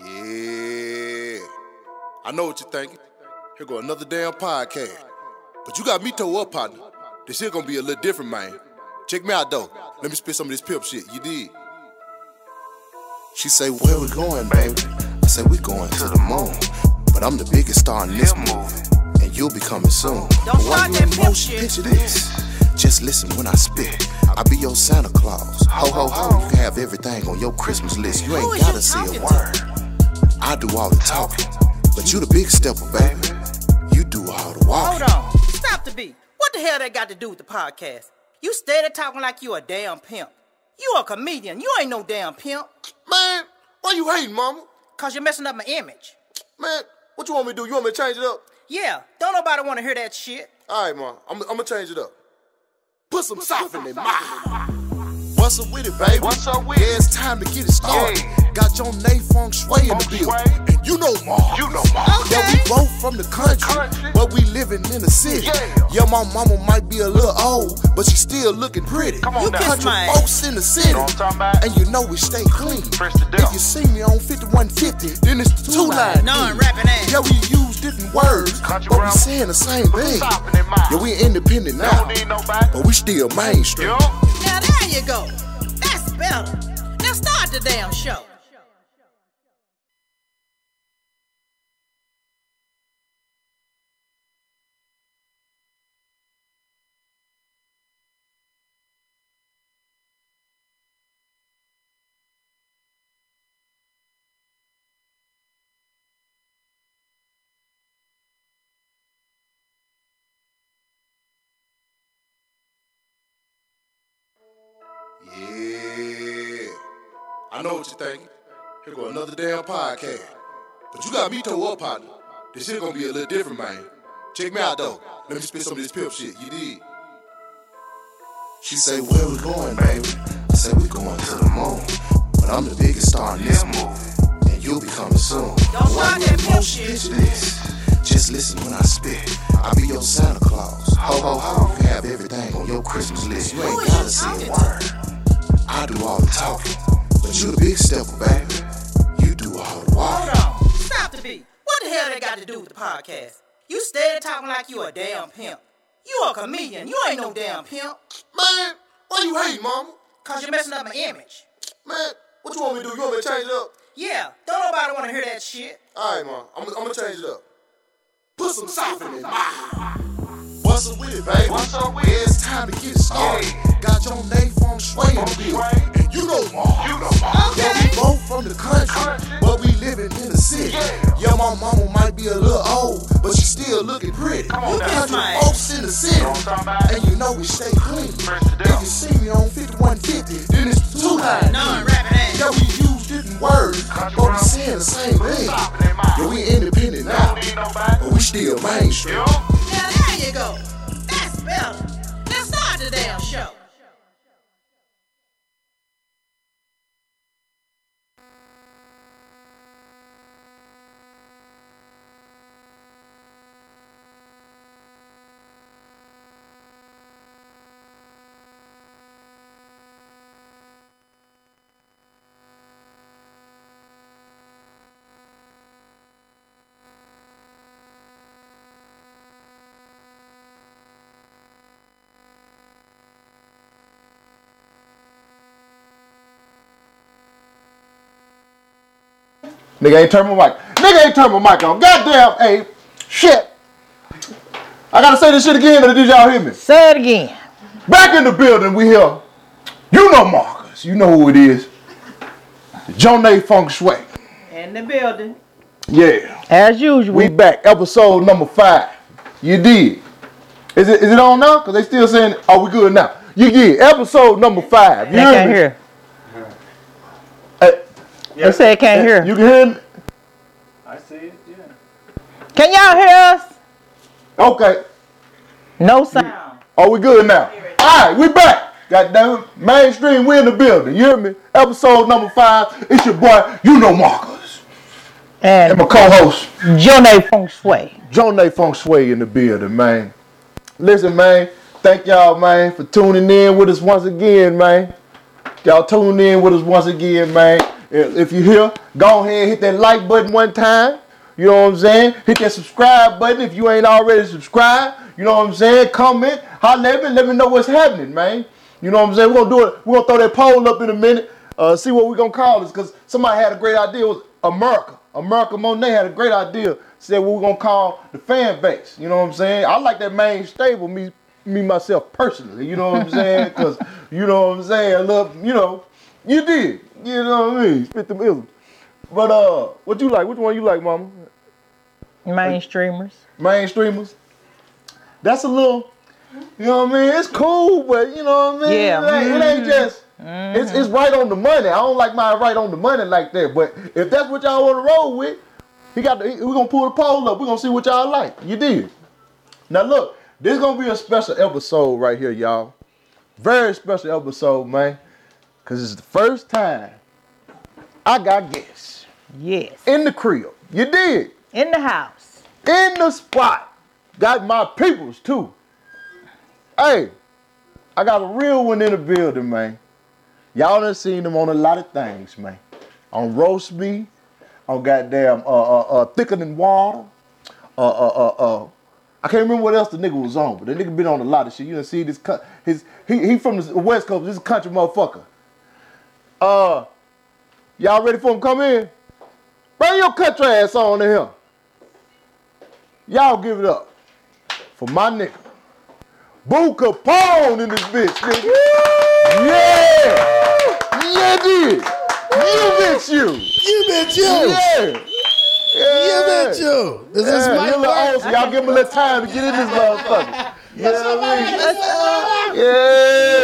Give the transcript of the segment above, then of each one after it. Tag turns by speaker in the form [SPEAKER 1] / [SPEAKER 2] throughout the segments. [SPEAKER 1] Yeah. I know what you're thinking. Here go another damn podcast. But you got me toe up, partner. This here gonna be a little different, man. Check me out though. Let me spit some of this pimp shit. You did. She say, Where we going, baby? I say, We going to the moon. But I'm the biggest star in this movie, and you'll be coming soon.
[SPEAKER 2] Don't
[SPEAKER 1] But while
[SPEAKER 2] start
[SPEAKER 1] you
[SPEAKER 2] that
[SPEAKER 1] in
[SPEAKER 2] pimp
[SPEAKER 1] motion,
[SPEAKER 2] shit.
[SPEAKER 1] Picture this. Just listen when I spit. I be your Santa Claus. Ho ho ho! You can have everything on your Christmas list. You
[SPEAKER 2] Who
[SPEAKER 1] ain't
[SPEAKER 2] is you
[SPEAKER 1] gotta say
[SPEAKER 2] talking
[SPEAKER 1] a
[SPEAKER 2] to?
[SPEAKER 1] word. I do all the talking, but you the big stepper, baby. You do all the
[SPEAKER 2] Hold
[SPEAKER 1] walking.
[SPEAKER 2] on. Stop the beat. What the hell that got to do with the podcast? You steady talking like you a damn pimp. You a comedian. You ain't no damn pimp.
[SPEAKER 3] Man, why you hating, mama?
[SPEAKER 2] Cause you're messing up my image.
[SPEAKER 3] Man, what you want me to do? You want me to change it up?
[SPEAKER 2] Yeah, don't nobody want to hear that shit.
[SPEAKER 3] All right, mom, I'm, I'm gonna change it up.
[SPEAKER 1] Put some soft in their mouth. What's up with it, baby?
[SPEAKER 3] What's up with
[SPEAKER 1] Yeah, it's time to get it started.
[SPEAKER 3] Yeah.
[SPEAKER 1] Got your name feng shui in the
[SPEAKER 3] Feng
[SPEAKER 1] building.
[SPEAKER 3] shui.
[SPEAKER 1] And you know Ma.
[SPEAKER 3] You know Ma.
[SPEAKER 1] Yeah,
[SPEAKER 2] Okay.
[SPEAKER 1] we both from the country,
[SPEAKER 3] Country.
[SPEAKER 1] but we living in the city.
[SPEAKER 3] Yeah.
[SPEAKER 1] my mama might be a little old, but she still looking pretty.
[SPEAKER 3] Come on You now. kiss
[SPEAKER 1] country
[SPEAKER 2] my ass.
[SPEAKER 1] folks in the city.
[SPEAKER 3] know what I'm talking about?
[SPEAKER 1] And you know we stay clean.
[SPEAKER 3] Fresh to
[SPEAKER 1] if
[SPEAKER 3] death.
[SPEAKER 1] you see me on 5150, then it's the two line.
[SPEAKER 2] None
[SPEAKER 1] dude.
[SPEAKER 2] rapping ass.
[SPEAKER 1] Yeah, we use different words,
[SPEAKER 3] Country
[SPEAKER 1] but we
[SPEAKER 3] grammar.
[SPEAKER 1] saying the same
[SPEAKER 3] Put some
[SPEAKER 1] thing.
[SPEAKER 3] soft in their mouth.
[SPEAKER 1] Yeah, we independent now,
[SPEAKER 3] nobody.
[SPEAKER 1] but we still mainstream.
[SPEAKER 2] Now there you go. That's better. Now start the damn show.
[SPEAKER 1] Yeah. I know what you're thinking. Here go another damn podcast. But you got me toe up, partner. This shit gonna be a little different, man. Check me out though. Let me spit some of this pimp shit. You did. She say, Where we going, baby? I say, We going to the moon. But I'm the biggest star in this movie, and you'll be coming soon.
[SPEAKER 2] Don't start that pimp shit.
[SPEAKER 1] Picture this. Just listen when I spit. I be your Santa Claus. Ho ho ho! You can have everything on your Christmas list. You
[SPEAKER 2] Who
[SPEAKER 1] ain't
[SPEAKER 2] is you
[SPEAKER 1] gotta say
[SPEAKER 2] talking
[SPEAKER 1] a
[SPEAKER 2] to?
[SPEAKER 1] word. I do all the talking, but you the big stepper, baby. You do all the walking.
[SPEAKER 2] Hold on. Stop the beat. What the hell that got to do with the podcast? You steady talking like you a damn pimp. You a comedian. You ain't no damn pimp.
[SPEAKER 3] Man, why you hating, mama?
[SPEAKER 2] Cause you're messing up my image.
[SPEAKER 3] Man, what you want me to do? You want me to change it up?
[SPEAKER 2] Yeah, don't nobody want to hear that shit.
[SPEAKER 3] All right, mom, I'm, I'm gonna change it up.
[SPEAKER 1] Put some soft in it. What's up with it, baby?
[SPEAKER 3] What's up with it?
[SPEAKER 1] yeah, it's time to get it started.
[SPEAKER 3] Yeah.
[SPEAKER 1] Got your name from Sway in the building.
[SPEAKER 3] Sway.
[SPEAKER 1] And you know Ma.
[SPEAKER 3] You know mom.
[SPEAKER 1] Yeah, we both from the country,
[SPEAKER 3] Country.
[SPEAKER 1] but we living in the city.
[SPEAKER 3] Yeah.
[SPEAKER 1] Yeah, my mama might be a little old, but she still looking pretty.
[SPEAKER 3] on now.
[SPEAKER 1] country
[SPEAKER 2] Mine.
[SPEAKER 1] folks in the city,
[SPEAKER 3] Know what I'm talking about?
[SPEAKER 1] and you know we stay clean.
[SPEAKER 3] Fresh to
[SPEAKER 1] If
[SPEAKER 3] death.
[SPEAKER 1] you see me on 5150, then it's the two line.
[SPEAKER 2] None rapping ass.
[SPEAKER 1] Yeah, we use different words,
[SPEAKER 3] Country
[SPEAKER 1] but we
[SPEAKER 3] grammar.
[SPEAKER 1] saying the same thing.
[SPEAKER 3] Stop in their mouth.
[SPEAKER 1] Yeah, we independent now,
[SPEAKER 3] nobody.
[SPEAKER 1] but we still mainstream.
[SPEAKER 2] Now there you go. That's better. Now start the damn show.
[SPEAKER 4] Nigga ain't turn my mic. Nigga ain't turn my mic on. Goddamn, hey, shit. I gotta say this shit again, or did y'all hear me?
[SPEAKER 5] Say it again.
[SPEAKER 4] Back in the building, we here. You know Marcus. You know who it is. Jonay Feng Shui.
[SPEAKER 2] In the building.
[SPEAKER 4] Yeah.
[SPEAKER 5] As usual.
[SPEAKER 4] We back. Episode number five. You did. Is it is it on now? Cause they still saying, are we good now? You did. Episode number five. You
[SPEAKER 5] they can't
[SPEAKER 4] me?
[SPEAKER 5] hear.
[SPEAKER 6] Uh,
[SPEAKER 4] Hey,
[SPEAKER 5] They said can't hear.
[SPEAKER 4] You can hear me?
[SPEAKER 5] can y'all hear us?
[SPEAKER 4] Okay.
[SPEAKER 5] No sound.
[SPEAKER 4] Are we good now? Alright, we back. Goddamn mainstream, we in the building. You hear me? Episode number five. It's your boy, you know Marcus. And
[SPEAKER 5] And
[SPEAKER 4] my co-host,
[SPEAKER 5] Jonay Feng Shui.
[SPEAKER 4] Jonay Feng Shui in the building, man. Listen, man, thank y'all, man, for tuning in with us once again, man. Y'all tuned in with us once again, man.
[SPEAKER 7] If if you here, go ahead and hit that like button one time. You know what I'm saying? Hit that subscribe button if you ain't already subscribed. You know what I'm saying? Comment, holler at me, let me know what's happening, man. You know what I'm saying? We're gonna do it. We're gonna throw that poll up in a minute. Uh, see what we're gonna call this, cause somebody had a great idea. It was America. America Monet had a great idea. Said what we're gonna call the fan base. You know what I'm saying? I like that main stable. Me, me myself personally. You know what I'm saying? Cause you know what I'm saying. I love you know. You did. You know what I mean? Spit them isms. But uh, what you like? Which one you like, Mama?
[SPEAKER 8] Mainstreamers.
[SPEAKER 7] Main streamers. That's a little. You know what I mean? It's cool, but you know what I mean.
[SPEAKER 8] Yeah.
[SPEAKER 7] It ain't, it ain't just. It's it's right on the money. I don't like mine right on the money like that. But if that's what y'all want to roll with, he got. The, we're gonna pull the poll up. We're gonna see what y'all like. You did. Now look, this gonna be a special episode right here, y'all. Very special episode, man. Cause it's the first time I got guests
[SPEAKER 8] Yes.
[SPEAKER 7] in the crib. You did
[SPEAKER 8] In the house.
[SPEAKER 7] in the spot. Got my peoples too. Hey, I got a real one in the building, man. Y'all done seen them on a lot of things, man. On roast beef, on goddamn uh uh, uh thicker than water, uh uh uh uh. I can't remember what else the nigga was on, but the nigga been on a lot of shit. You done see this cut his he he from the West Coast, this is a country motherfucker. Uh y'all ready for him to come in? Bring your country ass on to him. Y'all give it up for my nigga. Boo Capone in this bitch, nigga. Yeah! Yeah, dude! You bitch you!
[SPEAKER 9] You bet you.
[SPEAKER 7] Yeah!
[SPEAKER 9] You
[SPEAKER 7] Yeah!
[SPEAKER 9] bet you. This is
[SPEAKER 7] Yeah,
[SPEAKER 9] my
[SPEAKER 7] you
[SPEAKER 9] work.
[SPEAKER 7] little old, so y'all give him a little time to get in this motherfucker. Yeah, yeah.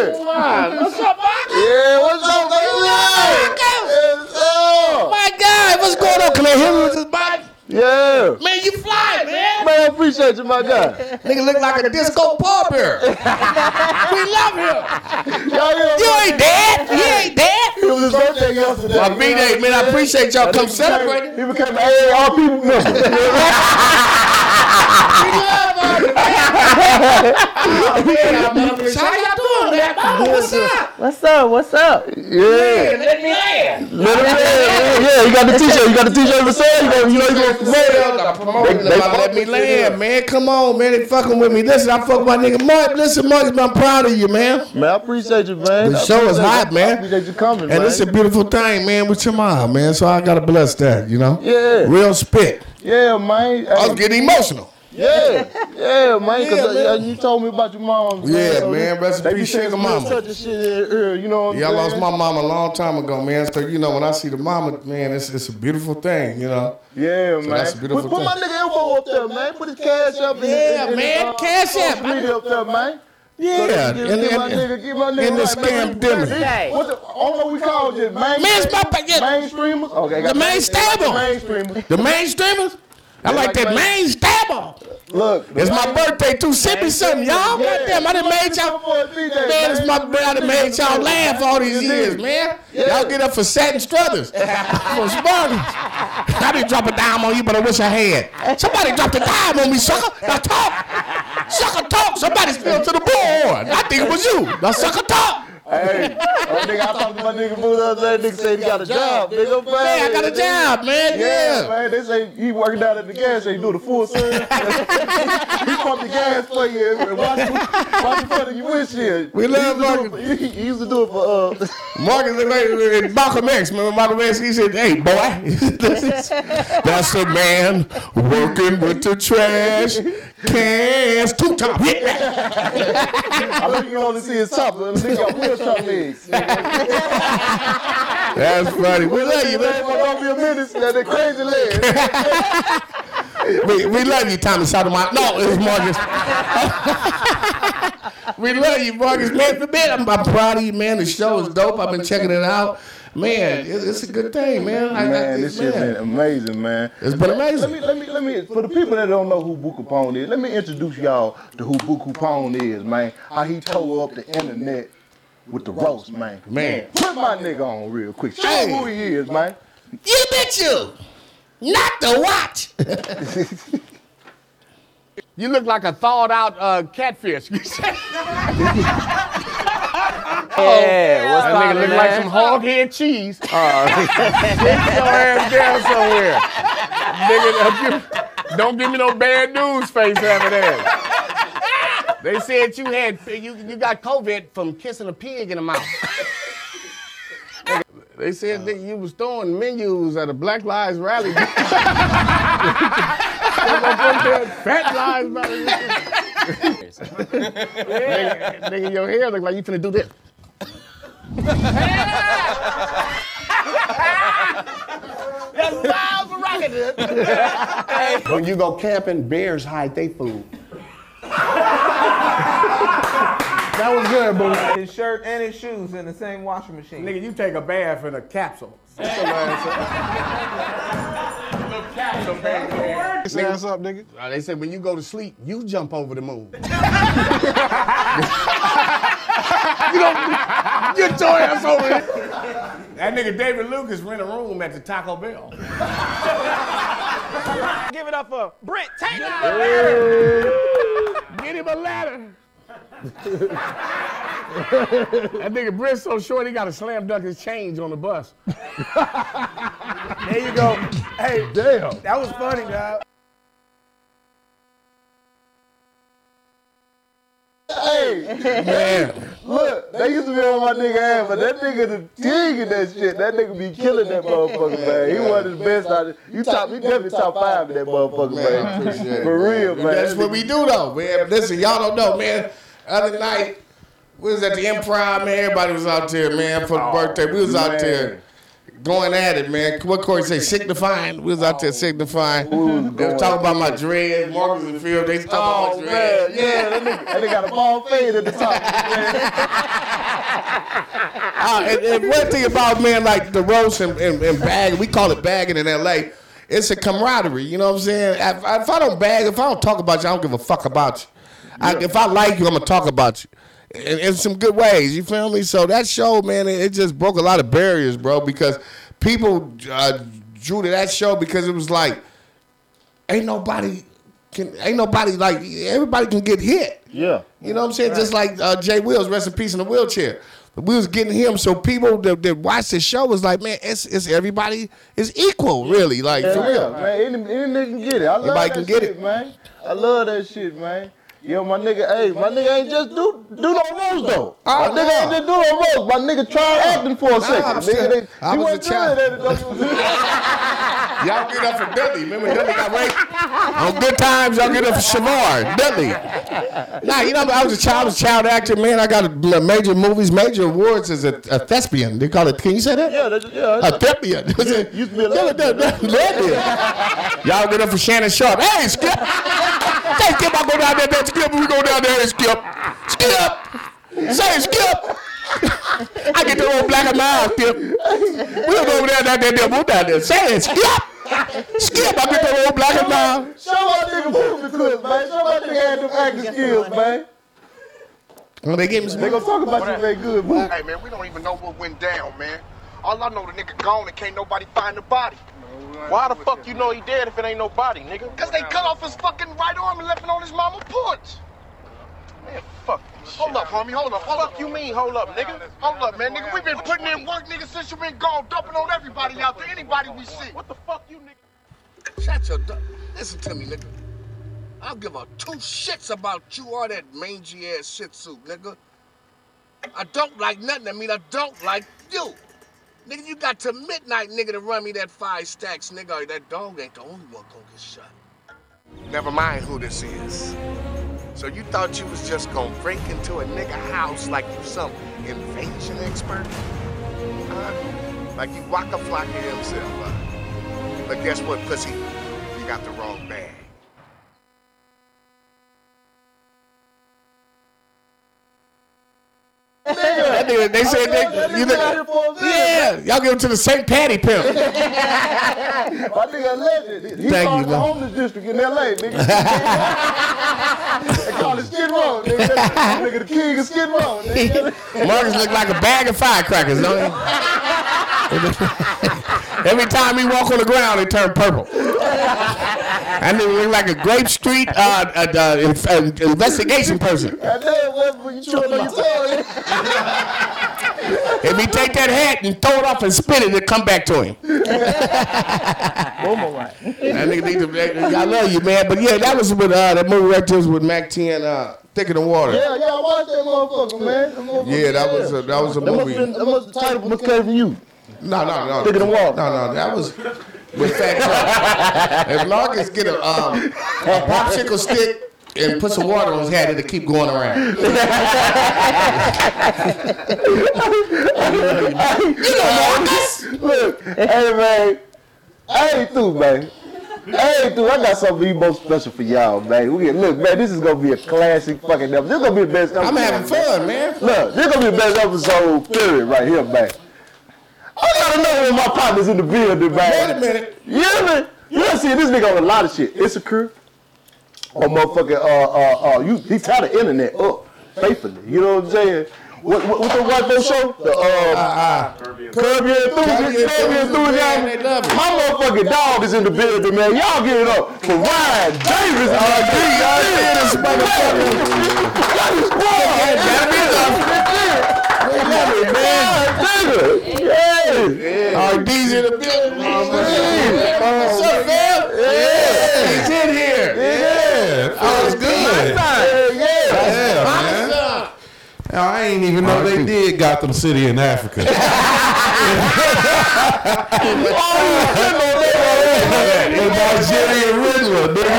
[SPEAKER 9] What's up, Michael?
[SPEAKER 7] Yeah, what's up, baby? Yes, sir.
[SPEAKER 9] My God, what's going on? Can I hear me with this body?
[SPEAKER 7] Yeah.
[SPEAKER 9] Man, you fly, man.
[SPEAKER 7] Man, I appreciate you, my guy.
[SPEAKER 9] Nigga look like a disco pop here. we love him.
[SPEAKER 7] Y'all hear him?
[SPEAKER 9] You ain't dead. He ain't dead.
[SPEAKER 7] It was his birthday yesterday.
[SPEAKER 9] My B-Day, man, I appreciate y'all come celebrating.
[SPEAKER 7] He became an AARP member.
[SPEAKER 9] How y'all doing, man? Oh, what's up?
[SPEAKER 8] What's up? What's up?
[SPEAKER 7] yeah.
[SPEAKER 9] Let me land.
[SPEAKER 7] Let him in. Yeah, you got the t-shirt. You got the t-shirt for sale. You, got, you know you gonna
[SPEAKER 9] Let,
[SPEAKER 7] They- they
[SPEAKER 9] let me
[SPEAKER 7] fucking
[SPEAKER 9] land, man. Come on, man. They fucking with me. Listen, I fuck my nigga Mark. Listen, Mark, I'm proud of you, man.
[SPEAKER 7] Man, I appreciate you, man.
[SPEAKER 9] The
[SPEAKER 7] I
[SPEAKER 9] show is
[SPEAKER 7] appreciate-
[SPEAKER 9] hot, man.
[SPEAKER 7] I appreciate you coming, man.
[SPEAKER 9] And it's a beautiful thing, man, with your mom, man. So I gotta bless that, you know?
[SPEAKER 7] Yeah.
[SPEAKER 9] Real spit.
[SPEAKER 7] yeah, man. Hey,
[SPEAKER 9] I was getting emotional.
[SPEAKER 7] yeah, yeah, man. Cause
[SPEAKER 9] Yeah,
[SPEAKER 7] uh, you told me about your mom.
[SPEAKER 9] Yeah,
[SPEAKER 7] so
[SPEAKER 9] man.
[SPEAKER 7] they-
[SPEAKER 9] Rest in
[SPEAKER 7] They be
[SPEAKER 9] peace,
[SPEAKER 7] saying
[SPEAKER 9] sugar
[SPEAKER 7] some
[SPEAKER 9] mama.
[SPEAKER 7] real touch and shit in here, you know what I'm
[SPEAKER 9] Yeah, I
[SPEAKER 7] saying?
[SPEAKER 9] lost my mom a long time ago, man. So you know, when I see the mama, man, it's it's a beautiful thing, you know.
[SPEAKER 7] Yeah, man.
[SPEAKER 9] that's a beautiful
[SPEAKER 7] put, put my
[SPEAKER 9] thing.
[SPEAKER 7] nigga elbow up there, man. Put his cash up. in-
[SPEAKER 9] Yeah,
[SPEAKER 7] in- in-
[SPEAKER 9] man,
[SPEAKER 7] uh,
[SPEAKER 9] Cash App.
[SPEAKER 7] social media up there, man.
[SPEAKER 9] Yeah,
[SPEAKER 7] Give,
[SPEAKER 9] and,
[SPEAKER 7] give my
[SPEAKER 9] and,
[SPEAKER 7] nigga, give my nigga
[SPEAKER 9] and the
[SPEAKER 7] right, man.
[SPEAKER 9] scam dimmer.
[SPEAKER 8] Hey.
[SPEAKER 7] What the, I don't know what we call this, main,
[SPEAKER 9] Man, it's my ba- yeah.
[SPEAKER 7] mainstreamers? Okay,
[SPEAKER 9] The main stable.
[SPEAKER 7] Mainstreamers.
[SPEAKER 9] The main streamers. I like that main stabber.
[SPEAKER 7] Look,
[SPEAKER 9] It's my birthday too. Sip me something, y'all.
[SPEAKER 7] Yeah.
[SPEAKER 9] Goddamn, I done made y'all. Man, it's my man. I done made y'all laugh all these years, man. Y'all get up for satin struthers, for Spartans. I didn't drop a dime on you, but I wish I had. Somebody dropped a dime on me, sucker. Now talk, sucker talk. Somebody spilled to the bullhorn. I think it was you. Now sucker talk.
[SPEAKER 7] Hey, oh, nigga, I talked to my nigga food the other day. Nigga said he got a job. Nigga, man.
[SPEAKER 9] Hey, I got a job, man.
[SPEAKER 7] Yeah,
[SPEAKER 9] Yeah.
[SPEAKER 7] man. They say he working down at the gas station, do the full service. he pump the gas for you and watch, watch in front of your windshield.
[SPEAKER 9] We love
[SPEAKER 7] he used to do it for- He,
[SPEAKER 9] Marcus.
[SPEAKER 7] he used to do it for uh.
[SPEAKER 9] Marcus looked like uh, Malcolm X. Remember Malcolm X? He said, "Hey, boy, that's a man working with the trash cans, two top."
[SPEAKER 7] I think you can only see his top. but Nigga got wheelchair legs.
[SPEAKER 9] That's funny. We love you,
[SPEAKER 7] That's why
[SPEAKER 9] man.
[SPEAKER 7] don't be a menace. That they crazy legs.
[SPEAKER 9] We, we love you, Thomas Sotomayor. No, it's Marcus. we love you, Marcus. Man, man I'm, I'm proud of you, man. The show is dope. I've been checking it out. Man, it's, it's a good thing, man. I, I,
[SPEAKER 7] Man, this shit
[SPEAKER 9] man.
[SPEAKER 7] been amazing, man.
[SPEAKER 9] It's been amazing.
[SPEAKER 7] Let me, let me, let me. For the people that don't know who Boo Capone is, let me introduce y'all to who Boo Capone is, man. How he tore up the internet with the roast, man.
[SPEAKER 9] Man.
[SPEAKER 7] put my nigga on real quick. Show him who he is, man.
[SPEAKER 9] You bet you. Not the watch.
[SPEAKER 6] You look like a thawed out uh, catfish. Yeah, what's
[SPEAKER 9] Oh, That nigga
[SPEAKER 6] poppin',
[SPEAKER 9] look like
[SPEAKER 6] man?
[SPEAKER 9] some hog head cheese. Sit your ass down somewhere. nigga, don't give, don't give me no bad news face after that. They said you had you, you got COVID from kissing a pig in the mouth. Nigga, They said that you was throwing menus at a Black Lives rally. Come up up there, Fat Lives Matter. nigga, nigga, your hair look like you finna do this. When you go camping, bears hide they food. that was good, boo.
[SPEAKER 6] His shirt and his shoes in the same washing machine.
[SPEAKER 9] Nigga, you take a bath in a capsule.
[SPEAKER 10] Ass up, nigga.
[SPEAKER 9] Uh, they said when you go to sleep, you jump over the moon. you don't get your ass over here. That nigga David Lucas rent a room at the Taco Bell.
[SPEAKER 6] Give it up for Brent Taylor.
[SPEAKER 9] Get him a ladder. that nigga Brent's so short he gotta slam dunk his change on the bus.
[SPEAKER 6] There you go. Hey,
[SPEAKER 7] Damn.
[SPEAKER 6] that was funny, dog.
[SPEAKER 9] Man,
[SPEAKER 7] Look, they used to be on my nigga ass, but that nigga the digging that shit. That nigga be killing that motherfucker, man. He one of the best out of You top, he definitely top five in that motherfucker,
[SPEAKER 9] Man, I
[SPEAKER 7] man.
[SPEAKER 9] appreciate it,
[SPEAKER 7] For real, man.
[SPEAKER 9] That's what we do though, man. Listen, y'all don't know, man. Other night, we was at the improv, man. Everybody was out there, man, for the birthday. We was out there going at it, man. What Corey say? Signifying. We was out there signifying. They was talking about my dreads, Marcus and Phil. They was talking
[SPEAKER 7] Oh,
[SPEAKER 9] about my dreads.
[SPEAKER 7] man. Yeah, that nigga, that nigga got a ball fade at the top.
[SPEAKER 9] Ah, and, and one thing about man, like the roast and, and, and bagging, we call it bagging in LA. It's a camaraderie, you know what I'm saying? If, if I don't bag, if I don't talk about you, I don't give a fuck about you. I, if I like you, I'm gonna talk about you. In, in some good ways, you feel me? So that show, man, it, it just broke a lot of barriers, bro, because people uh, drew to that show because it was like, ain't nobody can, ain't nobody like, everybody can get hit.
[SPEAKER 7] Yeah.
[SPEAKER 9] You know what I'm saying? Just like uh, Jay Wills, rest in peace, in the wheelchair. We was getting him, so people that, that watched the show was like, man, it's, it's everybody is equal, really, like for
[SPEAKER 7] Yeah,
[SPEAKER 9] real.
[SPEAKER 7] man. Any, any nigga can get it. I love
[SPEAKER 9] Anybody
[SPEAKER 7] that
[SPEAKER 9] can get
[SPEAKER 7] shit,
[SPEAKER 9] it.
[SPEAKER 7] man. I love that shit, man. Yo, my nigga, hey, my nigga ain't just do do no roast though.
[SPEAKER 9] Oh,
[SPEAKER 7] my nigga
[SPEAKER 9] nah.
[SPEAKER 7] ain't just do no roast. My nigga tried acting for a second.
[SPEAKER 9] I'm
[SPEAKER 7] nigga, they,
[SPEAKER 9] I
[SPEAKER 7] he
[SPEAKER 9] was
[SPEAKER 7] wasn't
[SPEAKER 9] a child.
[SPEAKER 7] good at it. though.
[SPEAKER 9] Y'all get up for Dudley. Remember Dudley got raped? On good times, y'all get up for Shavar, Dudley. Nah, you know, I was a child, I was a child actor, man. I got a, major movies, major awards as a, a thespian. They call it, can you say that?
[SPEAKER 7] Yeah, that's, yeah.
[SPEAKER 9] A thespian.
[SPEAKER 7] Used to be a
[SPEAKER 9] Yeah,
[SPEAKER 7] lesbian.
[SPEAKER 9] that- that- lesbian. Y'all get up for Shannon Sharp. Hey, Skip. Hey, Skip, I go down there, man. Skip, we go down there, Skip. Skip. Say, Skip. I get the old black and mild, Skip. We don't go over there, down there, there, we down there. Say, it, Skip. Skip, I get the old black and mild.
[SPEAKER 7] Show my nigga movie clips, man. Show my nigga had them acting skills, man.
[SPEAKER 9] Well, they gave me
[SPEAKER 7] They
[SPEAKER 9] some.
[SPEAKER 7] gonna talk about you very good, man.
[SPEAKER 11] Hey man, we don't even know what went down, man. All I know, the nigga gone and can't nobody find the body. Why the fuck you know he dead if it ain't no body, nigga? Cause they cut off his fucking right arm and left it on his mama porch. Man, fuck. this Hold up, homie. Hold up. Hold up. you mean hold up, nigga? Hold up, man, nigga. We've been putting in work, nigga, since you been gone, dumping on everybody out there, anybody we see. What the fuck, you nigga?
[SPEAKER 3] Shut your du- Listen to me, nigga. I'll give a two shits about you or that mangy ass shih tzu, nigga. I don't like nothing. I mean, I don't like you. Nigga, you got to midnight, nigga, to run me that five stacks, nigga. Or that dog ain't the only one gonna get shot. Never mind who this is. So you thought you was just gonna break into a nigga house like you some invasion expert? Huh? Like you Waka Flocka himself, huh? But guess what, pussy? You got the wrong bag.
[SPEAKER 9] That nigga, they said they. You think, yeah, y'all give it to the St. Patty pimp.
[SPEAKER 7] My nigga a legend. He
[SPEAKER 9] Thank
[SPEAKER 7] Thank
[SPEAKER 9] you,
[SPEAKER 7] the
[SPEAKER 9] man.
[SPEAKER 7] homeless district in LA, nigga. they call it Skid Row, nigga. That nigga the king of Skid Row, nigga.
[SPEAKER 9] Marcus looked like a bag of firecrackers, don't he? Every time he walk on the ground, it turn purple. That nigga look like a Grape Street uh, uh, uh, inf- uh, investigation person.
[SPEAKER 7] I tell you what, but you chewing on your toes.
[SPEAKER 9] If he take that hat and throw it off and spin it, it'll come back to him.
[SPEAKER 12] Boomerang.
[SPEAKER 9] That nigga need to, that- that- I love you, man. But yeah, that was with uh, that movie right there was with Mac T and uh, Thicker Than Water.
[SPEAKER 7] Yeah, y'all watch that motherfucker, man. That motherfucker,
[SPEAKER 9] Yeah, that was a, that was a
[SPEAKER 7] That must
[SPEAKER 9] movie.
[SPEAKER 7] have been, that must, the title must came from you.
[SPEAKER 9] No, no, no.
[SPEAKER 7] Thicker than water.
[SPEAKER 9] No, no, that was with Fat Joe. if Marcus get a, um, a popsicle stick and put some water on his head, it'll keep going around. you know Marcus.
[SPEAKER 7] Look, hey, man. I ain't through, man. I ain't through. I got something even more special for y'all, man. We, look, man, this is going to be a classic fucking episode. This is going to be the best episode.
[SPEAKER 9] I'm having fun, man.
[SPEAKER 7] Look, this gonna be the best episode period right here, man. I gotta know when my partner's in the building, man.
[SPEAKER 9] Wait a minute.
[SPEAKER 7] You hear me? You done see this nigga on a lot of shit. It's a crew. Or motherfucking uh uh uh you he tied the internet Oh, up faithfully. You know what I'm saying? What what, what the white folks show? The uh Curb Your
[SPEAKER 9] Curb Your
[SPEAKER 7] Enthusiasm. Curb Your
[SPEAKER 9] Enthusiasm, man, they
[SPEAKER 7] Enthusiasm.
[SPEAKER 9] love it.
[SPEAKER 7] My motherfucking dog is in the building, man. Y'all give it up for Ryan Davis.
[SPEAKER 9] Oh, D, y'all see this
[SPEAKER 7] That is wild.
[SPEAKER 9] That'll be
[SPEAKER 7] They
[SPEAKER 9] enough.
[SPEAKER 7] love it, man. Yeah.
[SPEAKER 9] Our D's in the building.
[SPEAKER 7] Oh,
[SPEAKER 9] What's up, fam? Yeah. He's in here. Yeah. Feels good.
[SPEAKER 7] Yeah, yeah.
[SPEAKER 6] Yeah, man. I ain't even know they did Gotham City in Africa. The Nigerian Riddler, nigga.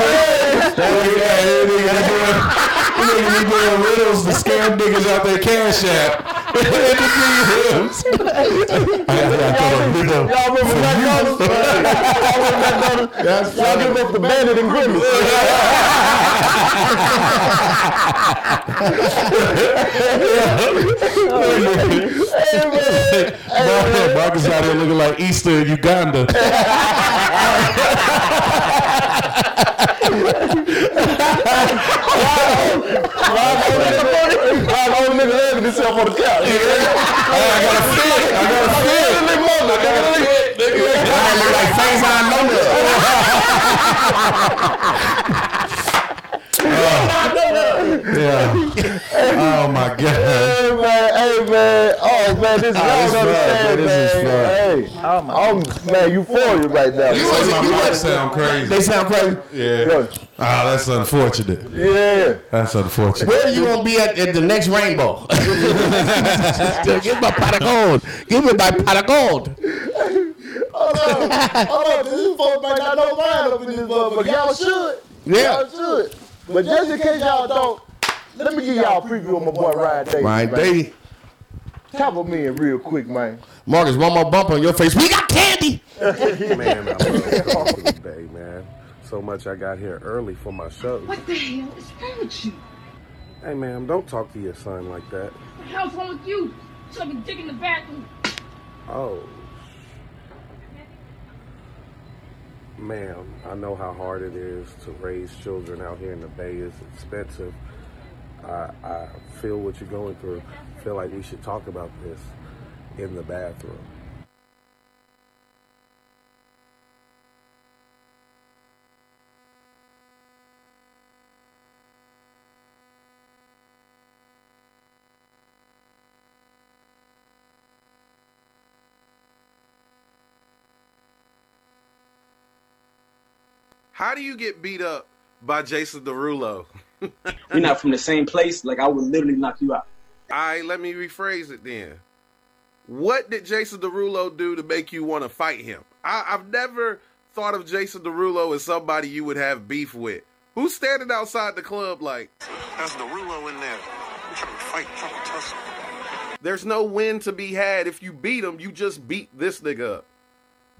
[SPEAKER 6] That nigga, that nigga be doing, that nigga be doing riddles to scam niggas out their cash app. I got a riddle.
[SPEAKER 7] Y'all remember McDonald's? Y'all remember McDonald's?
[SPEAKER 6] That's
[SPEAKER 7] Y'all give up the bandit and grimace.
[SPEAKER 6] Mar- Marcus out here looking like Easter in Uganda.
[SPEAKER 7] Y'all old nigga laughing himself on the couch.
[SPEAKER 6] I got a fit. I got a fit.
[SPEAKER 9] I look like Faison Lola.
[SPEAKER 6] Yeah. Oh my god.
[SPEAKER 7] Hey man, hey man, oh man, this
[SPEAKER 6] Ah,
[SPEAKER 7] y'all
[SPEAKER 6] this
[SPEAKER 7] don't
[SPEAKER 6] fun, man.
[SPEAKER 7] understand,
[SPEAKER 6] This is
[SPEAKER 7] man. Hey,
[SPEAKER 12] Oh my
[SPEAKER 7] I'm man, euphoria right now.
[SPEAKER 9] You
[SPEAKER 6] Say
[SPEAKER 9] wasn't, you
[SPEAKER 6] my mic
[SPEAKER 9] wasn't.
[SPEAKER 6] sound
[SPEAKER 9] They
[SPEAKER 6] crazy.
[SPEAKER 9] sound crazy.
[SPEAKER 6] Yeah.
[SPEAKER 7] Look,
[SPEAKER 6] Ah, that's unfortunate.
[SPEAKER 7] Yeah,
[SPEAKER 6] That's unfortunate.
[SPEAKER 9] Where you gonna be at, at the next rainbow? Give me a pot of gold. Give me my pot of gold.
[SPEAKER 7] hold on, hold on, this folk might not know mine up in this motherfucker. Y'all should,
[SPEAKER 9] Yeah.
[SPEAKER 7] y'all should, but just in case y'all don't, let me give y'all a preview of my boy Ryan Davis.
[SPEAKER 9] Right,
[SPEAKER 7] man.
[SPEAKER 9] baby.
[SPEAKER 7] Top of me in real quick, man.
[SPEAKER 9] Marcus, one more bump on your face. We got candy.
[SPEAKER 13] Man, I love Coffee Bay, man. So much I got here early for my show.
[SPEAKER 14] What the hell is wrong with you?
[SPEAKER 13] Hey, ma'am, don't talk to your son like that.
[SPEAKER 14] What the hell's wrong with you? Shove a dick in the bathroom.
[SPEAKER 13] Oh. Ma'am, I know how hard it is to raise children out here in the Bay. It's expensive. I, I feel what you're going through. feel like we should talk about this in the bathroom.
[SPEAKER 6] How do you get beat up by Jason Derulo?
[SPEAKER 15] We're not from the same place. Like I would literally knock you out.
[SPEAKER 6] All right, let me rephrase it then. What did Jason Derulo do to make you want to fight him? I, I've never thought of Jason Derulo as somebody you would have beef with. Who's standing outside the club like
[SPEAKER 3] That's Derulo in there. I'm trying to fight, trying to tussle.
[SPEAKER 6] there's no win to be had if you beat him? You just beat this nigga up.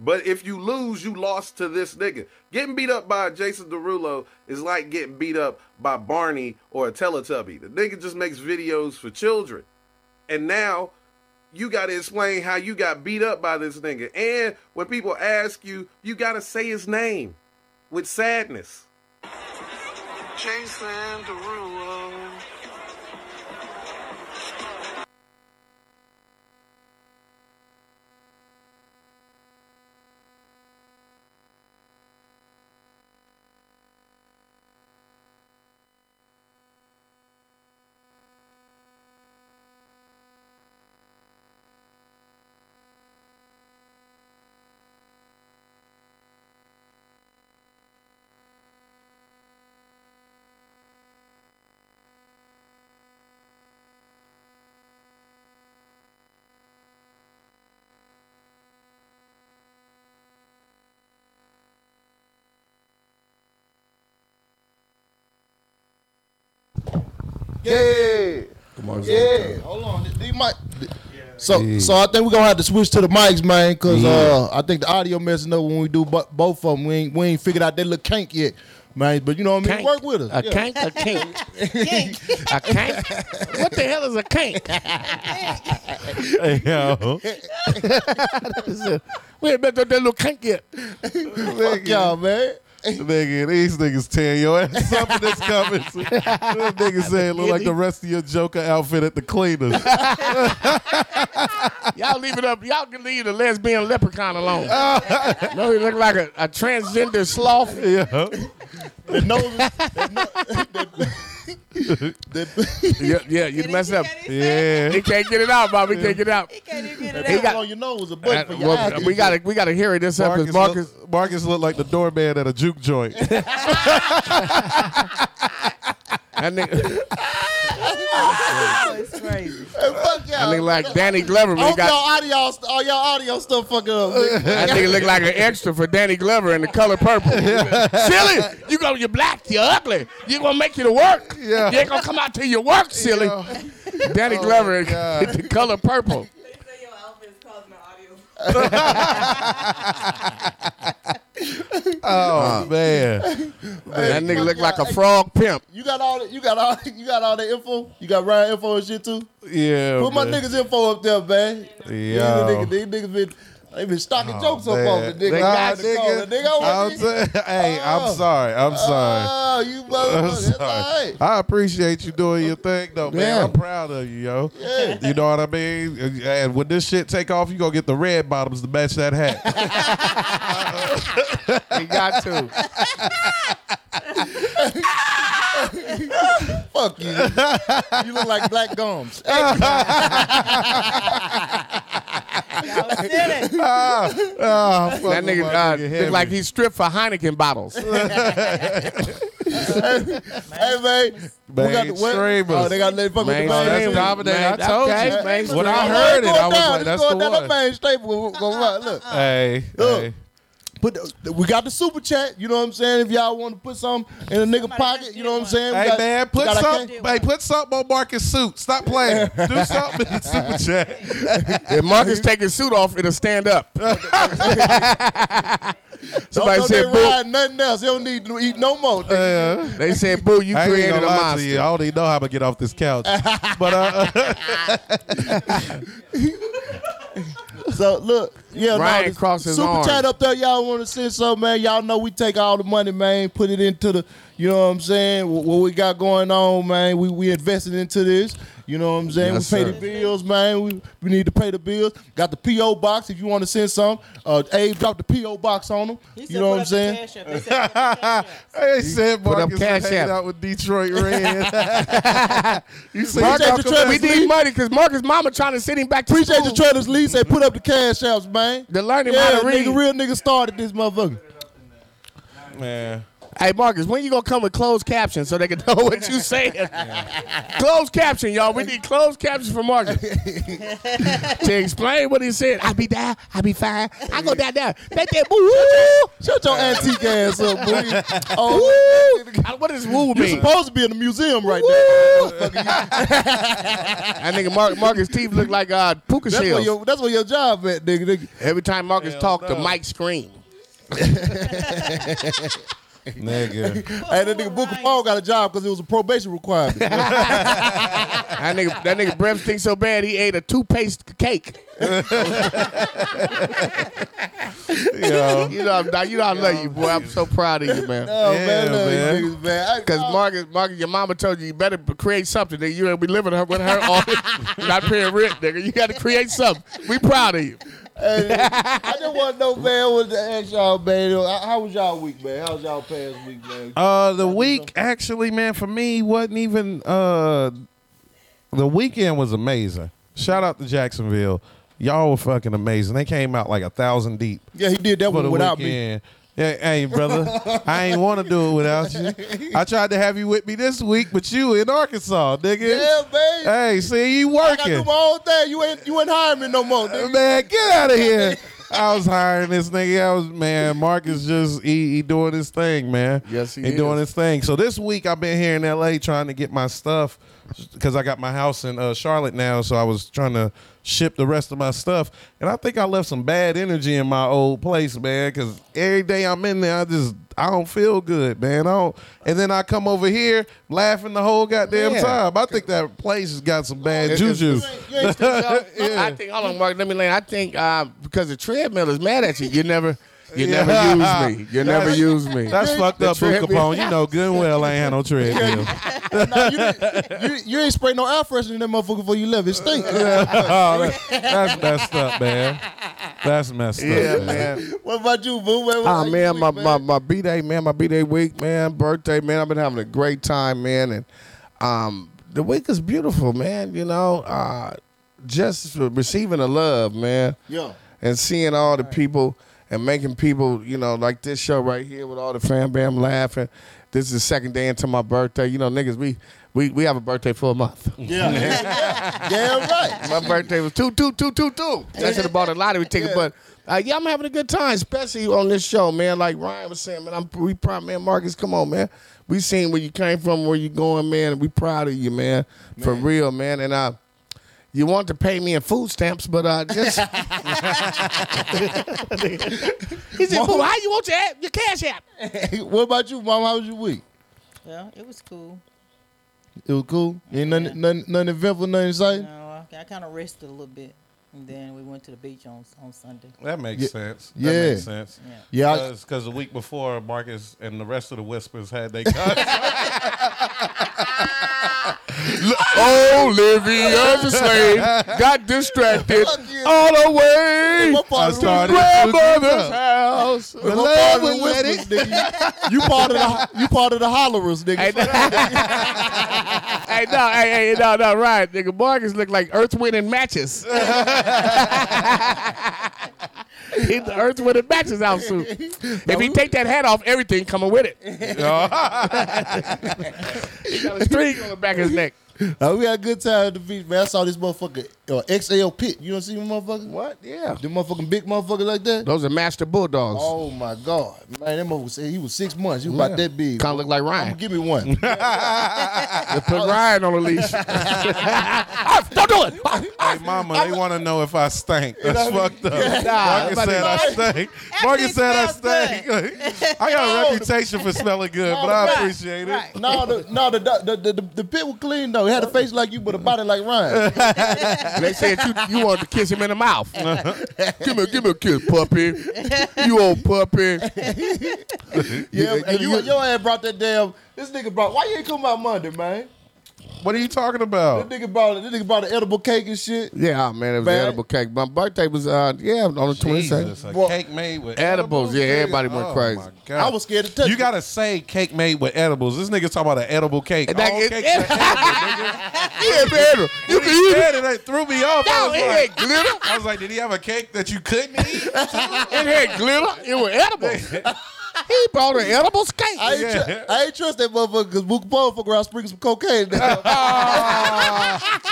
[SPEAKER 6] But if you lose, you lost to this nigga. Getting beat up by Jason Derulo is like getting beat up by Barney or a Teletubby. The nigga just makes videos for children. And now you got to explain how you got beat up by this nigga. And when people ask you, you got to say his name with sadness.
[SPEAKER 3] Jason Derulo.
[SPEAKER 7] Yeah.
[SPEAKER 9] Come on,
[SPEAKER 7] yeah. Hold on. Th- These mic. th- So, so I think we're gonna have to switch to the mics, man, cause uh, I think the audio messing up when we do bo- both of them. We ain't, we ain't figured out that little kink yet, man. But you know what I mean.
[SPEAKER 9] Kink.
[SPEAKER 7] Work with us.
[SPEAKER 9] A kink, a kink. A kink? What the hell is a kink?
[SPEAKER 6] Yo.
[SPEAKER 9] we ain't been to that little kink yet.
[SPEAKER 7] Fuck y'all, man.
[SPEAKER 6] Nigga, these niggas tearing your ass up in this conference. this nigga said it look like the rest of your Joker outfit at the cleaners.
[SPEAKER 9] Y'all leave it up. Y'all can leave the lesbian leprechaun alone. no, he look like a, a transgender sloth.
[SPEAKER 6] Yeah.
[SPEAKER 7] The nose
[SPEAKER 9] yeah, yeah, you messed up. Yeah. He can't get it out, Bobby. He can't get it out. He can't even get it out.
[SPEAKER 7] on your nose, a butt for
[SPEAKER 9] Uh,
[SPEAKER 7] your
[SPEAKER 9] well,
[SPEAKER 7] eyes.
[SPEAKER 9] we gotta we gotta hurry this up because Marcus
[SPEAKER 6] look, Marcus looked like the doorman at a juke joint.
[SPEAKER 9] that nigga,
[SPEAKER 7] it's crazy. Fuck
[SPEAKER 9] that
[SPEAKER 7] y'all.
[SPEAKER 9] nigga like Danny Glover.
[SPEAKER 7] I
[SPEAKER 9] When he
[SPEAKER 7] hope y'all
[SPEAKER 9] got,
[SPEAKER 7] audio, st- all y'all audio stuff fucking up.
[SPEAKER 6] Uh,
[SPEAKER 7] nigga.
[SPEAKER 9] that nigga look like an extra for Danny Glover in the color purple. silly, you go, you're black, you're ugly. You gonna make you to work.
[SPEAKER 6] Yeah. Oh
[SPEAKER 9] You ain't gonna come out till you work, silly. Danny Glover in
[SPEAKER 6] God.
[SPEAKER 9] the color purple.
[SPEAKER 6] oh man.
[SPEAKER 9] Uh. that nigga look like a frog pimp.
[SPEAKER 7] You got all the, you got all you got all the info. You got Ryan info and shit too.
[SPEAKER 6] Yeah.
[SPEAKER 7] Put my
[SPEAKER 6] man.
[SPEAKER 7] niggas info up there, man.
[SPEAKER 6] Yeah. Oh,
[SPEAKER 7] These, niggas, these niggas been they been stocking jokes up
[SPEAKER 6] Man,
[SPEAKER 7] on the nigga.
[SPEAKER 6] nigga,
[SPEAKER 7] Nah, nigga,
[SPEAKER 6] nigga,
[SPEAKER 7] nigga, I
[SPEAKER 6] I'm
[SPEAKER 7] want Oh. these-
[SPEAKER 6] sa- hey, I'm sorry. I'm sorry.
[SPEAKER 7] Oh, you
[SPEAKER 6] I'm
[SPEAKER 7] motherfucker. That's all
[SPEAKER 6] sorry.
[SPEAKER 7] right.
[SPEAKER 6] I appreciate you doing your thing, though, man.
[SPEAKER 7] Yeah.
[SPEAKER 6] I'm proud of you, yo. You know what I mean? Uh, And when this shit take off, you gonna get the red bottoms to match that hat.
[SPEAKER 9] He got to.
[SPEAKER 7] Fuck you. you look like black gums.
[SPEAKER 6] Ah, ah,
[SPEAKER 9] That
[SPEAKER 6] fuck with
[SPEAKER 9] nigga
[SPEAKER 6] my
[SPEAKER 9] uh,
[SPEAKER 6] heavy.
[SPEAKER 9] look like he stripped for Heineken bottles.
[SPEAKER 7] Hey man, we got
[SPEAKER 6] Main
[SPEAKER 7] the
[SPEAKER 6] streamers.
[SPEAKER 7] Oh, they got to let fuck
[SPEAKER 6] Main
[SPEAKER 7] with the
[SPEAKER 6] streamers.
[SPEAKER 7] main.
[SPEAKER 6] Dominate. I
[SPEAKER 9] Main-
[SPEAKER 6] told
[SPEAKER 9] okay,
[SPEAKER 6] you.
[SPEAKER 9] main
[SPEAKER 6] When I
[SPEAKER 7] Oh,
[SPEAKER 9] streamers.
[SPEAKER 6] heard
[SPEAKER 7] it's
[SPEAKER 6] it,
[SPEAKER 7] going
[SPEAKER 6] I was
[SPEAKER 7] down.
[SPEAKER 6] like,
[SPEAKER 7] It's
[SPEAKER 6] that's the
[SPEAKER 7] going down.
[SPEAKER 6] one.
[SPEAKER 7] That main straight. Go, go, right. Look,
[SPEAKER 6] Hey,
[SPEAKER 7] Look.
[SPEAKER 6] hey.
[SPEAKER 7] put the, we got the super chat. You know what I'm saying? If y'all want to put some in a nigga pocket, you know what I'm saying? We
[SPEAKER 6] Hey
[SPEAKER 7] got-
[SPEAKER 6] man,
[SPEAKER 7] we
[SPEAKER 6] put
[SPEAKER 7] got our
[SPEAKER 6] something.
[SPEAKER 7] cake.
[SPEAKER 6] Hey, put something on Marcus' suit. Stop playing. Do something in the super chat.
[SPEAKER 9] If Marcus take his suit off, it'll stand up. Somebody
[SPEAKER 7] Don't
[SPEAKER 9] said,
[SPEAKER 7] know they
[SPEAKER 9] "Boo!"
[SPEAKER 7] ride nothing else. They don't need to eat no more. nigga.
[SPEAKER 6] Yeah.
[SPEAKER 9] They said, "Boo! You
[SPEAKER 6] I ain't
[SPEAKER 9] created
[SPEAKER 6] gonna
[SPEAKER 9] a
[SPEAKER 6] lie
[SPEAKER 9] monster."
[SPEAKER 6] to you. I don't even know how to get off this couch. but uh,
[SPEAKER 7] So look, yeah,
[SPEAKER 9] Ryan
[SPEAKER 7] no, this
[SPEAKER 9] crossed his
[SPEAKER 7] super
[SPEAKER 9] arms.
[SPEAKER 7] chat up there. Y'all want to send something, man? Y'all know we take all the money, man. Put it into the, you know what I'm saying? What, what we got going on, man? We we invested into this. You know what I'm saying?
[SPEAKER 6] Yes,
[SPEAKER 7] we pay
[SPEAKER 6] sir.
[SPEAKER 7] the bills, man. We, we need to pay the bills. Got the PO box if you want to send some. Uh, Abe dropped the PO box on them. You know what I'm saying?
[SPEAKER 6] they said
[SPEAKER 9] Put up
[SPEAKER 6] Marcus was
[SPEAKER 9] Cash
[SPEAKER 6] hanging
[SPEAKER 9] App.
[SPEAKER 6] out with Detroit Red. you see,
[SPEAKER 7] Marcus-
[SPEAKER 6] Uncle
[SPEAKER 7] Appreciate the
[SPEAKER 9] we
[SPEAKER 7] trust,
[SPEAKER 9] need
[SPEAKER 7] Lee.
[SPEAKER 9] money because Marcus' mama trying to send him back to
[SPEAKER 7] Appreciate
[SPEAKER 9] school.
[SPEAKER 7] the trailers, Lee. Say put up the cash apps, man.
[SPEAKER 9] to learn him
[SPEAKER 7] Yeah,
[SPEAKER 9] how to read.
[SPEAKER 7] nigga, real nigga started this motherfucker.
[SPEAKER 6] man.
[SPEAKER 9] Hey, Marcus, when you gonna come with closed captions so they can know what you saying? closed caption, y'all. We need closed captions for Marcus to explain what he said. I be down. I be fine. I go down down. They said, "Woo!"
[SPEAKER 7] Shut your antique ass up, boy. Oh,
[SPEAKER 9] woo, woo. What does "woo"
[SPEAKER 7] you
[SPEAKER 9] mean?
[SPEAKER 7] supposed to be in the museum right now.
[SPEAKER 9] That nigga Mar- Marcus' teeth look like uh, puka
[SPEAKER 7] That's where
[SPEAKER 9] shells.
[SPEAKER 7] your that's where your job at, nigga. nigga.
[SPEAKER 9] Every time Marcus talked, the
[SPEAKER 6] no.
[SPEAKER 9] mic screamed.
[SPEAKER 6] Nigga.
[SPEAKER 7] Hey, that nigga Booker Paul got a job because it was a probation requirement.
[SPEAKER 9] That nigga, that nigga breath stinks so bad he ate a toothpaste cake.
[SPEAKER 6] Yo.
[SPEAKER 9] You know, I'm, you know I love you, boy. I'm so proud of you, man.
[SPEAKER 7] oh
[SPEAKER 6] Yeah,
[SPEAKER 7] man, man.
[SPEAKER 6] man.
[SPEAKER 7] Niggas, man. I-
[SPEAKER 9] Because
[SPEAKER 7] oh,
[SPEAKER 9] Marcus, Marcus, your mama told you you better create something. Nigga. You ain't be living her with her on not paying rent, nigga. You got to create something. We proud of you.
[SPEAKER 7] hey, nigga, I just want to know, man, what to ask y'all, man. How how was y'all week, man? How was y'all past week, man?
[SPEAKER 6] Uh, the week actually, man, for me wasn't even. Uh, the weekend was amazing. Shout out to Jacksonville. Y'all were Oh, fucking amazing. They came out like a thousand deep.
[SPEAKER 7] Yeah, he did that
[SPEAKER 6] for the
[SPEAKER 7] one without me.
[SPEAKER 6] weekend. Yeah, hey, brother, I ain't want to do it without you. I tried to have you with me this week, but you in Arkansas,
[SPEAKER 7] Yeah,
[SPEAKER 6] nigga.
[SPEAKER 7] man.
[SPEAKER 6] Hey, see, you
[SPEAKER 7] I got to do
[SPEAKER 6] working.
[SPEAKER 7] my own thing. You ain't you ain't hiring me no more, nigga.
[SPEAKER 6] Man, get out of here. I was hiring this nigga. I was man. Marcus just he, he doing his thing, man.
[SPEAKER 9] Yes, he
[SPEAKER 6] doing
[SPEAKER 9] is.
[SPEAKER 6] his thing. So this week I've been here in L.A. trying to get my stuff because I got my house in uh, Charlotte now, so I was trying to ship the rest of my stuff, and I think I left some bad energy in my old place, man. Because every day I'm in there, I just I don't feel good, man. I don't, and then I come over here laughing the whole goddamn
[SPEAKER 9] Yeah.
[SPEAKER 6] time. I think that place has got some bad
[SPEAKER 9] It- it's-
[SPEAKER 6] juju.
[SPEAKER 9] I think hold on, Mark. Let me. lay- I think uh, because the treadmill is mad at you. You never. You
[SPEAKER 6] Yeah.
[SPEAKER 9] never use me. You never
[SPEAKER 6] That's-
[SPEAKER 9] use me.
[SPEAKER 6] That's fucked
[SPEAKER 9] The
[SPEAKER 6] up, Boo
[SPEAKER 9] treadmill-
[SPEAKER 6] Capone. You know good and well I ain't had no treadmill.
[SPEAKER 7] You, you ain't spray no air freshener in that motherfucker before you left. It stink.
[SPEAKER 9] Uh,
[SPEAKER 6] Oh, that- that's messed up, man. That's messed
[SPEAKER 9] Yeah,
[SPEAKER 6] up, man.
[SPEAKER 7] What about you, Boo? Man,
[SPEAKER 9] Ah man, my, my my b day man, my b day week man, birthday man. I've been having a great time man, and um, the week is beautiful man. You know, uh, just receiving the love man,
[SPEAKER 7] Yeah.
[SPEAKER 9] and seeing all the people and making people you know like this show right here with all the fan bam laughing. This is the second day into my birthday. You know, niggas, we we, we have a birthday for a month.
[SPEAKER 7] Yeah. Damn right.
[SPEAKER 9] My birthday was two, two, two, two, two. I should have bought a lottery ticket, but uh, yeah, I'm having a good time, especially on this show, man. Like Ryan was saying, man, I'm we proud, man. Marcus, come on, man. We seen where you came from, where you going, man. And we proud of you, man, for real, man. And uh, you want to pay me in food stamps, but uh, just he said, "Boo, how you want your app, your cash app?"
[SPEAKER 7] what about you, Mom? How was your week?
[SPEAKER 8] Well, it was cool.
[SPEAKER 7] It was cool. Ain't nothing, nothing, nothing eventful, nothing exciting.
[SPEAKER 8] No, I, I kind of rested a little bit, and then we went to the beach on on Sunday.
[SPEAKER 6] That makes
[SPEAKER 7] Yeah.
[SPEAKER 6] sense. That
[SPEAKER 7] Yeah.
[SPEAKER 6] makes sense.
[SPEAKER 7] Yeah. Yeah, I-
[SPEAKER 6] Because the week before, Marcus and the rest of the Whispers had they cut.
[SPEAKER 9] Olivia the slave got distracted all the way
[SPEAKER 7] I
[SPEAKER 9] to
[SPEAKER 7] started
[SPEAKER 9] grandmother's
[SPEAKER 7] to-
[SPEAKER 9] house.
[SPEAKER 7] But my father whispers, nigga. You part of the you part of the hollerers, nigga.
[SPEAKER 9] hey, no, hey, hey, no, no, right, nigga. Marcus look like Earth, Wind, and Matches. He's the Earth, Wind, and Matches out suit. If he take that hat off, everything coming with it. he got a string on the back of his neck.
[SPEAKER 7] Uh, we had a good time at the beach, man. I saw this motherfucker uh, XL pit. You don't see them motherfucker?
[SPEAKER 9] What? Yeah.
[SPEAKER 7] The motherfucking big motherfucker like that.
[SPEAKER 9] Those are master bulldogs.
[SPEAKER 7] Oh my god, man! That motherfucker said he was six months. He was
[SPEAKER 9] Yeah.
[SPEAKER 7] about that big.
[SPEAKER 9] Kinda look like Ryan.
[SPEAKER 7] I'ma give me one.
[SPEAKER 9] They put Ryan on the leash. Ah, Don't do it.
[SPEAKER 6] hey, mama, they want to know if I stink. That's fucked up.
[SPEAKER 9] Nah,
[SPEAKER 6] Marcus
[SPEAKER 9] everybody-
[SPEAKER 6] said I stink. Marcus said I stink. I got a reputation for smelling good, but I appreciate it.
[SPEAKER 7] no, the, no, the, the, the, the, the pit was clean though. It had a face like you, but a body like Ryan.
[SPEAKER 9] They said you, you wanted to kiss him in the mouth. give me, give me a kiss, puppy. You old puppy.
[SPEAKER 7] Yeah, and you, your ass brought that damn. This nigga brought. Why you ain't come out Monday, man?
[SPEAKER 6] What are you talking about?
[SPEAKER 7] This nigga brought. This nigga brought an edible cake and shit.
[SPEAKER 9] Yeah, oh, man, it was
[SPEAKER 7] Man.
[SPEAKER 9] edible cake. My birthday was uh yeah on the twenty
[SPEAKER 6] Jesus, a
[SPEAKER 9] second.
[SPEAKER 6] cake made with
[SPEAKER 9] edibles, yeah, everybody went
[SPEAKER 6] Oh,
[SPEAKER 9] crazy.
[SPEAKER 6] my God.
[SPEAKER 7] I was scared to touch.
[SPEAKER 6] You gotta say cake made with edibles. This nigga's talking about an edible cake. Oh,
[SPEAKER 9] That-
[SPEAKER 6] All
[SPEAKER 9] it-
[SPEAKER 6] cakes
[SPEAKER 9] it- yeah, man. You
[SPEAKER 6] When
[SPEAKER 9] can
[SPEAKER 6] he
[SPEAKER 9] eat it.
[SPEAKER 6] said it, it threw me off. I,
[SPEAKER 9] No,
[SPEAKER 6] was
[SPEAKER 9] it
[SPEAKER 6] like,
[SPEAKER 9] had glitter.
[SPEAKER 6] I was like, did he have a cake that you couldn't eat?
[SPEAKER 9] It had glitter. It was edible. he brought an edible cake.
[SPEAKER 7] I ain't, tru- I ain't trust that motherfucker because Mook Paul fuck around sprinkling some cocaine. in there.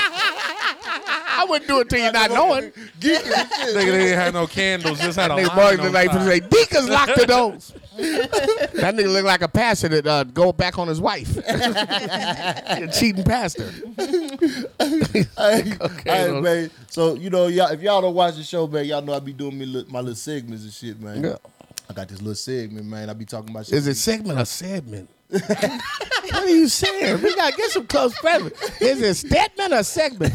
[SPEAKER 9] I wouldn't do it to you not knowing.
[SPEAKER 7] Geeking and shit.
[SPEAKER 6] Nigga, they didn't have no candles. Just had a
[SPEAKER 9] Nigga
[SPEAKER 6] line
[SPEAKER 9] Mark
[SPEAKER 6] on
[SPEAKER 9] look like
[SPEAKER 6] top.
[SPEAKER 9] say, Deacon's locked the doors. that nigga look like a pastor that uh, go back on his wife. a cheating pastor.
[SPEAKER 7] Hey, hey,
[SPEAKER 9] Lord.
[SPEAKER 7] man. So you know, y'all, if y'all don't watch the show, man, y'all know I be doing me lit- my little segments and shit, man.
[SPEAKER 9] Yeah.
[SPEAKER 7] I got this little segment, man. I be talking about shit.
[SPEAKER 9] Is it segment or segment? what are you saying? We gotta get some close friends. Is it Stedman or segment?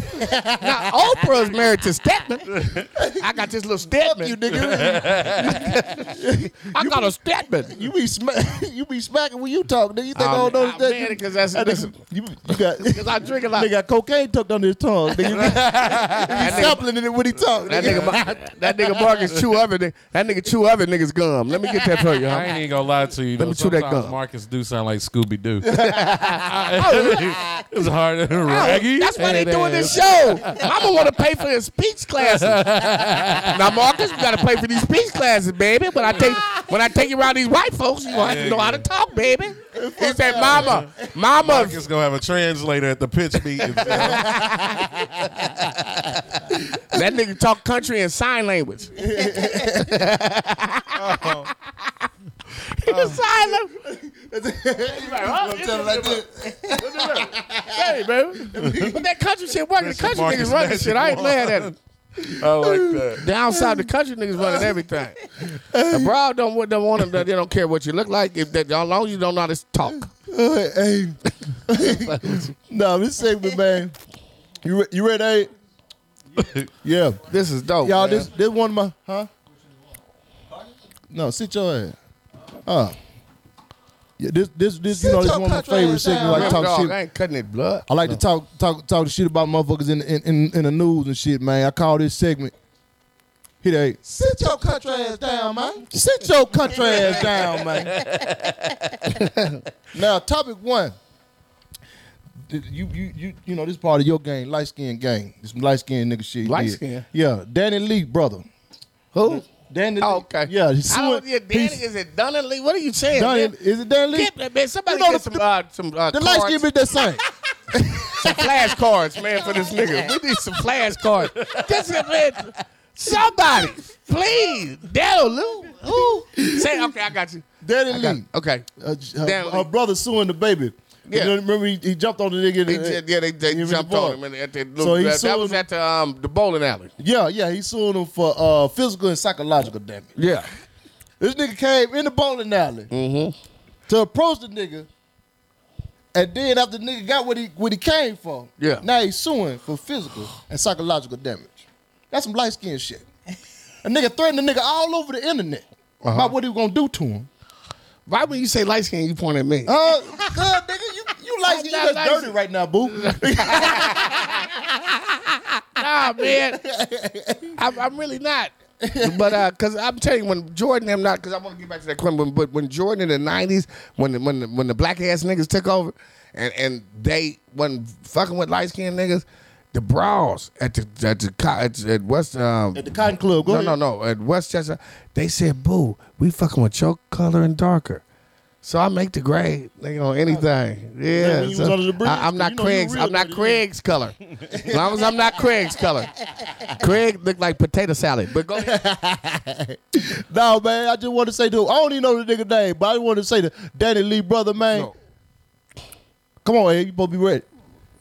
[SPEAKER 9] Now Oprah's married to Stedman. I got this little Stedman.
[SPEAKER 7] you, nigga?
[SPEAKER 9] I got a Stedman.
[SPEAKER 7] you be sma- you be smacking when you talk, nigga. You think I don't
[SPEAKER 9] Um,
[SPEAKER 7] know that? you-
[SPEAKER 9] because that's
[SPEAKER 7] that
[SPEAKER 9] Ah, listen,
[SPEAKER 7] nigga, you, you got
[SPEAKER 9] because I drink a lot.
[SPEAKER 7] nigga got cocaine tucked under his tongue. Nigga, You be- you
[SPEAKER 9] That
[SPEAKER 7] be
[SPEAKER 9] nigga-
[SPEAKER 7] supplementing it when he talk.
[SPEAKER 9] That
[SPEAKER 7] nigga.
[SPEAKER 9] nigga, Mar- that nigga Marcus chew other nigga. That nigga chew other niggas gum. Let me get that for you.
[SPEAKER 6] I
[SPEAKER 9] Huh?
[SPEAKER 6] ain't even gonna lie to
[SPEAKER 9] Let
[SPEAKER 6] you. though.
[SPEAKER 9] me chew that
[SPEAKER 6] Sometimes
[SPEAKER 9] gum. Oh,
[SPEAKER 6] Marcus do sound like Scooby Doo. it's harder than Raggy.
[SPEAKER 9] That's why they
[SPEAKER 6] and
[SPEAKER 9] doing this
[SPEAKER 6] ass.
[SPEAKER 9] show. Mama want to pay for his speech classes. now Marcus, you got to pay for these speech classes, baby. When I take when I take you around these white folks, you gonna have to know how to talk, baby. He said, "Mama, mama."
[SPEAKER 6] Marcus gonna have a translator at the pitch meeting.
[SPEAKER 9] That nigga talk country and sign language. Uh-huh. He was sign language. Uh-huh.
[SPEAKER 7] I'm telling like this.
[SPEAKER 9] Hey, it, bro. But that country shit working. The
[SPEAKER 6] Richard
[SPEAKER 9] country
[SPEAKER 6] Marcus
[SPEAKER 9] niggas running
[SPEAKER 6] Magic
[SPEAKER 9] shit. I ain't mad at
[SPEAKER 6] Wand.
[SPEAKER 9] it.
[SPEAKER 6] I like that.
[SPEAKER 9] Down south, the country niggas running everything. Abroad don't wa- don't want them. They don't care what you look like. If that, as long as you don't know how to talk.
[SPEAKER 7] hey, no, this segment, man. You re- you ready? Abe? yeah,
[SPEAKER 9] this is dope.
[SPEAKER 7] Y'all,
[SPEAKER 9] man.
[SPEAKER 7] this this one of my huh? No, sit your ass. Uh, yeah, this this this you know this one of my favorite segments. Like
[SPEAKER 9] Remember,
[SPEAKER 7] talk
[SPEAKER 9] dog,
[SPEAKER 7] shit.
[SPEAKER 9] I ain't cutting it blood.
[SPEAKER 7] I like to talk talk talk the shit about motherfuckers in in, in in the news and shit, man. I call this segment. Hit that. Sit your country ass down, man. Sit your country ass down, man. now, topic one. Th- You you you you know this part of your game, light skin gang. This light skin nigga shit. you
[SPEAKER 9] Light
[SPEAKER 7] did.
[SPEAKER 9] skin?
[SPEAKER 7] Yeah, Danny Lee brother. Who? Danny. Lee. okay. Yeah, he's
[SPEAKER 9] I
[SPEAKER 7] suing.
[SPEAKER 9] don't, yeah, Danny,
[SPEAKER 7] he's-
[SPEAKER 9] is it Dunning Lee? What are you saying?
[SPEAKER 7] Dunning-
[SPEAKER 9] man?
[SPEAKER 7] is it Dunning Lee?
[SPEAKER 9] Get that, man, somebody
[SPEAKER 7] You know
[SPEAKER 9] get
[SPEAKER 7] the-
[SPEAKER 9] some, uh, some uh,
[SPEAKER 7] the light
[SPEAKER 9] cards.
[SPEAKER 7] skin bitch that sang.
[SPEAKER 9] some flashcards, man, for this nigga. We need some flashcards. This is, man, somebody, please, Daniel Lou, who? Say, okay, I got you.
[SPEAKER 7] Danny
[SPEAKER 9] got-
[SPEAKER 7] Lee.
[SPEAKER 9] Okay.
[SPEAKER 7] Uh, her,
[SPEAKER 9] Danny
[SPEAKER 7] her brother suing the baby.
[SPEAKER 9] Yeah.
[SPEAKER 7] You know, remember he, he jumped on the nigga. in
[SPEAKER 9] They,
[SPEAKER 7] the-
[SPEAKER 9] ju- yeah, they, they
[SPEAKER 7] in the
[SPEAKER 9] jumped
[SPEAKER 7] bar.
[SPEAKER 9] on him and at that
[SPEAKER 7] So
[SPEAKER 9] little.
[SPEAKER 7] he
[SPEAKER 9] that,
[SPEAKER 7] suing
[SPEAKER 9] was at the um the bowling alley.
[SPEAKER 7] Yeah, yeah, he's suing him for uh, physical and psychological damage.
[SPEAKER 9] Yeah.
[SPEAKER 7] This nigga came in the bowling alley
[SPEAKER 9] Mm-hmm.
[SPEAKER 7] to approach the nigga, and then after the nigga got what he what he came for,
[SPEAKER 9] Yeah.
[SPEAKER 7] now he's suing for physical and psychological damage. That's some light skin shit. A nigga threatened the nigga all over the internet
[SPEAKER 9] Uh-huh.
[SPEAKER 7] about what he was gonna do to him.
[SPEAKER 9] Why when you say light skin, you point at me?
[SPEAKER 7] Uh, God, nigga, you, you light skin, you
[SPEAKER 9] not
[SPEAKER 7] just
[SPEAKER 9] light
[SPEAKER 7] dirty
[SPEAKER 9] skin.
[SPEAKER 7] right now, boo.
[SPEAKER 9] nah, man. I'm, I'm really not. but uh, cause I'm telling you, when Jordan, I'm not, cause I want to get back to that question. But, but when Jordan in the '90s, when the, when the, when the black ass niggas took over, and and they wasn't fucking with light skinned niggas, the brawls at the at the co- at, at West um,
[SPEAKER 7] At the Cotton Club, go
[SPEAKER 9] no,
[SPEAKER 7] ahead.
[SPEAKER 9] no, no, at Westchester, they said, "Boo, we fucking with your color and darker." So I make the grade, nigga, on anything.
[SPEAKER 7] Yeah, when
[SPEAKER 9] Yeah,
[SPEAKER 7] Oh. you
[SPEAKER 9] so
[SPEAKER 7] was under the bridge,
[SPEAKER 9] I, am
[SPEAKER 7] you
[SPEAKER 9] not
[SPEAKER 7] know you
[SPEAKER 9] Craig's.
[SPEAKER 7] a real
[SPEAKER 9] I'm not
[SPEAKER 7] nigga.
[SPEAKER 9] Craig's color. As long as I'm not Craig's color. Craig looked like potato salad. But go ahead.
[SPEAKER 7] No, man, I just want to say to I don't even know the nigga name, but I just want to say to Danny Lee brother, man. Come on, Ed, you supposed to be ready.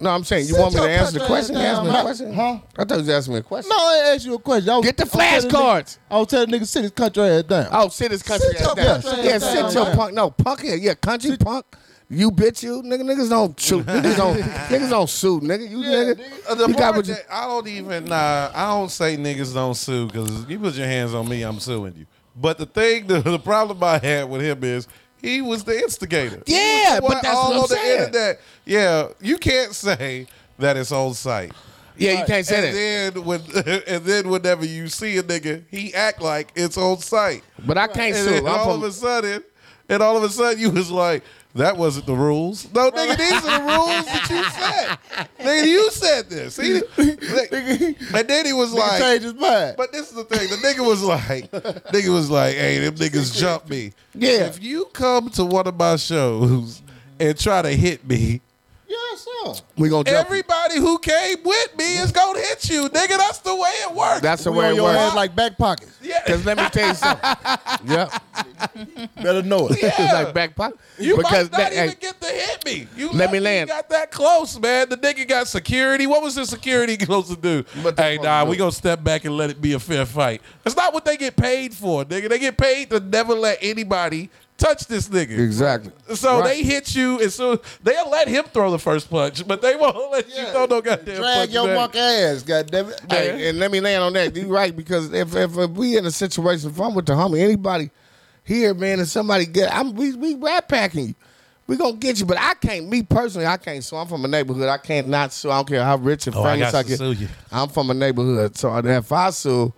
[SPEAKER 9] No, I'm saying you
[SPEAKER 7] Sit
[SPEAKER 9] want me
[SPEAKER 7] your
[SPEAKER 9] to answer the
[SPEAKER 7] country
[SPEAKER 9] question?
[SPEAKER 7] ass
[SPEAKER 9] You asked me a
[SPEAKER 7] down,
[SPEAKER 9] question.
[SPEAKER 7] Huh?
[SPEAKER 9] I thought you was asking me a question.
[SPEAKER 7] No, I asked you a question. I was,
[SPEAKER 9] Get the
[SPEAKER 7] I was telling
[SPEAKER 9] flashcards.
[SPEAKER 7] nigga- I was telling niggas sit his country ass down.
[SPEAKER 9] Oh, sit his country
[SPEAKER 7] Sit
[SPEAKER 9] ass
[SPEAKER 7] your
[SPEAKER 9] down.
[SPEAKER 7] country
[SPEAKER 9] yeah,
[SPEAKER 7] ass
[SPEAKER 9] sit
[SPEAKER 7] down,
[SPEAKER 9] your
[SPEAKER 7] man.
[SPEAKER 9] punk. No, punk. Yeah, yeah, country punk. You bitch, you nigga. Niggas don't shoot. Niggas don't. niggas don't sue. Nigga, you nigga.
[SPEAKER 6] Uh, the
[SPEAKER 9] you got
[SPEAKER 6] part
[SPEAKER 9] what you.
[SPEAKER 6] that- I don't even. Nah, I don't say niggas don't sue because you put your hands on me, I'm suing you. But the thing, the, the problem I had with him is he was the instigator. He was
[SPEAKER 9] Yeah,
[SPEAKER 6] the
[SPEAKER 9] but
[SPEAKER 6] one
[SPEAKER 9] that's
[SPEAKER 6] all
[SPEAKER 9] what I'm
[SPEAKER 6] on the
[SPEAKER 9] saying.
[SPEAKER 6] internet. Yeah, you can't say that it's on site.
[SPEAKER 9] Yeah, you can't say that.
[SPEAKER 6] and Then when, and then whenever you see a nigga, he act like it's on site.
[SPEAKER 9] But I can't
[SPEAKER 6] and
[SPEAKER 9] sue.
[SPEAKER 6] then
[SPEAKER 9] I'm
[SPEAKER 6] all
[SPEAKER 9] from-
[SPEAKER 6] of a sudden, and all of a sudden, you was like, "That wasn't the rules." No, nigga, these are the rules that you set. nigga, you said this. He, nigga, and then he was
[SPEAKER 7] Nigga
[SPEAKER 6] like,
[SPEAKER 7] changed his mind.
[SPEAKER 6] "But this is the thing." The nigga was like, "Nigga was like, hey, them niggas jumped me.
[SPEAKER 9] Yeah.
[SPEAKER 6] if you come to one of my shows and try to hit me."
[SPEAKER 7] Yes, sir.
[SPEAKER 9] We gonna jump. you.
[SPEAKER 6] Everybody who came with me is gonna hit you, nigga. That's the way it works.
[SPEAKER 9] That's the
[SPEAKER 7] We
[SPEAKER 9] way
[SPEAKER 7] on
[SPEAKER 9] it
[SPEAKER 7] your ass
[SPEAKER 9] works.
[SPEAKER 7] like back pockets.
[SPEAKER 9] Because let me tell you something. yeah.
[SPEAKER 7] Better know it.
[SPEAKER 9] It's like back pocket.
[SPEAKER 6] You
[SPEAKER 9] because
[SPEAKER 6] might not
[SPEAKER 9] that,
[SPEAKER 6] even
[SPEAKER 9] hey,
[SPEAKER 6] get to hit me. You
[SPEAKER 9] Let
[SPEAKER 6] lucky
[SPEAKER 9] me
[SPEAKER 6] you
[SPEAKER 9] land.
[SPEAKER 6] got that close, man. The nigga got security. What was the security supposed to do? hey, nah, we gonna step back and let it be a fair fight. That's not what they get paid for, nigga. They get paid to never let anybody touch this nigga.
[SPEAKER 9] Exactly.
[SPEAKER 6] So
[SPEAKER 9] Right.
[SPEAKER 6] they hit you, and so they'll let him throw the first punch, but they won't let you throw no goddamn punch.
[SPEAKER 7] Drag your
[SPEAKER 6] back.
[SPEAKER 7] monkey ass, goddammit.
[SPEAKER 9] Hey, and let me land on that. You're right because if, if if we in a situation, if I'm with the homie, anybody here, man, and somebody get, I'm we we rat packing you. We gonna get you, but I can't. Me personally, I can't. So I'm from a neighborhood. I can't not sue. I don't care how rich and
[SPEAKER 6] Oh, I
[SPEAKER 9] famous
[SPEAKER 6] got
[SPEAKER 9] I
[SPEAKER 6] to
[SPEAKER 9] get.
[SPEAKER 6] sue you.
[SPEAKER 9] I'm from a neighborhood, so if I sue,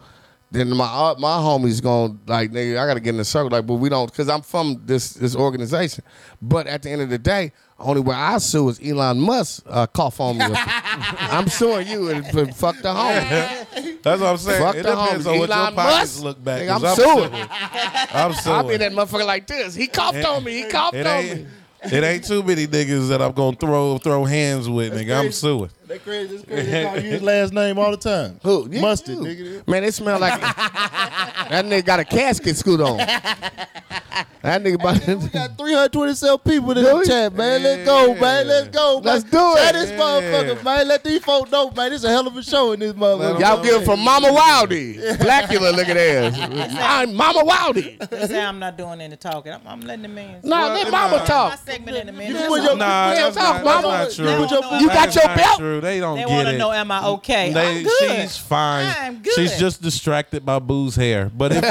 [SPEAKER 9] then my uh, my homies gonna like nigga. I gotta get in the circle, like, but we don't, cause I'm from this this organization. But at the end of the day, only way I sue is Elon Musk uh, cough on me. I'm suing you and, and fuck the homie.
[SPEAKER 6] That's what I'm saying.
[SPEAKER 9] Fuck
[SPEAKER 6] it
[SPEAKER 9] the
[SPEAKER 6] depends
[SPEAKER 9] homies.
[SPEAKER 6] on what your
[SPEAKER 9] Elon
[SPEAKER 6] pockets
[SPEAKER 9] Musk?
[SPEAKER 6] look back.
[SPEAKER 9] Nigga, I'm
[SPEAKER 6] 'cause
[SPEAKER 9] suing.
[SPEAKER 6] I'm
[SPEAKER 9] I
[SPEAKER 6] suing.
[SPEAKER 9] be that motherfucker like this. He coughed
[SPEAKER 6] It-
[SPEAKER 9] on me. He coughed
[SPEAKER 6] it
[SPEAKER 9] on me.
[SPEAKER 6] ain't, it ain't too many niggas that I'm gonna throw throw hands with, nigga. I'm suing.
[SPEAKER 7] They crazy. It's crazy. They call you his last name all the time.
[SPEAKER 9] Who? Yeah,
[SPEAKER 7] Mustard,
[SPEAKER 9] you.
[SPEAKER 7] nigga.
[SPEAKER 9] Man, it smell like that nigga got a casket scoot on. That nigga about
[SPEAKER 7] We got 327 people in the chat, man. Let's go, man. Let's go, man.
[SPEAKER 9] Let's do it.
[SPEAKER 7] Share this motherfucker, man. Let these folks know, man. This is a hell of a show in this motherfucker.
[SPEAKER 9] Y'all get it from Mama Wildy. Blackula looking ass. I'm Mama Wildy.
[SPEAKER 8] They say I'm not doing any talking. I'm, I'm letting the man.
[SPEAKER 9] Nah,
[SPEAKER 8] Well,
[SPEAKER 9] let
[SPEAKER 8] I'm
[SPEAKER 9] mama
[SPEAKER 8] not-
[SPEAKER 9] talk.
[SPEAKER 8] My segment in a minute.
[SPEAKER 9] put your-
[SPEAKER 6] Nah,
[SPEAKER 9] you
[SPEAKER 6] that's
[SPEAKER 9] put your
[SPEAKER 6] not,
[SPEAKER 9] top,
[SPEAKER 6] that's
[SPEAKER 9] mama.
[SPEAKER 6] not true.
[SPEAKER 9] You put your-
[SPEAKER 6] That
[SPEAKER 9] you got
[SPEAKER 6] is
[SPEAKER 9] your
[SPEAKER 6] not
[SPEAKER 9] belt?
[SPEAKER 6] True. They don't
[SPEAKER 8] They
[SPEAKER 6] get
[SPEAKER 8] wanna
[SPEAKER 6] it.
[SPEAKER 8] know, am I okay?
[SPEAKER 6] They,
[SPEAKER 8] I'm good.
[SPEAKER 6] She's fine.
[SPEAKER 8] I'm good.
[SPEAKER 6] She's just distracted by Boo's hair. But if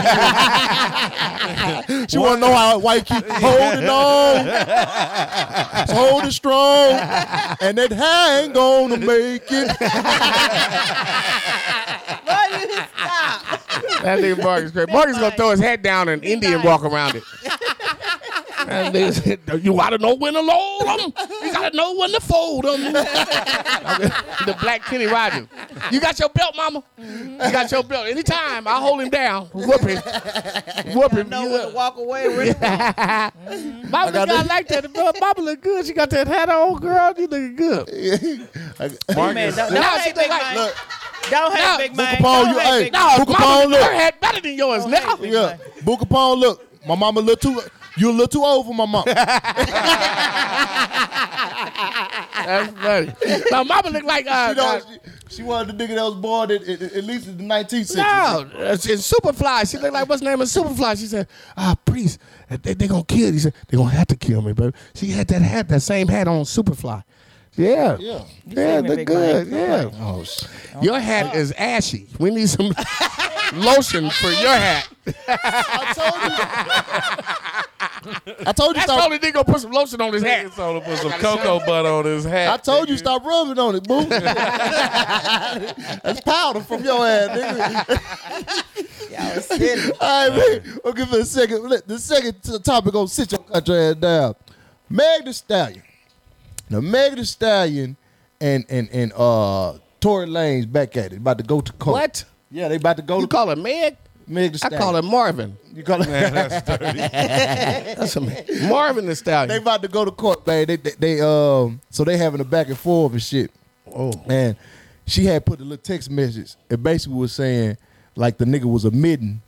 [SPEAKER 7] She want to know how white keep holding on, It's holding strong, and that hair ain't gonna make it.
[SPEAKER 9] That nigga Mark is crazy. Mark is gonna throw his head down and Indian walk around it. That nigga said, you gotta know when to load 'em. You gotta know when to fold 'em. the black Kenny Rogers. You got your belt, mama. You got your belt. Anytime I hold him down, whoop him, whoop him.
[SPEAKER 8] know when to walk away. Really.
[SPEAKER 9] Mama
[SPEAKER 8] I got
[SPEAKER 9] got
[SPEAKER 8] it.
[SPEAKER 9] like that. Bro. Mama look good. She got that hat on, girl. You looking good.
[SPEAKER 8] Marcus. Man, don't- don't
[SPEAKER 9] Now
[SPEAKER 8] hate
[SPEAKER 9] she look
[SPEAKER 8] Big
[SPEAKER 9] like-
[SPEAKER 8] Mike.
[SPEAKER 9] look.
[SPEAKER 8] Don't hate
[SPEAKER 9] Now-
[SPEAKER 8] Big
[SPEAKER 9] Look
[SPEAKER 8] Mike.
[SPEAKER 9] upon
[SPEAKER 8] Don't
[SPEAKER 9] you,
[SPEAKER 8] hate
[SPEAKER 9] hey,
[SPEAKER 8] Big
[SPEAKER 9] now,
[SPEAKER 8] Mike.
[SPEAKER 9] look
[SPEAKER 7] Book upon
[SPEAKER 9] Mama,
[SPEAKER 7] look.
[SPEAKER 9] her hat better than yours. Now.
[SPEAKER 7] yeah, book upon look. My mama a little too. You a little too old for my mom.
[SPEAKER 9] That's funny. Now, mama look like uh,
[SPEAKER 7] she, don't-
[SPEAKER 9] uh,
[SPEAKER 7] she, she wanted the nigga that was born at, at, at least in the 19th century.
[SPEAKER 9] No, it's in Superfly. She looked like what's her name is Superfly. She said, "Ah, priest, they, they gonna kill." you." He said, "They gonna have to kill me, baby." She had that hat, that same hat on Superfly. Yeah,
[SPEAKER 7] Yeah. You
[SPEAKER 9] yeah,
[SPEAKER 7] saving
[SPEAKER 9] look
[SPEAKER 7] Big
[SPEAKER 9] good.
[SPEAKER 7] Mike.
[SPEAKER 9] Yeah. Oh, sh- your hat is ashy. We need some lotion for your hat.
[SPEAKER 7] I told you. I told you
[SPEAKER 9] That's
[SPEAKER 7] stop.
[SPEAKER 9] the only nigga gonna put some lotion on his hat.
[SPEAKER 6] told him put some cocoa butter on his
[SPEAKER 7] I
[SPEAKER 6] hat.
[SPEAKER 7] told you stop rubbing on it, boo. That's powder from your ass, nigga. All right, man. We'll give it a second. Let- The second t- topic gonna sit your country ass down. Meg the Stallion. Now Meg the Stallion and and and uh Tory Lane's back at it. About to go to court.
[SPEAKER 9] What?
[SPEAKER 7] Yeah, they about to go
[SPEAKER 9] You
[SPEAKER 7] to
[SPEAKER 9] call it Meg?
[SPEAKER 7] Meg the
[SPEAKER 9] I
[SPEAKER 7] Stallion.
[SPEAKER 9] call it Marvin.
[SPEAKER 7] You call it
[SPEAKER 9] Man, that's dirty. That's a- Marvin the Stallion.
[SPEAKER 7] They about to go to court, man. They, they, they um, so they having a back and forth and shit.
[SPEAKER 9] Oh,
[SPEAKER 7] and she had put a little text message. It basically was saying like the nigga was admitting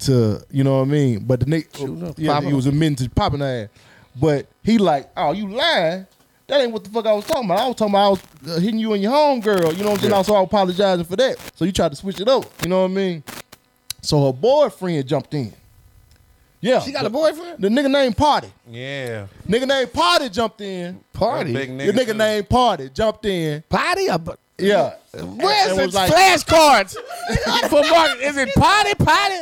[SPEAKER 7] to, you know what I mean. But the nigga, yeah,
[SPEAKER 9] popping.
[SPEAKER 7] he was admitting to popping her ass. But he like, oh, you lying. That ain't what the fuck I was talking about. I was talking about I was uh, hitting you and your home girl. You know what I'm saying?
[SPEAKER 9] Yeah.
[SPEAKER 7] So I was apologizing for that. So you tried to switch it up. You know what I mean? So her boyfriend jumped in. Yeah.
[SPEAKER 9] She got a boyfriend?
[SPEAKER 7] The nigga named Party.
[SPEAKER 6] Yeah.
[SPEAKER 7] Nigga named Party jumped in.
[SPEAKER 9] Party?
[SPEAKER 6] That big nigga
[SPEAKER 7] Your nigga
[SPEAKER 6] too.
[SPEAKER 7] named Party jumped in.
[SPEAKER 9] Potty or bu-
[SPEAKER 7] Yeah.
[SPEAKER 9] Where's
[SPEAKER 7] And
[SPEAKER 9] the
[SPEAKER 7] was like-
[SPEAKER 9] flashcards for Mark? Is it potty potty?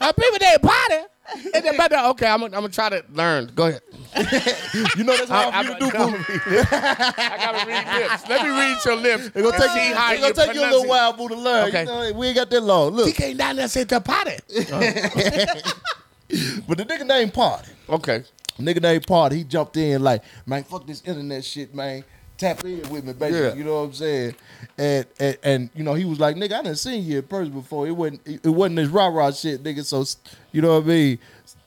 [SPEAKER 9] Are people they potty? Is it better? uh, Okay, I'm gonna I'm gonna try to learn. Go ahead.
[SPEAKER 7] You know that's
[SPEAKER 9] I-
[SPEAKER 7] hard for you to
[SPEAKER 9] I'm-
[SPEAKER 7] do,
[SPEAKER 9] I'm-
[SPEAKER 7] boo.
[SPEAKER 9] I gotta read lips. Let me read your lips.
[SPEAKER 7] It's gonna
[SPEAKER 9] and
[SPEAKER 7] take
[SPEAKER 9] see
[SPEAKER 7] you,
[SPEAKER 9] how
[SPEAKER 7] it's gonna take you a little while, boo, to learn.
[SPEAKER 9] Okay.
[SPEAKER 7] You know, we ain't got that long.
[SPEAKER 9] He
[SPEAKER 7] Look,
[SPEAKER 9] came down there and said the potty.
[SPEAKER 7] but the nigga named Party.
[SPEAKER 9] Okay.
[SPEAKER 7] Nigga named Party. He jumped in like, man, fuck this internet shit, man. Tap in with me, baby.
[SPEAKER 9] Yeah.
[SPEAKER 7] You know what I'm saying? And, and and you know he was like, nigga, I didn't seen you in person before. It wasn't it wasn't this rah rah shit, nigga. So you know what I mean?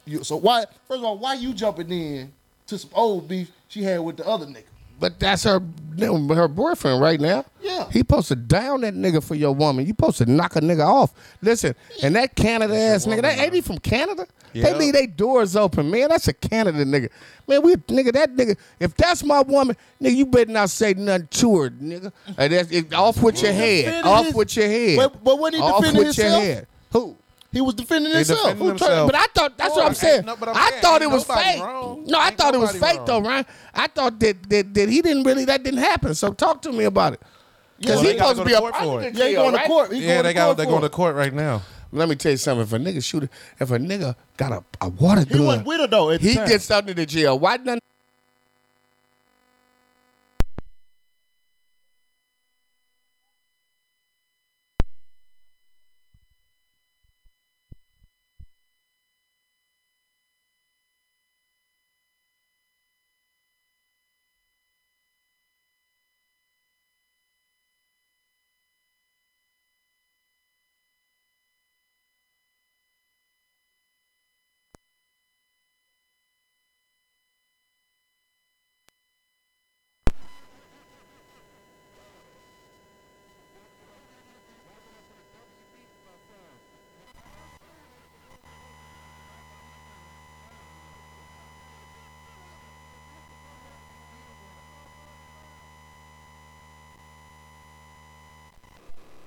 [SPEAKER 7] You- So why? First of all, why you jumping in to some old beef she had with the other nigga?
[SPEAKER 9] But that's her her boyfriend right now.
[SPEAKER 7] Yeah.
[SPEAKER 9] He supposed to down that nigga for your woman. You supposed to knock a nigga off. Listen, and that Canada ass nigga, that ain't he from Canada? They
[SPEAKER 6] Yeah.
[SPEAKER 9] leave their doors open, man. That's a Canada nigga. Man, we nigga, that nigga, if that's my woman, nigga, you better not say nothing to her, nigga. And that's it, off with your head.
[SPEAKER 7] Defended
[SPEAKER 9] Off
[SPEAKER 7] his-
[SPEAKER 9] with your head.
[SPEAKER 7] But, but when he
[SPEAKER 9] off
[SPEAKER 7] defended
[SPEAKER 9] with
[SPEAKER 7] himself,
[SPEAKER 9] your head. Who?
[SPEAKER 7] he was defending
[SPEAKER 6] They
[SPEAKER 7] himself.
[SPEAKER 6] defending
[SPEAKER 7] Who tried-
[SPEAKER 6] themselves.
[SPEAKER 9] But I thought that's what I'm
[SPEAKER 6] Ain't
[SPEAKER 9] saying.
[SPEAKER 6] no- but I'm
[SPEAKER 9] I
[SPEAKER 6] saying,
[SPEAKER 9] thought it
[SPEAKER 6] ain't
[SPEAKER 9] was
[SPEAKER 6] nobody
[SPEAKER 9] fake.
[SPEAKER 6] wrong.
[SPEAKER 9] No, I
[SPEAKER 6] Ain't
[SPEAKER 9] thought it was
[SPEAKER 6] nobody
[SPEAKER 9] fake though, Ryan. I thought that, that that he didn't really that didn't happen. So talk to me about it. Because
[SPEAKER 6] Well,
[SPEAKER 9] he
[SPEAKER 6] they gotta
[SPEAKER 9] supposed to
[SPEAKER 6] go to
[SPEAKER 9] be a
[SPEAKER 6] court for it.
[SPEAKER 7] Yeah, he going to court. He
[SPEAKER 6] Yeah,
[SPEAKER 7] going
[SPEAKER 6] they
[SPEAKER 7] to court
[SPEAKER 6] got they
[SPEAKER 7] for it.
[SPEAKER 6] going to court right now.
[SPEAKER 9] Let me tell you something. If a nigga shoot, a- if a nigga got a, a water
[SPEAKER 7] He
[SPEAKER 9] gun,
[SPEAKER 7] wasn't with her though. At the
[SPEAKER 9] he
[SPEAKER 7] time.
[SPEAKER 9] gets out to the jail. Why not?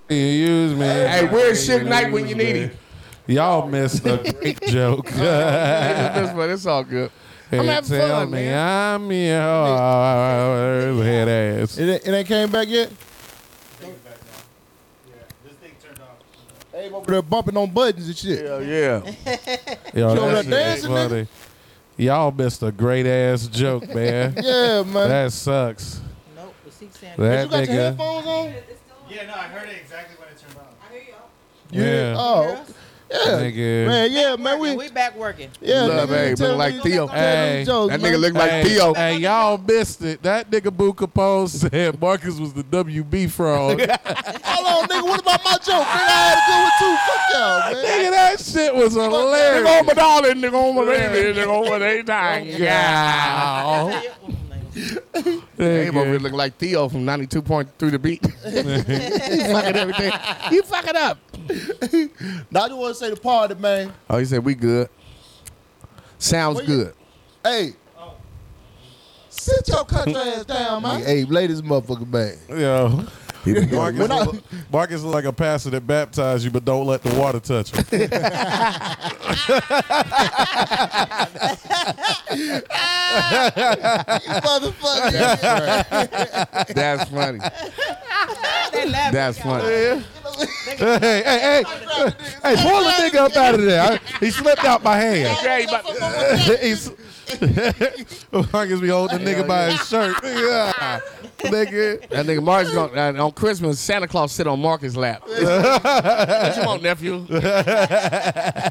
[SPEAKER 6] You use me.
[SPEAKER 9] Hey, where's Suge Knight when you need him?
[SPEAKER 6] Y'all missed a great joke.
[SPEAKER 9] this one, it's all good. I'm having
[SPEAKER 6] tell
[SPEAKER 9] fun,
[SPEAKER 6] me
[SPEAKER 9] man.
[SPEAKER 6] I'm your head ass.
[SPEAKER 7] It, it ain't came back yet? Over there bumping on buttons and shit.
[SPEAKER 9] Hell yeah.
[SPEAKER 6] Yo,
[SPEAKER 7] You over
[SPEAKER 6] that
[SPEAKER 7] there
[SPEAKER 6] shit
[SPEAKER 7] dancing, nigga?
[SPEAKER 6] funny. Y'all missed a great ass joke, man.
[SPEAKER 7] Yeah, man.
[SPEAKER 6] That sucks.
[SPEAKER 8] Nope, but she saying
[SPEAKER 6] That nigga.
[SPEAKER 7] on?
[SPEAKER 2] Yeah, no, I heard it exactly when it turned on. I hear y'all.
[SPEAKER 6] Yeah.
[SPEAKER 7] Oh. Yeah.
[SPEAKER 6] Nigga.
[SPEAKER 7] Man, yeah, man. We,
[SPEAKER 8] we back working.
[SPEAKER 7] Yeah,
[SPEAKER 9] Love,
[SPEAKER 7] nigga,
[SPEAKER 9] hey,
[SPEAKER 7] tell
[SPEAKER 9] look
[SPEAKER 7] me-
[SPEAKER 9] like
[SPEAKER 7] tell
[SPEAKER 9] Theo.
[SPEAKER 7] them
[SPEAKER 6] Hey,
[SPEAKER 7] jokes,
[SPEAKER 9] that
[SPEAKER 7] man.
[SPEAKER 9] nigga look like
[SPEAKER 6] Hey,
[SPEAKER 9] Theo.
[SPEAKER 6] Hey, y'all missed it. That nigga Boo Capone said Marcus was the WB frog.
[SPEAKER 7] Hold on, nigga. What about my joke? Nigga, I had a good one too. Fuck y'all, man.
[SPEAKER 6] nigga, that shit was hilarious.
[SPEAKER 9] Nigga on my darling, nigga on my baby, nigga on my they time. Ah, Yeah. Dave over here looking like Theo from 92.3 The Beat. he fucking everything. You fuck it up.
[SPEAKER 7] now I just want to say the party, man.
[SPEAKER 9] Oh, he said we good. Sounds
[SPEAKER 7] Well, you-
[SPEAKER 9] good.
[SPEAKER 7] Hey. Sit your country ass down, man. Hey, lay this motherfucker back.
[SPEAKER 6] Yo. Marcus,
[SPEAKER 7] When I-
[SPEAKER 6] look- Marcus look like a pastor that baptized you, but don't let the water touch him.
[SPEAKER 7] motherfucker.
[SPEAKER 9] That's funny. That's funny.
[SPEAKER 6] hey, hey, hey, hey, pull the nigga up out of there. I- he slipped out my hand.
[SPEAKER 9] Yeah, he about-
[SPEAKER 6] He's, Marcus be holding the nigga by his shirt. Yeah. Nigga.
[SPEAKER 9] That nigga Marcus going uh, on Christmas. Santa Claus sit on Marcus' lap. what you want, nephew?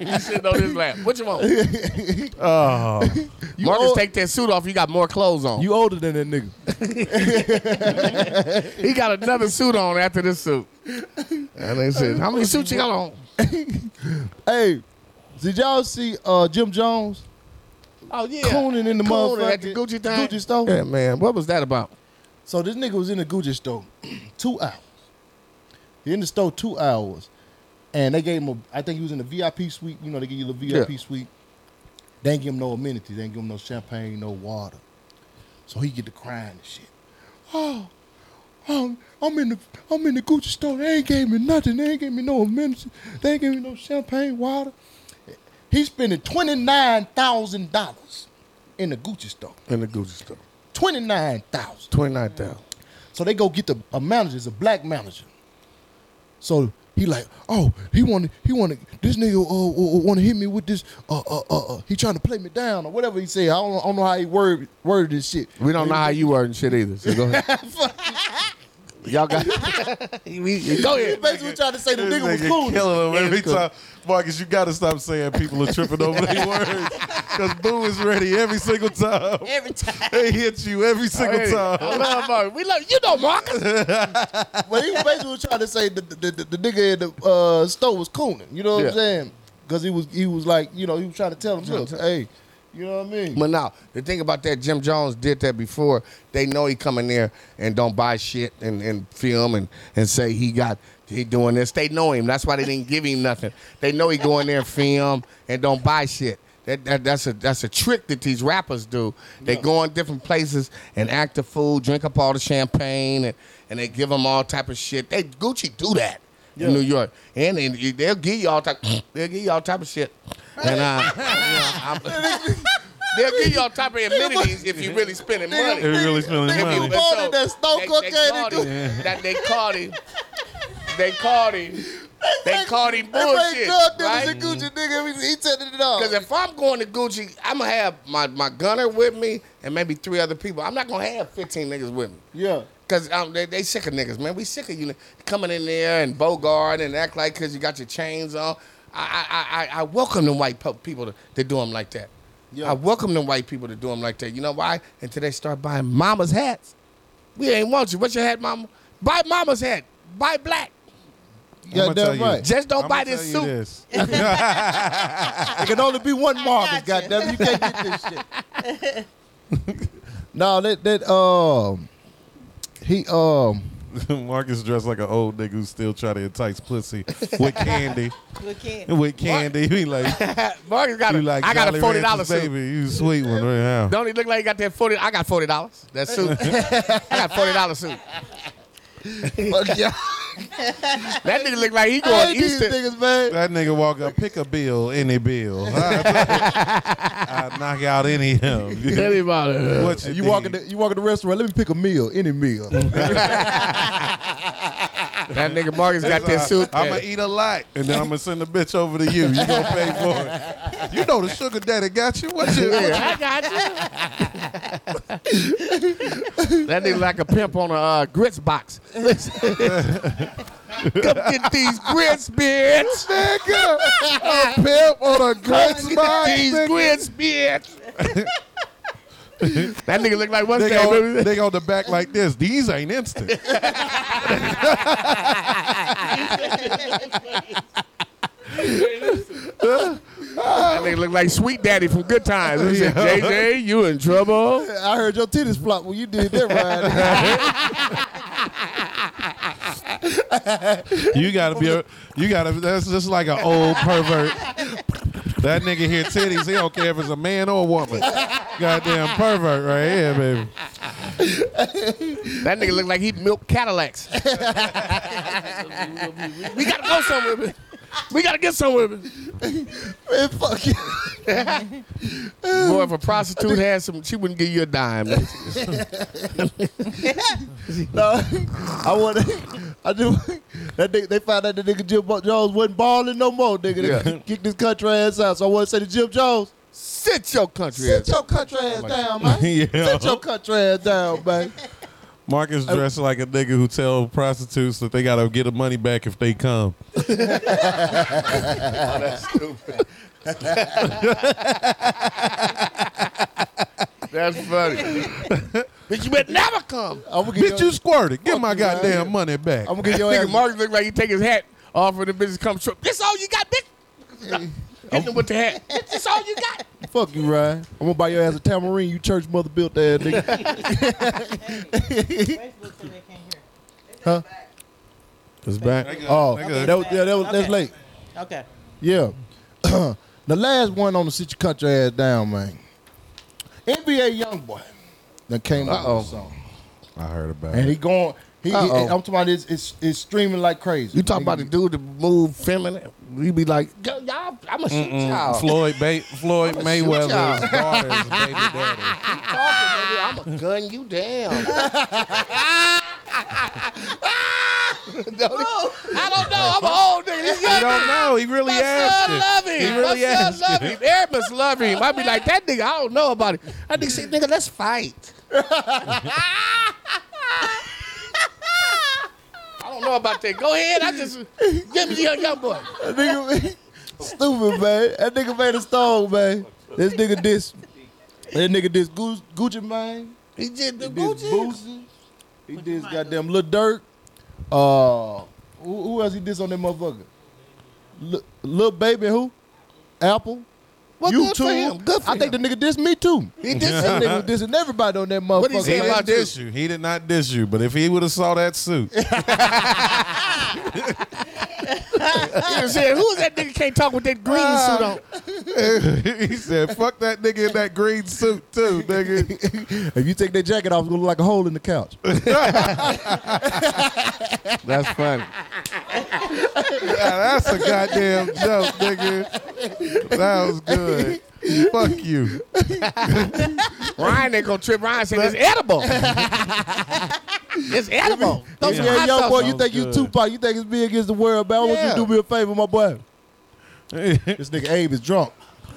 [SPEAKER 9] He's sitting on his lap. What you want?
[SPEAKER 6] Oh.
[SPEAKER 9] Marcus, take that suit off. You got more clothes on.
[SPEAKER 7] You older than that nigga.
[SPEAKER 9] he got another suit on after this suit. And they said, "How many suits you got on?"
[SPEAKER 7] Hey, did y'all see uh, Jim Jones?
[SPEAKER 9] Oh yeah,
[SPEAKER 7] Cooning in the motherfucker
[SPEAKER 9] at the Gucci thing.
[SPEAKER 7] Gucci store.
[SPEAKER 9] Yeah, man. What was that about?
[SPEAKER 7] So this nigga was in the Gucci store two hours. He in the store two hours, and they gave him. A, I think he was in the VIP suite. You know, they give you the VIP
[SPEAKER 9] Yeah.
[SPEAKER 7] suite. They ain't give him no amenities. They ain't give him no champagne, no water. So he get to crying and shit. Oh, I'm, I'm in the I'm in the Gucci store. They ain't gave me nothing. They ain't gave me no amenities. They ain't gave me no champagne, water. He's spending twenty nine thousand dollars in the Gucci store.
[SPEAKER 9] In the Gucci store.
[SPEAKER 7] Twenty nine thousand.
[SPEAKER 9] Twenty nine thousand.
[SPEAKER 7] So they go get the a manager. It's a black manager. So he like, oh, he wanted, he wanted this nigga uh, want to hit me with this. Uh, uh, uh, uh, he trying to play me down or whatever he said. I don't, I don't know how he word worded this shit.
[SPEAKER 9] We don't know how you word and shit either. So go ahead. Y'all got. We- go
[SPEAKER 7] He
[SPEAKER 9] ahead.
[SPEAKER 7] basically trying to say the
[SPEAKER 6] This
[SPEAKER 7] nigga was
[SPEAKER 6] nigga
[SPEAKER 7] cool.
[SPEAKER 6] killing him every
[SPEAKER 9] It's cool.
[SPEAKER 6] time. Marcus, you got to stop saying people are tripping over their words because Boo is ready every single time.
[SPEAKER 8] Every time.
[SPEAKER 6] They hit you every single
[SPEAKER 9] Hey, I
[SPEAKER 6] time.
[SPEAKER 9] love Marcus. We love you, know Marcus.
[SPEAKER 7] But he basically was trying to say the the, the, the nigga in the uh, store was cooning. You know what
[SPEAKER 9] Yeah.
[SPEAKER 7] I'm saying? Because he was he was like, you know, he was trying to tell him, look, hey, you know what I mean?
[SPEAKER 9] But now the thing about that, Jim Jones did that before. They know he come in there and don't buy shit and, and film and, and say he got he doing this. They know him. That's why they didn't give him nothing. They know he go in there and film and don't buy shit. That, that that's a that's a trick that these rappers do. They go in different places and act the fool, drink up all the champagne, and, and they give them all type of shit. They Gucci do that in New York, and, and they'll give you all type they'll give you all type of shit. And uh, you know, I'm- They'll give you all type of amenities if you really spending money.
[SPEAKER 6] They really spending
[SPEAKER 9] If you- so
[SPEAKER 6] money.
[SPEAKER 7] bought it, that Stoke
[SPEAKER 9] they-
[SPEAKER 7] cocaine
[SPEAKER 9] they
[SPEAKER 7] and
[SPEAKER 9] called
[SPEAKER 7] Gucci.
[SPEAKER 9] him- That they called him. They called him. They called him
[SPEAKER 7] They played
[SPEAKER 9] bullshit,
[SPEAKER 7] drug dealers and
[SPEAKER 9] right?
[SPEAKER 7] Gucci nigga. He, he telling it all.
[SPEAKER 9] Because if I'm going to Gucci, I'm gonna have my, my gunner with me and maybe three other people. I'm not gonna have 15 niggas with me.
[SPEAKER 7] Yeah.
[SPEAKER 9] Cause um, they, they sick of niggas, man. We sick of you nigg- coming in there and bogart and act like cause you got your chains on. I I I, I welcome them white po- people to, to do them like that. I welcome them white people to do them like that. You know why? Until they start buying mama's hats. We ain't want you. What's your hat, mama? Buy mama's hat. Buy black.
[SPEAKER 7] Yeah,
[SPEAKER 6] I'ma tell
[SPEAKER 7] damn
[SPEAKER 6] you.
[SPEAKER 7] right.
[SPEAKER 9] Just don't
[SPEAKER 6] I'ma
[SPEAKER 9] buy
[SPEAKER 6] tell
[SPEAKER 9] this
[SPEAKER 6] you
[SPEAKER 9] suit.
[SPEAKER 6] this.
[SPEAKER 7] It can only be one Marcus, goddamn. You can't get this shit. no, that that um he um
[SPEAKER 6] Marcus dressed like an old nigga who still try to entice pussy with candy.
[SPEAKER 8] Look in.
[SPEAKER 6] with candy, he like,
[SPEAKER 9] Marcus got a,
[SPEAKER 6] you like
[SPEAKER 9] I got a
[SPEAKER 6] Jolly
[SPEAKER 9] forty dollars
[SPEAKER 6] Ranchers,
[SPEAKER 9] suit.
[SPEAKER 6] baby. You sweet one right now.
[SPEAKER 9] Don't he look like he got that forty? I got forty dollars. That suit. I got forty dollars suit.
[SPEAKER 7] fuck y'all.
[SPEAKER 9] That nigga look like he
[SPEAKER 6] I
[SPEAKER 9] going
[SPEAKER 6] hate these
[SPEAKER 9] Easter.
[SPEAKER 6] That nigga walk up, pick a bill, any bill. I knock out any of them.
[SPEAKER 9] Anybody.
[SPEAKER 6] What you,
[SPEAKER 7] you walk in
[SPEAKER 6] need?
[SPEAKER 7] the you walk in the restaurant. Let me pick a meal, any meal.
[SPEAKER 9] That nigga Marcus got that suit.
[SPEAKER 6] I'm gonna eat a lot, and then I'm gonna send the bitch over to you. You gonna pay for it? You know the sugar daddy got you. What you?
[SPEAKER 9] Yeah,
[SPEAKER 6] What
[SPEAKER 9] got That nigga like a pimp on a uh, grits box. Listen. Come get these grits, bitch.
[SPEAKER 7] Nigga, a pimp on a grits
[SPEAKER 9] Come get
[SPEAKER 7] box,
[SPEAKER 9] These
[SPEAKER 7] nigga.
[SPEAKER 9] grits, bitch. that nigga look like what's
[SPEAKER 6] they,
[SPEAKER 9] that?
[SPEAKER 6] on, they on the back like this. These ain't instant.
[SPEAKER 9] that nigga look like Sweet Daddy from Good Times. He said, JJ, you in trouble?
[SPEAKER 7] I heard your titties flop when you did that ride.
[SPEAKER 6] You gotta be a, you gotta that's just like an old pervert. That nigga here titties, he don't care if it's a man or a woman. Goddamn pervert right here, baby.
[SPEAKER 9] That nigga look like he milked Cadillacs. we gotta go somewhere. We gotta get somewhere. Man, fuck you. Boy, if a prostitute had some, she wouldn't give you a dime.
[SPEAKER 7] no, I want. I do. That nigga, they found out that nigga Jim Bo- Jones wasn't balling no more. Nigga, they
[SPEAKER 9] Yeah.
[SPEAKER 7] kicked his country ass out. So I want to say to Jim Jones,
[SPEAKER 9] sit your country
[SPEAKER 7] sit
[SPEAKER 9] ass
[SPEAKER 7] your country ass
[SPEAKER 9] my
[SPEAKER 7] down,
[SPEAKER 6] God.
[SPEAKER 7] man.
[SPEAKER 6] Yeah.
[SPEAKER 7] Sit your country ass down, man.
[SPEAKER 6] Marcus dressed like a nigga who tell prostitutes that they gotta get the money back if they come.
[SPEAKER 9] that's stupid. That's funny. Bitch, you better never come.
[SPEAKER 7] I'm gonna
[SPEAKER 6] Bitch, you squirted. Get my goddamn money back.
[SPEAKER 9] I'm gonna get your nigga Marcus look like he take his hat off and the bitch come trip. This all you got, bitch. Hit him with the hat. That's all you got.
[SPEAKER 7] Fuck you, Ryan. I'm gonna buy your ass a tamarind. You church mother built that nigga. huh?
[SPEAKER 6] It's back.
[SPEAKER 7] Oh,
[SPEAKER 6] They good.
[SPEAKER 7] that was, yeah, that was that's
[SPEAKER 8] Okay.
[SPEAKER 7] late.
[SPEAKER 8] Okay.
[SPEAKER 7] Yeah. the last one on the sit your country ass down, man. NBA Youngboy that came out
[SPEAKER 6] Uh-oh.
[SPEAKER 7] with a song.
[SPEAKER 6] I heard about
[SPEAKER 7] And he
[SPEAKER 6] it.
[SPEAKER 7] going he, he
[SPEAKER 9] Uh-oh.
[SPEAKER 7] I'm talking about it's, it's it's streaming like crazy.
[SPEAKER 9] You talking about the dude that moved feminine? He be like, "Yo, y'all, I'm gonna shoot y'all.
[SPEAKER 6] Mm-mm. Floyd ba- Floyd
[SPEAKER 9] I'ma shoot y'all.
[SPEAKER 6] Mayweather's daughter is baby daddy.
[SPEAKER 9] I'm gonna gun you down. I don't know. I'm an old nigga. This
[SPEAKER 6] You
[SPEAKER 9] young
[SPEAKER 6] don't
[SPEAKER 9] nigga.
[SPEAKER 6] know. He really
[SPEAKER 9] My
[SPEAKER 6] asked.
[SPEAKER 9] son
[SPEAKER 6] you.
[SPEAKER 9] love him.
[SPEAKER 6] He really
[SPEAKER 9] My son
[SPEAKER 6] asked.
[SPEAKER 9] love
[SPEAKER 6] you.
[SPEAKER 9] him. Everybody must love him. I be like, that nigga, I don't know about it. That nigga say, nigga, let's fight. I don't know about that. Go ahead. I just give me your young boy.
[SPEAKER 7] That nigga stupid man. That nigga made a song, man. This nigga this that nigga this Gucci, Gucci man.
[SPEAKER 9] He did the
[SPEAKER 7] Gucci. Boosie. He did his goddamn Lil Durk. Uh, who, who else he did on that motherfucker? Lil, Lil Baby who? Apple.
[SPEAKER 9] Well,
[SPEAKER 7] you
[SPEAKER 9] good
[SPEAKER 7] too.
[SPEAKER 9] for him. Good for
[SPEAKER 7] I think the nigga dissed me too. He
[SPEAKER 6] dissed
[SPEAKER 7] that
[SPEAKER 6] you.
[SPEAKER 7] nigga was dissing everybody on that motherfucker.
[SPEAKER 9] What'd he
[SPEAKER 6] He didn't diss you. He did not diss you. But if he would have saw that suit,
[SPEAKER 9] He said, who is that nigga can't talk with that green suit on?
[SPEAKER 6] he said, "Fuck that nigga in that green suit too, nigga."
[SPEAKER 7] If you take that jacket off, it's gonna look like a hole in the couch.
[SPEAKER 9] That's funny.
[SPEAKER 6] Yeah, that's a goddamn joke, nigga. That was good. Fuck you.
[SPEAKER 9] Ryan ain't gonna trip. Ryan said, it's edible. it's edible. Throw some
[SPEAKER 7] Yeah,
[SPEAKER 9] hot
[SPEAKER 7] yo,
[SPEAKER 9] sauce
[SPEAKER 7] boy,
[SPEAKER 9] on
[SPEAKER 7] you
[SPEAKER 9] it.
[SPEAKER 7] think you Tupac? You think it's me against the world, man? I want
[SPEAKER 9] Yeah.
[SPEAKER 7] you to do me a favor, my boy. this nigga Abe is drunk.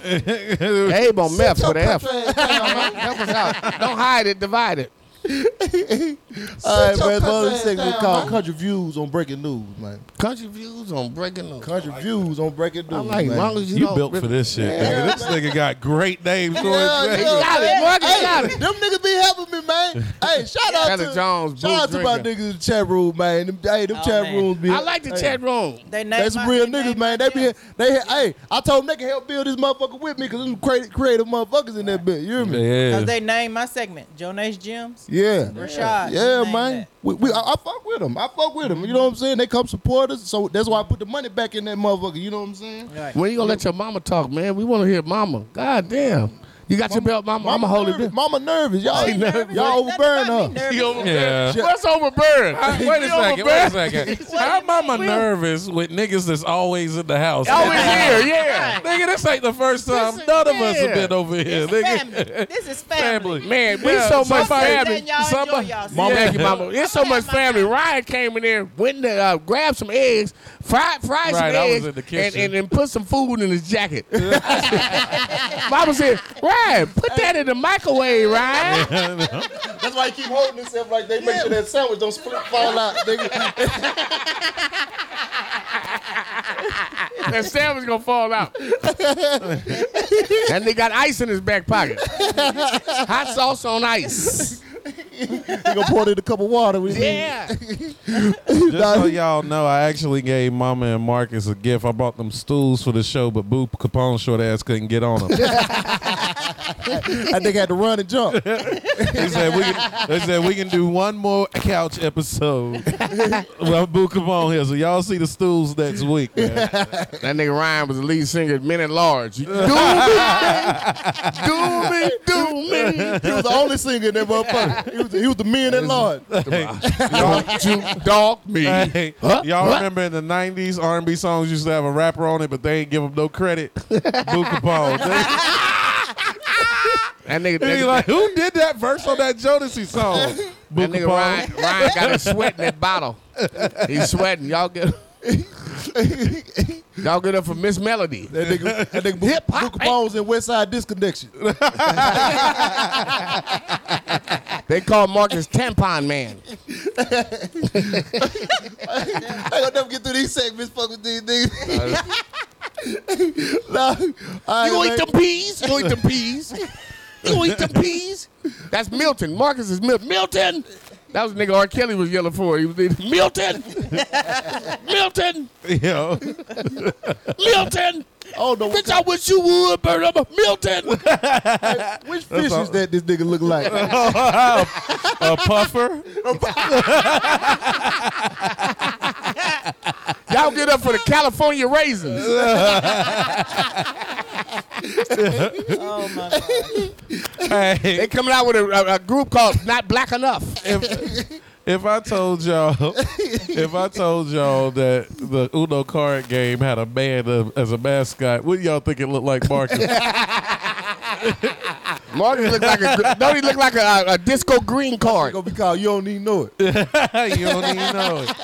[SPEAKER 9] Abe on meth
[SPEAKER 7] Sit
[SPEAKER 9] with an
[SPEAKER 7] your
[SPEAKER 9] F.
[SPEAKER 7] country ass down, man.
[SPEAKER 9] Help us out. Don't hide it, divide it.
[SPEAKER 7] All right, man.
[SPEAKER 9] Sit your country
[SPEAKER 7] Mother
[SPEAKER 9] ass
[SPEAKER 7] segment
[SPEAKER 9] down,
[SPEAKER 7] called
[SPEAKER 9] man.
[SPEAKER 7] Country Views on Breaking News, man.
[SPEAKER 9] Country views on breaking news.
[SPEAKER 7] Country Views on Breaking News.
[SPEAKER 9] I like it,
[SPEAKER 7] man.
[SPEAKER 9] long as you,
[SPEAKER 6] You
[SPEAKER 9] don't
[SPEAKER 6] built
[SPEAKER 9] rip-
[SPEAKER 6] for this shit,
[SPEAKER 9] Yeah.
[SPEAKER 6] nigga. This nigga got great names for
[SPEAKER 7] Yeah,
[SPEAKER 6] his
[SPEAKER 7] yeah,
[SPEAKER 6] nigga.
[SPEAKER 9] got it,
[SPEAKER 7] man.
[SPEAKER 9] Morgan, got
[SPEAKER 7] Hey,
[SPEAKER 9] it.
[SPEAKER 7] them niggas be helping me, man. Hey, shout out
[SPEAKER 9] Tyler
[SPEAKER 7] to
[SPEAKER 9] Jones,
[SPEAKER 7] shout out
[SPEAKER 9] Booth
[SPEAKER 7] to my
[SPEAKER 9] Drinker.
[SPEAKER 7] niggas in the chat room, man. Them, hey, them
[SPEAKER 8] Oh,
[SPEAKER 7] chat
[SPEAKER 8] man.
[SPEAKER 7] rooms be.
[SPEAKER 9] I like the
[SPEAKER 7] hey,
[SPEAKER 9] chat room.
[SPEAKER 8] They name
[SPEAKER 7] They some
[SPEAKER 8] my-
[SPEAKER 7] real
[SPEAKER 8] they name
[SPEAKER 7] niggas, man. They be,
[SPEAKER 8] them.
[SPEAKER 7] they, hey, I told them they can help build this motherfucker with me because them cra- creative motherfuckers in that bit. You hear me?
[SPEAKER 8] Cause
[SPEAKER 6] Yeah.
[SPEAKER 8] they named my segment Jonas Gems.
[SPEAKER 7] Yeah.
[SPEAKER 8] Rashad,
[SPEAKER 7] Yeah,
[SPEAKER 8] his name
[SPEAKER 7] man.
[SPEAKER 8] that.
[SPEAKER 7] We, we, I, I fuck with them. I fuck with them. You know what I'm saying? They come support us. So that's why I put the money back in that motherfucker. You know what I'm saying?
[SPEAKER 8] Right.
[SPEAKER 9] When you gonna let your mama talk, man? We want to hear mama. God damn. You got your belt, mama. I'ma hold it down.
[SPEAKER 7] Mama nervous. Y'all,
[SPEAKER 9] She nervous.
[SPEAKER 7] y'all overbearing her.
[SPEAKER 9] nervous. She overbearing.
[SPEAKER 6] Yeah.
[SPEAKER 9] What's overbearing?
[SPEAKER 6] I- wait a
[SPEAKER 9] You
[SPEAKER 6] second. Wait a
[SPEAKER 9] overbearing?
[SPEAKER 6] second. How am I nervous with niggas that's always in the house?
[SPEAKER 9] Always here, yeah.
[SPEAKER 6] nigga, this ain't the first time none of us have
[SPEAKER 9] yeah.
[SPEAKER 6] been over here. nigga.
[SPEAKER 8] This is
[SPEAKER 6] family.
[SPEAKER 9] Man, we
[SPEAKER 6] Yeah,
[SPEAKER 9] so much
[SPEAKER 6] somebody-
[SPEAKER 9] family.
[SPEAKER 6] y'all enjoy
[SPEAKER 9] Somebody-
[SPEAKER 6] yourself.
[SPEAKER 9] mama,
[SPEAKER 6] Yeah.
[SPEAKER 9] thank you, mama. It's so much family. Ryan came in there, went in there, uh, grabbed some eggs, fried, fried some
[SPEAKER 6] Right, I was
[SPEAKER 9] eggs,
[SPEAKER 6] in the
[SPEAKER 9] and,
[SPEAKER 6] kitchen.
[SPEAKER 9] and then put some food in his jacket. mama said, Ryan, put that in the microwave, Ryan.
[SPEAKER 7] That's why he keep holding himself like they make sure that sandwich don't split fall out, nigga.
[SPEAKER 9] that sandwich gonna fall out. and they got ice in his back pocket. Hot sauce on ice.
[SPEAKER 7] he gonna pour it in a cup of water. What do you mean?
[SPEAKER 9] Yeah.
[SPEAKER 6] Just so y'all know, I actually gave Mama and Marcus a gift. I bought them stools for the show, but Boo Capone short ass couldn't get on them.
[SPEAKER 7] I think I had to run and jump.
[SPEAKER 6] they said we can, they said we can do one more couch episode. well, Boo Capone here, so y'all see the stools next week. Man.
[SPEAKER 9] That nigga Ryan was the lead singer at Men at Large. Do me, do me, do me.
[SPEAKER 7] He was the only singer in that motherfucker. He was, he was the man at large.
[SPEAKER 9] Don't you dog me.
[SPEAKER 6] Hey,
[SPEAKER 9] Huh?
[SPEAKER 6] Y'all
[SPEAKER 9] Huh?
[SPEAKER 6] remember in the '90s R&B songs used to have a rapper on it, but they ain't give him no credit. Boo Capone.
[SPEAKER 9] That nigga,
[SPEAKER 6] They, they be
[SPEAKER 9] that-
[SPEAKER 6] like, who did that verse on that Jodeci song? Boo
[SPEAKER 9] that nigga Ryan,
[SPEAKER 6] Capone.
[SPEAKER 9] Ryan got his sweat in that bottle. He's sweating. Y'all get Y'all get up for Miss Melody.
[SPEAKER 7] That nigga, that nigga Hip Hop Bones in West Side Disconnection.
[SPEAKER 9] They call Marcus Tampon Man.
[SPEAKER 7] I gonna never get through these segments. Fuck with these niggas. nah,
[SPEAKER 9] You gonna eat them peas? You gonna eat them peas? You gonna eat them peas? That's Milton. Marcus is Milton. Milton! That was the nigga R. Kelly was yelling for. He was eating, Milton! Milton!
[SPEAKER 6] Yo.
[SPEAKER 9] Milton!
[SPEAKER 7] Oh no!
[SPEAKER 9] Bitch, I wish you would burn up a Milton!
[SPEAKER 7] Which fish is that this nigga look like?
[SPEAKER 6] a puffer.
[SPEAKER 9] Y'all get up for the California raisins.
[SPEAKER 8] Oh my god.
[SPEAKER 6] Hey.
[SPEAKER 9] They coming out with a, a, a group called Not Black Enough.
[SPEAKER 6] if, if I told y'all, if I told y'all that the Uno card game had a man of- as a mascot, what do y'all think it looked like, Marcus?
[SPEAKER 9] Marcus look like a don't he look like a, a, a disco green card?
[SPEAKER 7] gonna be called. You don't even know it.
[SPEAKER 6] you don't even know it.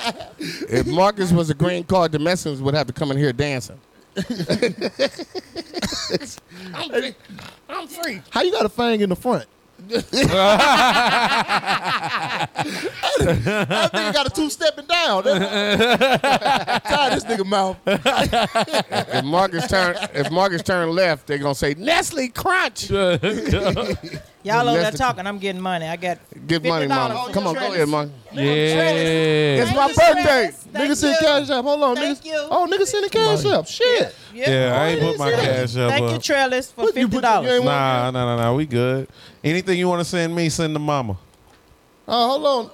[SPEAKER 9] If Marcus was a green card, the Mexicans would have to come in here dancing. I'm, free. I'm free.
[SPEAKER 7] How you got a fang in the front? I think I got a two stepping down. Tie this nigga mouth.
[SPEAKER 9] If Marcus turn if Marcus turn left, they're gonna say Nestle Crunch.
[SPEAKER 8] Y'all over there
[SPEAKER 9] That's the-
[SPEAKER 8] talking. I'm getting money. I got
[SPEAKER 9] Give money,
[SPEAKER 8] $50
[SPEAKER 9] mama.
[SPEAKER 8] from
[SPEAKER 9] Come on, go
[SPEAKER 8] Travis.
[SPEAKER 9] ahead, mama.
[SPEAKER 6] Yeah.
[SPEAKER 9] It's my
[SPEAKER 8] Thank you,
[SPEAKER 9] birthday.
[SPEAKER 8] Travis. Thank
[SPEAKER 7] Nigga send
[SPEAKER 8] you.
[SPEAKER 7] cash up. Hold on,
[SPEAKER 8] Thank
[SPEAKER 7] niggas.
[SPEAKER 8] you.
[SPEAKER 7] Oh, nigga send the cash up. Shit.
[SPEAKER 6] Yeah, I ain't put my cash up.
[SPEAKER 8] Thank you,
[SPEAKER 6] uh,
[SPEAKER 8] Trellis, for
[SPEAKER 7] You
[SPEAKER 8] fifty
[SPEAKER 7] put- you
[SPEAKER 8] dollars.
[SPEAKER 7] ain't want-
[SPEAKER 6] Nah, nah, nah, nah. We good. Anything you want to send me, send to Mama.
[SPEAKER 7] Uh, hold on.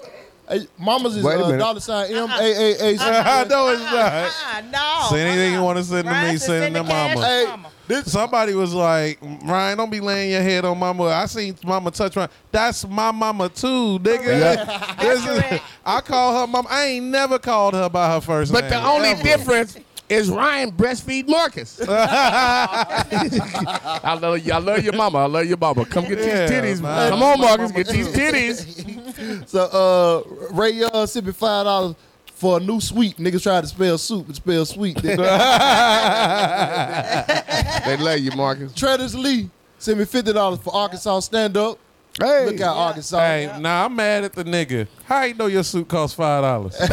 [SPEAKER 7] Hey, Mama's is
[SPEAKER 9] Wait a
[SPEAKER 7] uh,
[SPEAKER 9] minute.
[SPEAKER 7] dollar sign M
[SPEAKER 9] Uh-huh.
[SPEAKER 7] A A
[SPEAKER 6] I
[SPEAKER 7] A.
[SPEAKER 6] know it's not.
[SPEAKER 8] Ah, no.
[SPEAKER 6] Send anything you
[SPEAKER 8] uh-uh.
[SPEAKER 6] want to send to
[SPEAKER 8] Ryan
[SPEAKER 6] me,
[SPEAKER 8] said
[SPEAKER 6] send it to
[SPEAKER 8] the cash
[SPEAKER 6] Mama.
[SPEAKER 8] to
[SPEAKER 7] Hey,
[SPEAKER 8] Mama.
[SPEAKER 6] Somebody was like, Ryan, don't be laying your head on mama. I seen mama touch Ryan. That's my mama too, nigga. This is- I call her mama. I ain't never called her by her first
[SPEAKER 9] But
[SPEAKER 6] name.
[SPEAKER 9] the only
[SPEAKER 6] ever.
[SPEAKER 9] difference is Ryan breastfeed Marcus. I love you. I love your mama. I love your mama. Come get
[SPEAKER 6] Yeah,
[SPEAKER 9] these titties.
[SPEAKER 6] man.
[SPEAKER 9] Come on, Marcus. Get these titties.
[SPEAKER 7] So uh, Ray uh, sent me five dollars for a new sweet. Niggas tried to spell soup and spell sweet.
[SPEAKER 9] They love you, Marcus.
[SPEAKER 7] Traders Lee sent me fifty dollars for Arkansas stand up. Hey, look out Arkansas.
[SPEAKER 6] Hey, nah, I'm mad at the nigga. How you know your suit costs five dollars?
[SPEAKER 7] Fuck,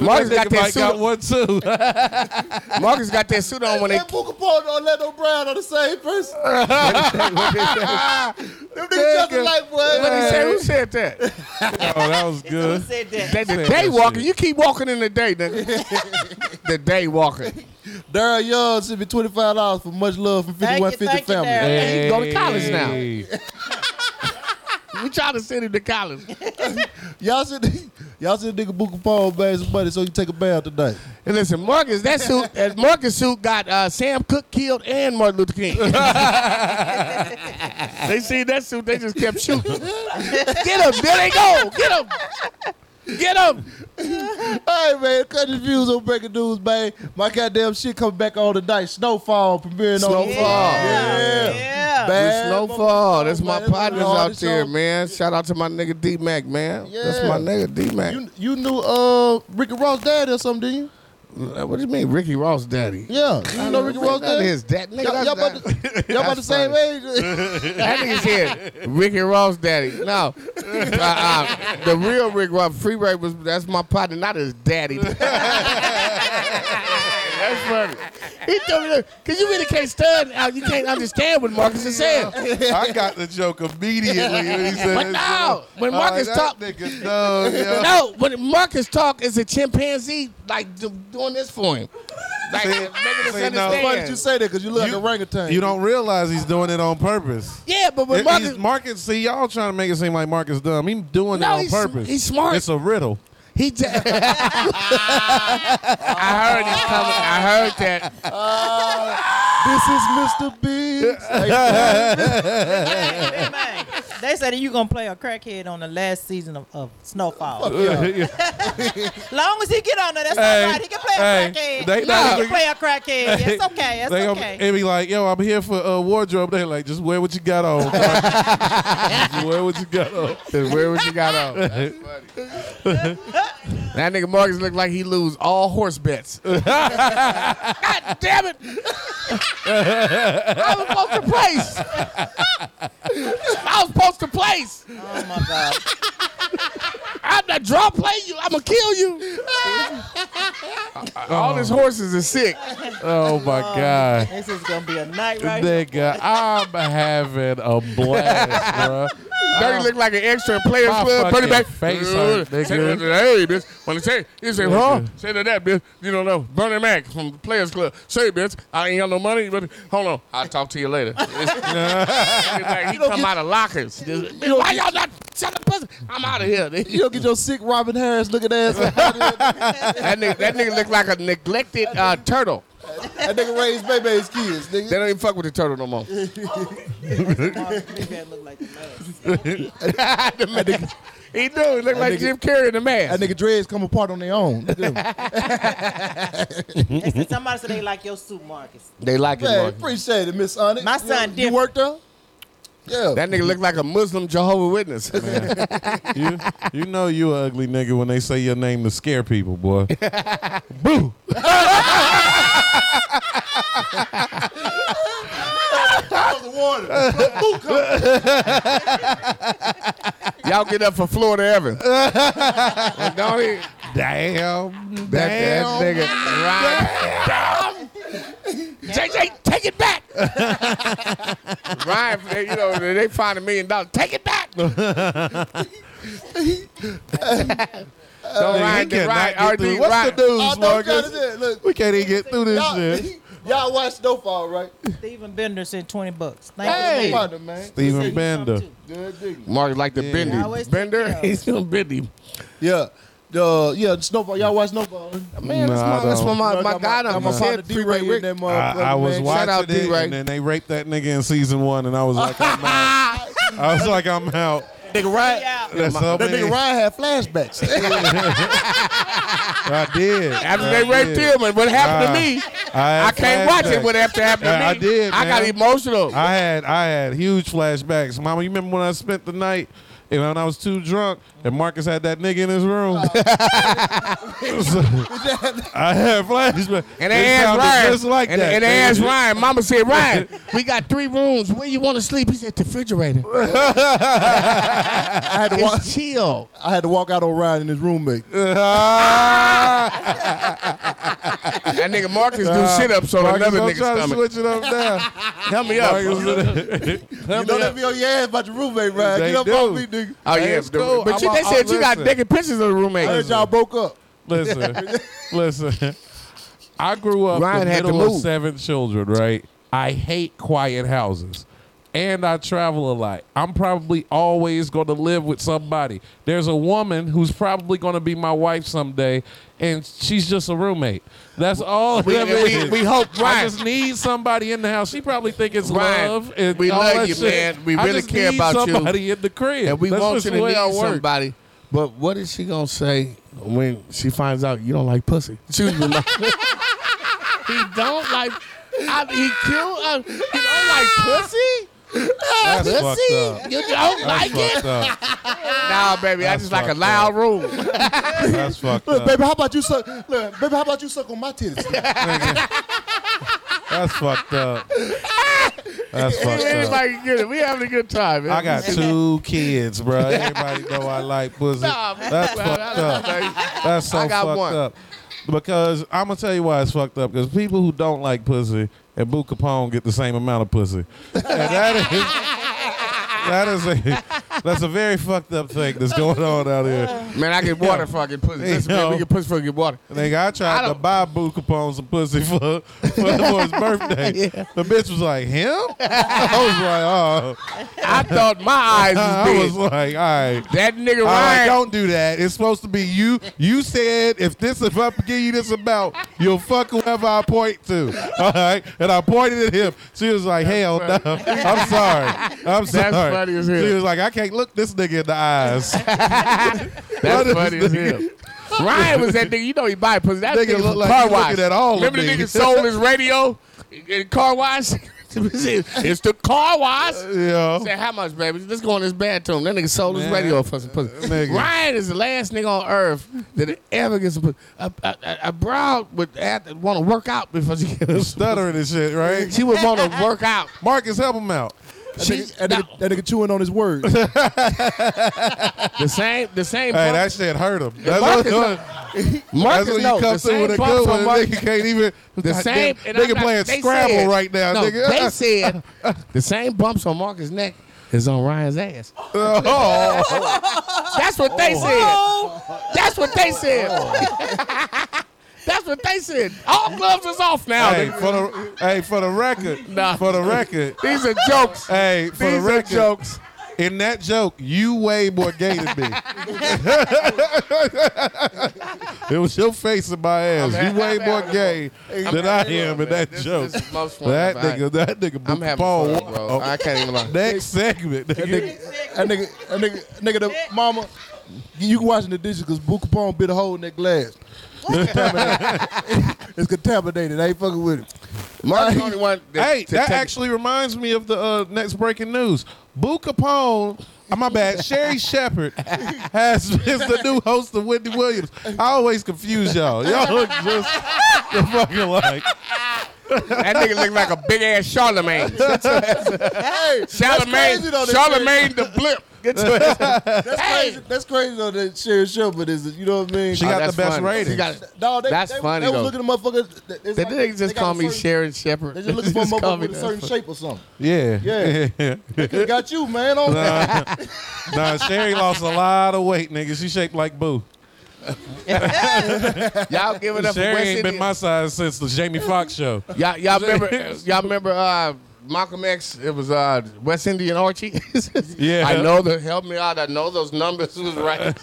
[SPEAKER 9] Marcus got that
[SPEAKER 6] might
[SPEAKER 9] suit.
[SPEAKER 6] got one too.
[SPEAKER 9] Marcus got that suit on when they.
[SPEAKER 7] That Booker Paul and Orlando Brown are the same person. Them niggas just
[SPEAKER 9] Nigga.
[SPEAKER 7] like what?
[SPEAKER 9] What he say? Who said that?
[SPEAKER 6] oh, that was
[SPEAKER 8] Who
[SPEAKER 6] good.
[SPEAKER 8] said that?
[SPEAKER 9] That the
[SPEAKER 6] Said
[SPEAKER 9] day
[SPEAKER 6] that
[SPEAKER 9] walking.
[SPEAKER 6] shit.
[SPEAKER 9] You keep walking in the day, nigga. the day walking.
[SPEAKER 7] Daryl Young sent me twenty five dollars for much love from fifty
[SPEAKER 8] Thank you,
[SPEAKER 7] one fifty
[SPEAKER 8] thank you,
[SPEAKER 7] family.
[SPEAKER 8] Daryl.
[SPEAKER 9] He go to college now.
[SPEAKER 6] Hey.
[SPEAKER 9] We trying to send him to college.
[SPEAKER 7] Y'all said y'all said nigga Booker Paul bags some money so you take a bath tonight.
[SPEAKER 9] And listen, Marcus, that suit, that Marcus suit got uh, Sam Cook killed and Martin Luther King. they seen that suit, they just kept shooting. Get him, there they go, get him. Get him!
[SPEAKER 7] hey man, cut your views on breaking news, man. My goddamn shit coming back on tonight. Snowfall premiering on
[SPEAKER 9] Snowfall.
[SPEAKER 7] Yeah.
[SPEAKER 9] Bad
[SPEAKER 7] Bad
[SPEAKER 9] Snowfall. That's
[SPEAKER 7] man.
[SPEAKER 9] my
[SPEAKER 7] That's
[SPEAKER 9] partners
[SPEAKER 7] one of the
[SPEAKER 9] out
[SPEAKER 7] hardest
[SPEAKER 9] there,
[SPEAKER 7] songs.
[SPEAKER 9] man. Shout out to my nigga D Mac, man. That's
[SPEAKER 7] Yeah.
[SPEAKER 9] my nigga D Mac.
[SPEAKER 7] You you knew uh Ricky Ross dad or something, didn't you?
[SPEAKER 9] What do you mean, Ricky Ross daddy?
[SPEAKER 7] Yeah, you know Ricky Ross
[SPEAKER 9] That
[SPEAKER 7] dad.
[SPEAKER 9] is that nigga.
[SPEAKER 7] Y'all,
[SPEAKER 9] that's
[SPEAKER 7] y'all about to, y'all about the
[SPEAKER 9] That's
[SPEAKER 7] same age.
[SPEAKER 9] that nigga said Ricky Ross daddy. No, uh, uh, the real Rick Ross. Freeway was that's my partner, not his daddy. That's funny. He told me, because you really can't stand, uh, you can't understand what Marcus is saying.
[SPEAKER 6] I got the joke immediately when he said
[SPEAKER 9] But no, when Marcus talk,
[SPEAKER 6] talked, nigga, no, yeah.
[SPEAKER 9] no, when Marcus talk is a chimpanzee like do, doing this for him, like making us
[SPEAKER 6] see,
[SPEAKER 9] understand.
[SPEAKER 6] no. Why did you
[SPEAKER 7] say that? Because you
[SPEAKER 6] look like an
[SPEAKER 7] orangutan.
[SPEAKER 6] You don't realize he's doing it on purpose.
[SPEAKER 9] Yeah, but when
[SPEAKER 6] It-
[SPEAKER 9] Marcus,
[SPEAKER 6] he's- Marcus, see y'all trying to make it seem like Marcus dumb. He's doing
[SPEAKER 9] No,
[SPEAKER 6] it on
[SPEAKER 9] he's-
[SPEAKER 6] purpose.
[SPEAKER 9] he's smart.
[SPEAKER 6] It's a riddle.
[SPEAKER 9] He j- I heard it coming. I heard that.
[SPEAKER 7] this is Mr. Biggs.
[SPEAKER 8] They said that you gonna play a crackhead on the last season of, of Snowfall.
[SPEAKER 6] Fuck yeah.
[SPEAKER 8] Long as he get on there, that's
[SPEAKER 6] Hey,
[SPEAKER 8] all right. He can play
[SPEAKER 6] hey,
[SPEAKER 8] a crackhead.
[SPEAKER 6] they-
[SPEAKER 8] he
[SPEAKER 6] nah,
[SPEAKER 8] can
[SPEAKER 6] they-
[SPEAKER 8] play a crackhead. It's okay. It's
[SPEAKER 6] They gonna-
[SPEAKER 8] okay.
[SPEAKER 6] They be like, yo, I'm here for uh, wardrobe. They like, just wear what you got on. just wear what you got on.
[SPEAKER 9] Just wear what you got on. That's
[SPEAKER 6] funny.
[SPEAKER 9] That nigga Marcus look like he lose all horse bets. God damn it! I was supposed to place. I was supposed to place. Oh my god! I'm not draw play you. I'm gonna kill you. All his horses are sick.
[SPEAKER 6] Oh my god.
[SPEAKER 8] This is gonna be a night right here.
[SPEAKER 6] Nigga, I'm having a blast, bro.
[SPEAKER 9] Dirty look like an extra in Players
[SPEAKER 6] My
[SPEAKER 9] Club. Dirty
[SPEAKER 6] fucking
[SPEAKER 9] back.
[SPEAKER 6] face
[SPEAKER 9] Uh,
[SPEAKER 6] hurt, nigga.
[SPEAKER 9] say that- Hey, bitch. When they say, you say, huh?
[SPEAKER 6] Nigga.
[SPEAKER 9] Say to that, bitch. You don't know. Bernie Mac from Players Club. Say, bitch, I ain't got no money, but hold on. I'll talk to you later. It's like he
[SPEAKER 7] You don't
[SPEAKER 9] come
[SPEAKER 7] get-
[SPEAKER 9] out of lockers. Why y'all not selling pussy? I'm out of here. nigga.
[SPEAKER 7] You don't get your sick Robin Harris looking ass.
[SPEAKER 9] that, nigga, that nigga look like a neglected uh, turtle.
[SPEAKER 7] That nigga raised baby's kids, nigga.
[SPEAKER 9] They don't even fuck with the turtle no more. That nigga- he do. He look like
[SPEAKER 7] nigga-
[SPEAKER 9] Jim Carrey in the mask.
[SPEAKER 7] That nigga dreads come apart on their own. Look at him.
[SPEAKER 8] They said somebody said they like your suit, Marcus.
[SPEAKER 9] They like it.
[SPEAKER 7] Hey,
[SPEAKER 9] Marcus.
[SPEAKER 7] appreciate it, Miss Onyx.
[SPEAKER 8] My son
[SPEAKER 7] you, you
[SPEAKER 8] different.
[SPEAKER 7] worked there? Yeah.
[SPEAKER 9] That nigga look like a Muslim Jehovah Witness.
[SPEAKER 6] you, you know you a ugly nigga when they say your name to scare people, boy. Boo!
[SPEAKER 7] That was the
[SPEAKER 9] Y'all get up for Florida Evans. Well, don't he?
[SPEAKER 6] Damn. That,
[SPEAKER 9] that nigga. Ryan. JJ, take it back. Ryan, they- you know, they they find a million dollars. Take it back. Don't Ryan,
[SPEAKER 6] cannot
[SPEAKER 9] Ryan,
[SPEAKER 6] get
[SPEAKER 9] RD,
[SPEAKER 6] through- what's
[SPEAKER 9] Ryan.
[SPEAKER 6] the news,
[SPEAKER 7] I know what y'all did. Look,
[SPEAKER 6] We can't even get through this
[SPEAKER 7] y'all,
[SPEAKER 6] shit.
[SPEAKER 7] y'all watch Snowfall, right?
[SPEAKER 8] Steven Bender sent 20 bucks. Thank
[SPEAKER 7] Hey,
[SPEAKER 8] you.
[SPEAKER 7] partner, man.
[SPEAKER 6] Steven Bender.
[SPEAKER 7] Good digging.
[SPEAKER 9] Mark like the
[SPEAKER 7] Yeah. I
[SPEAKER 9] bendy.
[SPEAKER 7] always
[SPEAKER 9] Bender? He's still bendy.
[SPEAKER 7] Yeah. Uh, yeah, Snowball. Y'all watch Snowball?
[SPEAKER 9] Man, that's
[SPEAKER 6] Nah,
[SPEAKER 9] my,
[SPEAKER 6] I
[SPEAKER 9] that's my,
[SPEAKER 6] don't.
[SPEAKER 9] my,
[SPEAKER 7] You know,
[SPEAKER 9] my
[SPEAKER 7] got
[SPEAKER 9] guy.
[SPEAKER 7] my-
[SPEAKER 9] I'm
[SPEAKER 7] got my
[SPEAKER 9] a
[SPEAKER 7] partner D-Ray in that motherfucker,
[SPEAKER 6] I, I was
[SPEAKER 7] man.
[SPEAKER 9] Shout
[SPEAKER 6] watching
[SPEAKER 9] out
[SPEAKER 6] it,
[SPEAKER 9] D-Ray.
[SPEAKER 6] and then they raped that nigga in season one, and I was like, I'm out. I was like, I'm out.
[SPEAKER 7] Nigga Ryan,
[SPEAKER 6] That's all
[SPEAKER 7] that
[SPEAKER 6] many-
[SPEAKER 7] nigga Ryan had flashbacks.
[SPEAKER 6] I did.
[SPEAKER 9] After
[SPEAKER 6] I
[SPEAKER 9] they raped
[SPEAKER 6] did.
[SPEAKER 9] him and what happened to
[SPEAKER 6] Uh,
[SPEAKER 9] me,
[SPEAKER 6] had
[SPEAKER 9] I can't watch it
[SPEAKER 6] flashbacks.
[SPEAKER 9] what after happened to me.
[SPEAKER 6] I did.
[SPEAKER 9] I got
[SPEAKER 6] man.
[SPEAKER 9] emotional.
[SPEAKER 6] I had I had huge flashbacks. Mama, you remember when I spent the night and when I was too drunk and Marcus had that nigga in his room? So, I had flashbacks.
[SPEAKER 9] And
[SPEAKER 6] It
[SPEAKER 9] they asked
[SPEAKER 6] sounded
[SPEAKER 9] Ryan.
[SPEAKER 6] just like
[SPEAKER 9] and,
[SPEAKER 6] that.
[SPEAKER 9] and they asked Ryan. Mama said, Ryan, we got three rooms. Where you want to sleep? He said, the refrigerator.
[SPEAKER 7] I had to walk.
[SPEAKER 9] It's chill.
[SPEAKER 7] I had to walk out on Ryan and his roommate.
[SPEAKER 6] Ah.
[SPEAKER 9] That nigga Marcus do
[SPEAKER 6] Uh,
[SPEAKER 9] sit ups on
[SPEAKER 6] Marcus,
[SPEAKER 9] another
[SPEAKER 6] I'm
[SPEAKER 9] nigga's
[SPEAKER 6] trying to
[SPEAKER 9] stomach.
[SPEAKER 6] switch it up now.
[SPEAKER 9] Help me up.
[SPEAKER 6] Marcus,
[SPEAKER 9] bro.
[SPEAKER 7] you know that be on your ass about your roommate, Ryan.
[SPEAKER 6] They
[SPEAKER 7] Get up
[SPEAKER 6] do.
[SPEAKER 7] on me, nigga.
[SPEAKER 9] Oh yeah,
[SPEAKER 6] It's cool.
[SPEAKER 9] but you,
[SPEAKER 6] I'm
[SPEAKER 9] they
[SPEAKER 6] a-
[SPEAKER 9] said
[SPEAKER 6] I'm-
[SPEAKER 9] you got
[SPEAKER 6] listen.
[SPEAKER 9] naked pictures of the
[SPEAKER 7] I
[SPEAKER 9] roommate.
[SPEAKER 7] heard y'all broke up.
[SPEAKER 6] Listen, listen. I grew up
[SPEAKER 9] Ryan
[SPEAKER 6] the
[SPEAKER 9] had to
[SPEAKER 6] middle of
[SPEAKER 9] move.
[SPEAKER 6] seven children, right? I hate quiet houses. and I travel a lot. I'm probably always going to live with somebody. There's a woman who's probably going to be my wife someday, and she's just a roommate. That's all.
[SPEAKER 9] We-
[SPEAKER 6] that
[SPEAKER 9] we-
[SPEAKER 6] is.
[SPEAKER 9] we hope,
[SPEAKER 6] I
[SPEAKER 9] Ryan.
[SPEAKER 6] just need somebody in the house. She probably think it's
[SPEAKER 9] Ryan,
[SPEAKER 6] love. And
[SPEAKER 9] we
[SPEAKER 6] all
[SPEAKER 9] love
[SPEAKER 6] that
[SPEAKER 9] you,
[SPEAKER 6] shit.
[SPEAKER 9] man. We
[SPEAKER 6] I
[SPEAKER 9] really
[SPEAKER 6] just
[SPEAKER 9] care
[SPEAKER 6] need
[SPEAKER 9] about you.
[SPEAKER 6] Somebody in the crib.
[SPEAKER 9] And we
[SPEAKER 6] That's
[SPEAKER 9] want
[SPEAKER 6] just
[SPEAKER 9] you to
[SPEAKER 6] the way
[SPEAKER 9] need
[SPEAKER 6] I work.
[SPEAKER 9] somebody. But what is she gonna say when she finds out you don't like pussy? She was like, he don't like. I, he killed. Uh, you don't like pussy.
[SPEAKER 6] Ah! That's
[SPEAKER 9] pussy.
[SPEAKER 6] fucked up.
[SPEAKER 9] You don't
[SPEAKER 6] That's
[SPEAKER 9] like it.
[SPEAKER 6] fucked
[SPEAKER 9] Nah, baby. I just like a
[SPEAKER 6] fucked
[SPEAKER 9] loud room.
[SPEAKER 6] That's fucked
[SPEAKER 7] Look,
[SPEAKER 6] up.
[SPEAKER 7] baby, how about you suck? Look, baby, how about you suck on my titties?
[SPEAKER 6] That's fucked up. That's fucked up.
[SPEAKER 9] Anybody can get it. We having a good time. man.
[SPEAKER 6] I got two kids, bro. Everybody know I like pussy.
[SPEAKER 9] Nah, man.
[SPEAKER 6] That's
[SPEAKER 9] Nah,
[SPEAKER 6] fucked
[SPEAKER 9] nah,
[SPEAKER 6] up.
[SPEAKER 9] nah, nah.
[SPEAKER 6] That's so
[SPEAKER 9] I got
[SPEAKER 6] fucked
[SPEAKER 9] one.
[SPEAKER 6] up. Because I'm gonna tell you why it's fucked up. Because people who don't like pussy and Boo Capone get the same amount of pussy. And that is that is a that's a very fucked up thing that's going on out here.
[SPEAKER 9] Man, I get water fucking pussy.
[SPEAKER 6] Hey,
[SPEAKER 9] Listen, man,
[SPEAKER 6] yo.
[SPEAKER 9] we get pussy fucking water.
[SPEAKER 6] Nigga, I tried to buy Boo Capone some pussy for, for, for his birthday. The bitch was like, him? I was like, oh.
[SPEAKER 9] I thought my eyes was
[SPEAKER 6] I
[SPEAKER 9] big.
[SPEAKER 6] was like, all right.
[SPEAKER 9] That nigga
[SPEAKER 6] All right,
[SPEAKER 9] Ryan-
[SPEAKER 6] don't do that. It's supposed to be you. You said if this, if I give you this about, you'll fuck whoever I point to. All right? And I pointed at him. She was like, hell no. I'm sorry. I'm
[SPEAKER 9] That's
[SPEAKER 6] sorry.
[SPEAKER 9] funny as hell.
[SPEAKER 6] She was like, I can't look this nigga in the eyes. That's
[SPEAKER 9] funny as hell. Ryan was that nigga. You know he buy pussy. That nigga,
[SPEAKER 6] Nigga look
[SPEAKER 9] look
[SPEAKER 6] like
[SPEAKER 9] car
[SPEAKER 6] he
[SPEAKER 9] wash.
[SPEAKER 6] looking at all of
[SPEAKER 9] Remember
[SPEAKER 6] me.
[SPEAKER 9] the nigga sold his radio in car wash. it's the car wash.
[SPEAKER 6] yeah.
[SPEAKER 9] Say how much, baby? Let's go in this bathroom. That nigga sold his
[SPEAKER 6] Oh. Man.
[SPEAKER 9] radio for some pussy.
[SPEAKER 6] Nigga.
[SPEAKER 9] Ryan is the last nigga on earth that ever gets a pussy. A, a, a, a broad would want to work out before she gets a
[SPEAKER 6] stuttering and shit, right?
[SPEAKER 9] She would want to work out.
[SPEAKER 6] Marcus, help him out.
[SPEAKER 9] She,
[SPEAKER 7] That nigga, that nigga chewing on his words. That
[SPEAKER 9] the same, the same.
[SPEAKER 6] Hey,
[SPEAKER 9] pump-
[SPEAKER 6] that shit hurt him. That's
[SPEAKER 9] Marcus
[SPEAKER 6] what,
[SPEAKER 9] Marcus,
[SPEAKER 6] that's when
[SPEAKER 9] no,
[SPEAKER 6] you come
[SPEAKER 9] the
[SPEAKER 6] through
[SPEAKER 9] same
[SPEAKER 6] with a
[SPEAKER 9] pump
[SPEAKER 6] good
[SPEAKER 9] from
[SPEAKER 6] one.
[SPEAKER 9] Marcus-
[SPEAKER 6] Nigga can't even.
[SPEAKER 9] the same.
[SPEAKER 6] Goddamn,
[SPEAKER 9] and I'm
[SPEAKER 6] Nigga
[SPEAKER 9] not-
[SPEAKER 6] playing
[SPEAKER 9] they
[SPEAKER 6] Scrabble
[SPEAKER 9] said-
[SPEAKER 6] right now,
[SPEAKER 9] no,
[SPEAKER 6] nigga.
[SPEAKER 9] They said the same bumps on Marcus' neck is on Ryan's ass. Oh, That's what
[SPEAKER 6] Oh.
[SPEAKER 9] they said. That's what they said. That's what they said. All gloves is off now.
[SPEAKER 6] Oh. Hey,
[SPEAKER 9] nigga.
[SPEAKER 6] for the hey for the record, for the record,
[SPEAKER 9] These are jokes.
[SPEAKER 6] Hey, for the
[SPEAKER 9] These are
[SPEAKER 6] record,
[SPEAKER 9] jokes.
[SPEAKER 6] In that joke, you way more gay than me. it was your face in my ass.
[SPEAKER 9] I'm
[SPEAKER 6] you
[SPEAKER 9] ha-
[SPEAKER 6] way
[SPEAKER 9] I'm
[SPEAKER 6] more
[SPEAKER 9] having
[SPEAKER 6] gay
[SPEAKER 9] fun.
[SPEAKER 6] than I
[SPEAKER 9] I'm
[SPEAKER 6] am
[SPEAKER 9] having
[SPEAKER 6] in
[SPEAKER 9] fun,
[SPEAKER 6] that
[SPEAKER 9] man. This-
[SPEAKER 6] joke.
[SPEAKER 9] this is the most fun
[SPEAKER 6] that
[SPEAKER 9] I've had.
[SPEAKER 6] nigga, that nigga,
[SPEAKER 9] I'm having
[SPEAKER 6] Paul
[SPEAKER 9] fun, bro. I can't even lie.
[SPEAKER 6] Next segment, nigga.
[SPEAKER 7] nigga, that nigga, that nigga, nigga, the mama. You can washing the dishes because Boo Capone bit a hole in that glass. It's contaminated. it's contaminated. I ain't fucking with it.
[SPEAKER 9] Mark's the only one that-
[SPEAKER 6] hey,
[SPEAKER 9] to
[SPEAKER 6] that
[SPEAKER 9] take-
[SPEAKER 6] actually reminds me of the uh, next breaking news. Boo Capone, uh, my bad, Sherry Shepard has is the new host of Wendy Williams. I always confuse y'all. Y'all look just the fucking like.
[SPEAKER 9] That nigga look like a big ass Charlemagne.
[SPEAKER 7] hey,
[SPEAKER 9] Charlemagne,
[SPEAKER 7] crazy though, that
[SPEAKER 9] Charlemagne the blip. Get to it.
[SPEAKER 7] That's crazy. That's crazy though that Sherry Shepard is. You know what I mean?
[SPEAKER 9] She Oh, got the that's best funny. ratings. She got-
[SPEAKER 7] no, they,
[SPEAKER 9] that's
[SPEAKER 7] they,
[SPEAKER 9] funny,
[SPEAKER 7] They
[SPEAKER 9] though.
[SPEAKER 7] was looking at motherfuckers. th- it's
[SPEAKER 9] That
[SPEAKER 7] like-
[SPEAKER 9] nigga
[SPEAKER 7] they
[SPEAKER 9] just
[SPEAKER 7] got
[SPEAKER 9] called
[SPEAKER 7] a
[SPEAKER 9] me
[SPEAKER 7] certain-
[SPEAKER 9] Sharon Shepard.
[SPEAKER 7] They just looking for a
[SPEAKER 9] call
[SPEAKER 7] motherfucker
[SPEAKER 9] me
[SPEAKER 7] with a
[SPEAKER 9] that.
[SPEAKER 7] certain shape or something.
[SPEAKER 6] Yeah.
[SPEAKER 7] Yeah. They could got you, man. On
[SPEAKER 6] nah, nah, Sherry lost a lot of weight, nigga. She shaped like Boo.
[SPEAKER 9] Y'all give it up for
[SPEAKER 6] Sherry
[SPEAKER 9] West
[SPEAKER 6] ain't been
[SPEAKER 9] Indian.
[SPEAKER 6] my size since the Jamie Foxx show.
[SPEAKER 9] Y'all, y'all remember? Y'all remember? Uh, Malcolm X. It was uh, West Indian Archie.
[SPEAKER 6] Yeah.
[SPEAKER 9] I know the. Help me out. I know those numbers was right.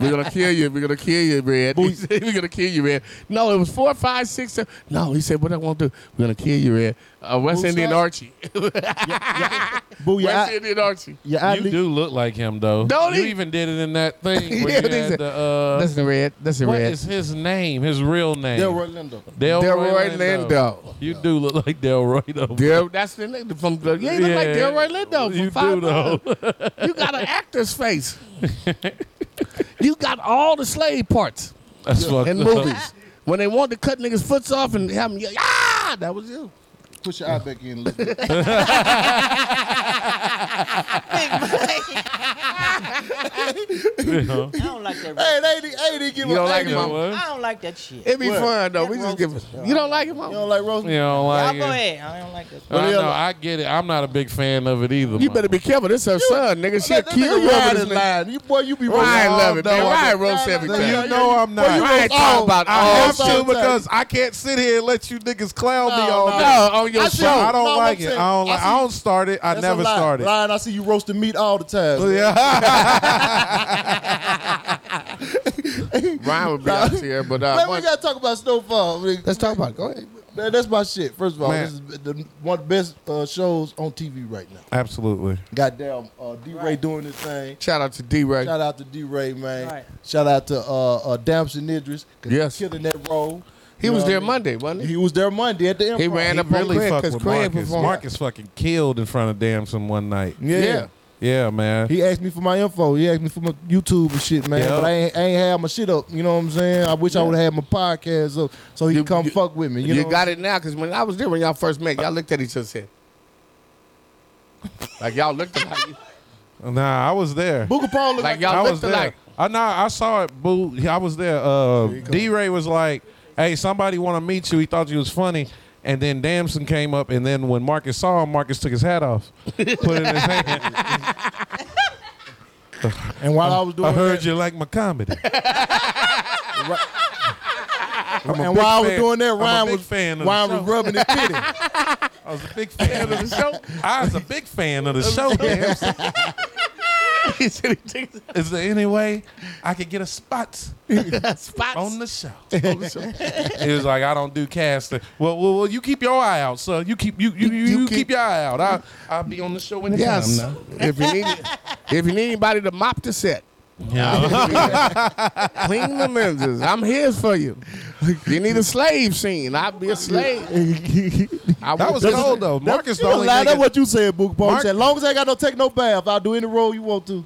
[SPEAKER 9] We're gonna kill you. We're gonna kill you, Red. He said, We're gonna kill you, Red. No, it was four, five, six, seven. No, he said, "What I want to do? We're gonna kill you, Red." Uh, West
[SPEAKER 7] Who's
[SPEAKER 9] Indian
[SPEAKER 7] that?
[SPEAKER 9] Archie.
[SPEAKER 7] Boo, your
[SPEAKER 9] West
[SPEAKER 7] eye-
[SPEAKER 9] Indian Archie.
[SPEAKER 7] your eye
[SPEAKER 6] You do look like him though.
[SPEAKER 9] Don't
[SPEAKER 6] you
[SPEAKER 9] he?
[SPEAKER 6] even did it in that thing where
[SPEAKER 9] Yeah,
[SPEAKER 6] you
[SPEAKER 9] they
[SPEAKER 6] had
[SPEAKER 9] said-
[SPEAKER 6] the uh
[SPEAKER 9] Listen, Red. Listen,
[SPEAKER 6] What
[SPEAKER 9] Red.
[SPEAKER 6] is his name? His real name?
[SPEAKER 7] Delroy Lindo.
[SPEAKER 6] Delroy,
[SPEAKER 9] Delroy
[SPEAKER 6] Lindo.
[SPEAKER 9] Lindo.
[SPEAKER 6] You do look like Delroy though.
[SPEAKER 9] Del, that's the nigga from the. Yeah, he look like
[SPEAKER 6] Yeah.
[SPEAKER 9] Delroy Lindo from
[SPEAKER 6] You do
[SPEAKER 9] Five
[SPEAKER 6] though.
[SPEAKER 9] You got an actor's face. you got all the slave parts
[SPEAKER 6] That's fucked
[SPEAKER 9] in
[SPEAKER 6] up.
[SPEAKER 9] movies. When they want to cut niggas' foots off and have them, yell, ah, that was you.
[SPEAKER 7] Put your eye back in. a little bit.
[SPEAKER 8] I
[SPEAKER 6] You know?
[SPEAKER 8] don't like that.
[SPEAKER 7] Hey, they, I didn't give
[SPEAKER 9] You
[SPEAKER 7] a-
[SPEAKER 9] don't
[SPEAKER 7] I
[SPEAKER 9] like
[SPEAKER 7] didn't
[SPEAKER 9] it,
[SPEAKER 7] give a-
[SPEAKER 9] Mama?
[SPEAKER 8] I don't like that shit.
[SPEAKER 9] It be
[SPEAKER 7] What?
[SPEAKER 9] fun though. We just give. You don't like it, Mama? You
[SPEAKER 7] don't like roast?
[SPEAKER 6] You don't like
[SPEAKER 8] Y'all Oh, go
[SPEAKER 6] it.
[SPEAKER 8] ahead. I don't like that.
[SPEAKER 6] I know. I get it. I'm not a big fan of it either.
[SPEAKER 9] You better be careful. This her son, nigga. She'll kill you over this nigga.
[SPEAKER 7] You boy, you be
[SPEAKER 9] Ryan love it, man. Ryan roast every
[SPEAKER 6] You
[SPEAKER 9] time.
[SPEAKER 6] know I'm not.
[SPEAKER 9] Boy, you Ryan talk
[SPEAKER 6] all,
[SPEAKER 9] about
[SPEAKER 6] I
[SPEAKER 9] all
[SPEAKER 6] have to
[SPEAKER 9] sometimes.
[SPEAKER 6] because I can't sit here and let you niggas clown me
[SPEAKER 7] No,
[SPEAKER 6] all
[SPEAKER 7] no.
[SPEAKER 6] day.
[SPEAKER 7] No, on your I see- show.
[SPEAKER 6] I don't
[SPEAKER 7] no,
[SPEAKER 6] like
[SPEAKER 7] I'm
[SPEAKER 6] it.
[SPEAKER 7] saying-
[SPEAKER 6] I
[SPEAKER 7] I
[SPEAKER 6] don't. Like,
[SPEAKER 7] see-
[SPEAKER 6] I don't start it. I
[SPEAKER 7] That's a
[SPEAKER 6] never
[SPEAKER 7] lie.
[SPEAKER 6] started.
[SPEAKER 7] Ryan, I see you roasting meat all the time.
[SPEAKER 9] Ryan would be out here, but uh,
[SPEAKER 7] man,
[SPEAKER 9] one-
[SPEAKER 7] we gotta talk about Snowfall. Let's
[SPEAKER 9] talk about it. Go ahead.
[SPEAKER 7] Man, that's my shit. First of all,
[SPEAKER 6] Man.
[SPEAKER 7] this is the, one of the best uh, shows on TV right now.
[SPEAKER 6] Absolutely.
[SPEAKER 7] Goddamn, uh, D Ray doing this thing.
[SPEAKER 9] Shout out to D Ray.
[SPEAKER 7] Shout out to D Ray, man. Shout out to uh, uh, Damson Idris. 'cause he's
[SPEAKER 9] Yes.
[SPEAKER 7] killing that role.
[SPEAKER 9] He
[SPEAKER 7] You know
[SPEAKER 9] was
[SPEAKER 7] what
[SPEAKER 9] there
[SPEAKER 7] I mean?
[SPEAKER 9] Monday, wasn't he?
[SPEAKER 7] He was there Monday at the Improv.
[SPEAKER 9] He ran
[SPEAKER 6] He
[SPEAKER 9] up on
[SPEAKER 6] really
[SPEAKER 9] Craig
[SPEAKER 6] fucked
[SPEAKER 9] because
[SPEAKER 6] with
[SPEAKER 9] Craig
[SPEAKER 6] Marcus.
[SPEAKER 9] performed.
[SPEAKER 6] Marcus fucking killed in front of Damson one night.
[SPEAKER 7] Yeah.
[SPEAKER 6] yeah,
[SPEAKER 7] Yeah.
[SPEAKER 6] Yeah, man.
[SPEAKER 7] He asked me for my info. He asked me for my YouTube and shit, man.
[SPEAKER 6] Yeah.
[SPEAKER 7] But I ain't, I ain't had my shit up. You know what I'm saying? I wish I would have had my podcast up so he could come fuck with me. You,
[SPEAKER 9] You,
[SPEAKER 7] know?
[SPEAKER 9] got it now because when I was there when y'all first met, y'all looked at each other and said, like y'all looked alike.
[SPEAKER 6] Nah, I was there.
[SPEAKER 7] Booga Paul looked like,
[SPEAKER 9] Like, y'all
[SPEAKER 6] I
[SPEAKER 9] looked
[SPEAKER 6] was there.
[SPEAKER 9] alike.
[SPEAKER 6] I know. I saw it. Boo. Yeah, I was there. Uh, D. Ray was like, "Hey, somebody want to meet you." He thought you was funny, and then Damson came up, and then when Marcus saw him, Marcus took his hat off, put it in his hand.
[SPEAKER 7] And while I was doing
[SPEAKER 6] I heard
[SPEAKER 7] that-
[SPEAKER 6] you like my comedy. I'm a
[SPEAKER 7] and
[SPEAKER 6] big
[SPEAKER 7] while I was
[SPEAKER 6] fan-
[SPEAKER 7] doing that,
[SPEAKER 6] I'm a
[SPEAKER 7] Ryan
[SPEAKER 6] big
[SPEAKER 7] was
[SPEAKER 6] fan of the
[SPEAKER 7] Ryan
[SPEAKER 6] show.
[SPEAKER 7] was rubbing his titty.
[SPEAKER 6] I was a big fan of the show. I was a big fan of the show. Damson.
[SPEAKER 9] he said he thinks
[SPEAKER 6] Is there any way I could get a spot
[SPEAKER 9] spots
[SPEAKER 6] on the show?
[SPEAKER 9] on the show.
[SPEAKER 6] He was like, I don't do casting. Well, well, well you keep your eye out, sir. You keep you you, you, you keep, your eye out. I I'll be on the show anytime.
[SPEAKER 9] Yes.
[SPEAKER 6] now.
[SPEAKER 9] If you need if you need anybody to mop the set, clean the lenses. I'm here for you. You need a slave scene. I'll be a slave. I
[SPEAKER 6] That
[SPEAKER 9] will
[SPEAKER 6] was
[SPEAKER 9] do
[SPEAKER 6] cold
[SPEAKER 9] that.
[SPEAKER 6] though. Marcus the
[SPEAKER 7] you
[SPEAKER 6] only
[SPEAKER 7] lie. That's
[SPEAKER 6] nigga.
[SPEAKER 7] what you said, Booga Paul.
[SPEAKER 6] Mark-
[SPEAKER 7] He said, long as I ain't got no take no bath, I'll do any role you want to.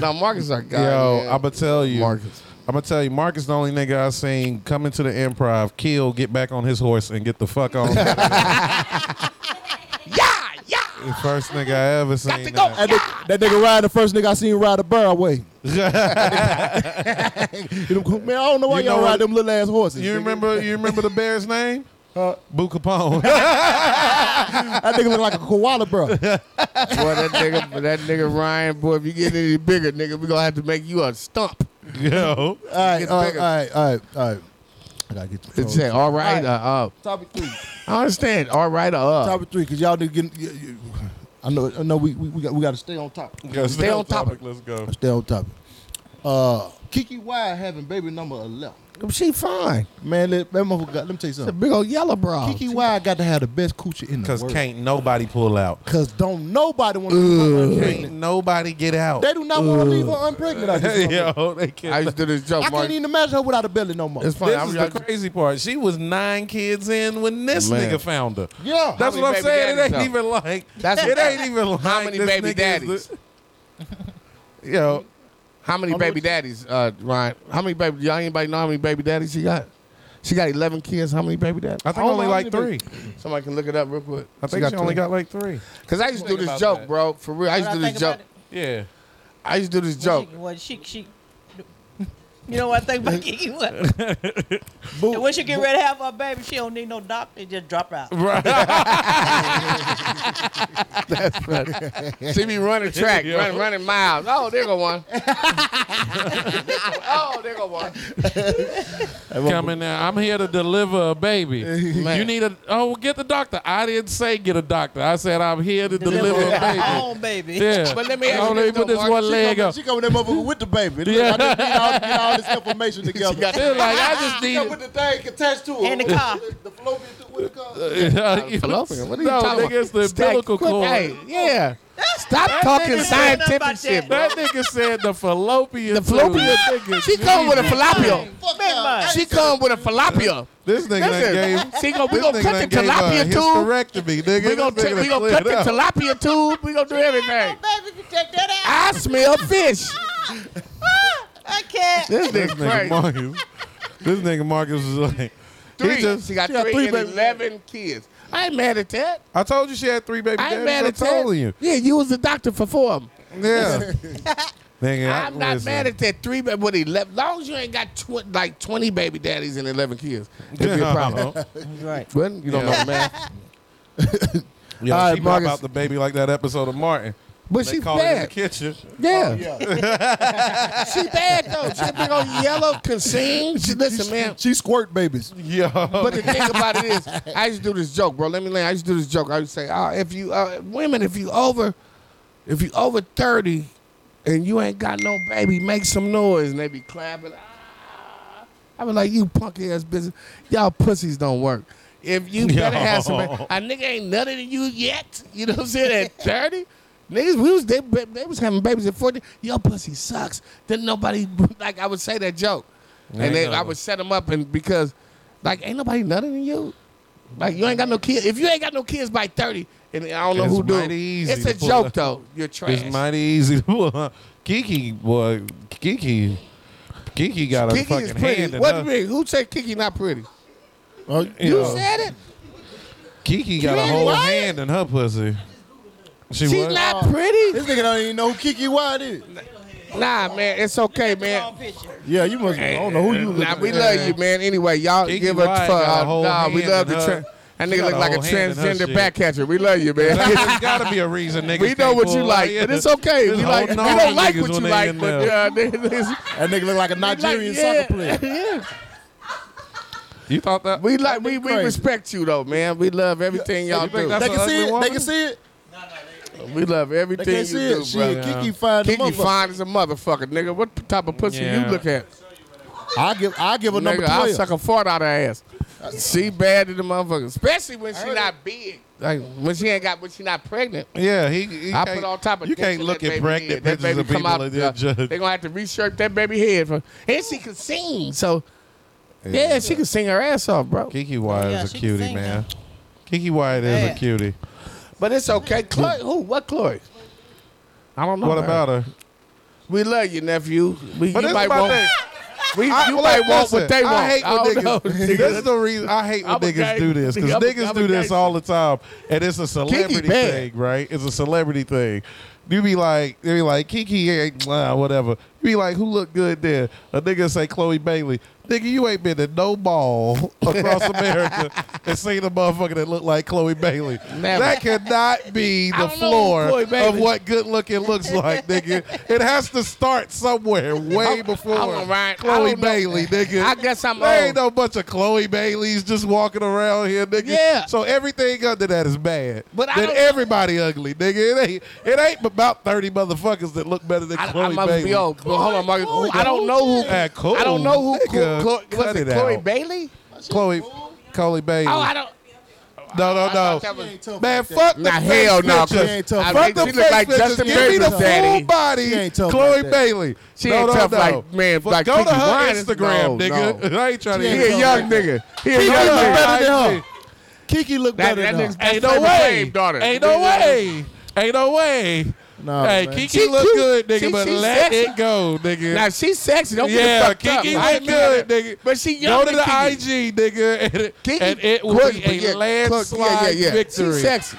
[SPEAKER 9] No, Marcus our guy.
[SPEAKER 6] Yo,
[SPEAKER 9] man.
[SPEAKER 6] I'ma tell you.
[SPEAKER 9] Marcus.
[SPEAKER 6] I'ma tell you, Marcus the only nigga I seen come into the improv, kill, get back on his horse, and get the fuck on. the
[SPEAKER 9] Yeah, yeah.
[SPEAKER 6] first nigga I ever seen.
[SPEAKER 9] to go.
[SPEAKER 6] that.
[SPEAKER 7] That, nigga, that nigga Ryan, the first nigga I seen ride a bird away. Man, I don't know why
[SPEAKER 6] You
[SPEAKER 7] y'all
[SPEAKER 6] know what-
[SPEAKER 7] ride them little ass horses.
[SPEAKER 6] You
[SPEAKER 7] nigga.
[SPEAKER 6] remember you remember the bear's name?
[SPEAKER 9] Uh,
[SPEAKER 6] Boo Capone.
[SPEAKER 7] That nigga look like a koala, bro.
[SPEAKER 9] Boy, that nigga, that nigga Ryan, boy, if you get any bigger, nigga, we're gonna have to make you a stump.
[SPEAKER 7] All
[SPEAKER 6] Yo.
[SPEAKER 7] right,
[SPEAKER 9] Gets
[SPEAKER 7] all right,
[SPEAKER 9] bigger.
[SPEAKER 7] all right, all right, all right. I gotta get the
[SPEAKER 9] It
[SPEAKER 6] Oh,
[SPEAKER 7] controls.
[SPEAKER 9] said, all right,
[SPEAKER 7] All
[SPEAKER 9] uh, uh,
[SPEAKER 7] Topic three.
[SPEAKER 9] I understand. All right, uh, uh.
[SPEAKER 7] Topic three, cause y'all need to get. y- y- I know, I know. We we, we got we got to stay on top.
[SPEAKER 6] Yo,
[SPEAKER 9] Stay on topic.
[SPEAKER 6] Let's go.
[SPEAKER 7] Stay on top. Uh, Kiki Wyatt having baby number eleven.
[SPEAKER 9] She fine.
[SPEAKER 7] Man, that, that motherfucker. Got, let me tell you
[SPEAKER 9] It's a
[SPEAKER 7] something.
[SPEAKER 9] big old yellow bra.
[SPEAKER 7] Kiki Wyatt got to have the best coochie in the
[SPEAKER 6] Cause
[SPEAKER 7] world.
[SPEAKER 6] can't nobody pull out.
[SPEAKER 7] Cause don't nobody want to leave her
[SPEAKER 6] Can't
[SPEAKER 7] unpregnant.
[SPEAKER 6] nobody get out.
[SPEAKER 7] They do not want to leave her unpregnant. Out this motherfucker.
[SPEAKER 6] Yo, they
[SPEAKER 9] I
[SPEAKER 6] can't.
[SPEAKER 9] used to do this
[SPEAKER 7] I
[SPEAKER 9] joke, Mark.
[SPEAKER 7] can't even imagine her without a belly no more.
[SPEAKER 9] It's funny.
[SPEAKER 6] This
[SPEAKER 9] I'm
[SPEAKER 6] is
[SPEAKER 9] like,
[SPEAKER 6] the crazy part. She was nine kids in when this
[SPEAKER 9] Man.
[SPEAKER 6] nigga found her.
[SPEAKER 7] Yeah.
[SPEAKER 6] That's
[SPEAKER 9] many
[SPEAKER 6] what
[SPEAKER 9] baby
[SPEAKER 6] I'm saying. It
[SPEAKER 9] daddies
[SPEAKER 6] ain't
[SPEAKER 9] though?
[SPEAKER 6] even like
[SPEAKER 9] That's-
[SPEAKER 6] it ain't even like
[SPEAKER 9] how many
[SPEAKER 6] this
[SPEAKER 9] baby
[SPEAKER 6] nigga is
[SPEAKER 9] daddies?
[SPEAKER 6] the- Yo,
[SPEAKER 9] How many baby daddies, uh, Ryan? How many baby? Y'all anybody know how many baby daddies she got? She got eleven kids. How many baby daddies?
[SPEAKER 6] I think only like three.
[SPEAKER 9] Somebody can look it up real quick.
[SPEAKER 6] I think she, only got like three.
[SPEAKER 9] Because I used to do
[SPEAKER 6] about
[SPEAKER 9] this joke,
[SPEAKER 6] that.
[SPEAKER 9] bro. For real, I used
[SPEAKER 8] What I
[SPEAKER 9] to do
[SPEAKER 8] think
[SPEAKER 9] this
[SPEAKER 8] about
[SPEAKER 9] joke.
[SPEAKER 8] it?
[SPEAKER 6] Yeah.
[SPEAKER 9] I used to do this
[SPEAKER 8] What
[SPEAKER 6] Oh.
[SPEAKER 9] joke.
[SPEAKER 8] she, what she, she, you know what I think about Kiki? What? And when she get ready to have her baby, she don't need no doctor. Just drop her out.
[SPEAKER 6] Right.
[SPEAKER 9] She be running track,
[SPEAKER 6] Yo.
[SPEAKER 9] running, running miles. Oh, there go one. oh, there go one.
[SPEAKER 6] Coming now. I'm here to deliver a baby. You need a oh get the doctor. I didn't say get a doctor. I said I'm here to deliver, a
[SPEAKER 8] her
[SPEAKER 6] baby.
[SPEAKER 8] own baby.
[SPEAKER 6] Yeah.
[SPEAKER 9] But let me ask you
[SPEAKER 6] Oh,
[SPEAKER 9] this,
[SPEAKER 6] they put
[SPEAKER 9] though,
[SPEAKER 6] this
[SPEAKER 9] Mark.
[SPEAKER 6] one
[SPEAKER 9] She
[SPEAKER 6] leg up.
[SPEAKER 7] She coming that motherfucker with the baby. Look, I
[SPEAKER 6] Yeah.
[SPEAKER 7] just need all, get all this information together.
[SPEAKER 6] They're like, I just
[SPEAKER 7] She
[SPEAKER 6] need
[SPEAKER 7] come with the thing attached to her.
[SPEAKER 8] And the car.
[SPEAKER 7] The fallopian tube with the car.
[SPEAKER 9] Fallopian. What are you
[SPEAKER 6] uh, no,
[SPEAKER 9] talking
[SPEAKER 6] nigga,
[SPEAKER 9] about?
[SPEAKER 6] it's the
[SPEAKER 9] Stack
[SPEAKER 6] umbilical
[SPEAKER 9] quick.
[SPEAKER 6] cord.
[SPEAKER 9] Hey, yeah. Stop
[SPEAKER 8] nigga
[SPEAKER 9] talking
[SPEAKER 8] said
[SPEAKER 9] scientific
[SPEAKER 8] about that.
[SPEAKER 9] shit, bro.
[SPEAKER 6] That nigga said the fallopian.
[SPEAKER 9] The fallopian.
[SPEAKER 6] tube.
[SPEAKER 9] She come with a fallopio.
[SPEAKER 7] Fuck
[SPEAKER 8] Big
[SPEAKER 7] y'all.
[SPEAKER 8] money.
[SPEAKER 9] She come with a fallopio.
[SPEAKER 6] This nigga done
[SPEAKER 9] Listen,
[SPEAKER 6] gave.
[SPEAKER 9] she gonna, we
[SPEAKER 6] this
[SPEAKER 9] gonna
[SPEAKER 6] nigga
[SPEAKER 9] cut
[SPEAKER 6] done
[SPEAKER 9] the
[SPEAKER 6] gave her a
[SPEAKER 9] tilapia tube.
[SPEAKER 6] hysterectomy, nigga.
[SPEAKER 9] We gonna,
[SPEAKER 6] This
[SPEAKER 9] t-
[SPEAKER 6] nigga
[SPEAKER 9] we
[SPEAKER 6] done
[SPEAKER 9] gonna cut the
[SPEAKER 6] cleared up.
[SPEAKER 9] tilapia tube. We gonna do everything.
[SPEAKER 8] baby, you take that out.
[SPEAKER 9] I smell fish.
[SPEAKER 8] I can't.
[SPEAKER 9] This
[SPEAKER 6] This
[SPEAKER 9] nigga
[SPEAKER 6] nigga
[SPEAKER 9] crazy.
[SPEAKER 6] Marcus. This nigga Marcus was like.
[SPEAKER 9] Three.
[SPEAKER 6] He just,
[SPEAKER 9] she got
[SPEAKER 7] got
[SPEAKER 9] three,
[SPEAKER 7] three
[SPEAKER 9] and
[SPEAKER 7] baby-
[SPEAKER 9] eleven kids. I ain't mad at that.
[SPEAKER 6] I told you she had three baby
[SPEAKER 9] I ain't
[SPEAKER 6] daddies.
[SPEAKER 9] mad
[SPEAKER 6] I
[SPEAKER 9] at that.
[SPEAKER 6] told you.
[SPEAKER 9] Yeah, you was the doctor for four of them.
[SPEAKER 6] Yeah. Nigga, I-
[SPEAKER 9] I'm not
[SPEAKER 6] listen.
[SPEAKER 9] mad at that three, but what eleven? Long as you ain't got tw- like twenty baby daddies and eleven kids, it'd be a problem.
[SPEAKER 8] right.
[SPEAKER 9] But you don't
[SPEAKER 6] Yeah.
[SPEAKER 9] know math.
[SPEAKER 6] Yeah,
[SPEAKER 9] All right,
[SPEAKER 6] she pop
[SPEAKER 9] Marcus.
[SPEAKER 6] out the baby like that episode of Martin.
[SPEAKER 9] But
[SPEAKER 6] they
[SPEAKER 9] she
[SPEAKER 6] caught it in the
[SPEAKER 9] bad.
[SPEAKER 6] kitchen.
[SPEAKER 9] Yeah.
[SPEAKER 6] yeah.
[SPEAKER 9] she bad though. She a big old yellow consign. She, listen, man.
[SPEAKER 7] She squirt babies.
[SPEAKER 6] Yeah.
[SPEAKER 9] But the thing about it is, I used to do this joke, bro. Let me land. I used to do this joke. I used to say, oh, if you uh, women, if you over, if you over thirty, and you ain't got no baby, make some noise, and they be clapping. Ah. I was like, you punk ass bitches, y'all pussies don't work. If you better have some,
[SPEAKER 6] Yo.
[SPEAKER 9] a nigga ain't none of you yet. You know what I'm saying? At thirty. Niggas, we was they, they was having babies at 40. Your pussy sucks. Then nobody like I would say that joke,
[SPEAKER 6] Ain't
[SPEAKER 9] and then I
[SPEAKER 6] nobody.
[SPEAKER 9] would set them up and because like ain't nobody nutting than you. Like you ain't got no kids. If you ain't got no kids by 30, and I don't know
[SPEAKER 6] It's
[SPEAKER 9] who do it,
[SPEAKER 6] mighty easy
[SPEAKER 9] it's
[SPEAKER 6] to
[SPEAKER 9] a
[SPEAKER 6] pull
[SPEAKER 9] joke
[SPEAKER 6] it.
[SPEAKER 9] though. You're trash.
[SPEAKER 6] It's mighty easy to pull. up. Kiki, boy, Kiki, Kiki got a
[SPEAKER 9] Kiki is
[SPEAKER 6] fucking
[SPEAKER 9] pretty.
[SPEAKER 6] hand in
[SPEAKER 9] What
[SPEAKER 6] her. Oh,
[SPEAKER 9] do you mean? Who said Kiki not pretty? you
[SPEAKER 6] Yeah.
[SPEAKER 9] said it.
[SPEAKER 6] Kiki got a
[SPEAKER 9] Kiki
[SPEAKER 6] whole
[SPEAKER 9] Wyatt?
[SPEAKER 6] hand in her pussy. She
[SPEAKER 9] She's
[SPEAKER 6] was.
[SPEAKER 9] not pretty.
[SPEAKER 7] This nigga don't even know who Kiki White is.
[SPEAKER 9] Nah, man, it's okay, man.
[SPEAKER 7] Yeah, you must. I don't know who you.
[SPEAKER 9] Nah,
[SPEAKER 7] looking
[SPEAKER 9] we
[SPEAKER 7] at.
[SPEAKER 9] love you, man. Anyway, y'all
[SPEAKER 7] Kiki
[SPEAKER 9] give us
[SPEAKER 7] Wyatt
[SPEAKER 9] fuck.
[SPEAKER 7] got a
[SPEAKER 9] Uh,
[SPEAKER 7] whole
[SPEAKER 9] nah, we
[SPEAKER 7] hand
[SPEAKER 9] love
[SPEAKER 7] in
[SPEAKER 9] the.
[SPEAKER 7] her-
[SPEAKER 9] Tra- that
[SPEAKER 7] she
[SPEAKER 9] nigga
[SPEAKER 7] got
[SPEAKER 9] look
[SPEAKER 7] a
[SPEAKER 9] like a
[SPEAKER 7] whole hand in her
[SPEAKER 9] transgender
[SPEAKER 7] shit.
[SPEAKER 9] back catcher. We love you, man.
[SPEAKER 6] There's gotta be a reason, nigga.
[SPEAKER 9] we know what you like, and it's okay. We like, we don't like what you like, but uh,
[SPEAKER 7] that nigga look like a Nigerian
[SPEAKER 9] yeah,
[SPEAKER 7] soccer player.
[SPEAKER 9] yeah.
[SPEAKER 6] You thought that
[SPEAKER 9] we like we, we
[SPEAKER 7] crazy.
[SPEAKER 9] respect you though, man. We love everything y'all do.
[SPEAKER 7] They can see it. They can see it.
[SPEAKER 9] We love everything
[SPEAKER 7] can't
[SPEAKER 9] you
[SPEAKER 7] see
[SPEAKER 9] do,
[SPEAKER 7] it.
[SPEAKER 9] bro.
[SPEAKER 7] Shit, Kiki fine as a
[SPEAKER 9] Kiki
[SPEAKER 7] motherfucker.
[SPEAKER 9] fine as a motherfucker, nigga. What p- type of pussy
[SPEAKER 6] Yeah.
[SPEAKER 9] you look at?
[SPEAKER 7] I give I give
[SPEAKER 9] a
[SPEAKER 7] number
[SPEAKER 9] nigga, I
[SPEAKER 7] 12.
[SPEAKER 9] suck a fart out her ass. She bad in the motherfucker, especially when she
[SPEAKER 8] heard
[SPEAKER 9] not big. Like when she ain't got when she not pregnant.
[SPEAKER 6] Yeah, he. he
[SPEAKER 9] I
[SPEAKER 6] can't-
[SPEAKER 9] put on top of
[SPEAKER 6] You
[SPEAKER 9] dicks
[SPEAKER 6] can't
[SPEAKER 9] in
[SPEAKER 6] look
[SPEAKER 9] that
[SPEAKER 6] at
[SPEAKER 9] baby
[SPEAKER 6] pregnant
[SPEAKER 9] head. That
[SPEAKER 6] pictures
[SPEAKER 9] baby
[SPEAKER 6] of
[SPEAKER 9] come
[SPEAKER 6] people
[SPEAKER 9] out,
[SPEAKER 6] and
[SPEAKER 9] uh,
[SPEAKER 6] then judge.
[SPEAKER 9] They gonna have to reshape that baby head, for, and she can sing. So yeah, she can sing her ass off, bro.
[SPEAKER 6] Kiki Wyatt
[SPEAKER 9] Oh, Yeah,
[SPEAKER 6] is
[SPEAKER 9] she can
[SPEAKER 6] a cutie,
[SPEAKER 9] sing
[SPEAKER 6] man. Kiki Wyatt is a
[SPEAKER 9] Yeah.
[SPEAKER 6] cutie.
[SPEAKER 9] But it's okay. Chloe, who? What Chloe? I don't know.
[SPEAKER 6] What
[SPEAKER 9] her.
[SPEAKER 6] about her?
[SPEAKER 9] We love you, nephew. We,
[SPEAKER 6] But
[SPEAKER 9] you
[SPEAKER 6] this
[SPEAKER 9] might
[SPEAKER 6] is my
[SPEAKER 9] want.
[SPEAKER 6] thing.
[SPEAKER 9] We,
[SPEAKER 6] I-
[SPEAKER 9] you
[SPEAKER 6] well,
[SPEAKER 9] might want
[SPEAKER 6] listen,
[SPEAKER 9] what they want.
[SPEAKER 6] I hate
[SPEAKER 9] I
[SPEAKER 6] when
[SPEAKER 9] don't know,
[SPEAKER 6] niggas.
[SPEAKER 9] nigga.
[SPEAKER 6] This is the reason I hate when
[SPEAKER 9] I'm a
[SPEAKER 6] niggas
[SPEAKER 9] gay-
[SPEAKER 6] do this because
[SPEAKER 9] I'm a-
[SPEAKER 6] niggas
[SPEAKER 9] I'm a
[SPEAKER 6] do this
[SPEAKER 9] gay.
[SPEAKER 6] all the time, and it's a celebrity
[SPEAKER 9] bad.
[SPEAKER 6] thing, right? It's a celebrity thing. You be like, they be like Kiki, eh, nah, whatever. You be like, who look good there? A nigga say Chloe Bailey. Nigga, you ain't been to no ball across America and seen a motherfucker that look like Chloe Bailey.
[SPEAKER 9] Never.
[SPEAKER 6] That cannot be
[SPEAKER 9] I don't know
[SPEAKER 6] the
[SPEAKER 9] who
[SPEAKER 6] floor
[SPEAKER 9] Chloe
[SPEAKER 6] of
[SPEAKER 9] Bailey-
[SPEAKER 6] what good looking looks like, nigga. It has to start somewhere, way before
[SPEAKER 9] I'm all right. I
[SPEAKER 6] Chloe
[SPEAKER 9] don't know.
[SPEAKER 6] Bailey, nigga.
[SPEAKER 9] I guess I'm
[SPEAKER 6] There
[SPEAKER 9] old.
[SPEAKER 6] ain't no bunch of Chloe Baileys just walking around here, nigga.
[SPEAKER 9] Yeah.
[SPEAKER 6] So everything under that is bad.
[SPEAKER 9] But I
[SPEAKER 6] then
[SPEAKER 9] don't-
[SPEAKER 6] everybody ugly, nigga. It ain't, it ain't about thirty motherfuckers that look better than
[SPEAKER 9] I,
[SPEAKER 6] Chloe
[SPEAKER 9] I must
[SPEAKER 6] Bailey.
[SPEAKER 9] be old. But hold on, Marcus. Who- I don't know who.
[SPEAKER 6] Ah, cool,
[SPEAKER 9] I don't know who.
[SPEAKER 6] nigga.
[SPEAKER 9] Chloe,
[SPEAKER 6] Cut
[SPEAKER 9] was it
[SPEAKER 6] it
[SPEAKER 9] Chloe
[SPEAKER 6] out.
[SPEAKER 9] Bailey?
[SPEAKER 6] Chloe, Chloe Bailey.
[SPEAKER 9] Oh, I don't.
[SPEAKER 6] No, no,
[SPEAKER 9] I
[SPEAKER 6] no.
[SPEAKER 9] thought that was-
[SPEAKER 6] Man, fuck the
[SPEAKER 9] Nah,
[SPEAKER 6] face
[SPEAKER 9] hell no, 'cause
[SPEAKER 6] pictures.
[SPEAKER 9] she ain't tough
[SPEAKER 6] Fuck
[SPEAKER 9] like-
[SPEAKER 6] the
[SPEAKER 9] she look
[SPEAKER 6] face
[SPEAKER 9] like
[SPEAKER 6] pictures.
[SPEAKER 9] Justin
[SPEAKER 6] Give me the
[SPEAKER 9] Bieber's
[SPEAKER 6] full
[SPEAKER 9] daddy.
[SPEAKER 7] She
[SPEAKER 6] body,
[SPEAKER 7] ain't tough
[SPEAKER 6] Chloe
[SPEAKER 7] like that.
[SPEAKER 6] Bailey.
[SPEAKER 9] She
[SPEAKER 6] no,
[SPEAKER 9] ain't
[SPEAKER 6] no,
[SPEAKER 9] tough
[SPEAKER 6] no.
[SPEAKER 9] like- man,
[SPEAKER 6] Fuck-
[SPEAKER 9] like
[SPEAKER 6] go to
[SPEAKER 9] Pinky
[SPEAKER 6] her
[SPEAKER 9] Ryan's-
[SPEAKER 6] Instagram,
[SPEAKER 9] no,
[SPEAKER 6] nigga.
[SPEAKER 9] no.
[SPEAKER 6] I ain't trying to.
[SPEAKER 9] She
[SPEAKER 6] hear
[SPEAKER 9] ain't
[SPEAKER 6] something
[SPEAKER 9] young
[SPEAKER 6] like that.
[SPEAKER 9] nigga. He a
[SPEAKER 6] Kiki
[SPEAKER 9] young
[SPEAKER 6] look
[SPEAKER 9] nigga.
[SPEAKER 6] better
[SPEAKER 9] I
[SPEAKER 6] than her.
[SPEAKER 9] agree.
[SPEAKER 7] Kiki look
[SPEAKER 9] That-
[SPEAKER 7] better
[SPEAKER 9] that
[SPEAKER 7] than
[SPEAKER 9] nigga's
[SPEAKER 7] her.
[SPEAKER 6] Ain't no
[SPEAKER 9] Flavor
[SPEAKER 6] way.
[SPEAKER 9] Flav daughter.
[SPEAKER 6] Ain't no way. Ain't no way.
[SPEAKER 7] Nah,
[SPEAKER 6] hey,
[SPEAKER 7] man.
[SPEAKER 6] Kiki
[SPEAKER 9] She
[SPEAKER 6] look
[SPEAKER 9] cute.
[SPEAKER 6] good, nigga,
[SPEAKER 9] She-
[SPEAKER 6] but
[SPEAKER 9] she
[SPEAKER 6] let
[SPEAKER 9] sexy.
[SPEAKER 6] it go, nigga.
[SPEAKER 9] Now she's sexy. Don't get it
[SPEAKER 6] Yeah,
[SPEAKER 9] fucked
[SPEAKER 6] Kiki
[SPEAKER 9] up. I
[SPEAKER 6] look
[SPEAKER 9] ain't mad at
[SPEAKER 6] good,
[SPEAKER 9] her.
[SPEAKER 6] nigga.
[SPEAKER 9] But she
[SPEAKER 6] Go
[SPEAKER 9] young
[SPEAKER 6] to the IG, nigga, and,
[SPEAKER 9] Kiki-
[SPEAKER 6] and it will
[SPEAKER 9] Clutch,
[SPEAKER 6] be
[SPEAKER 9] but
[SPEAKER 6] a
[SPEAKER 9] yeah, Clutch,
[SPEAKER 6] landslide
[SPEAKER 9] yeah, yeah, yeah. She
[SPEAKER 6] victory.
[SPEAKER 9] sexy.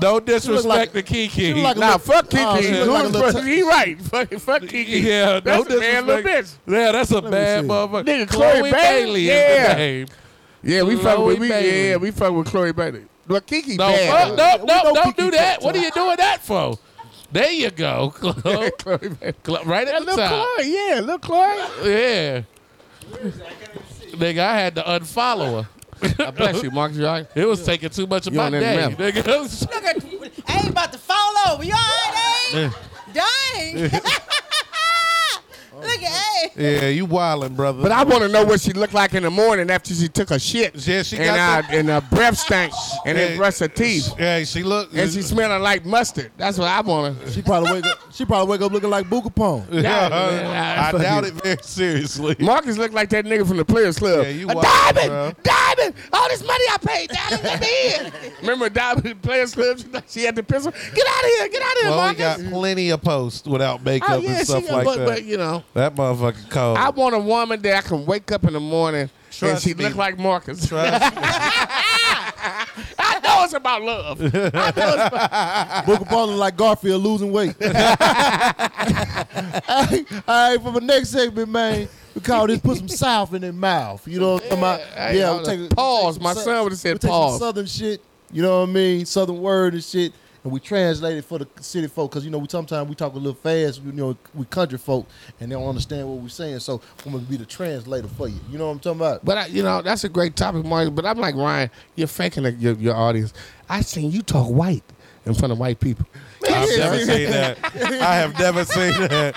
[SPEAKER 6] No
[SPEAKER 7] look
[SPEAKER 6] disrespect
[SPEAKER 7] like-
[SPEAKER 6] to Kiki.
[SPEAKER 7] look like a
[SPEAKER 9] Nah,
[SPEAKER 7] little-
[SPEAKER 9] fuck Kiki.
[SPEAKER 7] Oh, she look like a little
[SPEAKER 9] He he right. Fuck, fuck Kiki.
[SPEAKER 6] yeah, no
[SPEAKER 9] That's a
[SPEAKER 6] disrespect.
[SPEAKER 9] man, little bitch.
[SPEAKER 6] Yeah, that's a
[SPEAKER 9] me
[SPEAKER 6] bad
[SPEAKER 9] see.
[SPEAKER 6] motherfucker.
[SPEAKER 9] Nigga,
[SPEAKER 6] Chloe,
[SPEAKER 9] Chloe
[SPEAKER 6] Bailey
[SPEAKER 9] Bailey?
[SPEAKER 6] is
[SPEAKER 9] Yeah.
[SPEAKER 6] the name.
[SPEAKER 9] Yeah, we fuck
[SPEAKER 6] Chloe
[SPEAKER 9] with we.
[SPEAKER 6] Bailey.
[SPEAKER 9] Yeah, we fuck with Chloe Bailey. But Kiki
[SPEAKER 6] No,
[SPEAKER 9] bad.
[SPEAKER 6] fuck, no,
[SPEAKER 7] We
[SPEAKER 6] no,
[SPEAKER 7] know
[SPEAKER 6] don't
[SPEAKER 7] Kiki
[SPEAKER 6] do that.
[SPEAKER 7] fucked
[SPEAKER 6] What are
[SPEAKER 7] up.
[SPEAKER 6] you doing that for? There you go, Chloe.
[SPEAKER 9] Chloe Bailey.
[SPEAKER 6] Cl- right
[SPEAKER 9] Yeah,
[SPEAKER 6] at the
[SPEAKER 9] little
[SPEAKER 6] top.
[SPEAKER 9] Chloe. Yeah, little Chloe.
[SPEAKER 6] Yeah. Nigga, I had to unfollow her.
[SPEAKER 9] I bless you, Marcus. You all right?
[SPEAKER 6] It was taking too much of
[SPEAKER 9] You
[SPEAKER 6] my
[SPEAKER 9] on that
[SPEAKER 6] day,
[SPEAKER 9] memo.
[SPEAKER 6] nigga.
[SPEAKER 8] Look at, I ain't about to fall over. You all right, Abe? Dang. Look at Abe.
[SPEAKER 6] Yeah, you wildin', brother.
[SPEAKER 9] But I want to know what she looked like in the morning after she took her shit.
[SPEAKER 6] Yeah, she
[SPEAKER 9] and
[SPEAKER 6] got
[SPEAKER 9] her, and her breath stank, and
[SPEAKER 6] Hey,
[SPEAKER 9] then brushed her teeth,
[SPEAKER 6] Hey, she look.
[SPEAKER 9] and she smelling like mustard. That's what I want to.
[SPEAKER 7] She probably wake up. She probably wake up looking like Boogapong.
[SPEAKER 6] Yeah, uh,
[SPEAKER 9] Yeah,
[SPEAKER 6] I
[SPEAKER 9] fuck
[SPEAKER 6] doubt
[SPEAKER 9] you.
[SPEAKER 6] it very seriously.
[SPEAKER 9] Marcus looked like that nigga from the Players Club.
[SPEAKER 6] Yeah, you
[SPEAKER 9] a
[SPEAKER 6] wild,
[SPEAKER 9] diamond,
[SPEAKER 6] bro.
[SPEAKER 9] diamond. All this money I paid, diamond, let me in. Remember diamond Players Club? She, she had the pistol. Get out of here, get out of here,
[SPEAKER 6] Well, we
[SPEAKER 9] Marcus.
[SPEAKER 6] got plenty of posts without makeup
[SPEAKER 9] oh yeah,
[SPEAKER 6] and stuff
[SPEAKER 9] she,
[SPEAKER 6] like
[SPEAKER 9] but,
[SPEAKER 6] that.
[SPEAKER 9] but you know,
[SPEAKER 6] that motherfucker cold.
[SPEAKER 9] I want a woman that I can wake up in the morning and
[SPEAKER 6] Oh. Trust
[SPEAKER 9] she
[SPEAKER 6] me.
[SPEAKER 9] look like Marcus.
[SPEAKER 6] Trust me.
[SPEAKER 9] I know it's about love. I know it's about
[SPEAKER 7] Boogapong look like Garfield losing weight. Hey, all right, for the next segment, man, we call this put some south in their mouth. You know what I'm talking about?
[SPEAKER 9] Yeah, hey, y'all done paused. My
[SPEAKER 7] sou-
[SPEAKER 9] son would've said
[SPEAKER 7] we take some
[SPEAKER 9] pause.
[SPEAKER 7] Southern shit. You know what I mean? Southern word and shit. And we translate it for the city folk because you know we sometimes we talk a little fast. You know we country folk and they don't understand what we're saying. So I'm gonna be the translator for you. You know what I'm talking about?
[SPEAKER 9] But I, you know that's a great topic, Mark. But I'm like Ryan, you're faking the, your, your audience. I seen you talk white in front of white people.
[SPEAKER 6] I've never seen that. I have never seen that.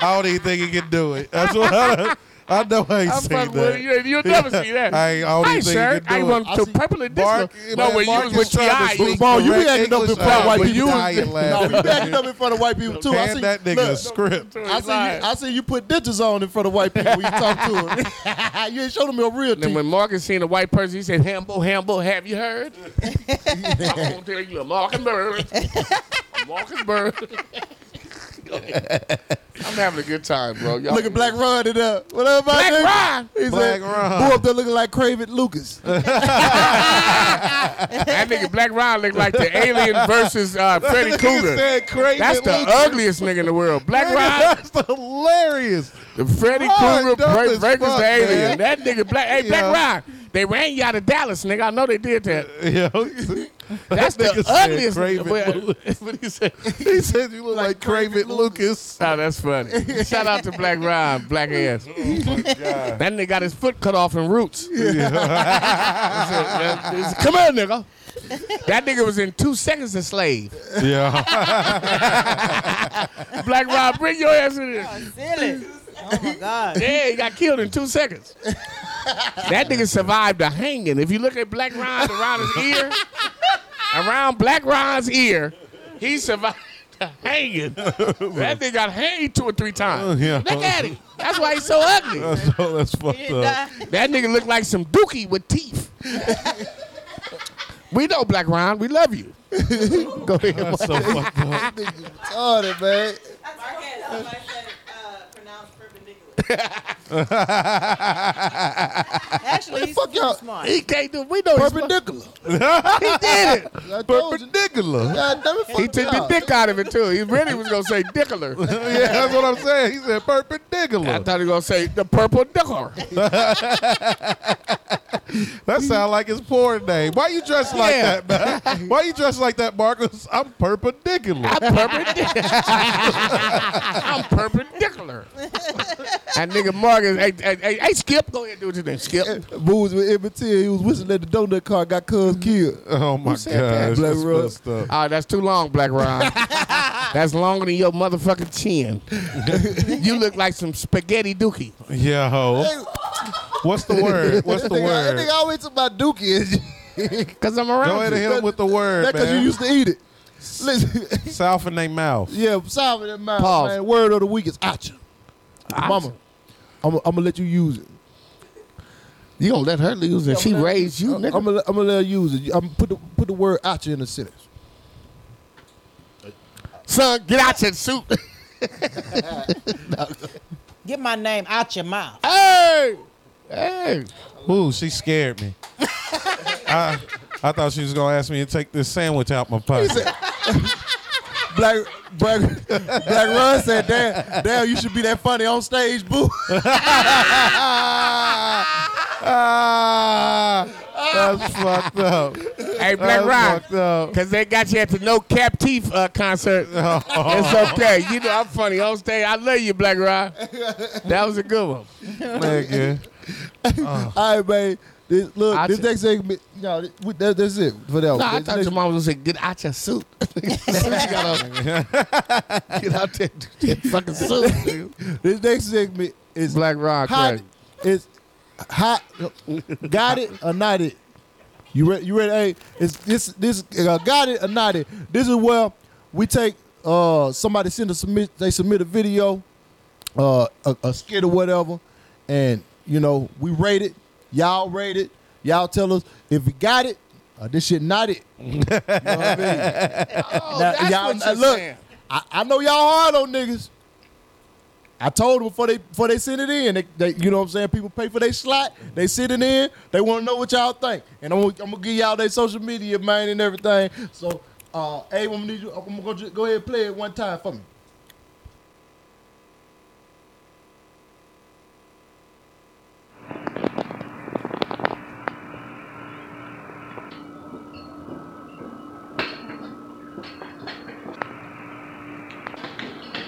[SPEAKER 6] I don't even think he can do it. That's what I, I know I ain't
[SPEAKER 9] I'm
[SPEAKER 6] seen
[SPEAKER 9] fucking
[SPEAKER 6] that.
[SPEAKER 9] with you. You'll never see that.
[SPEAKER 6] I, ain't- I don't
[SPEAKER 9] Hey,
[SPEAKER 6] even think
[SPEAKER 9] sir,
[SPEAKER 6] he can do
[SPEAKER 9] I
[SPEAKER 6] it.
[SPEAKER 9] want to purple and this
[SPEAKER 6] Mark-
[SPEAKER 9] one. No, when you
[SPEAKER 6] Mark
[SPEAKER 9] was
[SPEAKER 6] is
[SPEAKER 9] with
[SPEAKER 6] trying to
[SPEAKER 9] T.I.,
[SPEAKER 6] speak
[SPEAKER 9] Bro, you be
[SPEAKER 6] correct
[SPEAKER 9] acting up in
[SPEAKER 6] English
[SPEAKER 9] front of
[SPEAKER 6] now,
[SPEAKER 9] white
[SPEAKER 6] but
[SPEAKER 9] people.
[SPEAKER 6] you
[SPEAKER 9] You
[SPEAKER 6] dying
[SPEAKER 9] was-
[SPEAKER 6] laughing.
[SPEAKER 7] No, we backing up in front of white people too. I
[SPEAKER 6] Hand
[SPEAKER 7] see
[SPEAKER 6] that nigga
[SPEAKER 7] look,
[SPEAKER 6] a script.
[SPEAKER 7] I see you. I see you put ditches on in front of white people. when You talk to them. you ain't showed them your real
[SPEAKER 9] And then
[SPEAKER 7] teeth.
[SPEAKER 9] when Marcus seen a white person, he said, "Hambo, Hambo, have you heard?" I'm gonna tell you, a Marcus Bird, a Marcus Bird. I'm having a good time, bro. Y'all
[SPEAKER 7] Look at Black Ron in there. What up, my
[SPEAKER 9] Black
[SPEAKER 7] nigga?
[SPEAKER 9] Ron.
[SPEAKER 7] He
[SPEAKER 9] Black
[SPEAKER 7] said,
[SPEAKER 9] Ron.
[SPEAKER 7] Who up there looking like Craven Lucas?
[SPEAKER 9] that nigga Black Ron look like the alien versus uh, Freddy
[SPEAKER 6] That nigga
[SPEAKER 9] Krueger.
[SPEAKER 6] said Craven
[SPEAKER 9] That's the
[SPEAKER 6] Lucas.
[SPEAKER 9] ugliest nigga in the world. Black
[SPEAKER 6] Nigga,
[SPEAKER 9] Ron,
[SPEAKER 6] That's hilarious.
[SPEAKER 9] the Freddy
[SPEAKER 6] Ron
[SPEAKER 9] Krueger
[SPEAKER 6] dumb
[SPEAKER 9] ver-
[SPEAKER 6] as
[SPEAKER 9] versus
[SPEAKER 6] fuck,
[SPEAKER 9] the alien.
[SPEAKER 6] man.
[SPEAKER 9] That nigga Black. Hey,
[SPEAKER 6] Yeah.
[SPEAKER 9] Black Ron. They ran you out of Dallas, nigga. I know they did that.
[SPEAKER 6] Yeah.
[SPEAKER 9] That's
[SPEAKER 6] That
[SPEAKER 9] the
[SPEAKER 6] nigga
[SPEAKER 9] ugliest.
[SPEAKER 6] said Craven
[SPEAKER 9] What, what he said? He said you look like, Craven Lucas. Oh, that's funny. Shout out to Black Ron, black ass. that nigga got his foot cut off in roots. He said, Come on, nigga. That nigga was in two seconds a slave. Black Ron, bring your ass in here.
[SPEAKER 8] Silly. Oh my God.
[SPEAKER 9] Yeah, he got killed in two seconds. That nigga survived a hanging. If you look at Black Ron around his ear, around Black Ron's ear, he survived a hanging. That nigga got hanged two or three times.
[SPEAKER 6] Yeah.
[SPEAKER 9] Look at him. That's why he's so ugly.
[SPEAKER 6] That's, oh, that's fucked up.
[SPEAKER 9] That nigga looked like some dookie with teeth. we know Black Ron. We love you. Go ahead.
[SPEAKER 6] That's so fucked up.
[SPEAKER 7] Retarded, man.
[SPEAKER 8] Actually,
[SPEAKER 7] What the
[SPEAKER 8] he's
[SPEAKER 7] fuck y'all-
[SPEAKER 8] smart.
[SPEAKER 9] He can't do. We know
[SPEAKER 7] Perpendicular.
[SPEAKER 9] he's. he did it.
[SPEAKER 7] I told you.
[SPEAKER 6] Perpendicular.
[SPEAKER 7] God damn it, fuck
[SPEAKER 9] He took the
[SPEAKER 7] y'all.
[SPEAKER 9] dick out of it too. He really was gonna say dickler.
[SPEAKER 6] yeah, that's what I'm saying. He said
[SPEAKER 9] I
[SPEAKER 6] perpendicular.
[SPEAKER 9] thought he was gonna say the purple dickler.
[SPEAKER 6] That
[SPEAKER 7] Mm.
[SPEAKER 6] sound like his porn name. Why you dressed like
[SPEAKER 9] Yeah.
[SPEAKER 6] that, man? Why you dressed like that, Marcus? I'm perpendicular.
[SPEAKER 9] I'm perpendicular. I'm perpendicular. That nigga Morgan, hey, hey, hey, hey, Skip, go ahead and do what you do. Skip.
[SPEAKER 7] Booze with Emmett Till. He was whistling at the donut car. Got cuz killed.
[SPEAKER 6] Oh my
[SPEAKER 9] said that?
[SPEAKER 6] gosh,
[SPEAKER 7] Black
[SPEAKER 6] that's
[SPEAKER 7] Rod.
[SPEAKER 6] messed up.
[SPEAKER 9] Oh, that's too long, Black Ron. that's longer than your motherfucking chin. you look like some spaghetti dookie.
[SPEAKER 6] Yo, what's the word? What's
[SPEAKER 7] That
[SPEAKER 6] the
[SPEAKER 7] nigga- That
[SPEAKER 6] word?
[SPEAKER 7] nigga always talk about Dookie. is-
[SPEAKER 9] Cause I'm around.
[SPEAKER 6] Go ahead and
[SPEAKER 9] you.
[SPEAKER 6] hit him with the word,
[SPEAKER 7] That because you
[SPEAKER 6] man.
[SPEAKER 7] used to eat it. Listen,
[SPEAKER 6] South in their mouth.
[SPEAKER 7] yeah, sorry for that mouth,
[SPEAKER 9] Pause.
[SPEAKER 7] man. Word of the week is acha. Mama, I'm, I'm gonna let you use it.
[SPEAKER 9] You gonna let her lose and she raised you,
[SPEAKER 7] I'm
[SPEAKER 9] nigga.
[SPEAKER 7] gonna I'm gonna let her use it. I'm put the put the word acha in the sentence.
[SPEAKER 9] Son, get out your suit.
[SPEAKER 8] Get my name out your mouth.
[SPEAKER 9] hey, hey.
[SPEAKER 6] Ooh, she scared me. I, I thought she was gonna ask me to take this sandwich out my pocket.
[SPEAKER 7] Black Black Black Run said, "Damn, damn, you should be that funny on stage, boo."
[SPEAKER 6] Ah, that's fucked up.
[SPEAKER 9] Hey, Black
[SPEAKER 6] That's
[SPEAKER 9] Rock.
[SPEAKER 6] fucked up.
[SPEAKER 9] Cause they got you at the No Cap Teeth uh, concert.
[SPEAKER 7] Oh.
[SPEAKER 9] It's okay. You know I'm funny on stage. I love you, Black Rock. That was a good one.
[SPEAKER 6] Nigga.
[SPEAKER 7] All right, man. This, look,
[SPEAKER 9] Acha.
[SPEAKER 7] this next segment, no, this- we- that, that's it for that. one.
[SPEAKER 9] No, I
[SPEAKER 7] This
[SPEAKER 9] thought
[SPEAKER 7] next-
[SPEAKER 9] your mom was gonna say, "Get out your suit." That's what you gotta- get out that, that fucking suit. nigga.
[SPEAKER 7] this next segment is
[SPEAKER 9] Black Rock.
[SPEAKER 7] hot.
[SPEAKER 9] right.
[SPEAKER 7] It's hot. Got it or not it? You ready? You ready? Hey, it's this this uh, got it or not it? This is where we take uh somebody send a submit. They submit a video, uh a, a skit or whatever, and you know we rate it. Y'all rate it. Y'all tell us if we got it. or this shit not it. You know what I mean?
[SPEAKER 9] Oh,
[SPEAKER 7] Now,
[SPEAKER 9] that's
[SPEAKER 7] y'all-
[SPEAKER 9] what
[SPEAKER 7] uh,
[SPEAKER 9] you're
[SPEAKER 7] look,
[SPEAKER 9] saying.
[SPEAKER 7] I, I know y'all hard on niggas. I told them before they before they send it in, they, they you know what I'm saying. People pay for their slot, they send it in. They want to know what y'all think, and I'm, gonna- I'm gonna give y'all their social media, man, and everything. So, uh, hey, I'm gonna need you. I'm gonna go, ju- go ahead and play it one time for me.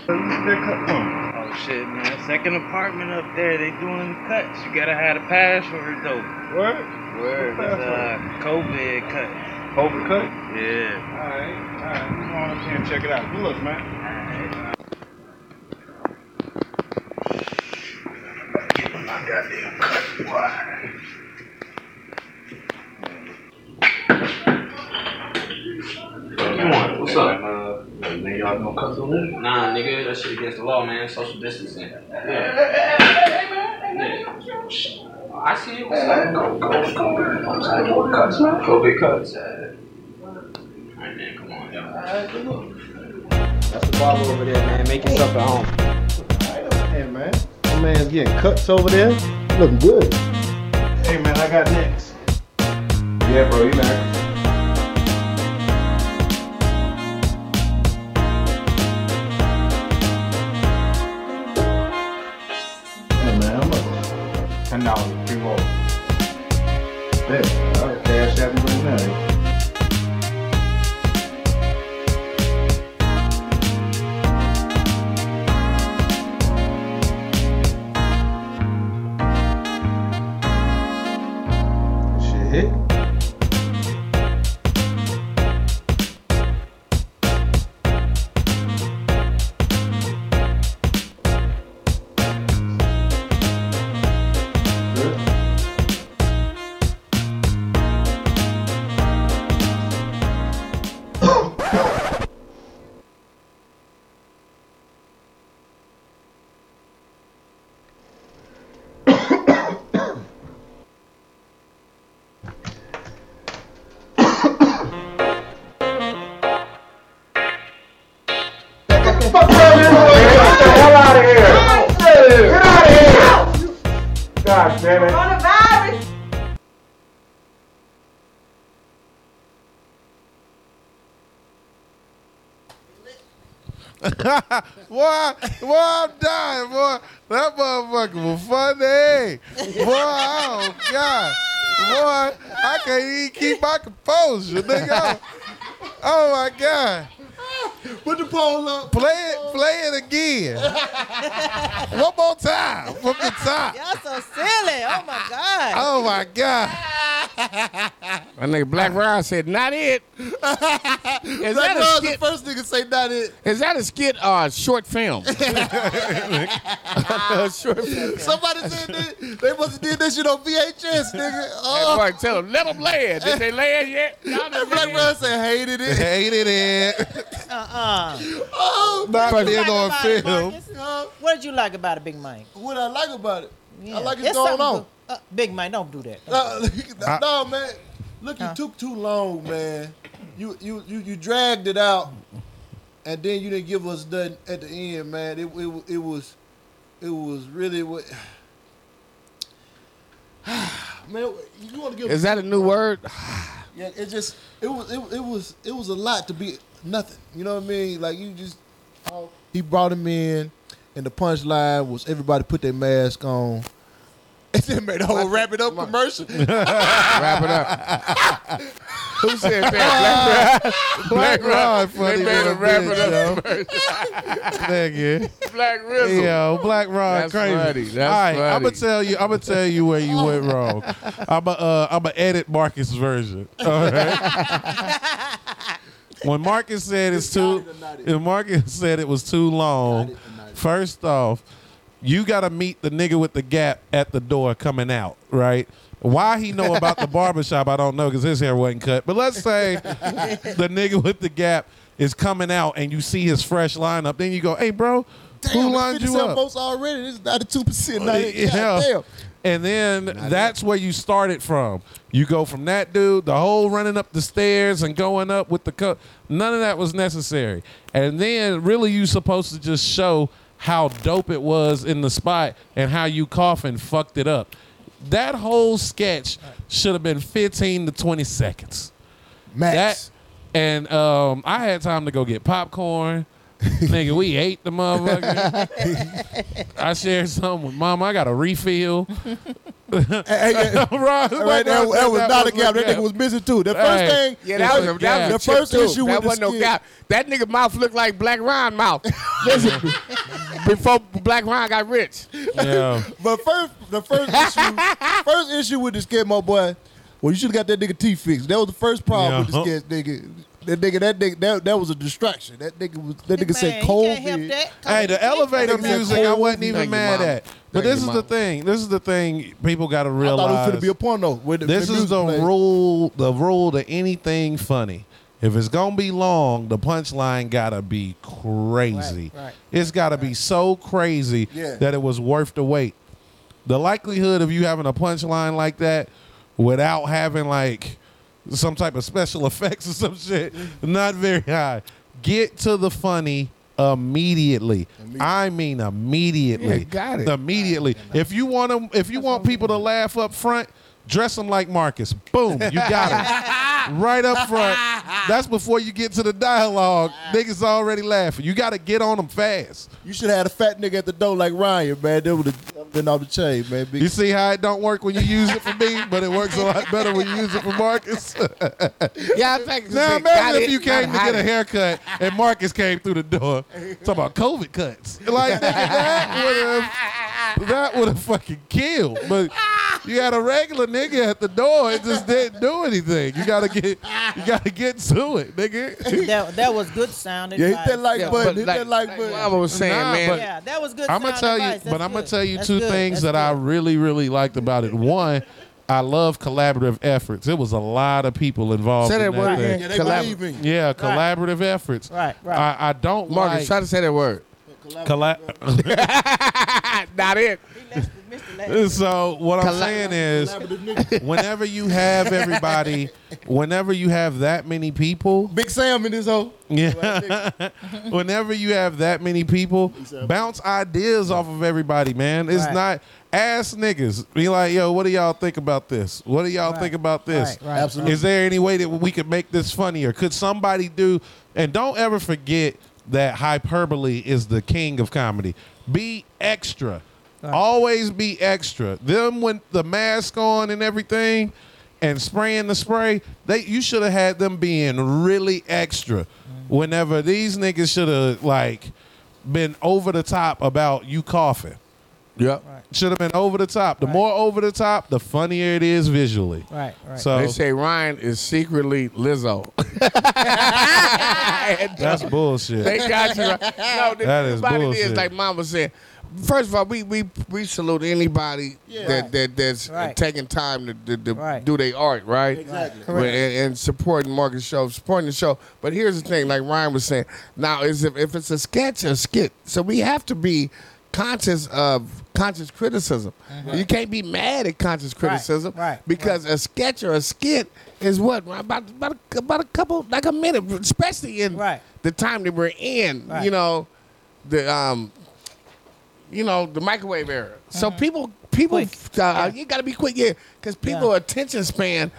[SPEAKER 7] their cut Oh shit, man. Second apartment up there, they doing cuts. You gotta have a password though. What? Word. It's uh, COVID cut. COVID cut? Yeah.
[SPEAKER 16] Alright, alright. Come on up here and check it out. You look, man.
[SPEAKER 7] What's up? Uh, nigga, y'all gonna cut through there? Nah, nigga, that shit against the law, man. Social distancing. Yeah. I see it. What's up? Go, go, go. I'm sorry, go cuts, man. Go big cuts. Alright, man, come on, y'all.
[SPEAKER 17] That's the barber over there, man. Make yourself at home.
[SPEAKER 1] Hey man, my man's getting cuts over there. Looking good. Hey man, I got next.
[SPEAKER 17] Yeah, bro, you back.
[SPEAKER 3] Hey, man, I'm up. Ten dollars, three more. Yeah, I'll cash out right now.
[SPEAKER 17] Shit.
[SPEAKER 3] God damn it.
[SPEAKER 18] Coronavirus.
[SPEAKER 6] Why? Why I'm dying, boy? That motherfucker was funny. Boy, oh god, boy, I can't even keep my composure, nigga. Oh my god. Put the pole up. Play it. Play it again. One more time from the top.
[SPEAKER 8] Y'all so silly. Oh my god.
[SPEAKER 6] Oh my god.
[SPEAKER 9] My nigga Black
[SPEAKER 7] Ah.
[SPEAKER 9] Rod said, "Not it." Is that a skit?
[SPEAKER 1] first nigga say not it.
[SPEAKER 9] Is that a skit or a short film? A short film.
[SPEAKER 1] Somebody said that they must have did that shit on VHS, nigga.
[SPEAKER 9] That
[SPEAKER 1] Oh.
[SPEAKER 9] boy, tell them, let them land. Did they land yet?
[SPEAKER 1] Black Rod said hated it.
[SPEAKER 6] Hated it.
[SPEAKER 8] Uh-uh.
[SPEAKER 1] Oh,
[SPEAKER 6] Not
[SPEAKER 8] What you
[SPEAKER 6] being
[SPEAKER 8] like
[SPEAKER 6] on
[SPEAKER 8] about it,
[SPEAKER 6] film.
[SPEAKER 8] Marcus? What did you like about it, Big Mike?
[SPEAKER 1] What I like about it, I like
[SPEAKER 8] It's
[SPEAKER 1] it's going
[SPEAKER 8] something
[SPEAKER 1] on.
[SPEAKER 8] good. Uh, Big Mike, don't do that.
[SPEAKER 1] Uh,
[SPEAKER 6] I-
[SPEAKER 1] no, man. Look, you took too long, man. You you you you dragged it out, and then you didn't give us nothing at the end, man. It it, wa- it was it was really what. man, you want to give?
[SPEAKER 9] Is that a new word?
[SPEAKER 1] Yeah, it just it was it, it was it was a lot to be nothing. You know what I mean? Like you just he brought him in, and the punchline was everybody put their mask on. And then made a
[SPEAKER 7] Oh,
[SPEAKER 1] whole wrap it up commercial.
[SPEAKER 9] wrap it up. Who said that?
[SPEAKER 6] Black Rod funny
[SPEAKER 9] They made a
[SPEAKER 6] little
[SPEAKER 9] wrap it
[SPEAKER 6] bitch,
[SPEAKER 9] up.
[SPEAKER 6] yo.
[SPEAKER 9] first.
[SPEAKER 6] Nigga.
[SPEAKER 9] Black Rizzle.
[SPEAKER 6] Yo, Black Rod
[SPEAKER 9] That's
[SPEAKER 6] crazy.
[SPEAKER 9] funny. That's
[SPEAKER 6] I'm gonna
[SPEAKER 9] funny.
[SPEAKER 6] tell you. I'm gonna tell you where you went wrong. I'm gonna uh, I'm gonna edit Marcus' version. All right. when Marcus said it's too, if Marcus said it was too long, first off, you gotta meet the nigga with the gap at the door coming out, right? Why he know about the barbershop, I don't know, because his hair wasn't cut. But let's say the nigga with the gap is coming out and you see his fresh lineup, then you go, hey bro, who lined you up?
[SPEAKER 1] votes already. This is ninety two percent.
[SPEAKER 9] Oh,
[SPEAKER 6] Yeah. And then that's where you started from. You go from that dude, the whole running up the stairs and going up with the cup. None of that was necessary. And then really you supposed to just show how dope it was in the spot and how you coughing fucked it up. That whole sketch should have been 15 to 20 seconds.
[SPEAKER 1] Max.
[SPEAKER 6] That, and um, I had time to go get popcorn. Nigga, we ate the motherfucker. I shared something with mom. I got a refill.
[SPEAKER 7] Hey, hey, hey.
[SPEAKER 6] Right,
[SPEAKER 7] Right, that, that was not a gap. That nigga was missing too. The first
[SPEAKER 9] Hey.
[SPEAKER 7] thing,
[SPEAKER 9] yeah, that was, a, that
[SPEAKER 7] the
[SPEAKER 9] was a chip
[SPEAKER 7] first
[SPEAKER 9] too.
[SPEAKER 7] issue
[SPEAKER 9] that
[SPEAKER 7] with
[SPEAKER 9] wasn't
[SPEAKER 7] the
[SPEAKER 9] no
[SPEAKER 7] skit.
[SPEAKER 9] gap. That nigga mouth looked like Black Ron mouth. Listen, before Black Ron got rich.
[SPEAKER 6] Yeah.
[SPEAKER 7] but first, the first issue, first issue with the skit, my boy. Well, you should have got that nigga teeth fixed. That was the first problem
[SPEAKER 6] Yeah.
[SPEAKER 7] with the skit, nigga. That nigga, that nigga, that, that was a distraction. That nigga was that nigga said
[SPEAKER 6] he
[SPEAKER 7] cold.
[SPEAKER 6] can't help
[SPEAKER 7] beer.
[SPEAKER 6] Hey, the elevator music, I wasn't even
[SPEAKER 7] Thank you,
[SPEAKER 6] mad
[SPEAKER 7] Mom.
[SPEAKER 6] at. But
[SPEAKER 7] Thank you,
[SPEAKER 6] this is
[SPEAKER 7] Mom.
[SPEAKER 6] the thing. This is the thing people got to
[SPEAKER 7] I
[SPEAKER 6] realize.
[SPEAKER 7] thought it was gonna be a porno. With the,
[SPEAKER 6] this
[SPEAKER 7] the
[SPEAKER 6] is
[SPEAKER 7] music
[SPEAKER 6] the
[SPEAKER 7] played.
[SPEAKER 6] rule. The rule to anything funny. If it's gonna be long, the punchline gotta be crazy.
[SPEAKER 7] Right, right.
[SPEAKER 6] it's gotta be so crazy
[SPEAKER 7] Yeah.
[SPEAKER 6] that it was worth the wait. The likelihood of you having a punchline like that without having like some type of special effects or some shit, not very high. Get to the funny immediately. I mean immediately.
[SPEAKER 9] Yeah, got it.
[SPEAKER 6] Immediately. If you want 'em- if you want people to laugh up front, dress them like Marcus. Boom, you got it. right up front. That's before you get to the dialogue. Niggas already laughing. You got to get on them fast.
[SPEAKER 7] You should have had a fat nigga at the door like Ryan, man. That would have been off the chain, man. Big
[SPEAKER 6] You see how it don't work when you use it for me, but it works a lot better when you use it for Marcus.
[SPEAKER 9] Yeah, I think
[SPEAKER 6] now
[SPEAKER 9] they got
[SPEAKER 6] imagine if
[SPEAKER 9] it,
[SPEAKER 6] you came to
[SPEAKER 9] not
[SPEAKER 6] get a
[SPEAKER 9] hot.
[SPEAKER 6] haircut and Marcus came through the door. Talking about COVID cuts. Like nigga, that would have that would have fucking killed. But you had a regular nigga at the door, it just didn't do anything. You gotta get you gotta get to it, nigga.
[SPEAKER 8] that, that was good sound
[SPEAKER 6] Yeah,
[SPEAKER 8] advice.
[SPEAKER 6] hit that like
[SPEAKER 9] Yeah,
[SPEAKER 6] button,
[SPEAKER 9] but
[SPEAKER 6] hit
[SPEAKER 9] like-
[SPEAKER 6] that like
[SPEAKER 9] like
[SPEAKER 6] button.
[SPEAKER 9] what I was saying,
[SPEAKER 6] Nah,
[SPEAKER 9] man.
[SPEAKER 6] but-
[SPEAKER 8] yeah, that was good
[SPEAKER 6] I'm
[SPEAKER 8] sound
[SPEAKER 6] gonna tell
[SPEAKER 8] advice.
[SPEAKER 6] you,
[SPEAKER 8] That's
[SPEAKER 6] but I'm gonna
[SPEAKER 8] good.
[SPEAKER 6] tell you
[SPEAKER 8] That's
[SPEAKER 6] two
[SPEAKER 8] good.
[SPEAKER 6] things
[SPEAKER 8] That's
[SPEAKER 6] that I really, really liked about it. One, I love collaborative efforts. It was a lot of people involved.
[SPEAKER 9] Say that
[SPEAKER 6] in
[SPEAKER 9] word
[SPEAKER 6] thing.
[SPEAKER 9] again. Yeah, they Collab- believing.
[SPEAKER 6] Yeah, collaborative efforts.
[SPEAKER 9] Right, right.
[SPEAKER 6] I, I don't
[SPEAKER 9] Marcus,
[SPEAKER 6] like
[SPEAKER 9] try to say that word.
[SPEAKER 6] Collab-
[SPEAKER 9] Not it.
[SPEAKER 6] so what I'm
[SPEAKER 9] Colla-
[SPEAKER 6] saying is, whenever you have everybody, whenever you have that many people,
[SPEAKER 7] Big Sam in this hoe.
[SPEAKER 6] Yeah. whenever you have that many people, bounce ideas off of everybody, man. It's
[SPEAKER 9] Right.
[SPEAKER 6] not ass niggas. Be like, yo, what do y'all think about this? What do y'all
[SPEAKER 9] Right.
[SPEAKER 6] think about this?
[SPEAKER 9] Right, right, Absolutely.
[SPEAKER 6] Is there any way that we could make this funnier? Could somebody do? And don't ever forget that hyperbole is the king of comedy. Be extra. Always be extra. Them with the mask on and everything, and spraying the spray. They you should have had them being really extra. Whenever these niggas should have like been over the top about you coughing.
[SPEAKER 9] Yep.
[SPEAKER 6] Should have been over the top. The more over the top, the funnier it is visually.
[SPEAKER 9] Right,
[SPEAKER 6] right. So-
[SPEAKER 9] they say Ryan is secretly Lizzo.
[SPEAKER 6] That's bullshit.
[SPEAKER 9] They got you. Right. No, the,
[SPEAKER 6] That
[SPEAKER 9] the
[SPEAKER 6] is
[SPEAKER 9] body
[SPEAKER 6] bullshit.
[SPEAKER 9] is like Mama said. First of all, we we, we salute anybody
[SPEAKER 6] Yeah.
[SPEAKER 9] that,
[SPEAKER 6] Right.
[SPEAKER 9] that that's
[SPEAKER 6] Right.
[SPEAKER 9] taking time to, to, to do their art, right? Exactly.
[SPEAKER 6] Correct.
[SPEAKER 9] And, and supporting Marcus show, supporting the show. But here's the thing, like Ryan was saying, now is if, if it's a sketch, a skit. So we have to be conscious of conscious criticism. You can't be mad at conscious criticism, right? Because a sketch or a skit is what about about a, about a couple like a minute, especially in the time that we're in. You know, the um, you know the microwave era. So people people uh, you got to be quick, Mm-hmm. yeah, because people attention span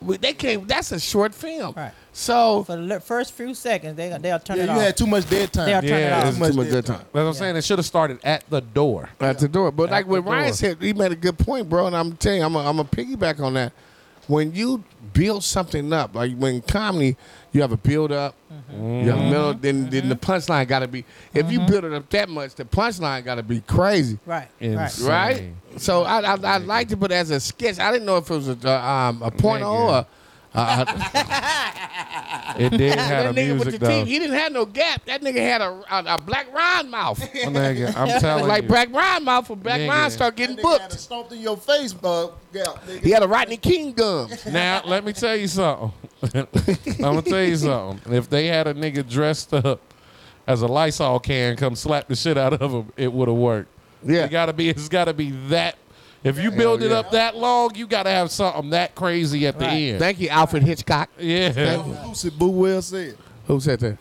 [SPEAKER 9] we- they can't. That's a short film. Right. So
[SPEAKER 8] for the li- first few seconds, they they'll turn
[SPEAKER 7] Yeah,
[SPEAKER 8] it
[SPEAKER 7] you
[SPEAKER 8] off.
[SPEAKER 7] had too much dead time.
[SPEAKER 8] They'll turn it off.
[SPEAKER 9] it's too much dead time.
[SPEAKER 6] That's what I'm saying. It should have started at the door.
[SPEAKER 9] At the door. But
[SPEAKER 6] At
[SPEAKER 9] like
[SPEAKER 6] the
[SPEAKER 9] what Ryan
[SPEAKER 6] door.
[SPEAKER 9] said, he made a good point, bro. And I'm telling you, I'm a, I'm a piggyback on that. When you build something up, like when comedy, you have a build up, you have a middle, then, then the punchline got to be. If you build it up that much, the punchline got to be crazy.
[SPEAKER 8] Right.
[SPEAKER 6] Insane.
[SPEAKER 9] Right. So I I, I liked it, but as a sketch, I didn't know if it was a uh, um a porno or. a- Uh,
[SPEAKER 6] It
[SPEAKER 9] that
[SPEAKER 6] did have a
[SPEAKER 9] nigga
[SPEAKER 6] music
[SPEAKER 9] with the
[SPEAKER 6] though.
[SPEAKER 9] teeth, he didn't have no gap. That nigga had a a, a black Ron mouth.
[SPEAKER 6] Nigga, I'm telling
[SPEAKER 9] like
[SPEAKER 6] you.
[SPEAKER 9] Black Ron mouth, when Black
[SPEAKER 6] Nigga.
[SPEAKER 9] Ron start getting booked.
[SPEAKER 7] Stomped in your face, bug. Yeah, nigga.
[SPEAKER 9] He had a Rodney King gum.
[SPEAKER 6] Now let me tell you something. I'm gonna tell you something. If they had a nigga dressed up as a Lysol can, come slap the shit out of him, it would have worked.
[SPEAKER 9] Yeah,
[SPEAKER 6] it gotta be. It's gotta be that. If you build it
[SPEAKER 9] yeah.
[SPEAKER 6] up that long, you gotta have something that crazy at the end.
[SPEAKER 9] Thank you, Alfred Hitchcock.
[SPEAKER 6] Yeah.
[SPEAKER 9] Thank you.
[SPEAKER 7] Lucid Boo well said.
[SPEAKER 9] Who said that?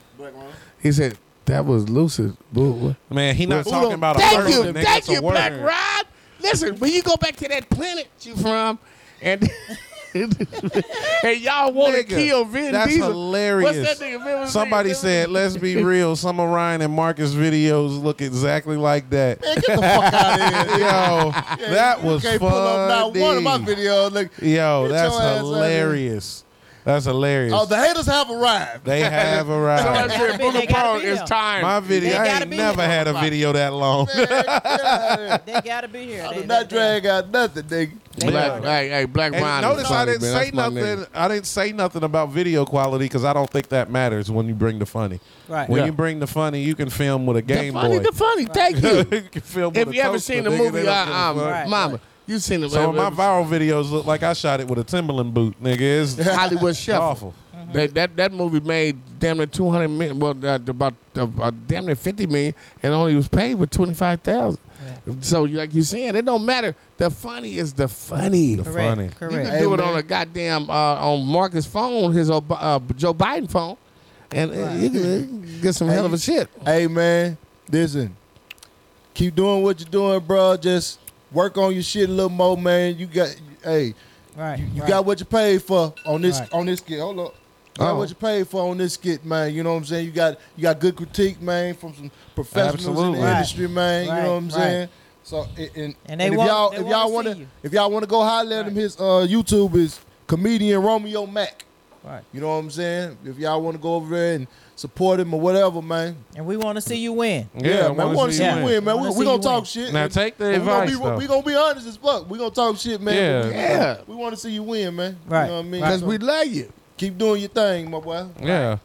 [SPEAKER 9] He said that was Lucid. Boo. what?
[SPEAKER 6] Man, he not
[SPEAKER 9] Who
[SPEAKER 6] talking
[SPEAKER 9] the-
[SPEAKER 6] about a
[SPEAKER 9] Thank you,
[SPEAKER 6] person, nigga.
[SPEAKER 9] thank
[SPEAKER 6] It's a
[SPEAKER 9] you, Black
[SPEAKER 6] word.
[SPEAKER 9] Rod. Listen, when you go back to that planet you from, and and y'all want to kill Vin
[SPEAKER 6] That's
[SPEAKER 9] Diesel.
[SPEAKER 6] hilarious.
[SPEAKER 9] What's that nigga? Vin was
[SPEAKER 6] Somebody
[SPEAKER 9] saying?
[SPEAKER 6] said, let's be real, some of Ryan and Marcus videos look exactly like that.
[SPEAKER 9] Man, get the fuck outta here.
[SPEAKER 6] Yo,
[SPEAKER 9] Yeah,
[SPEAKER 6] that
[SPEAKER 9] you
[SPEAKER 6] was
[SPEAKER 9] can't
[SPEAKER 6] funny.
[SPEAKER 9] pull up
[SPEAKER 7] not one of my videos. Look,
[SPEAKER 6] Yo,
[SPEAKER 7] Get
[SPEAKER 6] that's
[SPEAKER 7] your ass out of here.
[SPEAKER 6] hilarious. That's hilarious.
[SPEAKER 9] Uh,
[SPEAKER 7] oh, the haters have arrived.
[SPEAKER 6] They have arrived.
[SPEAKER 7] Someone said They gotta be- Booger they gotta Pong be is there. time.
[SPEAKER 6] My
[SPEAKER 7] They
[SPEAKER 6] video, I
[SPEAKER 7] gotta
[SPEAKER 6] ain't
[SPEAKER 7] be
[SPEAKER 6] never
[SPEAKER 7] there.
[SPEAKER 6] had a video that long.
[SPEAKER 8] They gotta be here.
[SPEAKER 7] I did not drag out nothing, nigga.
[SPEAKER 9] Black, hey, hey, Black
[SPEAKER 6] And
[SPEAKER 9] Ron.
[SPEAKER 6] notice I didn't say nothing. I didn't say nothing about video quality because I don't think that matters when you bring the funny.
[SPEAKER 9] Right.
[SPEAKER 6] When
[SPEAKER 9] Yeah.
[SPEAKER 6] you bring the funny, you can film with a Game
[SPEAKER 9] funny,
[SPEAKER 6] Boy.
[SPEAKER 9] the funny. Thank you.
[SPEAKER 6] You can film with
[SPEAKER 9] if
[SPEAKER 6] a
[SPEAKER 9] you ever
[SPEAKER 6] toaster,
[SPEAKER 9] seen the
[SPEAKER 6] nigga, they
[SPEAKER 9] movie,
[SPEAKER 6] don't
[SPEAKER 9] uh,
[SPEAKER 6] give a
[SPEAKER 9] um,
[SPEAKER 6] fuck.
[SPEAKER 9] Mama, you seen the
[SPEAKER 6] So my viral videos look like I shot it with a Timberland boot, nigga. It's
[SPEAKER 9] Hollywood Shuffle.
[SPEAKER 6] Awful.
[SPEAKER 9] That, that that movie made damn near two hundred million, well, uh, about uh, uh, damn near fifty million, and only was paid with twenty five thousand. So, you- like you saying, it don't matter. The funny is the funny.
[SPEAKER 6] The Correct, funny. correct.
[SPEAKER 9] You can do it
[SPEAKER 6] Amen.
[SPEAKER 9] on a goddamn uh, on Marcus' phone, his Ob- uh, Joe Biden phone, and uh, you can get some hell of a shit.
[SPEAKER 7] Hey man, listen. Keep doing what you're doing, bro. Just work on your shit a little more, man. You got hey.
[SPEAKER 8] Right.
[SPEAKER 7] You got what you paid for on this
[SPEAKER 8] Right.
[SPEAKER 7] on this skit. Hold up. You got
[SPEAKER 6] Oh.
[SPEAKER 7] what you paid for on this skit, man. You know what I'm saying? You got you got good critique, man, from some professionals
[SPEAKER 6] Absolutely.
[SPEAKER 7] in the
[SPEAKER 6] Right.
[SPEAKER 7] industry, man.
[SPEAKER 6] Right,
[SPEAKER 7] You know what I'm
[SPEAKER 6] right.
[SPEAKER 7] saying? So and, and,
[SPEAKER 6] And they
[SPEAKER 7] if
[SPEAKER 6] want-
[SPEAKER 7] y'all
[SPEAKER 6] they
[SPEAKER 7] if
[SPEAKER 6] wanna
[SPEAKER 7] y'all
[SPEAKER 6] see
[SPEAKER 7] want to
[SPEAKER 6] you.
[SPEAKER 7] if y'all want to go holler at him, his uh, YouTube is comedian Romeo Mack. Right. You know what I'm saying? If y'all want to go over there and support him or whatever, man.
[SPEAKER 8] And we want to see you win.
[SPEAKER 7] Yeah, man, we want to see you win, man.
[SPEAKER 8] Wanna
[SPEAKER 7] We're
[SPEAKER 8] see
[SPEAKER 7] we going
[SPEAKER 8] you
[SPEAKER 7] to talk
[SPEAKER 8] win.
[SPEAKER 7] shit.
[SPEAKER 6] Now take the
[SPEAKER 7] We're
[SPEAKER 6] advice,
[SPEAKER 7] Gonna
[SPEAKER 6] though.
[SPEAKER 7] be, we going to be honest as fuck. We're going to talk shit, man. but we-
[SPEAKER 6] Yeah. Yeah.
[SPEAKER 7] We want to see you win, man.
[SPEAKER 6] Right.
[SPEAKER 7] You know what I mean?
[SPEAKER 6] Because we
[SPEAKER 9] love you.
[SPEAKER 7] Keep doing your thing, my boy.
[SPEAKER 6] Yeah.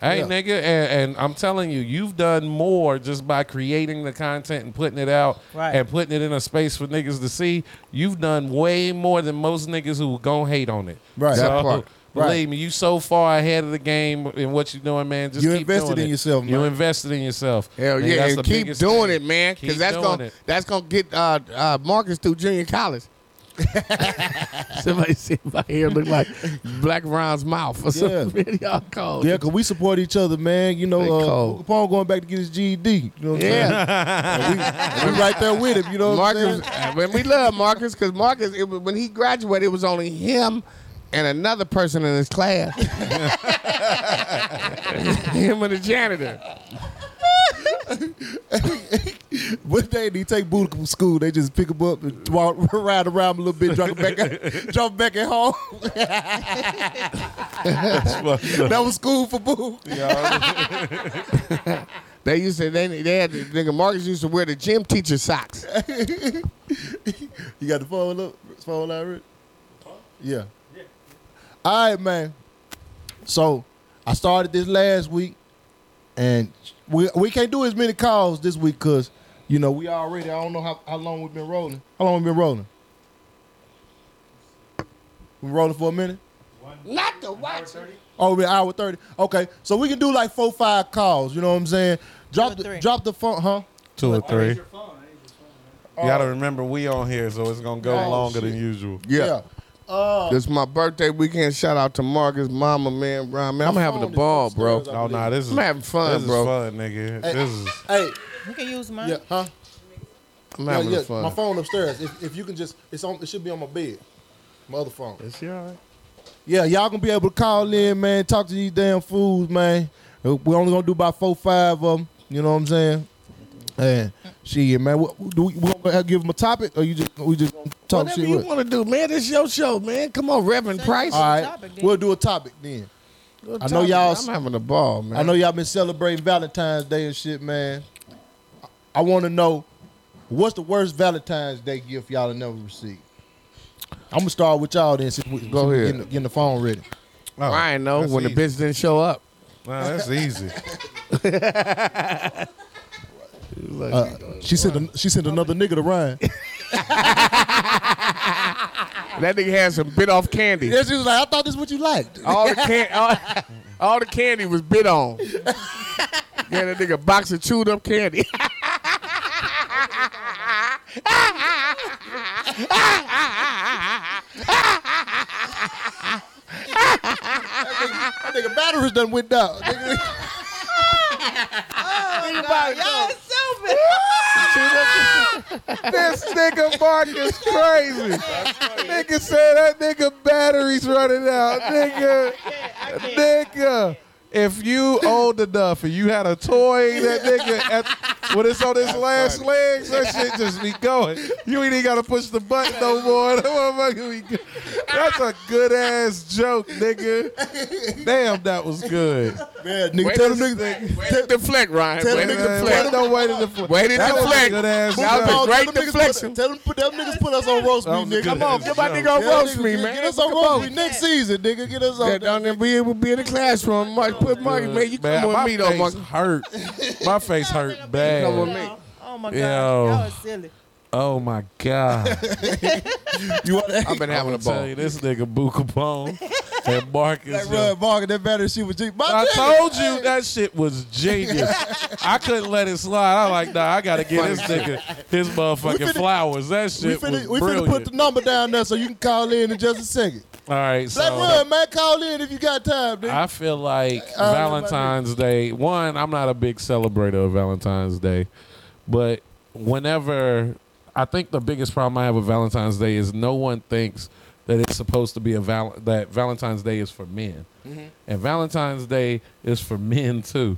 [SPEAKER 6] Hey,
[SPEAKER 7] Yeah.
[SPEAKER 6] nigga, and, and I'm telling you, you've done more just by creating the content and putting it out
[SPEAKER 7] Right.
[SPEAKER 6] and putting it in a space for niggas to see. You've done way more than most niggas who gon' hate on it.
[SPEAKER 7] Right.
[SPEAKER 6] So,
[SPEAKER 7] That part.
[SPEAKER 6] Believe me, you so far ahead of the game in what you're doing, man. Just
[SPEAKER 7] You
[SPEAKER 6] keep
[SPEAKER 7] invested
[SPEAKER 6] doing
[SPEAKER 7] in
[SPEAKER 6] it.
[SPEAKER 7] yourself, man.
[SPEAKER 6] You invested in yourself.
[SPEAKER 9] Hell
[SPEAKER 6] Nigga,
[SPEAKER 9] yeah,
[SPEAKER 6] that's
[SPEAKER 9] and
[SPEAKER 6] the
[SPEAKER 9] keep
[SPEAKER 6] biggest
[SPEAKER 9] doing
[SPEAKER 6] thing.
[SPEAKER 9] it, man, because
[SPEAKER 6] Keep
[SPEAKER 9] that's
[SPEAKER 6] doing
[SPEAKER 9] gonna
[SPEAKER 6] it.
[SPEAKER 9] that's gonna get uh, uh, Marcus through junior college. Somebody said my hair look like Black Ron's mouth or
[SPEAKER 7] Yeah.
[SPEAKER 9] something. Y'all cold.
[SPEAKER 7] Yeah, because we support each other, man. You know,
[SPEAKER 9] They
[SPEAKER 7] uh,
[SPEAKER 9] cold.
[SPEAKER 7] Capone going back to get his GED. You know what I'm saying?
[SPEAKER 9] Yeah.
[SPEAKER 7] And we, and we right there with him, you know what I'm
[SPEAKER 9] Marcus,
[SPEAKER 7] saying?
[SPEAKER 9] uh, when we love Marcus, because Marcus, it was, when he graduated, it was only him and another person in his class. him and the janitor.
[SPEAKER 7] What day did he take Buddha from school? They just pick him up and walk, ride around a little bit, drop him back, at- drop him back at home. that was school for Boo.
[SPEAKER 9] They used to they, they had nigga Marcus used to wear the gym teacher socks.
[SPEAKER 7] You got the phone up, phone line, Rich? Yeah. All right, man. So I started this last week, and we we can't do as many calls this week because you know we already. I don't know how, how long we've been rolling. How long we been rolling? We been rolling for a minute.
[SPEAKER 9] Not the watch.
[SPEAKER 7] Oh, we're hour thirty. Okay, so we can do like four, five calls. You know what I'm saying? Drop the
[SPEAKER 6] three.
[SPEAKER 7] drop the phone, huh?
[SPEAKER 6] Two or three. You
[SPEAKER 9] Oh.
[SPEAKER 6] gotta remember we on here, so it's gonna go
[SPEAKER 7] Oh,
[SPEAKER 6] longer
[SPEAKER 7] shit.
[SPEAKER 6] than usual.
[SPEAKER 9] Yeah.
[SPEAKER 7] Uh,
[SPEAKER 9] This is my birthday weekend. Shout out to Marcus, Mama, man, Brian, man. I'm having a ball, bro.
[SPEAKER 6] Oh nah, this is
[SPEAKER 9] I'm having fun,
[SPEAKER 6] this is
[SPEAKER 9] bro.
[SPEAKER 6] fun, nigga. This is
[SPEAKER 7] Hey,
[SPEAKER 8] You can use mine.
[SPEAKER 7] yeah, huh?
[SPEAKER 9] I'm
[SPEAKER 7] Yeah,
[SPEAKER 9] having
[SPEAKER 7] yeah,
[SPEAKER 9] fun.
[SPEAKER 7] My phone upstairs. If, if you can just, it's on. It should be on my bed. My other phone.
[SPEAKER 9] Is she all right?
[SPEAKER 7] Yeah, y'all gonna be able to call in, man. Talk to these damn fools, man. we only gonna do about four, five of them. You know what I'm saying? And shit, man. What, do we, we gonna have- give them a topic, or you just we just gonna talk
[SPEAKER 9] Whatever
[SPEAKER 7] shit?
[SPEAKER 9] you
[SPEAKER 7] with?
[SPEAKER 9] want to do, man. This your show, man. Come on, Reverend Price.
[SPEAKER 7] All right, we'll do a topic then. I know y'all.
[SPEAKER 9] I'm having a ball, man.
[SPEAKER 7] I know y'all been celebrating Valentine's Day and shit, man. I want to know what's the worst Valentine's Day gift y'all have never received. I'm gonna start with y'all then. Since we,
[SPEAKER 9] Go
[SPEAKER 7] since we
[SPEAKER 9] ahead.
[SPEAKER 7] Getting, the- getting the phone ready.
[SPEAKER 9] Ryan know
[SPEAKER 7] that's
[SPEAKER 9] when
[SPEAKER 7] easy.
[SPEAKER 9] the bitch didn't show up.
[SPEAKER 6] Nah, that's easy.
[SPEAKER 7] Uh, she sent a, she sent another nigga to Ryan.
[SPEAKER 9] That nigga had some bit off candy.
[SPEAKER 7] Yeah, she was like, I thought this is what you liked.
[SPEAKER 9] All Oh, the can- all, all the candy was bit on. Yeah, that nigga box of chewed up candy.
[SPEAKER 7] That nigga batteries done went down. Nigga,
[SPEAKER 8] Oh, no, y'all stupid.
[SPEAKER 9] Chewed up- this nigga Mark is crazy. nigga said that nigga battery's running out. Nigga, nigga. If you old enough and you had a toy that nigga at, when it's on his last legs, that shit just be going. You ain't even gotta push the button no more. That motherfucker be go- That's a good ass joke, nigga. Damn, that was good.
[SPEAKER 7] Man, nigga, tell them niggas-
[SPEAKER 9] way to deflect, Ryan.
[SPEAKER 7] tell
[SPEAKER 9] Way
[SPEAKER 7] them
[SPEAKER 9] to
[SPEAKER 7] niggas to
[SPEAKER 9] deflect.
[SPEAKER 7] put them-
[SPEAKER 9] No way to deflect. Way to
[SPEAKER 7] That was a
[SPEAKER 9] deflect.
[SPEAKER 7] good ass
[SPEAKER 9] That was a
[SPEAKER 7] job.
[SPEAKER 9] great
[SPEAKER 7] Tell them niggas put-
[SPEAKER 9] deflection.
[SPEAKER 7] Tell them, put, them niggas put us on roast
[SPEAKER 9] That was
[SPEAKER 7] meat,
[SPEAKER 9] a
[SPEAKER 7] nigga.
[SPEAKER 9] good Come on, ass get my job. nigga
[SPEAKER 7] Tell
[SPEAKER 9] on
[SPEAKER 7] them
[SPEAKER 9] roast
[SPEAKER 7] niggas,
[SPEAKER 9] meat,
[SPEAKER 7] get-
[SPEAKER 9] man.
[SPEAKER 7] Get us on
[SPEAKER 9] Come on.
[SPEAKER 7] roast meat next season, nigga. Get us
[SPEAKER 9] Yeah,
[SPEAKER 7] on.
[SPEAKER 9] down there, we will be in the classroom. Mike, put Mike, man, you
[SPEAKER 6] Man,
[SPEAKER 9] come with
[SPEAKER 6] my
[SPEAKER 9] me, though,
[SPEAKER 6] face
[SPEAKER 9] Mike.
[SPEAKER 6] hurt. My face hurt bad.
[SPEAKER 9] Come with me.
[SPEAKER 8] Oh my God,
[SPEAKER 6] Yo.
[SPEAKER 8] y'all are silly.
[SPEAKER 6] Oh my god!
[SPEAKER 7] you want
[SPEAKER 9] I've been having a ball.
[SPEAKER 6] Tell you, this nigga Boo Capone and
[SPEAKER 7] Like,
[SPEAKER 6] Marcus.
[SPEAKER 7] bro, Mark, that battery shit was cheap. My
[SPEAKER 6] I
[SPEAKER 7] nigga,
[SPEAKER 6] told
[SPEAKER 7] hey.
[SPEAKER 6] you that shit was genius. I couldn't let it slide. I like, nah, I gotta get this nigga his motherfucking
[SPEAKER 7] We finna-
[SPEAKER 6] flowers. That
[SPEAKER 7] We
[SPEAKER 6] shit
[SPEAKER 7] finna, we
[SPEAKER 6] was
[SPEAKER 7] finna
[SPEAKER 6] brilliant.
[SPEAKER 7] put the number down there so you can call in in just a second.
[SPEAKER 6] All right,
[SPEAKER 7] Black
[SPEAKER 6] so
[SPEAKER 7] Run, man, call in if you got time, nigga.
[SPEAKER 6] I feel like
[SPEAKER 7] I don't know about
[SPEAKER 6] Valentine's Day. One, I'm not a big celebrator of Valentine's Day, but whenever I think the biggest problem I have with Valentine's Day is no one thinks that it's supposed to be a val- that Valentine's Day is for men,
[SPEAKER 9] Mhm.
[SPEAKER 6] and Valentine's Day is for men too.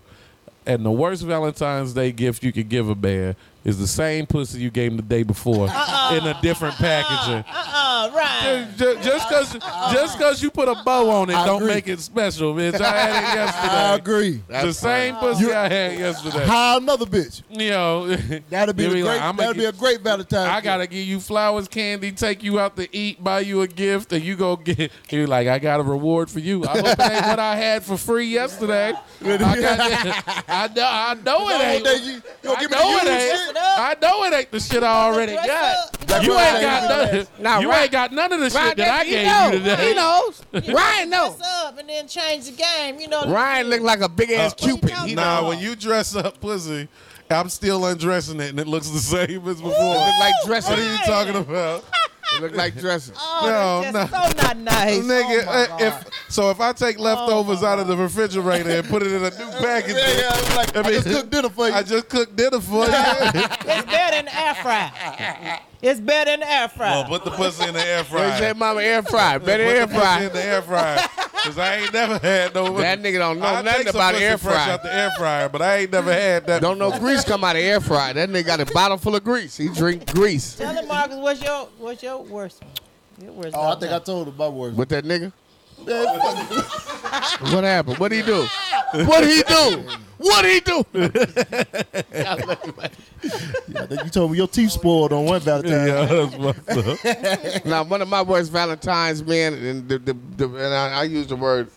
[SPEAKER 6] And the worst Valentine's Day gift you could give a man is the same pussy you gave him the day before in a different packaging.
[SPEAKER 8] Uh-uh, right.
[SPEAKER 6] Ju- Just because just because you put a bow on it,
[SPEAKER 7] I
[SPEAKER 6] don't
[SPEAKER 7] agree.
[SPEAKER 6] make it special, bitch. I had it yesterday.
[SPEAKER 7] I agree.
[SPEAKER 6] the same pussy I had yesterday.
[SPEAKER 7] Hire another bitch.
[SPEAKER 6] You know,
[SPEAKER 7] That'd be,
[SPEAKER 6] You
[SPEAKER 7] the great,
[SPEAKER 6] be like, "I'ma
[SPEAKER 7] that'd be
[SPEAKER 6] get-
[SPEAKER 7] a great Valentine's.
[SPEAKER 6] I gotta give you flowers, candy, take you out to eat, buy you a gift, and you go get. You like, I got a reward for you. I hope it ain't what I had for free yesterday. I, got, I know, I know it ain't. I
[SPEAKER 9] give me
[SPEAKER 6] know
[SPEAKER 9] the
[SPEAKER 6] it
[SPEAKER 9] used
[SPEAKER 6] ain't. I know it ain't the shit I already got. You ain't got none.
[SPEAKER 9] Now,
[SPEAKER 6] you
[SPEAKER 9] Ryan-
[SPEAKER 6] ain't got none of the
[SPEAKER 9] Ryan
[SPEAKER 6] shit that I
[SPEAKER 9] Jeffrey,
[SPEAKER 6] gave
[SPEAKER 9] he
[SPEAKER 6] you
[SPEAKER 9] know.
[SPEAKER 6] today.
[SPEAKER 9] He knows.
[SPEAKER 8] Ryan,
[SPEAKER 9] no.
[SPEAKER 8] Dress up and then change the game. You know.
[SPEAKER 9] Ryan looked like a
[SPEAKER 6] Uh,
[SPEAKER 9] big ass Cupid. He
[SPEAKER 6] Nah,
[SPEAKER 9] know.
[SPEAKER 6] when you dress up pussy, I'm still undressing it and it looks the same as before.
[SPEAKER 9] look like dressing.
[SPEAKER 6] What are you talking about?
[SPEAKER 9] It looked like dressing.
[SPEAKER 8] Oh,
[SPEAKER 6] no,
[SPEAKER 8] that's
[SPEAKER 6] no.
[SPEAKER 8] just so not nice.
[SPEAKER 6] Nigga,
[SPEAKER 8] Oh, my
[SPEAKER 6] uh, if so, if I
[SPEAKER 9] Oh
[SPEAKER 6] take leftovers out of the refrigerator and put it in a new package, yeah, yeah, like, I, just cooked dinner for you. I just cooked dinner for you.
[SPEAKER 8] it's better than air fry. It's better than air fry.
[SPEAKER 6] well, put the pussy in the air fryer.
[SPEAKER 9] They said mama air fry. Better
[SPEAKER 6] Put
[SPEAKER 9] air
[SPEAKER 6] the pussy
[SPEAKER 9] fry.
[SPEAKER 6] in the air fryer. Cause I ain't never had no.
[SPEAKER 9] That nigga don't know
[SPEAKER 6] I
[SPEAKER 9] nothing
[SPEAKER 6] take some
[SPEAKER 9] about
[SPEAKER 6] pussy
[SPEAKER 9] air
[SPEAKER 6] fresh
[SPEAKER 9] fry.
[SPEAKER 6] Out the air fryer, but I ain't never had that.
[SPEAKER 9] Don't know grease come out of air fry. That nigga got a bottle full of grease. He drink grease.
[SPEAKER 8] Tell him, Marcus, what's your what's your worst one? Your worst.
[SPEAKER 7] oh, I think I told him my words.
[SPEAKER 9] With that nigga?
[SPEAKER 7] Man, fuck it.
[SPEAKER 9] What happened? What he do? What he do? What he do?
[SPEAKER 7] I think you told me your teeth spoiled on one Valentine's.
[SPEAKER 9] now, one of my worst Valentine's men, and, the, the, the, and I, I use the word,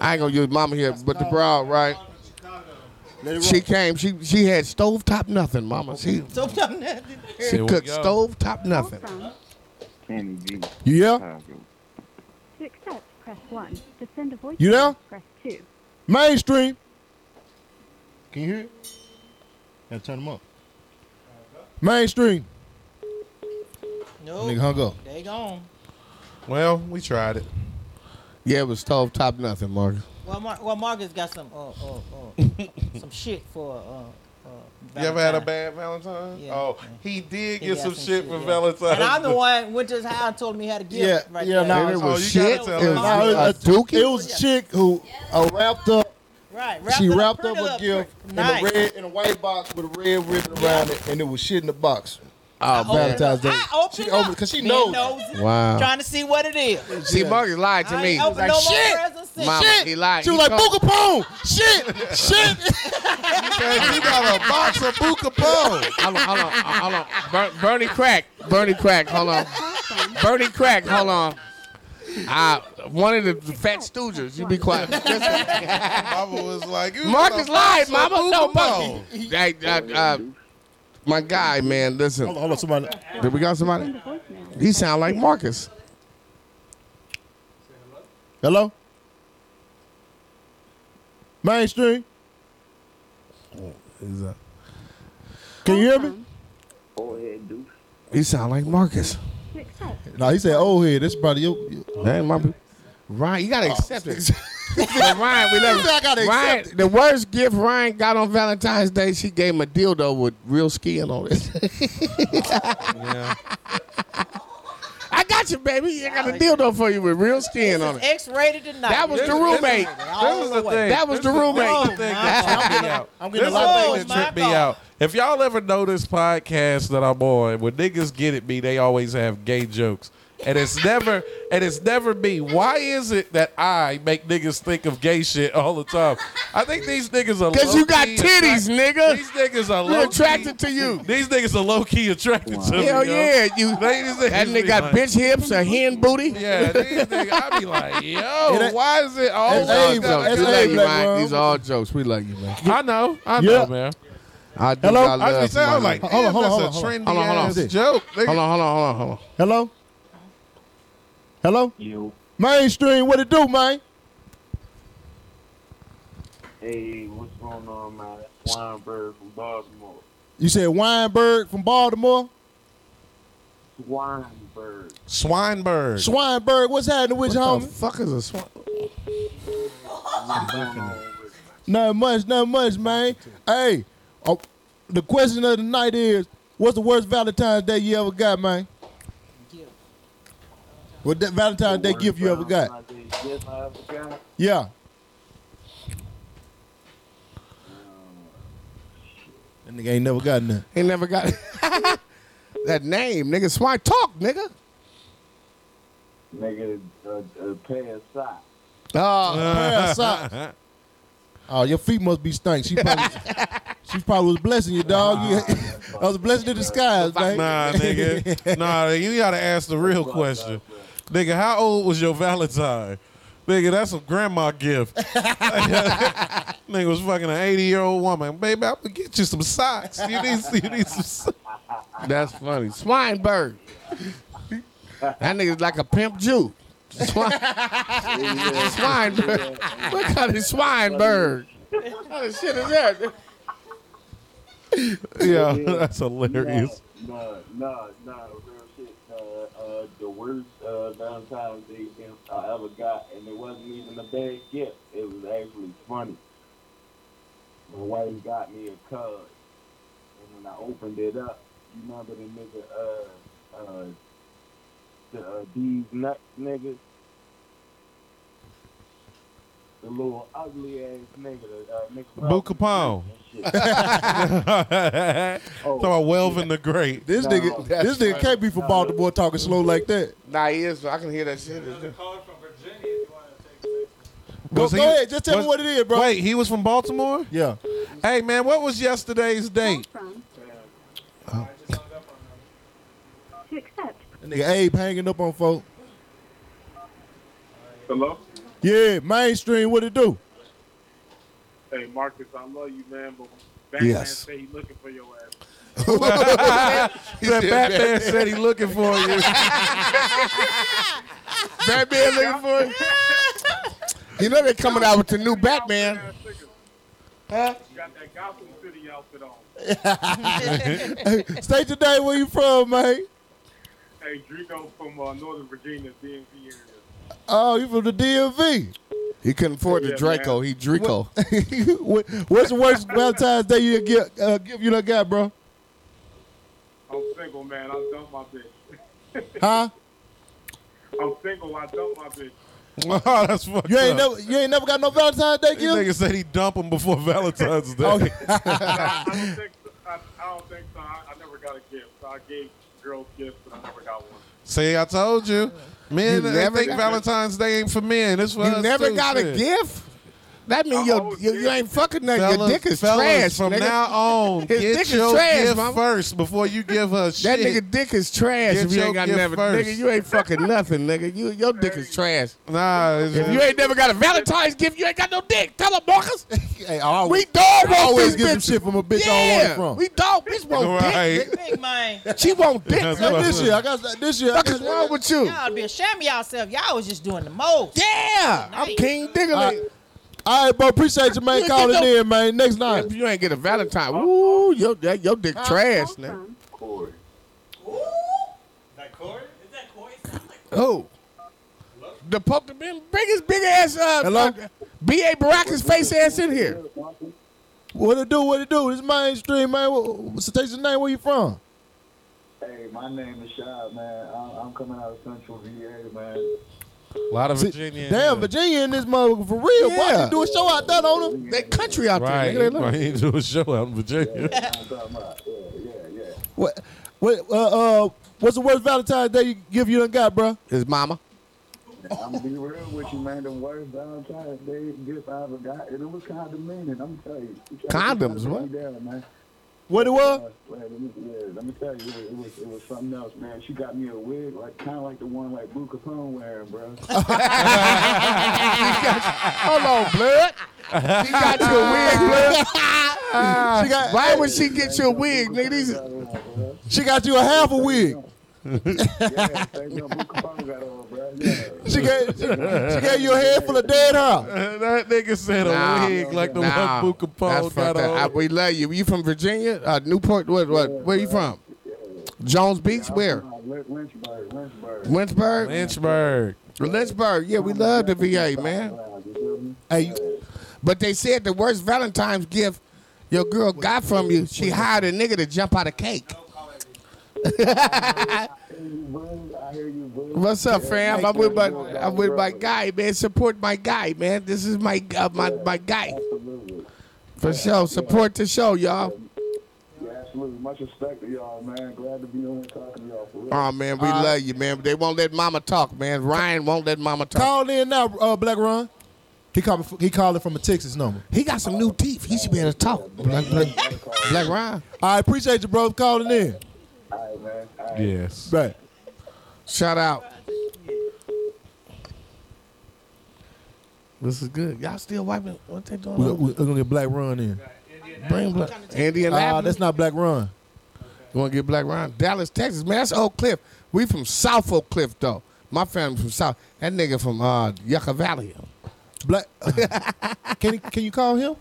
[SPEAKER 9] I ain't gonna use mama here, but the broad, right? She came. She she had stovetop nothing, mama. She
[SPEAKER 8] So I'm not-
[SPEAKER 9] she cooked stovetop nothing. You yeah?
[SPEAKER 19] To accept, press 1. To send a voice
[SPEAKER 7] You there?
[SPEAKER 19] press 2.
[SPEAKER 7] Mainstream. Can you hear it? Gotta turn them up. Mainstream.
[SPEAKER 8] Nope.
[SPEAKER 7] Nigga hung up.
[SPEAKER 8] They gone.
[SPEAKER 6] Well, we tried it.
[SPEAKER 9] Yeah, it was stovetop nothing, Marcus.
[SPEAKER 8] Well, Mar- well, Marcus got some uh, uh, uh, some shit for. Uh, uh,
[SPEAKER 6] You ever had a
[SPEAKER 8] Valentine's.
[SPEAKER 6] bad Valentine?
[SPEAKER 8] Yeah.
[SPEAKER 6] Oh, he did
[SPEAKER 8] He
[SPEAKER 6] get
[SPEAKER 8] got
[SPEAKER 6] some,
[SPEAKER 8] some
[SPEAKER 6] shit
[SPEAKER 8] shit,
[SPEAKER 6] for
[SPEAKER 8] yeah.
[SPEAKER 6] Valentine's.
[SPEAKER 8] And I'm the one went to his house and told him he had a gift.
[SPEAKER 7] Yeah,
[SPEAKER 8] right
[SPEAKER 7] yeah,
[SPEAKER 8] there.
[SPEAKER 7] no,
[SPEAKER 9] it
[SPEAKER 7] it's-
[SPEAKER 9] was
[SPEAKER 6] you gotta
[SPEAKER 9] shit. It
[SPEAKER 6] tell
[SPEAKER 9] was
[SPEAKER 6] us.
[SPEAKER 7] Nah, it
[SPEAKER 9] a
[SPEAKER 7] was a,
[SPEAKER 9] dookie.
[SPEAKER 7] it was a chick who uh, wrapped up.
[SPEAKER 8] Right,
[SPEAKER 7] she
[SPEAKER 8] it
[SPEAKER 7] wrapped up,
[SPEAKER 8] printed
[SPEAKER 7] a gift
[SPEAKER 8] Nice.
[SPEAKER 7] in a red in a white box with a red ribbon around it, and it was shit in the box.
[SPEAKER 9] Oh,
[SPEAKER 7] Valentine's Day.
[SPEAKER 8] I opened
[SPEAKER 7] She
[SPEAKER 8] it
[SPEAKER 7] opened
[SPEAKER 8] up.
[SPEAKER 7] because she
[SPEAKER 8] Being
[SPEAKER 7] knows.
[SPEAKER 8] nosy,
[SPEAKER 9] Wow.
[SPEAKER 8] Trying to see what it is.
[SPEAKER 9] See, Marcus lied to
[SPEAKER 8] I
[SPEAKER 9] me.
[SPEAKER 8] ain't opened
[SPEAKER 9] Like,
[SPEAKER 8] no
[SPEAKER 9] shit.
[SPEAKER 8] more presents. since.
[SPEAKER 9] Mama, he lied.
[SPEAKER 7] She was
[SPEAKER 9] He
[SPEAKER 7] like,
[SPEAKER 9] told-
[SPEAKER 7] Boo Capone, shit, shit.
[SPEAKER 6] Man, you got a box of Boo Capone.
[SPEAKER 9] Hold on, hold on, hold on. Ber- Bernie Crack, Bernie Crack, hold on. Bernie Crack, hold on. I, one of the fat stoogers, you be quiet.
[SPEAKER 6] Mama was like, you
[SPEAKER 9] Marcus
[SPEAKER 6] got a
[SPEAKER 9] lied,
[SPEAKER 6] box of
[SPEAKER 9] mama.
[SPEAKER 6] Boo
[SPEAKER 9] No,
[SPEAKER 6] Capone.
[SPEAKER 9] mama. Hey, uh, uh, my guy, man, listen.
[SPEAKER 7] Hold on, somebody.
[SPEAKER 9] Did we got somebody? He sound like Marcus.
[SPEAKER 7] Hello? Mainstream? Can you hear me?
[SPEAKER 6] Uh-huh.
[SPEAKER 9] He sound like Marcus.
[SPEAKER 7] No, he said, oh, here, this is probably your. your Oh.
[SPEAKER 9] That ain't my. Ryan, you gotta accept it. So Ryan, we love
[SPEAKER 7] He said, "I gotta
[SPEAKER 9] Ryan,
[SPEAKER 7] accept it."
[SPEAKER 9] the worst gift Ryan got on Valentine's Day, she gave him a dildo with real skin on it. I got you, baby. I got a dildo for you with real skin on it.
[SPEAKER 8] X-rated tonight.
[SPEAKER 9] That was the roommate. That was the thing. That was the roommate.
[SPEAKER 6] I'm
[SPEAKER 8] getting a lot of things
[SPEAKER 6] that trip me out. If y'all ever know this podcast that I'm on, when niggas get at me, they always have gay jokes. And it's never and it's never me. Why is it that I make niggas think of gay shit all the time? I think these niggas are
[SPEAKER 9] Because you got
[SPEAKER 6] low-key
[SPEAKER 9] titties, nigga.
[SPEAKER 6] These niggas are
[SPEAKER 9] We're
[SPEAKER 6] low-key-
[SPEAKER 9] attracted to you.
[SPEAKER 6] These niggas are low key attracted to me.
[SPEAKER 9] Hell
[SPEAKER 6] yo.
[SPEAKER 9] yeah, you.
[SPEAKER 6] They- these
[SPEAKER 9] That
[SPEAKER 6] niggas
[SPEAKER 9] nigga
[SPEAKER 6] be
[SPEAKER 9] got
[SPEAKER 6] like-
[SPEAKER 9] bitch hips, a hen booty.
[SPEAKER 6] Yeah, these niggas, I be like,
[SPEAKER 9] It
[SPEAKER 6] yo,
[SPEAKER 9] ain't-
[SPEAKER 6] why is it
[SPEAKER 9] These
[SPEAKER 6] always
[SPEAKER 9] all
[SPEAKER 6] that-
[SPEAKER 9] jokes.
[SPEAKER 6] that-
[SPEAKER 9] We love you,
[SPEAKER 6] that-
[SPEAKER 9] Ryan. These all jokes. We love you, man.
[SPEAKER 6] I know, I know,
[SPEAKER 9] Yeah.
[SPEAKER 6] man.
[SPEAKER 9] I do.
[SPEAKER 6] Hello?
[SPEAKER 9] I
[SPEAKER 6] I was
[SPEAKER 9] love.
[SPEAKER 6] saying, I
[SPEAKER 9] Ryan.
[SPEAKER 6] was like, Hold on, damn, hold on, that's a hold on, hold on. trendy
[SPEAKER 9] Hold on,
[SPEAKER 6] ass
[SPEAKER 9] hold on.
[SPEAKER 6] joke, nigga.
[SPEAKER 9] Hold on, hold on, hold on, hold on.
[SPEAKER 7] Hello? Hello? You. Mainstream, what it do, man?
[SPEAKER 20] Hey, what's going on, man? It's Weinberg from Baltimore.
[SPEAKER 7] You said Weinberg from Baltimore?
[SPEAKER 20] Weinberg.
[SPEAKER 6] Swineberg.
[SPEAKER 7] Swineberg, what's happening with you,
[SPEAKER 9] What the
[SPEAKER 7] homie?
[SPEAKER 9] fuck is a swine?
[SPEAKER 7] Nothing much, nothing much, man. Hey, oh, the question of the night is, what's the worst Valentine's Day you ever got, man? What that Valentine's Day gift you ever got?
[SPEAKER 20] Yes, I have a guy.
[SPEAKER 7] Yeah. That nigga ain't never got nothing.
[SPEAKER 9] He never got that name, nigga. Swine talk, nigga.
[SPEAKER 20] Nigga, a, a pair of socks.
[SPEAKER 9] Oh,
[SPEAKER 7] pair of socks. Oh, your feet must be stank. She probably, she probably was blessing you, dog. You, I was blessing in disguise, man.
[SPEAKER 6] Nah, nigga. nah, you gotta ask the real question. Nigga, how old was your Valentine? Nigga, that's a grandma gift. nigga was fucking an 80 year old woman. Baby, I'm gonna get you some socks. You need, you need some socks.
[SPEAKER 9] That's funny. Swineberg. that nigga's like a pimp Jew. Swine, Swineberg. What kind of Swineberg? What kind of shit is that?
[SPEAKER 6] Yeah, that's hilarious.
[SPEAKER 20] No, no, no, real shit. Uh, uh, the worst uh, Valentine's Day gift I ever got, and it wasn't even a bad gift. It was actually funny. My wife got me a card, and when I opened it up, you remember the nigga, uh, uh, the uh, these nuts niggas, the little ugly ass nigga, the uh, Nick
[SPEAKER 6] Boo Capone. Talking about Welvin the Great.
[SPEAKER 7] This nigga, this nigga can't be from Baltimore talking slow like that.
[SPEAKER 9] Nah, he is. I can hear that shit. Call from Virginia.
[SPEAKER 7] Go,
[SPEAKER 6] Was
[SPEAKER 7] go
[SPEAKER 6] he-
[SPEAKER 7] ahead, just tell me
[SPEAKER 6] was-
[SPEAKER 7] what it is, bro.
[SPEAKER 6] Wait, he was from Baltimore?
[SPEAKER 7] Yeah.
[SPEAKER 6] Hey, man, what was yesterday's date?
[SPEAKER 20] uh,
[SPEAKER 19] To accept.
[SPEAKER 7] That nigga Abe hanging up on folk.
[SPEAKER 21] Hello?
[SPEAKER 7] Yeah, mainstream, what it do?
[SPEAKER 21] Hey, Marcus, I love you, man, but
[SPEAKER 7] Batman Yes.
[SPEAKER 21] say he looking for your ass.
[SPEAKER 6] that Batman said he looking for you.
[SPEAKER 9] Batman looking for it. You know they're coming out with the new Batman. Huh?
[SPEAKER 21] got that Gotham City outfit on.
[SPEAKER 7] hey, stay today. Where you from, man?
[SPEAKER 21] Hey, Drico from uh, Northern Virginia, DMV area.
[SPEAKER 7] Oh, you from the DMV.
[SPEAKER 9] He couldn't afford the
[SPEAKER 21] Yeah,
[SPEAKER 9] Draco.
[SPEAKER 21] man.
[SPEAKER 9] He Draco.
[SPEAKER 7] What- What's the worst Valentine's Day you get? Uh, give you done got, bro?
[SPEAKER 21] I'm single, man. I dumped my bitch.
[SPEAKER 7] Huh?
[SPEAKER 21] I'm single. I dumped my bitch.
[SPEAKER 6] Oh, that's fucked
[SPEAKER 7] You ain't
[SPEAKER 6] up.
[SPEAKER 7] never, you ain't never got no Valentine's Day
[SPEAKER 6] This nigga
[SPEAKER 7] gift.
[SPEAKER 6] said he dump him before Valentine's Day.
[SPEAKER 21] I, I don't think so. I, I don't think so. I, I never got a gift. So I gave girls gifts, but I never got one.
[SPEAKER 6] See, I told you. Men,
[SPEAKER 9] You
[SPEAKER 6] they
[SPEAKER 9] never
[SPEAKER 6] think
[SPEAKER 9] got-
[SPEAKER 6] Valentine's Day ain't for men. It's for
[SPEAKER 9] You
[SPEAKER 6] us
[SPEAKER 9] never
[SPEAKER 6] too,
[SPEAKER 9] got
[SPEAKER 6] shit.
[SPEAKER 9] a gift? That means your, you, you ain't fucking nothing. your
[SPEAKER 6] Fellas-
[SPEAKER 9] dick is trash.
[SPEAKER 6] fellas, From
[SPEAKER 9] nigga.
[SPEAKER 6] now on,
[SPEAKER 9] His
[SPEAKER 6] get
[SPEAKER 9] dick is
[SPEAKER 6] your
[SPEAKER 9] trash,
[SPEAKER 6] gift
[SPEAKER 9] mama.
[SPEAKER 6] first before you give her
[SPEAKER 9] that
[SPEAKER 6] shit.
[SPEAKER 9] nigga dick is trash.
[SPEAKER 6] Get
[SPEAKER 9] if you
[SPEAKER 6] your
[SPEAKER 9] ain't got
[SPEAKER 6] gift
[SPEAKER 9] never,
[SPEAKER 6] first.
[SPEAKER 9] nigga, you ain't fucking nothing, nigga. You your dick is trash.
[SPEAKER 6] Nah, it's-
[SPEAKER 9] If you ain't never got a Valentine's gift, you ain't got no dick. Tell him, Marcus.
[SPEAKER 7] Hey, I always,
[SPEAKER 9] We dog
[SPEAKER 7] I
[SPEAKER 9] want
[SPEAKER 7] always
[SPEAKER 9] these
[SPEAKER 7] get some
[SPEAKER 9] bitches.
[SPEAKER 7] shit from a bitch I
[SPEAKER 9] yeah,
[SPEAKER 7] don't want it
[SPEAKER 9] we dog. Bitch want
[SPEAKER 6] Right.
[SPEAKER 9] dick. nigga. She want dick.
[SPEAKER 6] That's
[SPEAKER 7] from. Like
[SPEAKER 6] what-
[SPEAKER 7] this year, I got this year. I
[SPEAKER 9] Fuck
[SPEAKER 7] got-
[SPEAKER 9] is wrong with you?
[SPEAKER 8] Y'all be ashamed of yourself. Y'all was just doing the most.
[SPEAKER 9] Yeah, I'm King Diggling.
[SPEAKER 7] All right, bro. Appreciate you, man.
[SPEAKER 9] You
[SPEAKER 7] Calling
[SPEAKER 9] ain't get
[SPEAKER 7] in, man. Next
[SPEAKER 6] Uh,
[SPEAKER 7] night.
[SPEAKER 9] If you ain't get a Valentine, ooh, your that- your dick trash, nigga.
[SPEAKER 19] Um,
[SPEAKER 8] That Corey? Is that Corey?
[SPEAKER 9] Oh, the poke bring his big ass uh, Hello? B.A. Baraka's face ass in here.
[SPEAKER 7] What it do? What it do? This mainstream man. What, what's the your name? Where you from?
[SPEAKER 14] Hey, my name is Shad, man. I'm, I'm coming out of Central VA, man.
[SPEAKER 6] A lot of
[SPEAKER 7] See,
[SPEAKER 6] Virginia. in
[SPEAKER 7] Damn,
[SPEAKER 6] there.
[SPEAKER 7] Virginia in this motherfucker for real. Why
[SPEAKER 9] Yeah.
[SPEAKER 7] they do a show out there on them?
[SPEAKER 9] That country out
[SPEAKER 6] Right,
[SPEAKER 9] there. nigga, they
[SPEAKER 6] right.
[SPEAKER 9] love-
[SPEAKER 6] He do a show out in Virginia.
[SPEAKER 7] What? What? Uh, uh, what's the worst Valentine's Day you give you done got, bro?
[SPEAKER 9] His mama.
[SPEAKER 14] I'm gonna be real with you, man. The worst Valentine's Day gift I ever got, and it was kind of meaning. I'm telling you.
[SPEAKER 9] Condoms,
[SPEAKER 14] It
[SPEAKER 9] what?
[SPEAKER 14] me Down, man.
[SPEAKER 7] What it was?
[SPEAKER 14] Yeah, let me, yeah, let me tell you, it was it was something else, man. She got me a wig, like kind of like the one like Boo Capone wearing, bro.
[SPEAKER 9] Hold on, blood. She got you a wig, blood. she got, Why would she get you a wig, nigga? These,
[SPEAKER 7] She got you a half a wig. she gave she, she gave you a head full of dead hair.
[SPEAKER 6] that nigga said
[SPEAKER 9] Nah.
[SPEAKER 6] a wig like the
[SPEAKER 9] Nah.
[SPEAKER 6] one Buka Paul
[SPEAKER 9] That's
[SPEAKER 6] got
[SPEAKER 9] fucked up. I-
[SPEAKER 6] on.
[SPEAKER 9] we love you. You from Virginia? Uh, Newport? What? What? Where you from? Jones Beach? Where?
[SPEAKER 14] uh, Lynchburg, Lynchburg.
[SPEAKER 9] Lynchburg.
[SPEAKER 6] Lynchburg.
[SPEAKER 9] Lynchburg. Yeah, we love the VA, man. Hey, you- but they said the worst Valentine's gift your girl got from you, she hired a nigga to jump out of cake. What's up, fam? I'm with my I'm with my guy, man. Support my guy, man. This is my uh, my my guy. For sure, support the show, y'all.
[SPEAKER 14] Yeah, absolutely. Much respect to y'all, man. Glad to be on here talking to y'all for real.
[SPEAKER 9] Oh man, we
[SPEAKER 14] Uh,
[SPEAKER 9] love you, man. They won't let Mama talk, man. Ryan won't let Mama talk.
[SPEAKER 7] Call in now, uh, Black Ron. He called he called it from a Texas number.
[SPEAKER 9] He got some new teeth. He should be able to talk. Black, Black, Black Ron.
[SPEAKER 7] I appreciate you, bro, for calling in.
[SPEAKER 6] Yes.
[SPEAKER 7] Right.
[SPEAKER 9] Shout out. This is good. Y'all still wiping? What they doing?
[SPEAKER 7] We're, we're gonna get Black Run in.
[SPEAKER 9] Bring Black. Indianapolis.
[SPEAKER 7] Ah, that's not Black Run.
[SPEAKER 9] You want to get Black Ron? Dallas, Texas. Man, that's Oak Cliff. We from South Oak Cliff, though. My family from South. That nigga from uh, Yucca Valley.
[SPEAKER 7] Black. can he, can you call him?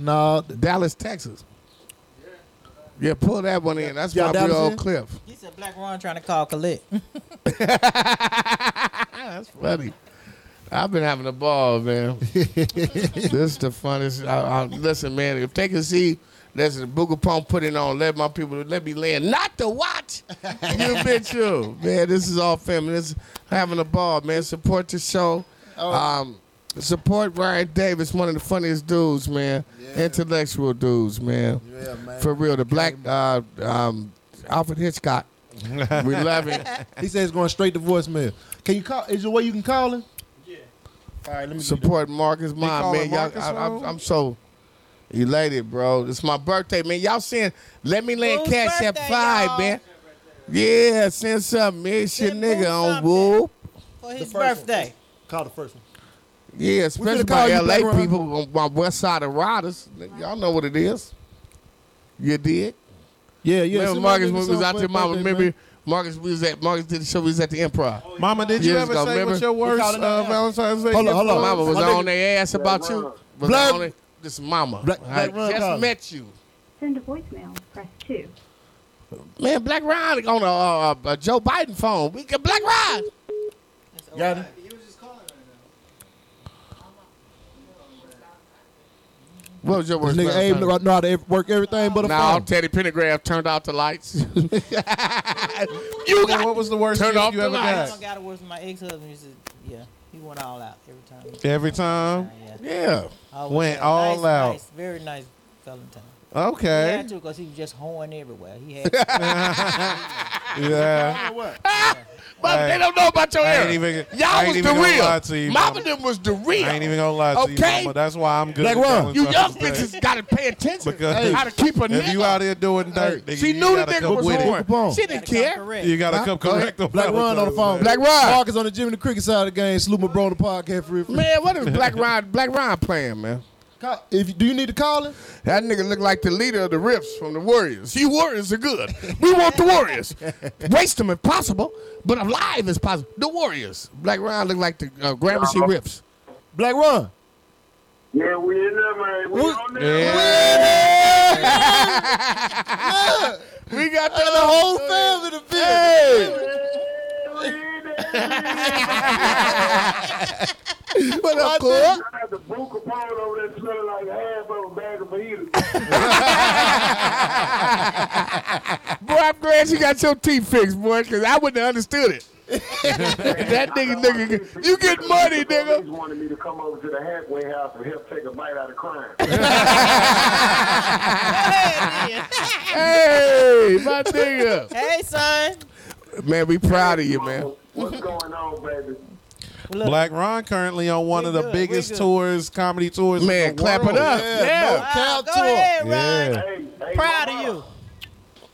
[SPEAKER 7] No.
[SPEAKER 9] Dallas, Texas. Yeah, pull that one in. That's
[SPEAKER 8] Y'all
[SPEAKER 9] my
[SPEAKER 8] Dallas
[SPEAKER 9] real Oak
[SPEAKER 8] in?
[SPEAKER 9] Cliff.
[SPEAKER 8] He said Black Ron trying to call Colette.
[SPEAKER 6] Mm-hmm.
[SPEAKER 9] That's funny. I've been having a ball, man. this is the funniest. I, I, listen, man, if they can see, listen, Booga Pump putting on, let my people, let me land. Not the watch. you bitch, you. Man, this is all family. This is having a ball, man. Support the show.
[SPEAKER 7] Oh.
[SPEAKER 9] Um, support Ryan Davis, one of the funniest dudes, man. Intellectual dudes, man.
[SPEAKER 7] Yeah, man.
[SPEAKER 9] For real, the black uh, um, Alfred Hitchcock. we love it.
[SPEAKER 7] He says it's going straight to voicemail. Can you call? Is there a way you can call him? Yeah. All right, let me
[SPEAKER 9] support Marcus Mine,
[SPEAKER 7] calling
[SPEAKER 9] man. Y'all,
[SPEAKER 7] Marcus
[SPEAKER 9] I,
[SPEAKER 7] home?
[SPEAKER 9] I'm, I'm so elated, bro. It's my birthday, man. Y'all send Let Me Land
[SPEAKER 8] Whose
[SPEAKER 9] Cash at
[SPEAKER 8] birthday,
[SPEAKER 9] 5
[SPEAKER 8] y'all?
[SPEAKER 9] man. Yeah, send something, man. It's your nigga on Whoop.
[SPEAKER 8] For his birthday.
[SPEAKER 7] Call the first one.
[SPEAKER 9] Yeah, especially
[SPEAKER 7] call
[SPEAKER 9] my
[SPEAKER 7] you,
[SPEAKER 9] LA
[SPEAKER 7] Black Ron.
[SPEAKER 9] people on my west side of Riders. Y'all know what it is. You did?
[SPEAKER 7] Yeah, yeah.
[SPEAKER 9] Remember
[SPEAKER 7] send my
[SPEAKER 9] Marcus
[SPEAKER 7] nigga
[SPEAKER 9] when we was
[SPEAKER 7] some
[SPEAKER 9] out there,
[SPEAKER 7] birthday,
[SPEAKER 9] Mama?
[SPEAKER 7] man.
[SPEAKER 9] Remember Marcus we was at Marcus did the show, we was at the improv.
[SPEAKER 6] Mama, did you
[SPEAKER 9] Years
[SPEAKER 6] ever
[SPEAKER 9] ago,
[SPEAKER 6] say
[SPEAKER 9] remember?
[SPEAKER 6] what's your worst
[SPEAKER 9] Hold on,
[SPEAKER 6] uh, Valentine's Day?
[SPEAKER 9] hold on,
[SPEAKER 6] gift
[SPEAKER 9] Mama was
[SPEAKER 6] My
[SPEAKER 9] on
[SPEAKER 6] nigga-
[SPEAKER 9] their ass about you. Was
[SPEAKER 6] Black-
[SPEAKER 9] on it- this mama.
[SPEAKER 6] Black-
[SPEAKER 9] I
[SPEAKER 6] Black Ron
[SPEAKER 9] just
[SPEAKER 6] Collins.
[SPEAKER 9] met you.
[SPEAKER 19] Send a voicemail. Press 2.
[SPEAKER 9] Man, Black Ron on a, uh, a Joe Biden phone. We got Black Ron.
[SPEAKER 7] Got him.
[SPEAKER 9] What was your
[SPEAKER 7] This
[SPEAKER 9] worst?
[SPEAKER 7] nigga Abe
[SPEAKER 9] Valentine's?
[SPEAKER 7] know how to ev- work everything but a
[SPEAKER 9] Nah,
[SPEAKER 7] phone.
[SPEAKER 9] Teddy Pendergraph turned off the lights. you got
[SPEAKER 6] what was the worst
[SPEAKER 9] Turn
[SPEAKER 6] gift
[SPEAKER 9] off
[SPEAKER 6] you
[SPEAKER 9] the
[SPEAKER 6] ever
[SPEAKER 9] lights.
[SPEAKER 6] got?
[SPEAKER 8] I got it worse than my ex husband. He said, yeah, he went all out every time.
[SPEAKER 6] Every time?
[SPEAKER 9] Yeah.
[SPEAKER 8] Always
[SPEAKER 6] Went
[SPEAKER 8] had a
[SPEAKER 6] all
[SPEAKER 8] nice,
[SPEAKER 6] out.
[SPEAKER 8] nice, very nice Valentine. He
[SPEAKER 6] Okay.
[SPEAKER 8] had to because he was just hoeing everywhere. He had. to.
[SPEAKER 6] Yeah.
[SPEAKER 9] But
[SPEAKER 6] Hey,
[SPEAKER 9] they don't know about your
[SPEAKER 6] I
[SPEAKER 9] era.
[SPEAKER 6] ain't even- I
[SPEAKER 9] Y'all
[SPEAKER 6] ain't
[SPEAKER 9] was
[SPEAKER 6] even
[SPEAKER 9] the
[SPEAKER 6] gonna
[SPEAKER 9] real.
[SPEAKER 6] lie to you,
[SPEAKER 9] Mama
[SPEAKER 6] Mama.
[SPEAKER 9] them was the real.
[SPEAKER 6] I ain't even gonna lie to
[SPEAKER 9] Okay?
[SPEAKER 6] you, Mama. That's why I'm good.
[SPEAKER 9] Black
[SPEAKER 6] at
[SPEAKER 9] Ron, you young
[SPEAKER 6] Valentine's Day.
[SPEAKER 9] bitches gotta pay attention
[SPEAKER 6] Because
[SPEAKER 9] how to keep a
[SPEAKER 6] if
[SPEAKER 9] nigga.
[SPEAKER 6] you out here doing dirt, nigga,
[SPEAKER 9] she
[SPEAKER 6] you
[SPEAKER 9] knew the
[SPEAKER 6] gotta
[SPEAKER 9] nigga
[SPEAKER 6] come
[SPEAKER 9] was
[SPEAKER 6] with it.
[SPEAKER 9] horn. She didn't care.
[SPEAKER 6] You gotta come
[SPEAKER 9] Go ahead.
[SPEAKER 6] correct them.
[SPEAKER 7] Black Ron on the phone.
[SPEAKER 9] Black Ron.
[SPEAKER 7] Marcus on the Jimmy the Cricket side of the game. Salute my bro on the podcast for real.
[SPEAKER 9] Man, what is Black Ron? Black Ron playing, man.
[SPEAKER 7] Call- If do you need to call him?
[SPEAKER 9] That nigga look like the leader of the Rips from the Warriors. You Warriors are good. We want the Warriors. Waste them if possible, but alive as possible. The Warriors. Black Ron look like the uh, Gramercy Rips.
[SPEAKER 7] Black Ron.
[SPEAKER 20] Yeah, we in there, man. We on there.
[SPEAKER 9] We got
[SPEAKER 7] the whole family to be.
[SPEAKER 20] We in there.
[SPEAKER 9] What up, Cook?
[SPEAKER 14] I had the blue Capone over there smelling like a half of a bag of fajitas.
[SPEAKER 9] Boy, I'm glad you got your teeth fixed, boy, because I wouldn't have understood it. that nigga, nigga, you get money, nigga.
[SPEAKER 14] He wanted me to come over to the halfway house and help take a bite out of crime.
[SPEAKER 9] Hey, my nigga.
[SPEAKER 8] Hey, son.
[SPEAKER 9] Man, we proud of you, man.
[SPEAKER 14] What's going on, baby?
[SPEAKER 6] Black Ron currently on one of the biggest tours, comedy tours.
[SPEAKER 9] Man,
[SPEAKER 6] in the
[SPEAKER 9] clap it
[SPEAKER 6] world.
[SPEAKER 9] up.
[SPEAKER 6] Yeah,
[SPEAKER 9] Yeah.
[SPEAKER 6] no
[SPEAKER 8] Uh,
[SPEAKER 9] Wow,
[SPEAKER 6] cap
[SPEAKER 9] go
[SPEAKER 6] to it.
[SPEAKER 9] ahead, Ron.
[SPEAKER 6] Yeah.
[SPEAKER 8] Proud of you.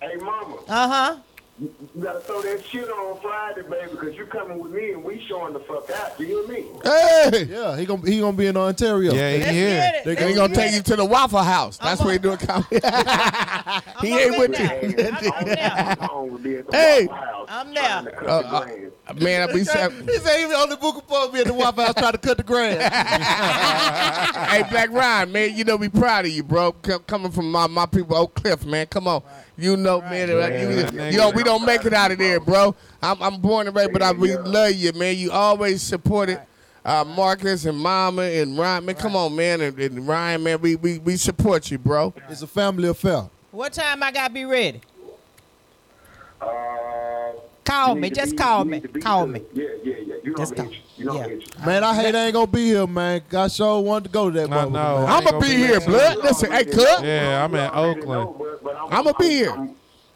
[SPEAKER 14] Hey, mama.
[SPEAKER 8] Uh huh.
[SPEAKER 14] You gotta throw that shit on Friday, baby, because you coming with me and we showing the fuck out. Do you hear me?
[SPEAKER 9] Hey,
[SPEAKER 7] yeah, he gonna he gonna be in Ontario.
[SPEAKER 6] Yeah, he Let's here. get it.
[SPEAKER 7] They
[SPEAKER 9] They gonna, take you to the Waffle House. That's where he doing comedy. he ain't with you. hey,
[SPEAKER 8] I'm there.
[SPEAKER 9] uh, uh, man, we said,
[SPEAKER 7] This ain't even on the book of me at the Waffle House trying to cut the grass.
[SPEAKER 9] hey, Black Ryan, man, you know we proud of you, bro. Com- coming from my, my people, Oak Cliff, man. Come on, you know, man.
[SPEAKER 6] Yeah,
[SPEAKER 9] you,
[SPEAKER 6] that
[SPEAKER 9] you know,
[SPEAKER 6] nigga.
[SPEAKER 9] we don't make it out of there, bro. I'm, I'm born and raised, but I we love you, man. You always supported. Uh, Marcus and Mama and Ryan, man, come on, man, and, and Ryan, man, we, we we support you, bro.
[SPEAKER 7] It's a family affair.
[SPEAKER 8] What time I gotta be ready?
[SPEAKER 14] You
[SPEAKER 8] Call
[SPEAKER 14] need
[SPEAKER 8] me.
[SPEAKER 14] to
[SPEAKER 8] Just
[SPEAKER 14] be-
[SPEAKER 8] call
[SPEAKER 14] you
[SPEAKER 8] me.
[SPEAKER 14] need to be
[SPEAKER 8] Call
[SPEAKER 14] good.
[SPEAKER 8] me.
[SPEAKER 14] Yeah, yeah, yeah. You know
[SPEAKER 8] Just
[SPEAKER 14] what I'm You know what I'm
[SPEAKER 7] Man, I hate I ain't gonna be here, man. I sure wanted to go to that motherfucker. man.
[SPEAKER 6] I ain't gonna there.
[SPEAKER 9] Listen, hey,
[SPEAKER 6] Oh, Yeah, I'm in Oakland.
[SPEAKER 9] I'm gonna be here.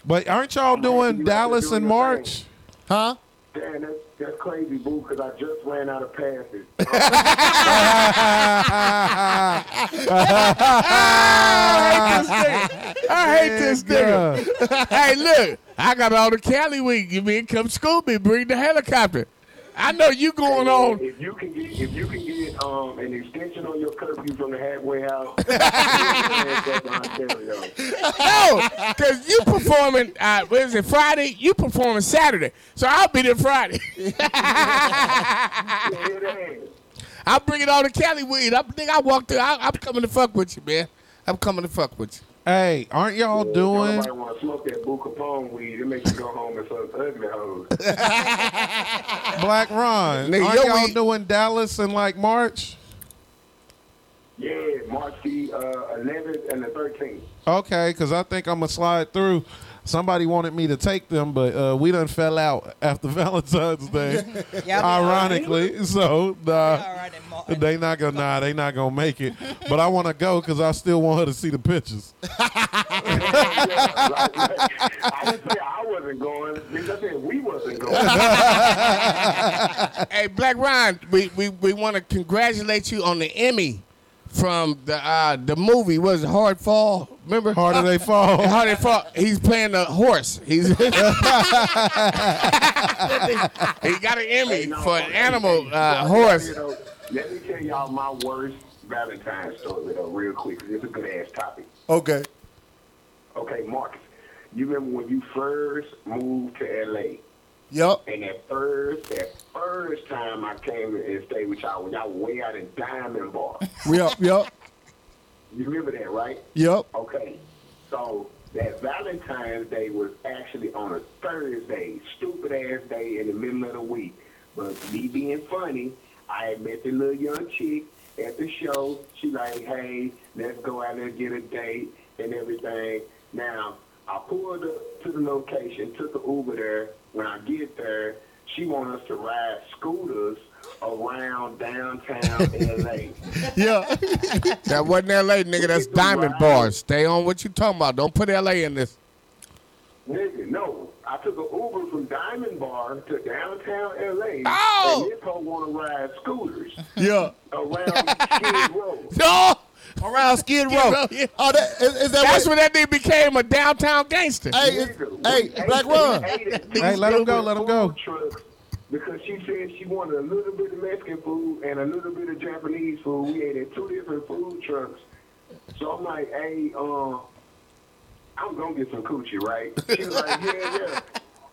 [SPEAKER 6] But aren't y'all doing Dallas in March?
[SPEAKER 7] Huh?
[SPEAKER 14] Damn, that's, that's crazy, boo, because I just ran out of passes.
[SPEAKER 9] Ah, I hate this nigga. hey, look, I got all the Cali week. You mean come school me? Bring the helicopter. I know you going on.
[SPEAKER 14] If you can get, if you can get um, an extension on your curfew from the halfway house,
[SPEAKER 9] No, because you performing. Uh, what is it? Friday. You performing Saturday. So I'll be there Friday. I'm bringing all the Cali weed. I think I walked through. I, I'm coming to fuck with you, man. I'm coming to fuck with you.
[SPEAKER 6] Hey, aren't y'all doing?
[SPEAKER 14] Nobody want to smoke that Boo Capone weed. It makes you go home and fuck ugly hoes.
[SPEAKER 6] Black Ron,
[SPEAKER 14] Nigga,
[SPEAKER 6] aren't
[SPEAKER 14] yo,
[SPEAKER 6] y'all
[SPEAKER 14] we-
[SPEAKER 6] doing Dallas in like March?
[SPEAKER 14] Yeah, March the uh, 11th and the 13th.
[SPEAKER 6] Okay, because I think I'm gonna slide through. Somebody wanted me to take them, but uh, we done fell out after Valentine's Day,
[SPEAKER 8] Yeah, we
[SPEAKER 6] ironically. So nah, they not gonna nah, they not gonna make it. But I want to go because I still want her to see the pictures.
[SPEAKER 14] I didn't say I wasn't going. Bitch, I said we wasn't going.
[SPEAKER 9] hey, Black Ryan, we, we, we want to congratulate you on the Emmy from the uh, the movie. What Was it Hard Fall? Remember?
[SPEAKER 6] Harder They Fall.
[SPEAKER 9] Hard They Fall. He's playing a horse. He's he got an Emmy for an animal uh, horse.
[SPEAKER 14] You know, let me tell y'all my worst Valentine's story though, real quick. 'cause It's a good ass topic.
[SPEAKER 7] Okay.
[SPEAKER 14] Okay, Marcus, you remember when you first moved to LA?
[SPEAKER 7] Yup.
[SPEAKER 14] And that first, that first time I came and stayed with y'all, when y'all were way out in Diamond Bar.
[SPEAKER 7] Yup. Yup.
[SPEAKER 14] You remember that, right?
[SPEAKER 7] Yup.
[SPEAKER 14] Okay. So that Valentine's Day was actually on a Thursday, stupid ass day in the middle of the week. But me being funny, I had met the little young chick at the show. She like, hey, let's go out and get a date and everything. Now, I pulled up to the location, took the Uber there. When I get there, she want us to ride scooters Oh, around downtown LA.
[SPEAKER 9] Yeah. that wasn't L.A., nigga. That's Diamond Bars. Stay on what you talking about. Don't put L.A. in this.
[SPEAKER 14] Nigga, no. I took an Uber from Diamond Bar to downtown LA.
[SPEAKER 9] Oh!
[SPEAKER 14] And this hoe want to ride scooters
[SPEAKER 7] Yeah.
[SPEAKER 14] around Skid Row.
[SPEAKER 9] No.
[SPEAKER 7] Around Skid Row. Oh, that, is, is that
[SPEAKER 9] That's when that nigga became a downtown gangster.
[SPEAKER 7] Hey, is- hey, Black Run.
[SPEAKER 6] Hey, let him go. Let him go.
[SPEAKER 14] Because she said she wanted a little bit of Mexican food and a little bit of Japanese food. We ate at two different food trucks. So I'm like, hey, uh, I'm going to get some coochie, right? She was like, yeah, yeah.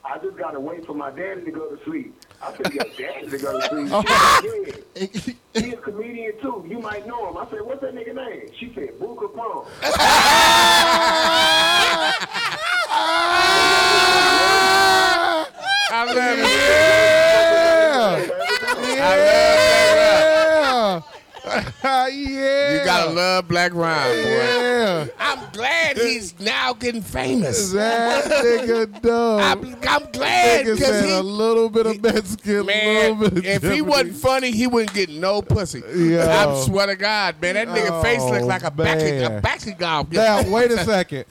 [SPEAKER 14] I just got to wait for my daddy to go to sleep. I said, your daddy to go to sleep? She was like, yeah. He a comedian, too. You might know him. I said, what's that nigga name? She said, Boo Capone.
[SPEAKER 9] I love it. gotta love Black Rhyme, boy.
[SPEAKER 6] Yeah.
[SPEAKER 9] I'm glad he's now getting famous.
[SPEAKER 6] That nigga dumb.
[SPEAKER 9] I'm, I'm glad
[SPEAKER 6] Nigga
[SPEAKER 9] because
[SPEAKER 6] said
[SPEAKER 9] he
[SPEAKER 6] a little bit of Mexican,
[SPEAKER 9] man,
[SPEAKER 6] little bit of
[SPEAKER 9] if he wasn't funny, he wouldn't get no pussy.
[SPEAKER 6] Yo.
[SPEAKER 9] I swear to God, man, that nigga
[SPEAKER 6] Oh,
[SPEAKER 9] face looked like a back
[SPEAKER 6] man.
[SPEAKER 9] a back golf.
[SPEAKER 6] Now wait a second.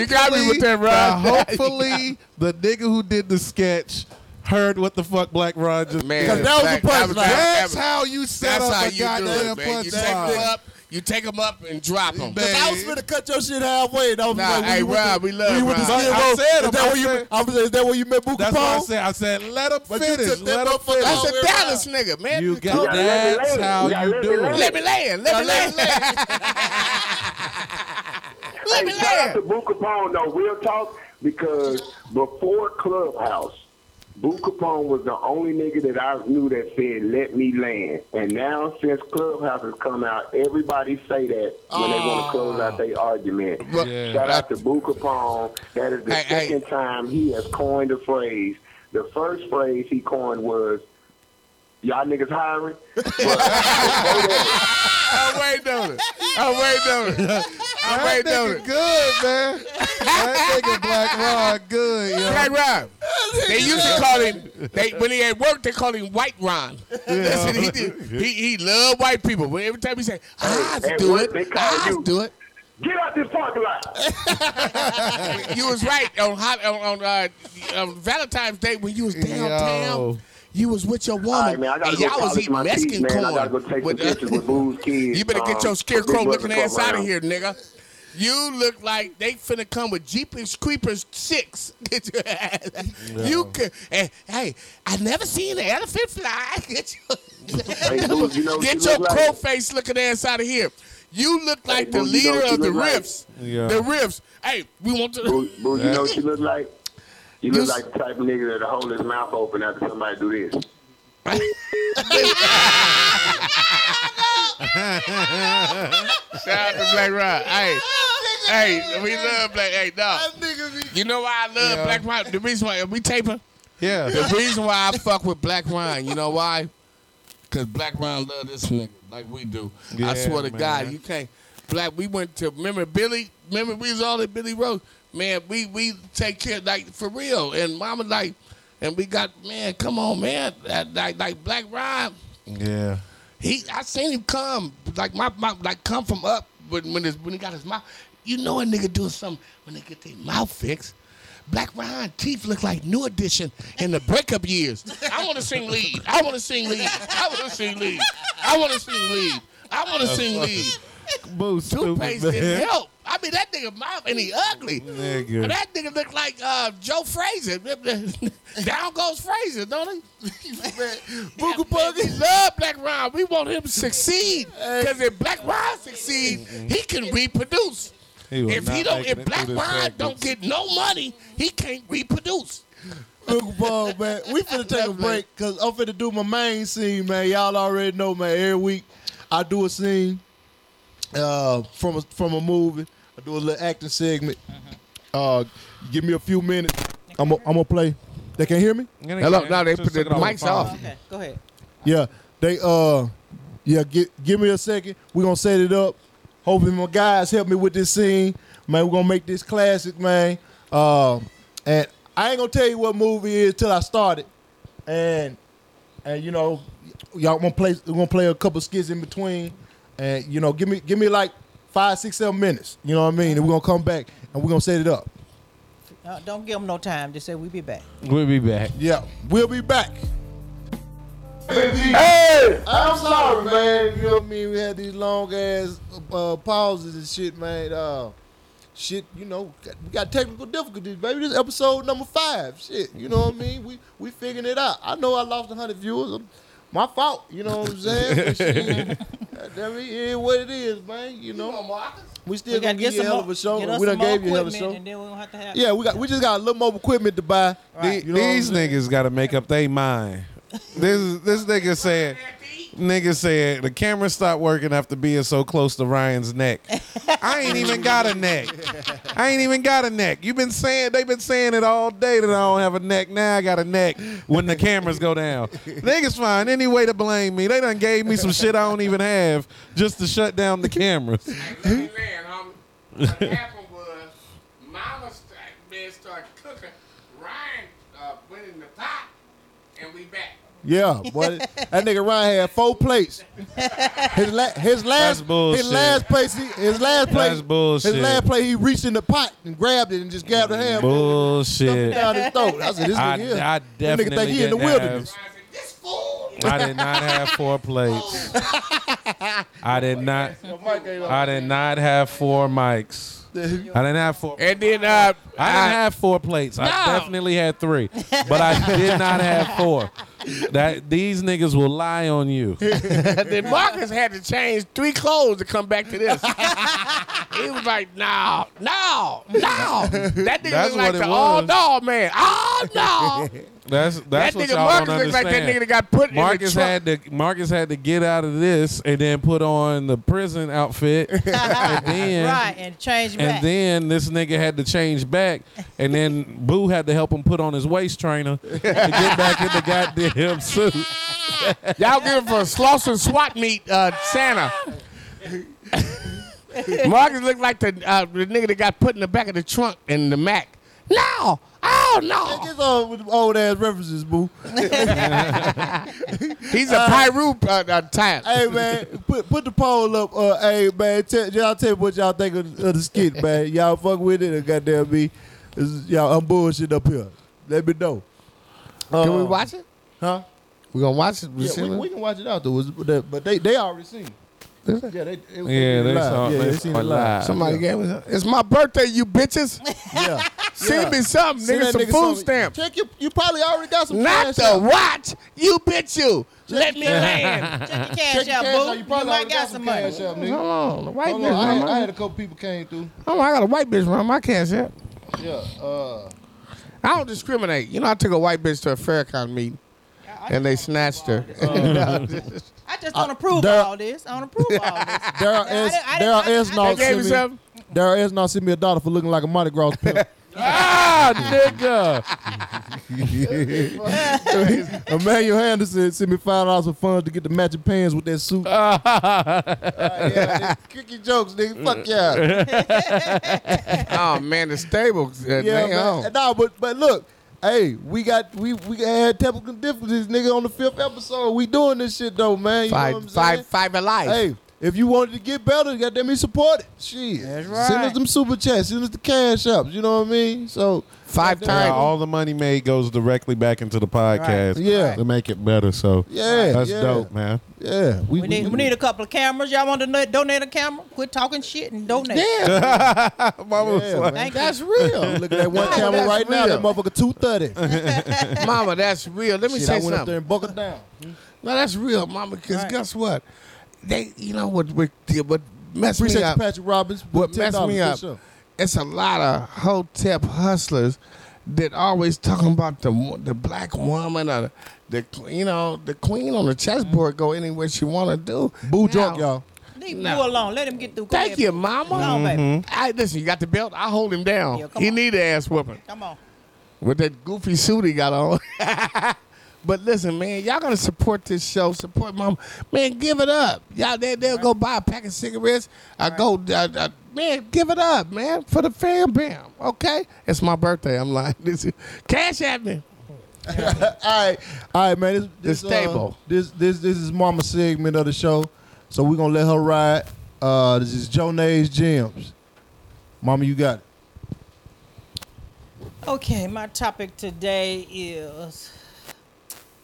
[SPEAKER 9] you got me with that,
[SPEAKER 6] now,
[SPEAKER 9] Rod.
[SPEAKER 6] hopefully the nigga who did the sketch heard what the fuck Black Rod just
[SPEAKER 9] Man,
[SPEAKER 6] said.
[SPEAKER 9] Black- that was- that
[SPEAKER 6] That's
[SPEAKER 9] was-
[SPEAKER 6] how you set
[SPEAKER 9] that's
[SPEAKER 6] up
[SPEAKER 9] how
[SPEAKER 6] a
[SPEAKER 9] you do
[SPEAKER 6] goddamn
[SPEAKER 9] it, man. You take
[SPEAKER 6] punchline.
[SPEAKER 9] them up, you take them up and drop them.
[SPEAKER 7] Cause I was finna cut your shit halfway. And I was
[SPEAKER 9] Nah,
[SPEAKER 7] like,
[SPEAKER 9] hey, Rob, we love
[SPEAKER 7] you. With the
[SPEAKER 9] Rob.
[SPEAKER 7] Skid
[SPEAKER 9] I
[SPEAKER 7] Row.
[SPEAKER 9] said
[SPEAKER 7] is
[SPEAKER 9] him,
[SPEAKER 7] that
[SPEAKER 9] I
[SPEAKER 7] where you?
[SPEAKER 9] said-
[SPEAKER 7] I was, is that where you met Buka
[SPEAKER 6] That's what I
[SPEAKER 7] Pone?
[SPEAKER 6] said. I said let him
[SPEAKER 7] But you
[SPEAKER 6] finish.
[SPEAKER 7] took that
[SPEAKER 6] Let him
[SPEAKER 7] motherfucker
[SPEAKER 6] finish.
[SPEAKER 7] all
[SPEAKER 9] That's a Dallas nigga, man.
[SPEAKER 6] You
[SPEAKER 9] Come
[SPEAKER 6] got
[SPEAKER 9] on.
[SPEAKER 6] that's how you do it.
[SPEAKER 9] Let me land. Let me land.
[SPEAKER 14] Hey, shout out to Boo Capone though, real talk, because before Clubhouse, Boo Capone was the only nigga that I knew that said, "Let me land." And now, since Clubhouse has come out, everybody say that when they want to close
[SPEAKER 9] Ah.
[SPEAKER 14] out their argument. Shout out to Boo Capone. That is the second time he has coined a phrase. The first phrase he coined was, "Y'all niggas hiring."
[SPEAKER 9] I'm waiting on it. I'm waiting on it. I'm waiting on it.
[SPEAKER 6] Good man. That nigga Black Rod good. Yo.
[SPEAKER 9] Black Ron. They used to call him. They when he at work, they called him White Ron. That's what he did. He he loved white people. But every time he said, "I
[SPEAKER 14] at
[SPEAKER 9] do
[SPEAKER 14] work, they
[SPEAKER 9] it,
[SPEAKER 14] call
[SPEAKER 9] I
[SPEAKER 14] you.
[SPEAKER 9] do it,"
[SPEAKER 14] Get out this parking lot.
[SPEAKER 9] you was right on hot on on, uh, on Valentine's Day when you was downtown. You was with your
[SPEAKER 14] All
[SPEAKER 9] woman,
[SPEAKER 14] right, man, I gotta
[SPEAKER 9] and
[SPEAKER 14] go
[SPEAKER 9] y'all was
[SPEAKER 14] polish
[SPEAKER 9] eating
[SPEAKER 14] my teeth,
[SPEAKER 9] Mexican
[SPEAKER 14] man. I gotta
[SPEAKER 9] corn. uh,
[SPEAKER 14] go take some pictures with Boo's kids.
[SPEAKER 9] You better get
[SPEAKER 14] um,
[SPEAKER 9] your scarecrow
[SPEAKER 14] Big Brother
[SPEAKER 9] looking ass
[SPEAKER 14] Club
[SPEAKER 9] out of
[SPEAKER 14] Lounge.
[SPEAKER 9] here, nigga. You look like they finna come with Jeepers Creepers six. Get your ass. You could. And, hey, I never seen an elephant fly. Get your,
[SPEAKER 14] Hey, Boo, you know what
[SPEAKER 9] get
[SPEAKER 14] you
[SPEAKER 9] your
[SPEAKER 14] look like?
[SPEAKER 9] crow face looking ass out of here. You look like the
[SPEAKER 14] Boo,
[SPEAKER 9] leader
[SPEAKER 14] you know what you
[SPEAKER 9] of the
[SPEAKER 14] look like?
[SPEAKER 9] riffs.
[SPEAKER 14] Yeah.
[SPEAKER 9] The riffs. Hey, we want to.
[SPEAKER 14] Boo, Boo, you know what you look like? You look
[SPEAKER 9] You s-
[SPEAKER 14] like the type of nigga that'll hold his mouth open after somebody do this.
[SPEAKER 9] Shout out to Black Rod. Hey, hey, we love Black. Hey, dog. You know why I love
[SPEAKER 6] Yeah.
[SPEAKER 9] Black Rod? The reason why we taping.
[SPEAKER 6] Yeah.
[SPEAKER 9] The reason why I fuck with Black Ryan, you know why? Cause Black Ryan love this nigga like we do.
[SPEAKER 6] Yeah,
[SPEAKER 9] I swear to God,
[SPEAKER 6] man.
[SPEAKER 9] you can't. Black, we went to remember Billy. Remember we was all at Billy Rose. Man, we we take care like for real. And Mama like, and we got man. Come on, man. That- Like like Black Ryan.
[SPEAKER 6] Yeah.
[SPEAKER 9] He, I seen him come like my, my like come from up when when, his, when he got his mouth. You know a nigga doing something when they get their mouth fixed. Black Ryan teeth look like New Edition in the breakup years. I want to sing lead. I want to sing lead. I want to sing lead. I want to sing lead. I want to sing lead.
[SPEAKER 6] Boo, stupid
[SPEAKER 9] Face
[SPEAKER 6] man.
[SPEAKER 9] didn't help. I mean that nigga mouth and he ugly.
[SPEAKER 6] Nigga.
[SPEAKER 9] That nigga look like uh, Joe Frazier. Down goes Frazier, don't he? Booga Boogie. We love Black Ron. We want him to succeed. Because if Black Ron succeed, he can reproduce.
[SPEAKER 6] He will
[SPEAKER 9] if he
[SPEAKER 6] not
[SPEAKER 9] don't, if
[SPEAKER 6] make it through
[SPEAKER 9] Black
[SPEAKER 6] this
[SPEAKER 9] Ron
[SPEAKER 6] segment.
[SPEAKER 9] don't get no money, he can't reproduce.
[SPEAKER 7] Buka Pone, man. We finna take a break because I'm finna do my main scene, man. Y'all already know, man. Every week I do a scene uh, from a, from a movie. I do a little acting segment. Uh, give me a few minutes. I'm gonna I'm play. They can hear me.
[SPEAKER 9] Yeah, they Hello? can. No, they Just put took the it off the mics phone. off.
[SPEAKER 8] Okay, go ahead.
[SPEAKER 7] Yeah, they uh, yeah. Give give me a second. We gonna set it up. Hopefully my guys help me with this scene, man. We gonna make this classic, man. Uh, and I ain't gonna tell you what movie it is till I start it, and and you know, y'all gonna play. We gonna play a couple skits in between, and you know, give me give me like five, six, seven minutes. You know what I mean? And we gonna come back and we are gonna set it up.
[SPEAKER 8] No, don't give him no time. Just say we be back.
[SPEAKER 6] We'll be back.
[SPEAKER 7] Yeah, we'll be back. Hey, I'm sorry, man. You know what I mean? We had these long ass uh, pauses and shit, man. Uh, shit, you know, got- we got technical difficulties, baby. This is episode number five, shit. You know what I mean? We we figuring it out. I know I lost hundred viewers. Um, My fault. You know what I'm saying? But shit, I mean, it is what it is, man. You know. We still
[SPEAKER 8] We
[SPEAKER 7] gonna
[SPEAKER 8] gotta
[SPEAKER 7] give
[SPEAKER 8] get
[SPEAKER 7] you a
[SPEAKER 8] some
[SPEAKER 7] hell of
[SPEAKER 8] more-
[SPEAKER 7] a show.
[SPEAKER 8] get us
[SPEAKER 7] We done
[SPEAKER 8] some more
[SPEAKER 7] gave you a hell of a
[SPEAKER 8] equipment,
[SPEAKER 7] show.
[SPEAKER 8] and then we don't have to have-
[SPEAKER 7] Yeah, we got we just got a little more equipment to buy.
[SPEAKER 6] The-
[SPEAKER 7] You know what I'm
[SPEAKER 6] these niggas got to make up their mind. This this nigga saying Nigga said the camera stopped working after being so close to Ryan's neck. I ain't even got a neck. I ain't even got a neck. You've been saying they've been saying it all day that I don't have a neck. Now I got a neck when the cameras go down. Niggas find any way to blame me. They done gave me some shit I don't even have just to shut down the cameras.
[SPEAKER 22] um, happened was Mama st- bed started cooking. Ryan uh, went in the pot, and we back.
[SPEAKER 7] Yeah, boy, that nigga Ryan had four plates. His, la- his last,
[SPEAKER 6] bullshit.
[SPEAKER 7] his last place, he, his last plate,
[SPEAKER 6] That's bullshit.
[SPEAKER 7] his last plate, he reached in the pot and grabbed it and just grabbed the ham
[SPEAKER 6] Bullshit.
[SPEAKER 7] down his throat. I said, "This
[SPEAKER 6] I,
[SPEAKER 7] nigga, here,
[SPEAKER 6] I
[SPEAKER 7] this
[SPEAKER 6] definitely
[SPEAKER 7] nigga think he in
[SPEAKER 6] didn't
[SPEAKER 7] the wilderness."
[SPEAKER 6] Have, I did not have four plates.
[SPEAKER 9] Oh.
[SPEAKER 6] I did not. I did not have four mics. I didn't have four.
[SPEAKER 9] And then uh,
[SPEAKER 6] I didn't have four plates. I definitely had three, but I did not have four. That these niggas will lie on you.
[SPEAKER 9] then Marcus had to change three clothes to come back to this. he was like, no, no, no. That nigga
[SPEAKER 6] That's
[SPEAKER 9] look like
[SPEAKER 6] what it
[SPEAKER 9] the all
[SPEAKER 6] was.
[SPEAKER 9] dog man. Oh no.
[SPEAKER 6] That's
[SPEAKER 9] That
[SPEAKER 6] that's what
[SPEAKER 9] nigga
[SPEAKER 6] y'all
[SPEAKER 9] Marcus
[SPEAKER 6] don't
[SPEAKER 9] looks like
[SPEAKER 6] understand.
[SPEAKER 9] that nigga that got put in the
[SPEAKER 6] Marcus
[SPEAKER 9] truck.
[SPEAKER 6] had to Marcus had to get out of this and then put on the prison outfit and then
[SPEAKER 8] right, and change
[SPEAKER 6] and
[SPEAKER 8] back.
[SPEAKER 6] then this nigga had to change back and then Boo had to help him put on his waist trainer to get back in the goddamn suit.
[SPEAKER 9] Y'all give him for Slauson SWAT meet uh, Santa. Marcus looked like the uh, the nigga that got put in the back of the trunk in the Mac. No, oh no.
[SPEAKER 7] It's all with old ass references, boo.
[SPEAKER 9] He's a Pyru uh, uh, type.
[SPEAKER 7] Hey man, put put the poll up. Uh, hey man, tell, y'all tell me what y'all think of, of the skit, man. Y'all fuck with it or goddamn me? It's- y'all, I'm bullshit up here. Let me know.
[SPEAKER 9] Can we
[SPEAKER 7] Uh,
[SPEAKER 9] watch it?
[SPEAKER 7] Huh?
[SPEAKER 9] We gonna watch it? We
[SPEAKER 7] Yeah,
[SPEAKER 9] see
[SPEAKER 7] we,
[SPEAKER 9] it?
[SPEAKER 7] we can watch it afterwards, but they, but they, they already seen. it. Yeah, they, it was
[SPEAKER 6] Yeah, they
[SPEAKER 7] live.
[SPEAKER 6] saw-
[SPEAKER 7] yeah,
[SPEAKER 6] they
[SPEAKER 7] seen
[SPEAKER 6] saw
[SPEAKER 7] it
[SPEAKER 6] it
[SPEAKER 7] live.
[SPEAKER 6] live.
[SPEAKER 9] Somebody gave us. It's my birthday, you bitches.
[SPEAKER 7] Yeah.
[SPEAKER 9] Send me something,
[SPEAKER 7] Send
[SPEAKER 9] nigga.
[SPEAKER 7] that
[SPEAKER 9] Some
[SPEAKER 7] nigga
[SPEAKER 9] food
[SPEAKER 7] something.
[SPEAKER 9] stamp.
[SPEAKER 7] Check you. You probably already got some.
[SPEAKER 9] Not
[SPEAKER 7] cash
[SPEAKER 9] the
[SPEAKER 7] out.
[SPEAKER 9] watch. You bitch you. Let me land.
[SPEAKER 8] Check your
[SPEAKER 7] Check
[SPEAKER 8] cash
[SPEAKER 7] your
[SPEAKER 8] out,
[SPEAKER 7] cash
[SPEAKER 8] boo.
[SPEAKER 7] out. You
[SPEAKER 8] You,
[SPEAKER 7] probably
[SPEAKER 8] might
[SPEAKER 7] already got
[SPEAKER 8] got
[SPEAKER 7] some
[SPEAKER 8] some money.
[SPEAKER 7] cash out, nigga.
[SPEAKER 9] Hold on. The white
[SPEAKER 7] Hold
[SPEAKER 9] bitch.
[SPEAKER 7] on, I, had,
[SPEAKER 9] my-
[SPEAKER 7] I had a couple people came through.
[SPEAKER 9] Oh, I got a white bitch around my cash app.
[SPEAKER 7] Yeah. Uh,
[SPEAKER 9] I don't discriminate. You know, I took a white bitch to a Farrakhan meeting, and they snatched her.
[SPEAKER 7] Uh,
[SPEAKER 8] I just don't approve
[SPEAKER 7] there-
[SPEAKER 8] all this. I don't approve all this.
[SPEAKER 7] Daryl
[SPEAKER 8] I
[SPEAKER 7] S.
[SPEAKER 8] didn't- I
[SPEAKER 7] Daryl
[SPEAKER 8] didn't-
[SPEAKER 7] S.
[SPEAKER 8] I
[SPEAKER 7] Now
[SPEAKER 8] didn't-
[SPEAKER 7] sent me. Daryl S. Now sent me a dollar for looking like a Mardi Gras pimp.
[SPEAKER 6] ah, nigga.
[SPEAKER 7] Emmanuel Henderson sent me five dollars for funds to get the matching pants with that suit. yeah, Cookie jokes, nigga. Fuck yeah.
[SPEAKER 9] oh man, the stable. Uh,
[SPEAKER 7] yeah,
[SPEAKER 9] yeah,
[SPEAKER 7] man. Nah, but but look, hey, we got we we had technical differences, nigga, on the fifth episode. We doing this shit though, man. You
[SPEAKER 9] Five-
[SPEAKER 7] know what I'm
[SPEAKER 9] five-
[SPEAKER 7] saying?
[SPEAKER 9] five alive.
[SPEAKER 7] Hey, if you wanted to get better, goddamn me, support it. Shit, that's right. Send us them super chats. Send us the cash ups. You know what I mean? So
[SPEAKER 9] five
[SPEAKER 6] Yeah, all the money made goes directly back into the podcast.
[SPEAKER 7] Right. Yeah.
[SPEAKER 6] to make it better. So
[SPEAKER 7] Yeah,
[SPEAKER 6] that's
[SPEAKER 7] yeah.
[SPEAKER 6] dope, man.
[SPEAKER 7] Yeah,
[SPEAKER 8] We, need, we need a couple of cameras. Y'all want to no- donate a camera? Quit talking shit and donate.
[SPEAKER 9] Yeah.
[SPEAKER 6] Mama was
[SPEAKER 7] Yeah,
[SPEAKER 6] like-
[SPEAKER 7] man.
[SPEAKER 9] That's real.
[SPEAKER 7] Look at that one camera
[SPEAKER 9] That's
[SPEAKER 7] right now.
[SPEAKER 9] real.
[SPEAKER 7] That motherfucker two thirty.
[SPEAKER 9] Mama, that's real. Let me
[SPEAKER 7] Shit,
[SPEAKER 9] say
[SPEAKER 7] I went
[SPEAKER 9] something.
[SPEAKER 7] up there and buckled down.
[SPEAKER 9] No, that's real, Mama. Because guess what? They, you know what? What, what messed
[SPEAKER 7] Appreciate
[SPEAKER 9] me
[SPEAKER 7] you,
[SPEAKER 9] up?
[SPEAKER 7] Patrick Robbins. for
[SPEAKER 9] What messed
[SPEAKER 7] $10.
[SPEAKER 9] me
[SPEAKER 7] Good
[SPEAKER 9] up?
[SPEAKER 7] show.
[SPEAKER 9] It's a lot of hotep hustlers that always talking about the wo- the black woman or the, the you know the queen on the chessboard go anywhere she want to do.
[SPEAKER 7] Boo drunk, y'all.
[SPEAKER 8] Leave
[SPEAKER 9] No.
[SPEAKER 8] Boo alone. Let him get through. Go
[SPEAKER 9] Thank
[SPEAKER 8] ahead.
[SPEAKER 9] you, Mama.
[SPEAKER 8] No, baby.
[SPEAKER 7] Mm-hmm.
[SPEAKER 9] I, listen, you got the belt. I hold him down.
[SPEAKER 8] Yeah, come
[SPEAKER 9] he need an ass whooping
[SPEAKER 8] Come on.
[SPEAKER 9] with that goofy suit he got on. but listen, man, y'all gotta support this show. Support mom, man. Give it up, y'all. They, they'll go buy a pack of cigarettes. I go, uh, uh, man. Give it up, man, for the fam bam. Okay, it's my birthday. I'm like, this is cash at me.
[SPEAKER 7] all right, all right, man. This, this
[SPEAKER 9] The
[SPEAKER 7] uh,
[SPEAKER 9] stable.
[SPEAKER 7] this this this is Mama segment of the show, so we're gonna let her ride. Uh, this is Jonae's gems. Mama, you got it.
[SPEAKER 8] Okay, my topic today is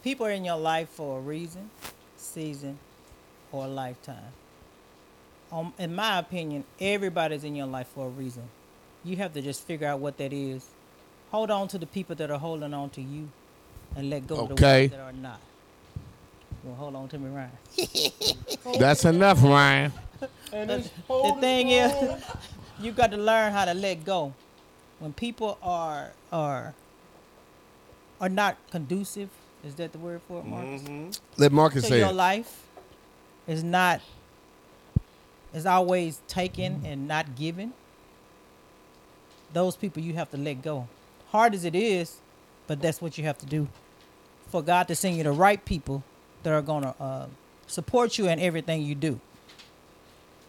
[SPEAKER 8] people are in your life for a reason, season, or a lifetime. Um, in my opinion, everybody's in your life for a reason. You have to just figure out what that is. Hold on to the people that are holding on to you and let go of the
[SPEAKER 9] Okay.
[SPEAKER 8] ones that are not. Well, hold on to me, Ryan.
[SPEAKER 9] That's enough, Ryan.
[SPEAKER 8] the, the thing is, you got to learn how to let go. When people are are are not conducive, is that the word for it, Marcus?
[SPEAKER 9] Let Marcus
[SPEAKER 8] to
[SPEAKER 9] say
[SPEAKER 8] your
[SPEAKER 9] it.
[SPEAKER 8] life, It's not. It's always taken and not given. Those people you have to let go. Hard as it is, but that's what you have to do for God to send you the right people that are gonna uh, support you in everything you do.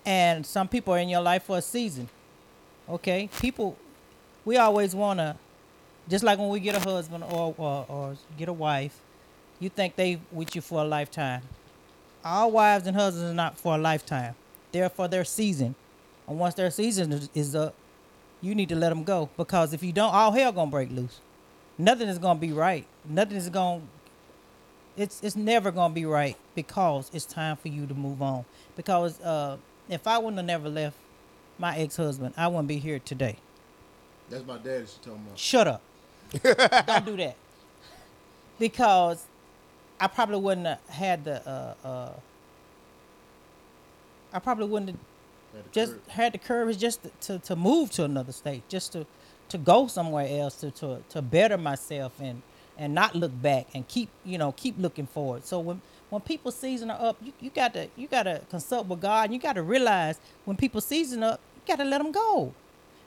[SPEAKER 8] And some people are in your life for a season. Okay, people, we always wanna, just like when we get a husband or or, or get a wife, you think they with you for a lifetime. All wives and husbands are not for a lifetime. They're for their season, and once their season is, is up, you need to let them go because if you don't, all hell gonna break loose. Nothing is gonna be right. Nothing is gonna it's it's never gonna be right because it's time for you to move on. Because uh, if I wouldn't have never left my ex husband, I wouldn't be here today.
[SPEAKER 4] That's my dad. She talking about.
[SPEAKER 8] Shut up. Don't do that. Because I probably wouldn't have had the uh, uh, I probably wouldn't
[SPEAKER 4] Had the
[SPEAKER 8] have just
[SPEAKER 4] courage.
[SPEAKER 8] had the courage just to, to, to move to another state, just to, to go somewhere else to, to, to better myself and, and not look back and keep you know keep looking forward. So when when people season are up, you, you got to you got to consult with God. And you got to realize when people season up, you got to let them go.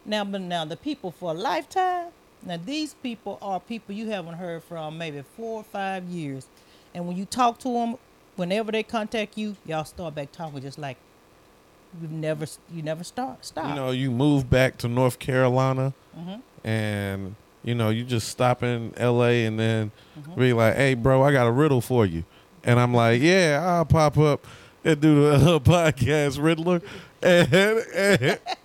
[SPEAKER 8] Now, but now the people for a lifetime. Now these people are people you haven't heard from maybe four or five years, and when you talk to them, whenever they contact you, y'all start back talking just like you never you never start stop.
[SPEAKER 6] You know, you move back to North Carolina,
[SPEAKER 8] Mhm.
[SPEAKER 6] and you know, you just stop in L.A. and then
[SPEAKER 8] Mm-hmm.
[SPEAKER 6] be like, "Hey, bro, I got a riddle for you," and I'm like, "Yeah, I'll pop up and do the uh, podcast Riddler," and,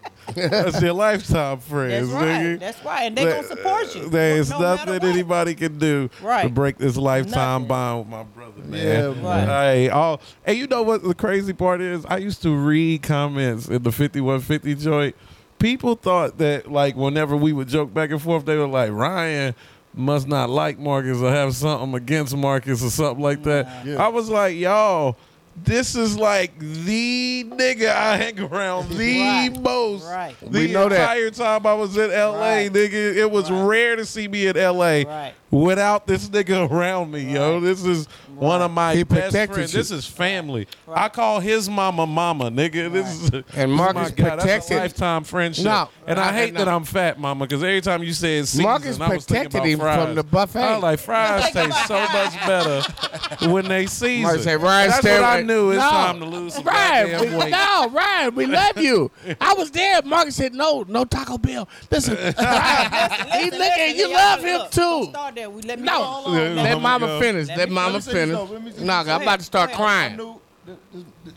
[SPEAKER 6] and that's your lifetime friends,
[SPEAKER 8] That's right.
[SPEAKER 6] nigga. uh,
[SPEAKER 8] That's right. And they gonna support you.
[SPEAKER 6] There's
[SPEAKER 8] No matter
[SPEAKER 6] nothing anybody can do to
[SPEAKER 8] Right.
[SPEAKER 6] break this lifetime bond with my brother, man.
[SPEAKER 9] Yeah, man.
[SPEAKER 6] Hey, all hey, you know what the crazy part is? I used to read comments in the 5150 joint. People thought that like whenever we would joke back and forth, they were like, Ryan must not like Marcus or have something against Marcus or something like that. I was like, y'all, this is like the nigga I hang around the most. Right. The
[SPEAKER 9] We know that.
[SPEAKER 6] entire time I was in LA, nigga, it was rare to see me in LA without this nigga around me, yo. This is one of my
[SPEAKER 9] He
[SPEAKER 6] best
[SPEAKER 9] protected
[SPEAKER 6] friends.
[SPEAKER 9] you.
[SPEAKER 6] This is family. I call his mama mama, nigga. This is
[SPEAKER 9] And Marcus
[SPEAKER 6] this is my guy. That's a
[SPEAKER 9] protected-
[SPEAKER 6] lifetime friendship.
[SPEAKER 9] No.
[SPEAKER 6] and I
[SPEAKER 9] I-
[SPEAKER 6] hate
[SPEAKER 9] no.
[SPEAKER 6] that I'm fat, mama, because every time you said season,
[SPEAKER 9] Marcus
[SPEAKER 6] I was thinking
[SPEAKER 9] protected
[SPEAKER 6] about
[SPEAKER 9] him
[SPEAKER 6] fries.
[SPEAKER 9] from the buffet.
[SPEAKER 6] I was like fries taste so much better when they season.
[SPEAKER 9] Marcus said, Ryan
[SPEAKER 6] That's
[SPEAKER 9] Stanley-
[SPEAKER 6] what I knew. It's
[SPEAKER 9] No.
[SPEAKER 6] time to lose some
[SPEAKER 9] Ryan,
[SPEAKER 6] goddamn
[SPEAKER 9] we,
[SPEAKER 6] weight.
[SPEAKER 9] no, Ryan, we love you. I was there. Marcus said, "No, no Taco Bell." Listen, Ryan, he looking. You love him too.
[SPEAKER 8] Start there. We let me
[SPEAKER 9] No,
[SPEAKER 8] hold on.
[SPEAKER 9] let,
[SPEAKER 6] Let me
[SPEAKER 9] mama
[SPEAKER 6] go.
[SPEAKER 9] finish. Let,
[SPEAKER 6] me-
[SPEAKER 9] mama
[SPEAKER 6] let me say this
[SPEAKER 9] finish.
[SPEAKER 6] though. Let me say
[SPEAKER 9] Nah,
[SPEAKER 6] this.
[SPEAKER 9] I'm about to start
[SPEAKER 6] Go
[SPEAKER 9] crying.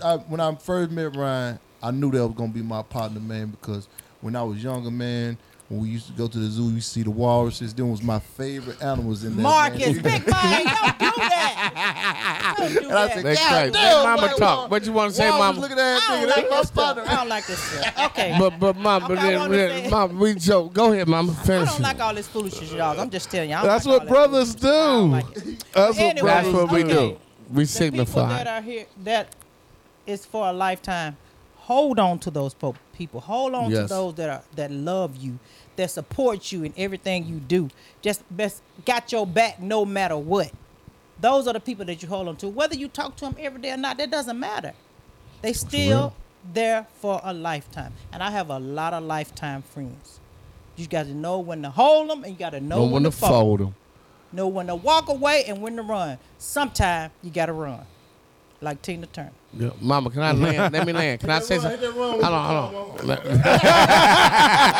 [SPEAKER 4] I, when I first met Ryan, I knew that was gonna be my partner, man, because when I was younger, man, when we used to go to the zoo, you see the walruses. Them was my favorite animals in there.
[SPEAKER 8] Marcus,
[SPEAKER 4] man.
[SPEAKER 8] Big Mike, don't do that. Don't do
[SPEAKER 4] And I
[SPEAKER 8] that.
[SPEAKER 4] said,
[SPEAKER 9] Let
[SPEAKER 4] God
[SPEAKER 9] Christ-
[SPEAKER 4] damn,
[SPEAKER 9] let mama
[SPEAKER 4] like,
[SPEAKER 9] talk.
[SPEAKER 4] Wal-
[SPEAKER 9] What you wanna say,
[SPEAKER 4] Walrus
[SPEAKER 9] mama?
[SPEAKER 4] Look at that
[SPEAKER 8] I
[SPEAKER 4] nigga.
[SPEAKER 8] don't
[SPEAKER 4] That's
[SPEAKER 8] like
[SPEAKER 4] my
[SPEAKER 8] this stuff.
[SPEAKER 4] partner.
[SPEAKER 8] I don't like this stuff. Okay.
[SPEAKER 9] But but mom,
[SPEAKER 8] Okay,
[SPEAKER 9] but
[SPEAKER 8] I
[SPEAKER 9] then,
[SPEAKER 8] wanna say-
[SPEAKER 9] then mom, we joke. Go ahead, mama.
[SPEAKER 8] I
[SPEAKER 9] Finish.
[SPEAKER 8] don't like all this foolishness, y'all. I'm just telling y'all.
[SPEAKER 6] That's what brothers do. That's what
[SPEAKER 8] Anyway,
[SPEAKER 6] brothers
[SPEAKER 9] That's what we
[SPEAKER 6] do.
[SPEAKER 9] do. We
[SPEAKER 8] people
[SPEAKER 9] signify.
[SPEAKER 8] that are here that is for a lifetime. Hold on to those po- people. Hold on to
[SPEAKER 9] Yes.
[SPEAKER 8] those that are that love you, that support you in everything you do. Just best got your back no matter what. Those are the people that you hold on to. Whether you talk to them every day or not, that doesn't matter. They still there for a lifetime. And I have a lot of lifetime friends. You got to know when to hold them, and you got to know
[SPEAKER 9] No
[SPEAKER 8] when
[SPEAKER 9] one to fold them.
[SPEAKER 8] Know when to walk away and when to run. Sometime you gotta run, like Tina Turner.
[SPEAKER 9] Yeah, Mama, can I land? Let me land. Can I say
[SPEAKER 8] Hit that
[SPEAKER 9] something?
[SPEAKER 8] wrong, hit
[SPEAKER 9] Hold
[SPEAKER 8] that
[SPEAKER 9] on,
[SPEAKER 8] wrong,
[SPEAKER 9] hold on.
[SPEAKER 8] hit that
[SPEAKER 9] Let-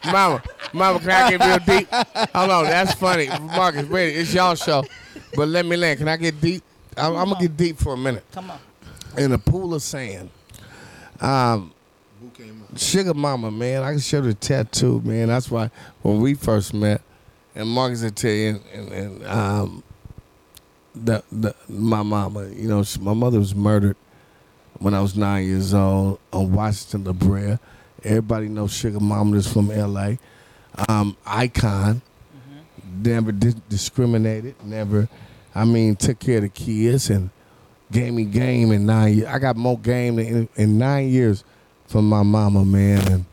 [SPEAKER 9] mama, Mama, can I get real deep? Hold on, that's funny. Marcus, wait, it's y'all show, but let me land. Can I get deep? I'm, I'm gonna get deep for a minute.
[SPEAKER 8] Come on.
[SPEAKER 9] In a pool of sand. Um, Sugar Mama, man, I can show the tattoo, man. That's why when we first met, and Marcus would tell you, and, and, and um, the, the my mama, you know, she, my mother was murdered when I was nine years old on Washington La Brea. Everybody knows Sugar Mama is from L.A. Um, icon, never dis- discriminated, never. I mean, took care of the kids and gave me game in nine years. I got more game than in, in nine years from my mama, man. And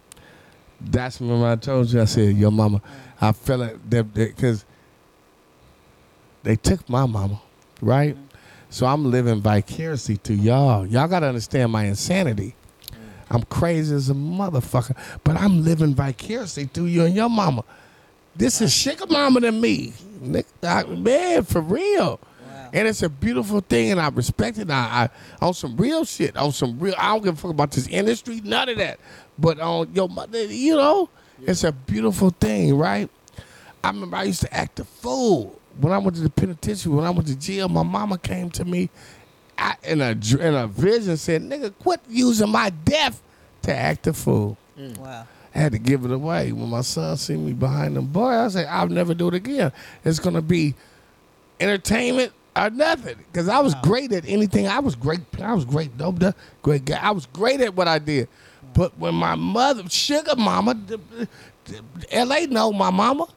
[SPEAKER 9] that's when I told you. I said, "Your mama." I felt like that because they took my mama, right? So I'm living vicariously through y'all. Y'all gotta understand my insanity. I'm crazy as a motherfucker, but I'm living vicariously through you and your mama. This is sicker mama than me, Nick- I- man, for real. And it's a beautiful thing, and I respect it. I, I on some real shit, on some real. I don't give a fuck about this industry, none of that. But on your mother, you know, it's a beautiful thing, right? I remember I used to act a fool when I went to the penitentiary. When I went to jail, my mama came to me I, in a dr- in a vision said, "Nigga, quit using my death to act a fool."
[SPEAKER 8] Wow.
[SPEAKER 9] I had to give it away when my son see me behind them boy. I said, "I'll never do it again. It's gonna be entertainment or nothing." Because I was great at anything. I was great. I was great. Dope. da- Great guy. I was great at what I did. But when my mother, sugar mama, d- d- L.A. know my mama,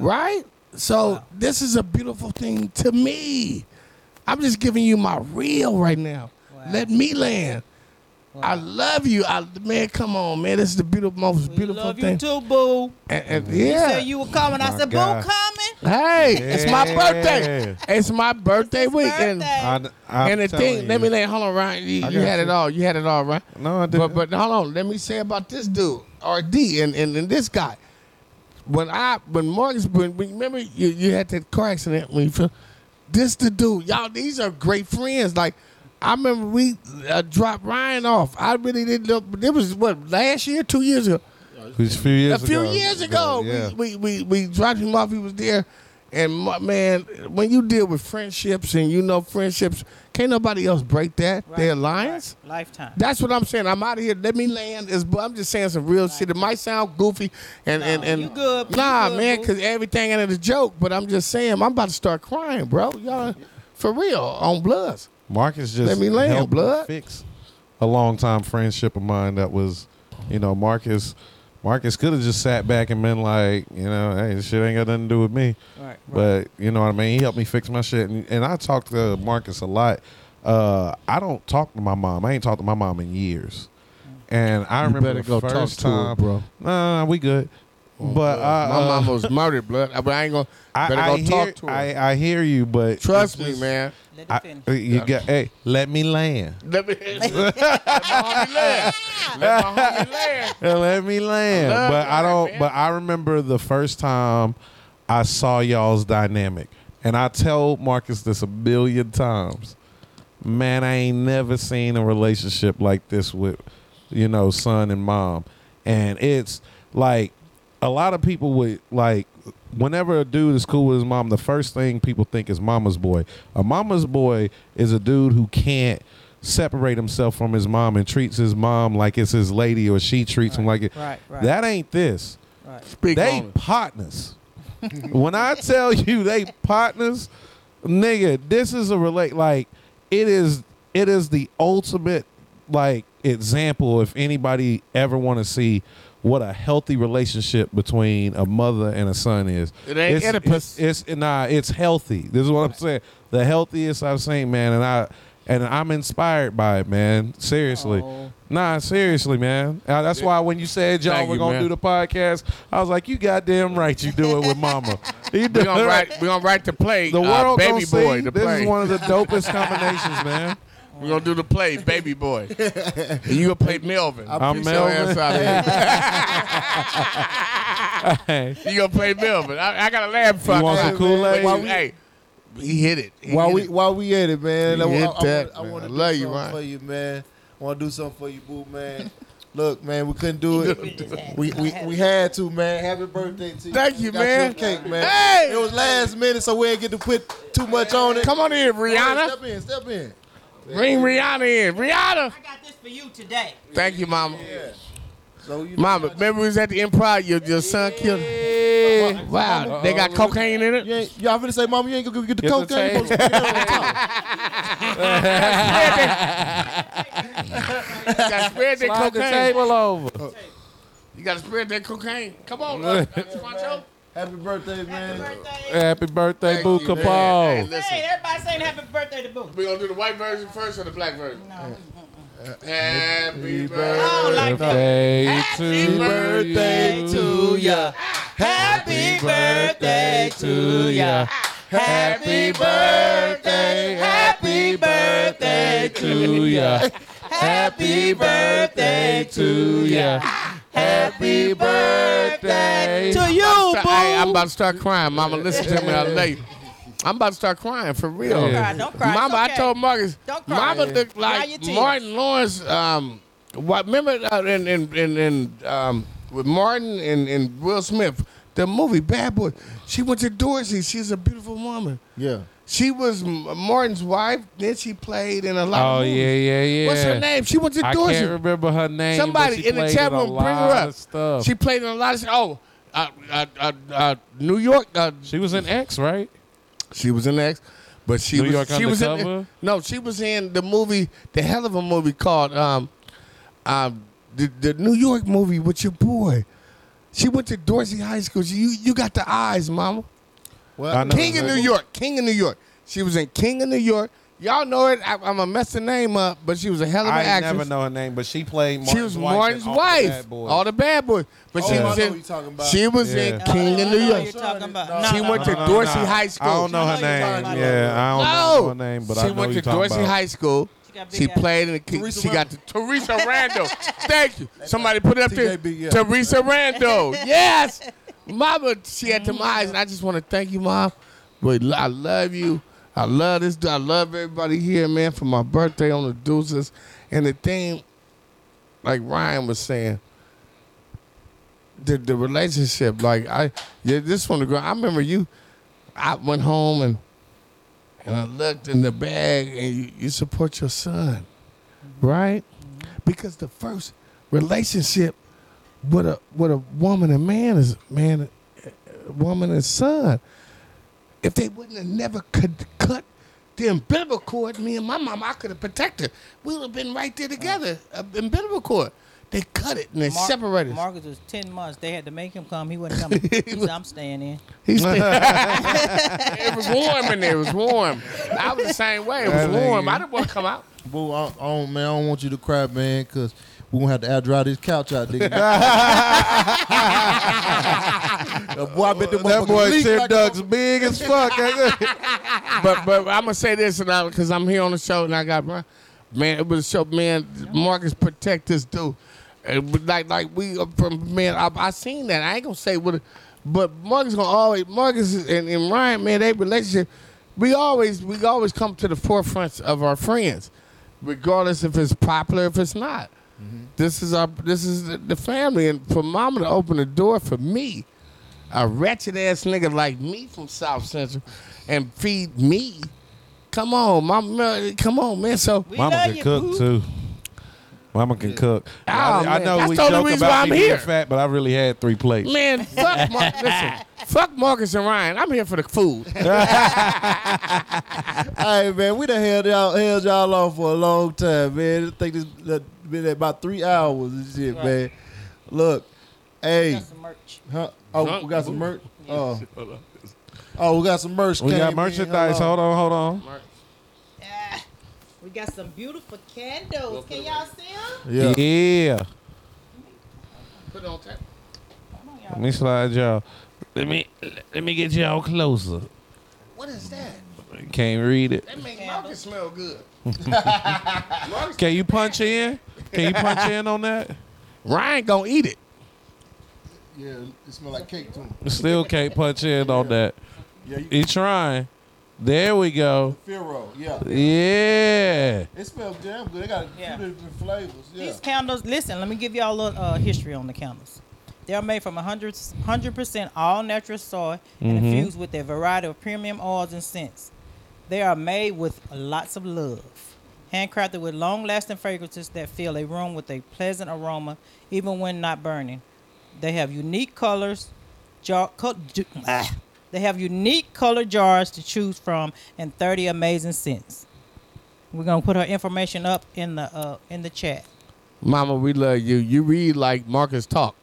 [SPEAKER 9] right? So this is a beautiful thing to me. I'm just giving you my real right now. Let me land. I love you. I man, come on, man. This is the beautiful, most beautiful
[SPEAKER 8] Love
[SPEAKER 9] thing.
[SPEAKER 8] you too, boo.
[SPEAKER 9] And- and-
[SPEAKER 8] You
[SPEAKER 9] yeah.
[SPEAKER 8] said you were coming.
[SPEAKER 9] My
[SPEAKER 8] I said,
[SPEAKER 9] God.
[SPEAKER 8] boo, coming.
[SPEAKER 9] Hey, it's my birthday.
[SPEAKER 6] Yeah.
[SPEAKER 9] It's my birthday weekend.
[SPEAKER 6] I, I'm
[SPEAKER 9] and the
[SPEAKER 6] telling
[SPEAKER 9] thing,
[SPEAKER 6] you.
[SPEAKER 9] let me lay. Hold on, Ryan. You,
[SPEAKER 6] I
[SPEAKER 9] you
[SPEAKER 6] got
[SPEAKER 9] had
[SPEAKER 6] you.
[SPEAKER 9] it all. You had it all, right?
[SPEAKER 6] No, I
[SPEAKER 9] didn't. But, but hold on. Let me say about this dude, RD, and, and, and this guy. When I when Marcus, when, when- remember you, you had that car accident when you feel, this the dude. Y'all, these are great friends. Like I remember we uh, dropped Ryan off. I really didn't know. But it was what last year, two years ago.
[SPEAKER 6] It was a few years
[SPEAKER 9] A few
[SPEAKER 6] ago.
[SPEAKER 9] years ago,
[SPEAKER 6] Yeah.
[SPEAKER 9] we, we, we we dropped him off. He was there, and my, man, when you deal with friendships and you know friendships, can't nobody else break that. They're alliance.
[SPEAKER 8] Lifetime.
[SPEAKER 9] That's what I'm saying. I'm out of here. Let me land. This, but I'm just saying some real shit. It might sound goofy and and and
[SPEAKER 8] good. You
[SPEAKER 9] nah,
[SPEAKER 8] good,
[SPEAKER 9] man, because everything in it is a joke. But I'm just saying, I'm about to start crying, bro. Y'all, for real, on bloods.
[SPEAKER 6] Marcus just
[SPEAKER 9] Let me land,
[SPEAKER 6] helped
[SPEAKER 9] blood.
[SPEAKER 6] fix a long time friendship of mine that was, you know, Marcus. Marcus could have just sat back and been like, you know, hey, this shit ain't got nothing to do with me.
[SPEAKER 8] Right,
[SPEAKER 6] But you know what I mean. He helped me fix my shit, and, and I talk to Marcus a lot. Uh, I don't talk to my mom. I ain't talked to my mom in years. And I
[SPEAKER 9] You
[SPEAKER 6] remember
[SPEAKER 9] better
[SPEAKER 6] the
[SPEAKER 9] go talk
[SPEAKER 6] first
[SPEAKER 9] to her,
[SPEAKER 6] time,
[SPEAKER 9] bro. Oh,
[SPEAKER 6] Nah, nah, we good. But uh,
[SPEAKER 9] my
[SPEAKER 6] uh,
[SPEAKER 9] mama was murdered, blood. But I ain't gonna.
[SPEAKER 6] I,
[SPEAKER 9] better go
[SPEAKER 6] I
[SPEAKER 9] talk
[SPEAKER 6] hear,
[SPEAKER 9] to her.
[SPEAKER 6] I, I hear you, but
[SPEAKER 9] Trust
[SPEAKER 6] it's
[SPEAKER 9] me, man.
[SPEAKER 6] I- uh, you got, hey, let me land.
[SPEAKER 9] Let me. Let my homie land. Let my homie land.
[SPEAKER 6] Let me land.
[SPEAKER 9] I love
[SPEAKER 6] But
[SPEAKER 9] that,
[SPEAKER 6] I don't.
[SPEAKER 9] man.
[SPEAKER 6] But I remember the first time I saw y'all's dynamic, and I tell Marcus this a billion times. Man, I ain't never seen a relationship like this with, you know, son and mom, and it's like a lot of people would like. Whenever a dude is cool with his mom, the first thing people think is mama's boy. A mama's boy is a dude who can't separate himself from his mom and treats his mom like it's his lady or she treats him like it.
[SPEAKER 9] right, right.
[SPEAKER 6] That ain't this.
[SPEAKER 9] Right. Speak
[SPEAKER 6] they
[SPEAKER 9] on it.
[SPEAKER 6] partners. when I tell you they partners, nigga, this is a relate like it is it is the ultimate like example if anybody ever want to see what a healthy relationship between a mother and a son is.
[SPEAKER 9] It ain't
[SPEAKER 6] it's,
[SPEAKER 9] Oedipus.
[SPEAKER 6] It's, it's- nah, it's healthy. This is what I'm saying. The healthiest I've seen, man, and I and I'm inspired by it, man. Seriously. Nah, seriously, man. Uh, that's why when you said y'all
[SPEAKER 9] Thank
[SPEAKER 6] were
[SPEAKER 9] you,
[SPEAKER 6] gonna
[SPEAKER 9] man.
[SPEAKER 6] do the podcast, I was like, you goddamn right, you do it with mama. You do
[SPEAKER 9] We gonna
[SPEAKER 6] it right.
[SPEAKER 9] write. We gonna write the play.
[SPEAKER 6] The
[SPEAKER 9] uh,
[SPEAKER 6] world
[SPEAKER 9] baby
[SPEAKER 6] gonna
[SPEAKER 9] boy.
[SPEAKER 6] see
[SPEAKER 9] The
[SPEAKER 6] this
[SPEAKER 9] play.
[SPEAKER 6] is one of the dopest combinations, man.
[SPEAKER 9] We're gonna do the play, baby boy. and you gonna play Melvin.
[SPEAKER 6] I'm
[SPEAKER 9] Get your
[SPEAKER 6] Melvin.
[SPEAKER 9] ass out of here. you gonna play Melvin? I, I gotta laugh. before I
[SPEAKER 7] want
[SPEAKER 9] cry.
[SPEAKER 7] some Kool-Aid?
[SPEAKER 9] But you- Hey, he hit it. He
[SPEAKER 7] while
[SPEAKER 9] hit
[SPEAKER 7] we
[SPEAKER 9] it.
[SPEAKER 7] while we at it, man,
[SPEAKER 9] You
[SPEAKER 7] I,
[SPEAKER 9] hit
[SPEAKER 7] I,
[SPEAKER 9] that,
[SPEAKER 7] I,
[SPEAKER 9] man.
[SPEAKER 7] want
[SPEAKER 9] I
[SPEAKER 7] to do
[SPEAKER 9] love you,
[SPEAKER 7] something
[SPEAKER 9] Ryan.
[SPEAKER 7] for you, man. I want to do something for you, boo, man. Look, man, we couldn't do it. we, we we had to, man. Happy birthday to you.
[SPEAKER 9] Thank
[SPEAKER 7] We
[SPEAKER 9] you,
[SPEAKER 7] got
[SPEAKER 9] man.
[SPEAKER 7] a cake, man.
[SPEAKER 9] Hey!
[SPEAKER 7] it was last minute, so we ain't get to put too much on it.
[SPEAKER 9] Come on in, Rihanna.
[SPEAKER 7] Step in, step in.
[SPEAKER 9] Bring Rihanna in. Rihanna.
[SPEAKER 8] I got this for you today.
[SPEAKER 9] Thank you, Mama.
[SPEAKER 7] So you
[SPEAKER 9] Mama, remember we was at the Empire. Your, your son killed. him? Wow,
[SPEAKER 7] Mama-
[SPEAKER 9] they got
[SPEAKER 7] Mama-
[SPEAKER 9] cocaine in it.
[SPEAKER 7] You ain't, y'all finna say, Mama, you ain't gonna get the
[SPEAKER 9] Get the
[SPEAKER 7] cocaine. You
[SPEAKER 9] table.
[SPEAKER 7] supposed to put it on top.
[SPEAKER 9] You gotta spread that
[SPEAKER 6] Slide the
[SPEAKER 9] cocaine.
[SPEAKER 6] table over.
[SPEAKER 9] You gotta spread that cocaine. Come on, uh, Squancho.
[SPEAKER 7] Happy birthday, man.
[SPEAKER 6] Happy birthday,
[SPEAKER 9] Thank you,
[SPEAKER 6] Boo
[SPEAKER 9] man.
[SPEAKER 6] Capone.
[SPEAKER 9] Hey, listen.
[SPEAKER 8] Hey, everybody saying happy birthday to Boo.
[SPEAKER 9] We gonna do the white version first or the black version? Uh,
[SPEAKER 8] No.
[SPEAKER 9] Happy
[SPEAKER 6] birthday to
[SPEAKER 9] birthday
[SPEAKER 6] you.
[SPEAKER 9] to ya.
[SPEAKER 8] Happy
[SPEAKER 6] birthday to ya.
[SPEAKER 9] Happy birthday. Happy Happy birthday to ya. Happy birthday to ya. Happy birthday
[SPEAKER 8] to you,
[SPEAKER 9] I'm sta- Hey, I'm about to start crying, Mama. Listen to me, I'm late. I'm about to start crying for real.
[SPEAKER 8] Don't cry, don't cry, it's
[SPEAKER 9] Mama,
[SPEAKER 8] okay.
[SPEAKER 9] I told Marcus.
[SPEAKER 8] Don't cry.
[SPEAKER 9] Mama looked
[SPEAKER 8] Dry
[SPEAKER 9] like
[SPEAKER 8] your tears.
[SPEAKER 9] Martin Lawrence. Um, what remember uh, in in in, in um, with Martin and, and Will Smith, the movie Bad Boy. She went to Dorsey. She's a beautiful woman.
[SPEAKER 7] Yeah.
[SPEAKER 9] She was M- Martin's wife. Then she played in a lot.
[SPEAKER 6] Oh
[SPEAKER 9] of movies.
[SPEAKER 6] yeah, yeah, yeah.
[SPEAKER 9] What's her name? She went to
[SPEAKER 6] I
[SPEAKER 9] Dorsey.
[SPEAKER 6] can't remember her name. but
[SPEAKER 9] Somebody
[SPEAKER 6] she
[SPEAKER 9] in the
[SPEAKER 6] played
[SPEAKER 9] chat
[SPEAKER 6] a
[SPEAKER 9] room, bring her
[SPEAKER 6] lot
[SPEAKER 9] up.
[SPEAKER 6] of Stuff.
[SPEAKER 9] She played in a lot of. Oh, uh, uh, uh, uh, New York. Uh,
[SPEAKER 6] she was in X, right?
[SPEAKER 9] She was in X, but she
[SPEAKER 6] New
[SPEAKER 9] was
[SPEAKER 6] York
[SPEAKER 9] she was in
[SPEAKER 6] Undercover?
[SPEAKER 9] no, she was in the movie, the hell of a movie called um, um, the the New York movie with your boy. She went to Dorsey High School. She, you you got the eyes, Mama.
[SPEAKER 7] Well, I know
[SPEAKER 9] King of
[SPEAKER 7] exactly.
[SPEAKER 9] New York, King of New York. She was in King of New York. Y'all know it. I, I'm gonna mess the name up, but she was a hell of an
[SPEAKER 6] I
[SPEAKER 9] actress.
[SPEAKER 6] never know her name, but she played. Martin's
[SPEAKER 9] She was
[SPEAKER 6] wife in
[SPEAKER 9] Martin's
[SPEAKER 6] All the
[SPEAKER 9] wife.
[SPEAKER 6] Bad Boys.
[SPEAKER 9] All the bad boys. But
[SPEAKER 6] Oh,
[SPEAKER 9] she
[SPEAKER 6] I
[SPEAKER 9] was
[SPEAKER 6] know
[SPEAKER 9] in.
[SPEAKER 6] what you're talking about.
[SPEAKER 9] She was in
[SPEAKER 6] Yeah.
[SPEAKER 9] King of New York. She
[SPEAKER 6] No,
[SPEAKER 9] went to
[SPEAKER 6] no, no,
[SPEAKER 9] Dorsey
[SPEAKER 6] no.
[SPEAKER 9] High School.
[SPEAKER 6] I don't know her name. Yeah, I don't know her name, but
[SPEAKER 9] she
[SPEAKER 6] I know
[SPEAKER 9] went
[SPEAKER 6] who
[SPEAKER 9] to
[SPEAKER 6] you're talking
[SPEAKER 9] Dorsey
[SPEAKER 6] about.
[SPEAKER 9] High School. She played in the. Teresa she got the Teresa Randall. Thank you. Somebody put it up there.
[SPEAKER 7] TJB, yeah.
[SPEAKER 9] Teresa Randall. Yes, Mama. She had them eyes, and I just want to thank you, Mom. But lo- I love you. I love this. I love everybody here, man. For my birthday on the Deuces, and the thing, like Ryan was saying, the the relationship. Like I, yeah, this one. I remember you. I went home and and I looked in the bag, and you, you support your son, right? Because the first relationship with a with a woman and man is man, uh, woman and son. If they wouldn't have never could cut the umbilical cord, me and my mom, I could have protected. We would have been right there together. Uh, umbilical cord. They cut it and they
[SPEAKER 8] Mar-
[SPEAKER 9] separated. us.
[SPEAKER 8] Marcus was ten months. They had to make him come. He wasn't coming. He said, "I'm staying in."
[SPEAKER 9] He stayed- it was warm in there. It was warm. I was the same way. It was
[SPEAKER 7] That nigga.
[SPEAKER 9] warm. I didn't want to come out.
[SPEAKER 7] Boo, I, I don't, man, I don't want you to cry, man, because we gonna have to air dry this couch out, nigga. Uh, boy, I bet them
[SPEAKER 6] That
[SPEAKER 7] motherfuckers
[SPEAKER 6] boy
[SPEAKER 7] leak
[SPEAKER 6] Tim
[SPEAKER 7] like a
[SPEAKER 6] Duck's big as fuck.
[SPEAKER 9] but but I'm gonna say this, and I because I'm here on the show, and I got my man. It was a show, man. Marcus protect this dude, and but like like we are from man. I, I seen that. I ain't gonna say what, it- but Marcus gonna always Marcus and, and Ryan, man, they relationship. We always we always come to the forefront of our friends, regardless if it's popular if it's not. This is our this is the, the family, and for Mama to open the door for me a wretched ass nigga like me from South Central and feed me. Come on, my man, come on, man. So
[SPEAKER 6] Mama can cook too. Mama can cook. I, I
[SPEAKER 9] Oh, man.
[SPEAKER 6] know
[SPEAKER 9] That's
[SPEAKER 6] we
[SPEAKER 9] the only
[SPEAKER 6] joke
[SPEAKER 9] reason
[SPEAKER 6] about
[SPEAKER 9] why I'm
[SPEAKER 6] me being
[SPEAKER 9] here.
[SPEAKER 6] fat, but I really had three plates.
[SPEAKER 9] Man, fuck Mar- listen, fuck Marcus and Ryan. I'm here for the food.
[SPEAKER 7] hey man, we done held y'all held y'all on for a long time, man. I think this uh, been about three hours and shit,
[SPEAKER 8] Right.
[SPEAKER 7] man. Look, hey,
[SPEAKER 8] got some merch.
[SPEAKER 7] Huh? Oh, we got some merch. Oh, oh, we got some merch.
[SPEAKER 6] We got
[SPEAKER 7] came in.
[SPEAKER 6] merchandise. Hold on, hold on.
[SPEAKER 8] We got some beautiful candles. Can y'all see them?
[SPEAKER 6] Yeah.
[SPEAKER 9] Put it on tap.
[SPEAKER 6] Let me slide y'all. Let me let me get y'all closer.
[SPEAKER 9] What is that?
[SPEAKER 6] Can't read it.
[SPEAKER 9] That makes Marcus smell good.
[SPEAKER 6] Can you punch in? Can you punch in on that?
[SPEAKER 9] Ryan gonna eat it.
[SPEAKER 7] Yeah, it smell like cake to him.
[SPEAKER 6] Still can't punch in on that.
[SPEAKER 7] Yeah, you-
[SPEAKER 6] He trying. There we go.
[SPEAKER 7] Firo, yeah.
[SPEAKER 6] Yeah.
[SPEAKER 7] It smells damn good. They got a few different flavors. Yeah.
[SPEAKER 8] These candles. Listen, let me give y'all a little uh, history on the candles. They're made from 100 percent all natural soy and
[SPEAKER 5] Mhm.
[SPEAKER 8] infused with a variety of premium oils and scents. They are made with lots of love, handcrafted with long-lasting fragrances that fill a room with a pleasant aroma, even when not burning. They have unique colors, jar, co- ju- ah. they have unique color jars to choose from, and 30 amazing scents. We're gonna put her information up in the uh, in the chat.
[SPEAKER 9] Mama, we love you. You read like Marcus talk.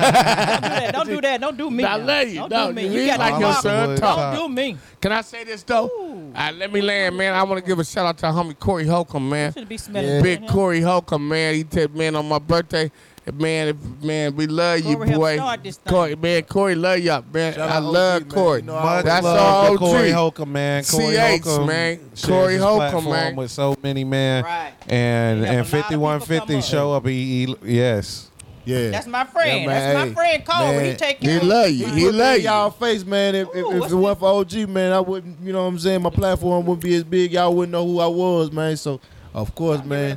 [SPEAKER 8] Don't do that. Don't do me.
[SPEAKER 9] I
[SPEAKER 8] now.
[SPEAKER 9] love you.
[SPEAKER 8] Don't
[SPEAKER 9] no,
[SPEAKER 8] do me.
[SPEAKER 9] You,
[SPEAKER 8] You
[SPEAKER 9] read
[SPEAKER 8] got
[SPEAKER 9] like
[SPEAKER 8] to
[SPEAKER 9] your
[SPEAKER 8] talk.
[SPEAKER 9] son
[SPEAKER 8] Don't
[SPEAKER 9] talk.
[SPEAKER 8] do me.
[SPEAKER 9] Can I say this though? All right, let me land, man. I want to give a shout out to homie Corey Holcomb, man.
[SPEAKER 8] Should be smelling good,
[SPEAKER 9] Big
[SPEAKER 8] huh?
[SPEAKER 9] Corey Holcomb, man. He said, man, on my birthday, Man, if- man, we love you,
[SPEAKER 8] Corey helped
[SPEAKER 9] boy.
[SPEAKER 8] start this thing.
[SPEAKER 9] Corey, man, Corey, love y'all, man.
[SPEAKER 6] Shout
[SPEAKER 9] I
[SPEAKER 6] out
[SPEAKER 9] love
[SPEAKER 6] OG, man.
[SPEAKER 9] Corey.
[SPEAKER 6] You know I Much
[SPEAKER 9] That's
[SPEAKER 6] love
[SPEAKER 9] all
[SPEAKER 6] to
[SPEAKER 9] OG.
[SPEAKER 6] Corey Holcomb, man. Corey
[SPEAKER 9] CH,
[SPEAKER 6] Holcomb
[SPEAKER 9] man.
[SPEAKER 6] shares
[SPEAKER 9] Corey
[SPEAKER 6] his
[SPEAKER 9] Holcomb,
[SPEAKER 6] platform
[SPEAKER 9] man.
[SPEAKER 6] With so many man,
[SPEAKER 8] Right.
[SPEAKER 6] and and fifty one fifty show up. He, he- yes,
[SPEAKER 7] yeah.
[SPEAKER 8] That's my friend.
[SPEAKER 6] Yeah,
[SPEAKER 8] That's
[SPEAKER 6] man.
[SPEAKER 8] my friend Cole. He take care of
[SPEAKER 7] He put that in y'all face, man. If, if, if it weren't for OG, man, I wouldn't. You know what I'm saying? My platform wouldn't be as big. Y'all wouldn't know who I was, man. So, of course, man.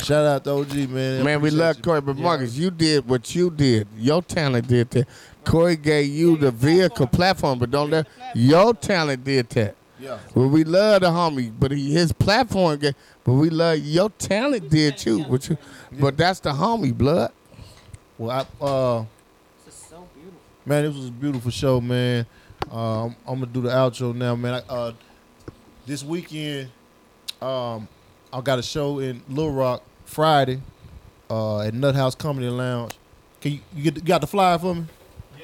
[SPEAKER 7] Shout out to OG, man. I
[SPEAKER 9] Man, we
[SPEAKER 7] appreciate
[SPEAKER 9] love
[SPEAKER 7] you.
[SPEAKER 9] Corey, but
[SPEAKER 7] Yeah.
[SPEAKER 9] Marcus, you did what you did. Your talent did that. Corey gave you the vehicle platform, but don't let your talent did that.
[SPEAKER 7] Yeah.
[SPEAKER 9] Well, we love the homie, but he, his platform gave. But we love your talent did too. But you, but that's the homie, blood.
[SPEAKER 7] Well, I, uh, man, this was a beautiful show, man. Um, I'm gonna do the outro now, man. I, uh, this weekend, um, I got a show in Little Rock Friday uh, at Nut House Comedy Lounge. Can you, you, get, you got the flyer for me?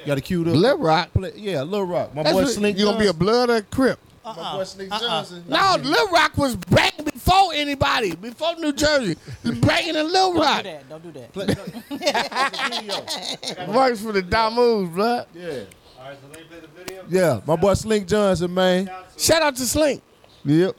[SPEAKER 7] You got it queued up.
[SPEAKER 9] Little Rock,
[SPEAKER 7] yeah, Little Rock. My
[SPEAKER 9] That's
[SPEAKER 7] boy
[SPEAKER 9] what-
[SPEAKER 7] Slink.
[SPEAKER 9] you gonna be a blood or a crip?
[SPEAKER 7] My boy Slink Johnson.
[SPEAKER 9] No, Lil Rock was banging before anybody, before New Jersey, banging in Lil Rock.
[SPEAKER 8] Don't do that.
[SPEAKER 7] Don't do
[SPEAKER 9] that. Works for the Damus, blood.
[SPEAKER 7] Yeah. Yeah, my boy Slink Johnson, man.
[SPEAKER 9] Shout out to Slink.
[SPEAKER 7] Yep.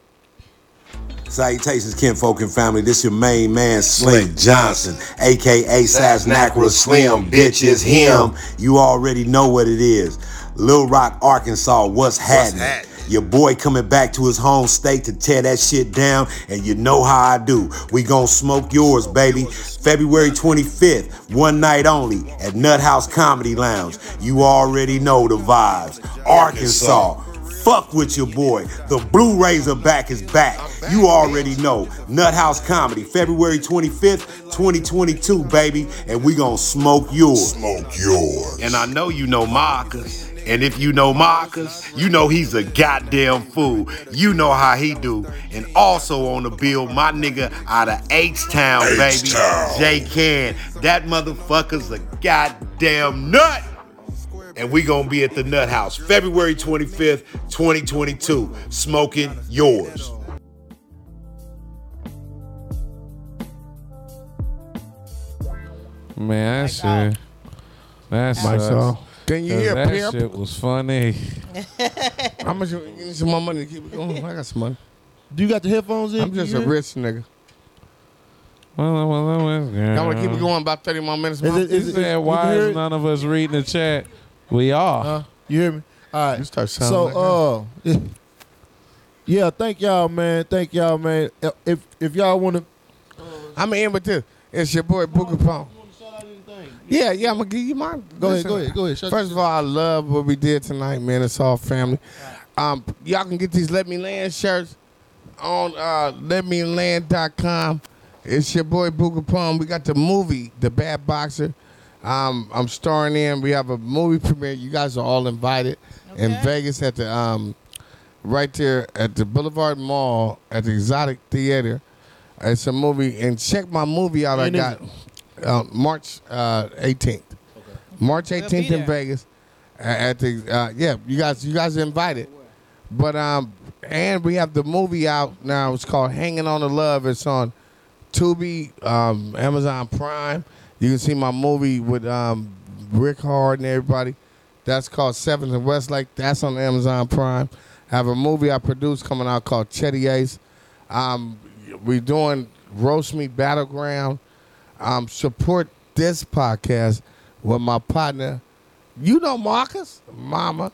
[SPEAKER 3] Salutations, kinfolk and family. This your main man, Slim Johnson, aka Saznacra Slim. Bitch is him. You already know what it is. Little Rock, Arkansas. What's happening? Your boy coming back to his home state to tear that shit down, and you know how I do. We gon' smoke yours, baby. February 25th, one night only at Nut House Comedy Lounge. You already know the vibes. Arkansas. Fuck with your boy. The Blue Razor back is back. You already know. Nut House Comedy, February 25th, 2022, baby. And we gonna smoke yours. Smoke yours. And I know you know Marcus. And if you know Marcus, you know he's a goddamn fool. You know how he do. And also on the bill, my nigga out of H-Town, baby. J Can. That motherfucker's a goddamn nut and we gonna be at the Nut House February 25th, 2022. Smoking yours.
[SPEAKER 6] man, that shit. That's
[SPEAKER 9] Mike Saul. Can you hear
[SPEAKER 6] that
[SPEAKER 9] Pimp?
[SPEAKER 6] shit was funny.
[SPEAKER 9] How much? Give me some more money. to Keep it going. I got some money.
[SPEAKER 7] Do you got the headphones in?
[SPEAKER 9] I'm just
[SPEAKER 7] You
[SPEAKER 9] a
[SPEAKER 7] hear?
[SPEAKER 9] rich nigga.
[SPEAKER 6] Well, well, well, well,
[SPEAKER 9] I'm gonna
[SPEAKER 6] Uh-huh.
[SPEAKER 9] keep it going about 30 more minutes.
[SPEAKER 6] Is
[SPEAKER 9] Mom.
[SPEAKER 6] it, is said, why is none of us reading the chat? We are.
[SPEAKER 7] you hear me? All right.
[SPEAKER 6] You start
[SPEAKER 7] So, uh, yeah, thank y'all, man. Thank y'all, man. Uh, If if y'all want to,
[SPEAKER 9] I'm gonna end with this. It's your boy Booker Pong. Yeah, yeah, I'm gonna give you mine.
[SPEAKER 7] Go ahead,
[SPEAKER 9] Listen,
[SPEAKER 7] go ahead, go ahead. Shut-
[SPEAKER 9] First of all, I love what we did tonight, man. It's all family. Um, y'all can get these Let Me Land shirts on uh, letmeland.com. It's your boy Booker Pong. We got the movie, The Bad Boxer. Um, I'm starring in. We have a movie premiere. You guys are all invited in Vegas at the um, right there at the Boulevard Mall at the Exotic Theater. It's a movie, and check my movie out. I
[SPEAKER 7] When is
[SPEAKER 9] got uh, March uh, 18th. March 18th in Vegas. uh, At the uh, yeah, you guys, you guys are invited. But um, and we have the movie out now. It's called Hanging on to Love. It's on Tubi, um, Amazon Prime. You can see my movie with um, Rick Hard and everybody. That's called Seventh and Westlake. That's on Amazon Prime. I have a movie I produced coming out called Chetty Ace. Um, we're doing Roast Meat Battleground. Um, support this podcast with my partner. You know Marcus, Mama.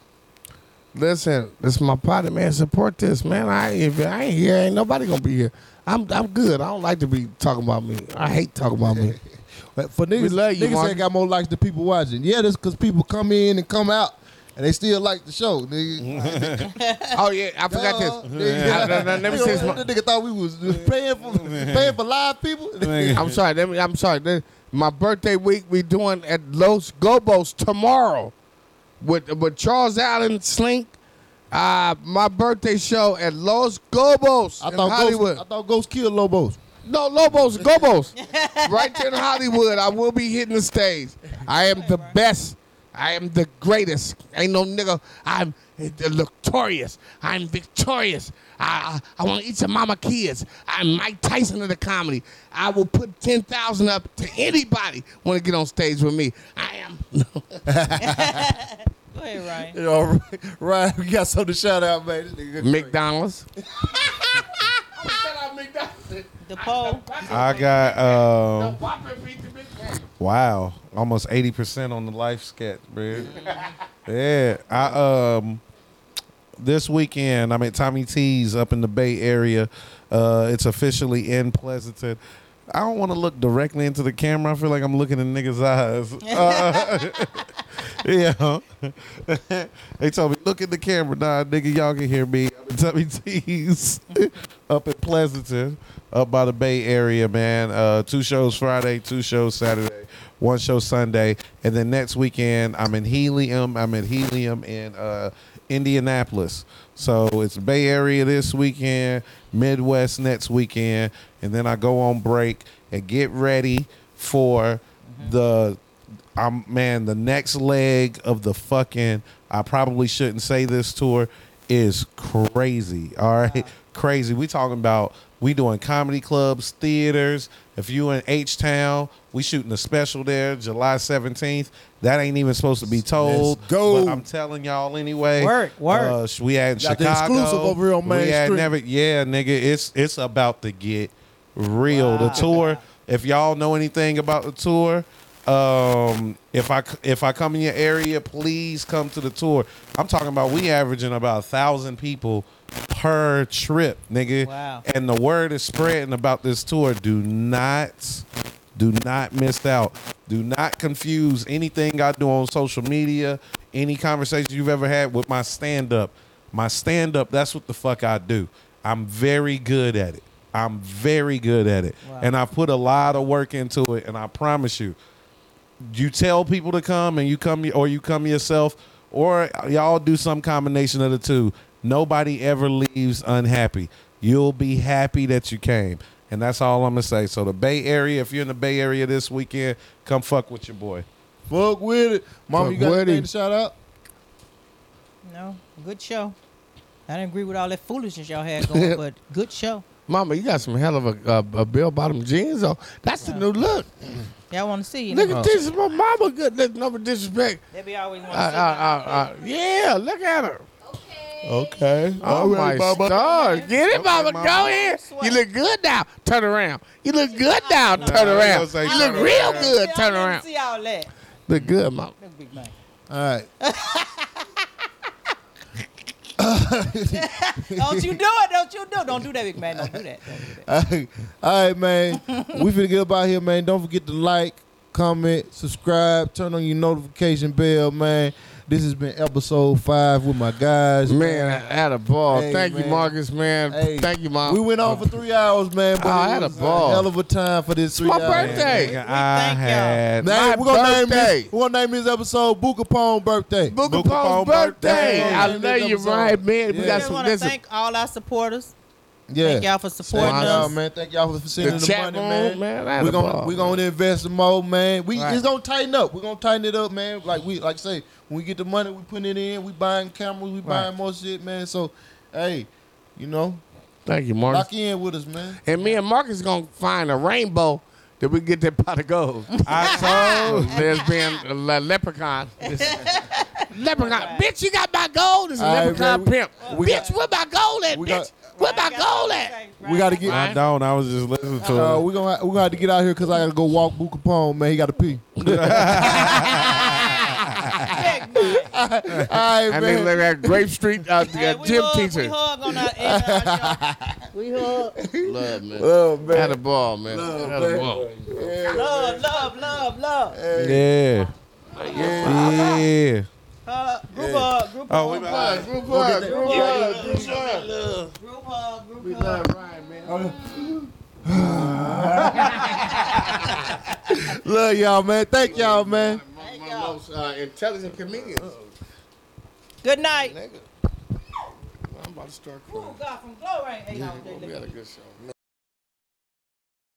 [SPEAKER 9] Listen, this is my partner, man. Support this, man. I if I ain't here, ain't nobody gonna be here. I'm I'm good. I don't like to be talking about me. I hate talking about me.
[SPEAKER 7] for niggas,
[SPEAKER 9] we love you,
[SPEAKER 7] niggas
[SPEAKER 9] Marcus.
[SPEAKER 7] ain't got more likes than people watching. Yeah, that's because people come in and come out, and they still like the show, nigga.
[SPEAKER 9] oh yeah, I forgot this. I- no, no, let me say this.
[SPEAKER 7] That nigga thought we was paying for paying for live people.
[SPEAKER 9] I'm sorry. Let me, I'm sorry. Let- My birthday week we doing at Los Gobos tomorrow with with Charles Allen Slink. Uh, my birthday show at Los Gobos
[SPEAKER 7] I
[SPEAKER 9] in
[SPEAKER 7] thought
[SPEAKER 9] Hollywood.
[SPEAKER 7] Ghost, I thought Ghost killed Lobos.
[SPEAKER 9] No, Lobos, Gobos. right there in Hollywood. I will be hitting the stage. I am the best I am the greatest. Ain't no nigga. I'm the notorious. I'm victorious. I I, I want to eat your mama kids. I'm Mike Tyson of the comedy. I will put ten thousand up to anybody want to get on stage with me. I am.
[SPEAKER 8] Go ahead, Ryan.
[SPEAKER 7] All right, Ryan, we got something to shout out, man. This nigga good.
[SPEAKER 9] McDonald's.
[SPEAKER 8] The poll.
[SPEAKER 6] I got um wow, almost eighty percent on the life sketch, bro. yeah, I um this weekend I'm at Tommy T's up in the Bay Area. Uh, it's officially in Pleasanton. I don't want to look directly into the camera. I feel like I'm looking in niggas' eyes. Uh, yeah, they told me look at the camera, nah, nigga, y'all can hear me. I'm at Tommy T's up in Pleasanton, up by the Bay Area, man. Uh, two shows Friday, two shows Saturday, one show Sunday, and then next weekend I'm in Helium. I'm in Helium in uh, Indianapolis. So it's Bay Area this weekend, Midwest next weekend, and then I go on break and get ready for the I'm man, the next leg of the fucking I probably shouldn't say this tour is crazy. All right. Crazy. We talking about we doing comedy clubs, theaters. If you in H Town, we shooting a special there July 17th. That ain't even supposed to be told.
[SPEAKER 7] go.
[SPEAKER 6] But I'm telling y'all anyway.
[SPEAKER 7] Work, work.
[SPEAKER 6] Uh, sh- we had in
[SPEAKER 7] Got the
[SPEAKER 6] Chicago.
[SPEAKER 7] exclusive over here on Main
[SPEAKER 6] we had
[SPEAKER 7] Street.
[SPEAKER 6] never yeah, nigga, it's it's about to get real. The tour. If y'all know anything about the tour, um, if I c- if I come in your area, please come to the tour. I'm talking about we averaging about a thousand people per trip, nigga. Wow. And the word is spreading about this tour. Do not do not miss out. Do not confuse anything I do on social media, any conversation you've ever had with my stand up. My stand up, that's what the fuck I do. I'm very good at it. I'm very good at it.
[SPEAKER 23] Wow.
[SPEAKER 6] And I put a lot of work into it. And I promise you, you tell people to come and you come or you come yourself or y'all do some combination of the two nobody ever leaves unhappy you'll be happy that you came and that's all i'm gonna say so the bay area if you're in the bay area this weekend come fuck with your boy
[SPEAKER 7] Fuck with it. Mama,
[SPEAKER 6] Fuck
[SPEAKER 7] you got
[SPEAKER 6] with
[SPEAKER 7] anything
[SPEAKER 6] it.
[SPEAKER 7] to shout out?
[SPEAKER 8] No, good show. I didn't agree with all that foolishness y'all had going, but good show.
[SPEAKER 9] Mama, you got some hell of a, a, a bell bottom jeans on. That's the new look.
[SPEAKER 8] Y'all want to see you.
[SPEAKER 9] Look at this, is my mama. Good, There's no disrespect.
[SPEAKER 8] They be always
[SPEAKER 9] Uh,
[SPEAKER 8] want
[SPEAKER 9] uh,
[SPEAKER 8] to
[SPEAKER 9] uh, uh, yeah, look at her.
[SPEAKER 6] Okay.
[SPEAKER 9] Oh my stars. Get it,
[SPEAKER 6] Okay,
[SPEAKER 9] mama.
[SPEAKER 6] mama.
[SPEAKER 9] Go here. You look good now. Turn around. You look good now. Turn
[SPEAKER 6] I
[SPEAKER 9] around.
[SPEAKER 6] was gonna say
[SPEAKER 9] You look
[SPEAKER 6] turn
[SPEAKER 9] real
[SPEAKER 6] around.
[SPEAKER 9] good. Turn
[SPEAKER 8] I
[SPEAKER 9] around.
[SPEAKER 8] didn't see all that.
[SPEAKER 9] Look good, mama.
[SPEAKER 8] Look, big man.
[SPEAKER 7] All right.
[SPEAKER 8] don't you do it. Don't you do it. Don't do that, big man. Don't do that.
[SPEAKER 7] All right, man. we finna get up out here, man. Don't forget to like, comment, subscribe, turn on your notification bell, man. This has been episode five with my guys.
[SPEAKER 9] Man, I had a ball.
[SPEAKER 7] Hey,
[SPEAKER 9] Thank you,
[SPEAKER 7] man.
[SPEAKER 9] Marcus, man.
[SPEAKER 7] Hey,
[SPEAKER 9] Thank you, mom. Ah,
[SPEAKER 7] We went on for three hours, man. But
[SPEAKER 9] I
[SPEAKER 7] it
[SPEAKER 9] had a
[SPEAKER 7] was
[SPEAKER 9] ball.
[SPEAKER 7] Hell of a time for this. Three
[SPEAKER 9] my
[SPEAKER 7] hours.
[SPEAKER 9] birthday.
[SPEAKER 6] Nigga, i had
[SPEAKER 7] Name-
[SPEAKER 9] My
[SPEAKER 7] we're gonna Name
[SPEAKER 9] birthday.
[SPEAKER 7] this, we're gonna name this episode Boo Capone Birthday. Boo
[SPEAKER 9] Capone's birthday. I love you, Ryan, man. We
[SPEAKER 8] We
[SPEAKER 9] got
[SPEAKER 8] just
[SPEAKER 9] some-
[SPEAKER 8] want to
[SPEAKER 9] listen.
[SPEAKER 8] thank all our supporters.
[SPEAKER 7] Yeah.
[SPEAKER 8] Thank y'all for supporting
[SPEAKER 7] Thank
[SPEAKER 8] us.
[SPEAKER 7] y'all, man. Thank y'all for sending the,
[SPEAKER 9] The chat
[SPEAKER 7] money,
[SPEAKER 9] room,
[SPEAKER 7] man.
[SPEAKER 9] man, I had
[SPEAKER 7] we're
[SPEAKER 9] a
[SPEAKER 7] gonna
[SPEAKER 9] ball,
[SPEAKER 7] we're gonna invest some more, man. We
[SPEAKER 9] Right.
[SPEAKER 7] it's gonna tighten up. We're gonna tighten it up, man. Like we like I say, when we get the money, we putting it in. We buying cameras. We buying more shit, man. So, hey, you know,
[SPEAKER 9] Thank you, Marcus.
[SPEAKER 7] lock in with us, man.
[SPEAKER 9] And me and Marcus gonna find a rainbow that we get that pot of gold.
[SPEAKER 6] I
[SPEAKER 9] told there's been a le- leprechaun. leprechaun, bitch, you got my gold. It's a
[SPEAKER 6] All right,
[SPEAKER 9] leprechaun
[SPEAKER 6] man, we-
[SPEAKER 9] pimp. bitch, where my gold at? Bitch, where my gold at?
[SPEAKER 7] We gotta get.
[SPEAKER 6] i don't i was just listening to
[SPEAKER 7] Uh,
[SPEAKER 6] it
[SPEAKER 7] we're gonna ha- we gonna have to get out here because I gotta go walk Boo Capone, man. He gotta pee. All right,
[SPEAKER 9] And they
[SPEAKER 7] man.
[SPEAKER 9] look at Grape Street uh, uh, gym teacher.
[SPEAKER 8] We hug.
[SPEAKER 9] Love, man.
[SPEAKER 7] Love, man.
[SPEAKER 9] Had a ball, man. Had a ball.
[SPEAKER 8] Love, love, love, love.
[SPEAKER 6] yeah yeah, yeah.
[SPEAKER 8] Uh, group hug, group
[SPEAKER 6] Oh, we
[SPEAKER 8] hug.
[SPEAKER 6] about-
[SPEAKER 8] hug.
[SPEAKER 9] Group
[SPEAKER 6] We'll
[SPEAKER 9] hug,
[SPEAKER 6] get
[SPEAKER 9] group
[SPEAKER 6] that-
[SPEAKER 9] hug, group hug.
[SPEAKER 8] Group hug, group
[SPEAKER 9] We love Ryan, man.
[SPEAKER 7] Love y'all, man. Thank y'all, man.
[SPEAKER 9] One of the most uh, intelligent comedians.
[SPEAKER 8] Good night.
[SPEAKER 9] Nigga. I'm about to start crying.
[SPEAKER 8] God, from glory ain't all day.
[SPEAKER 9] We had a good show.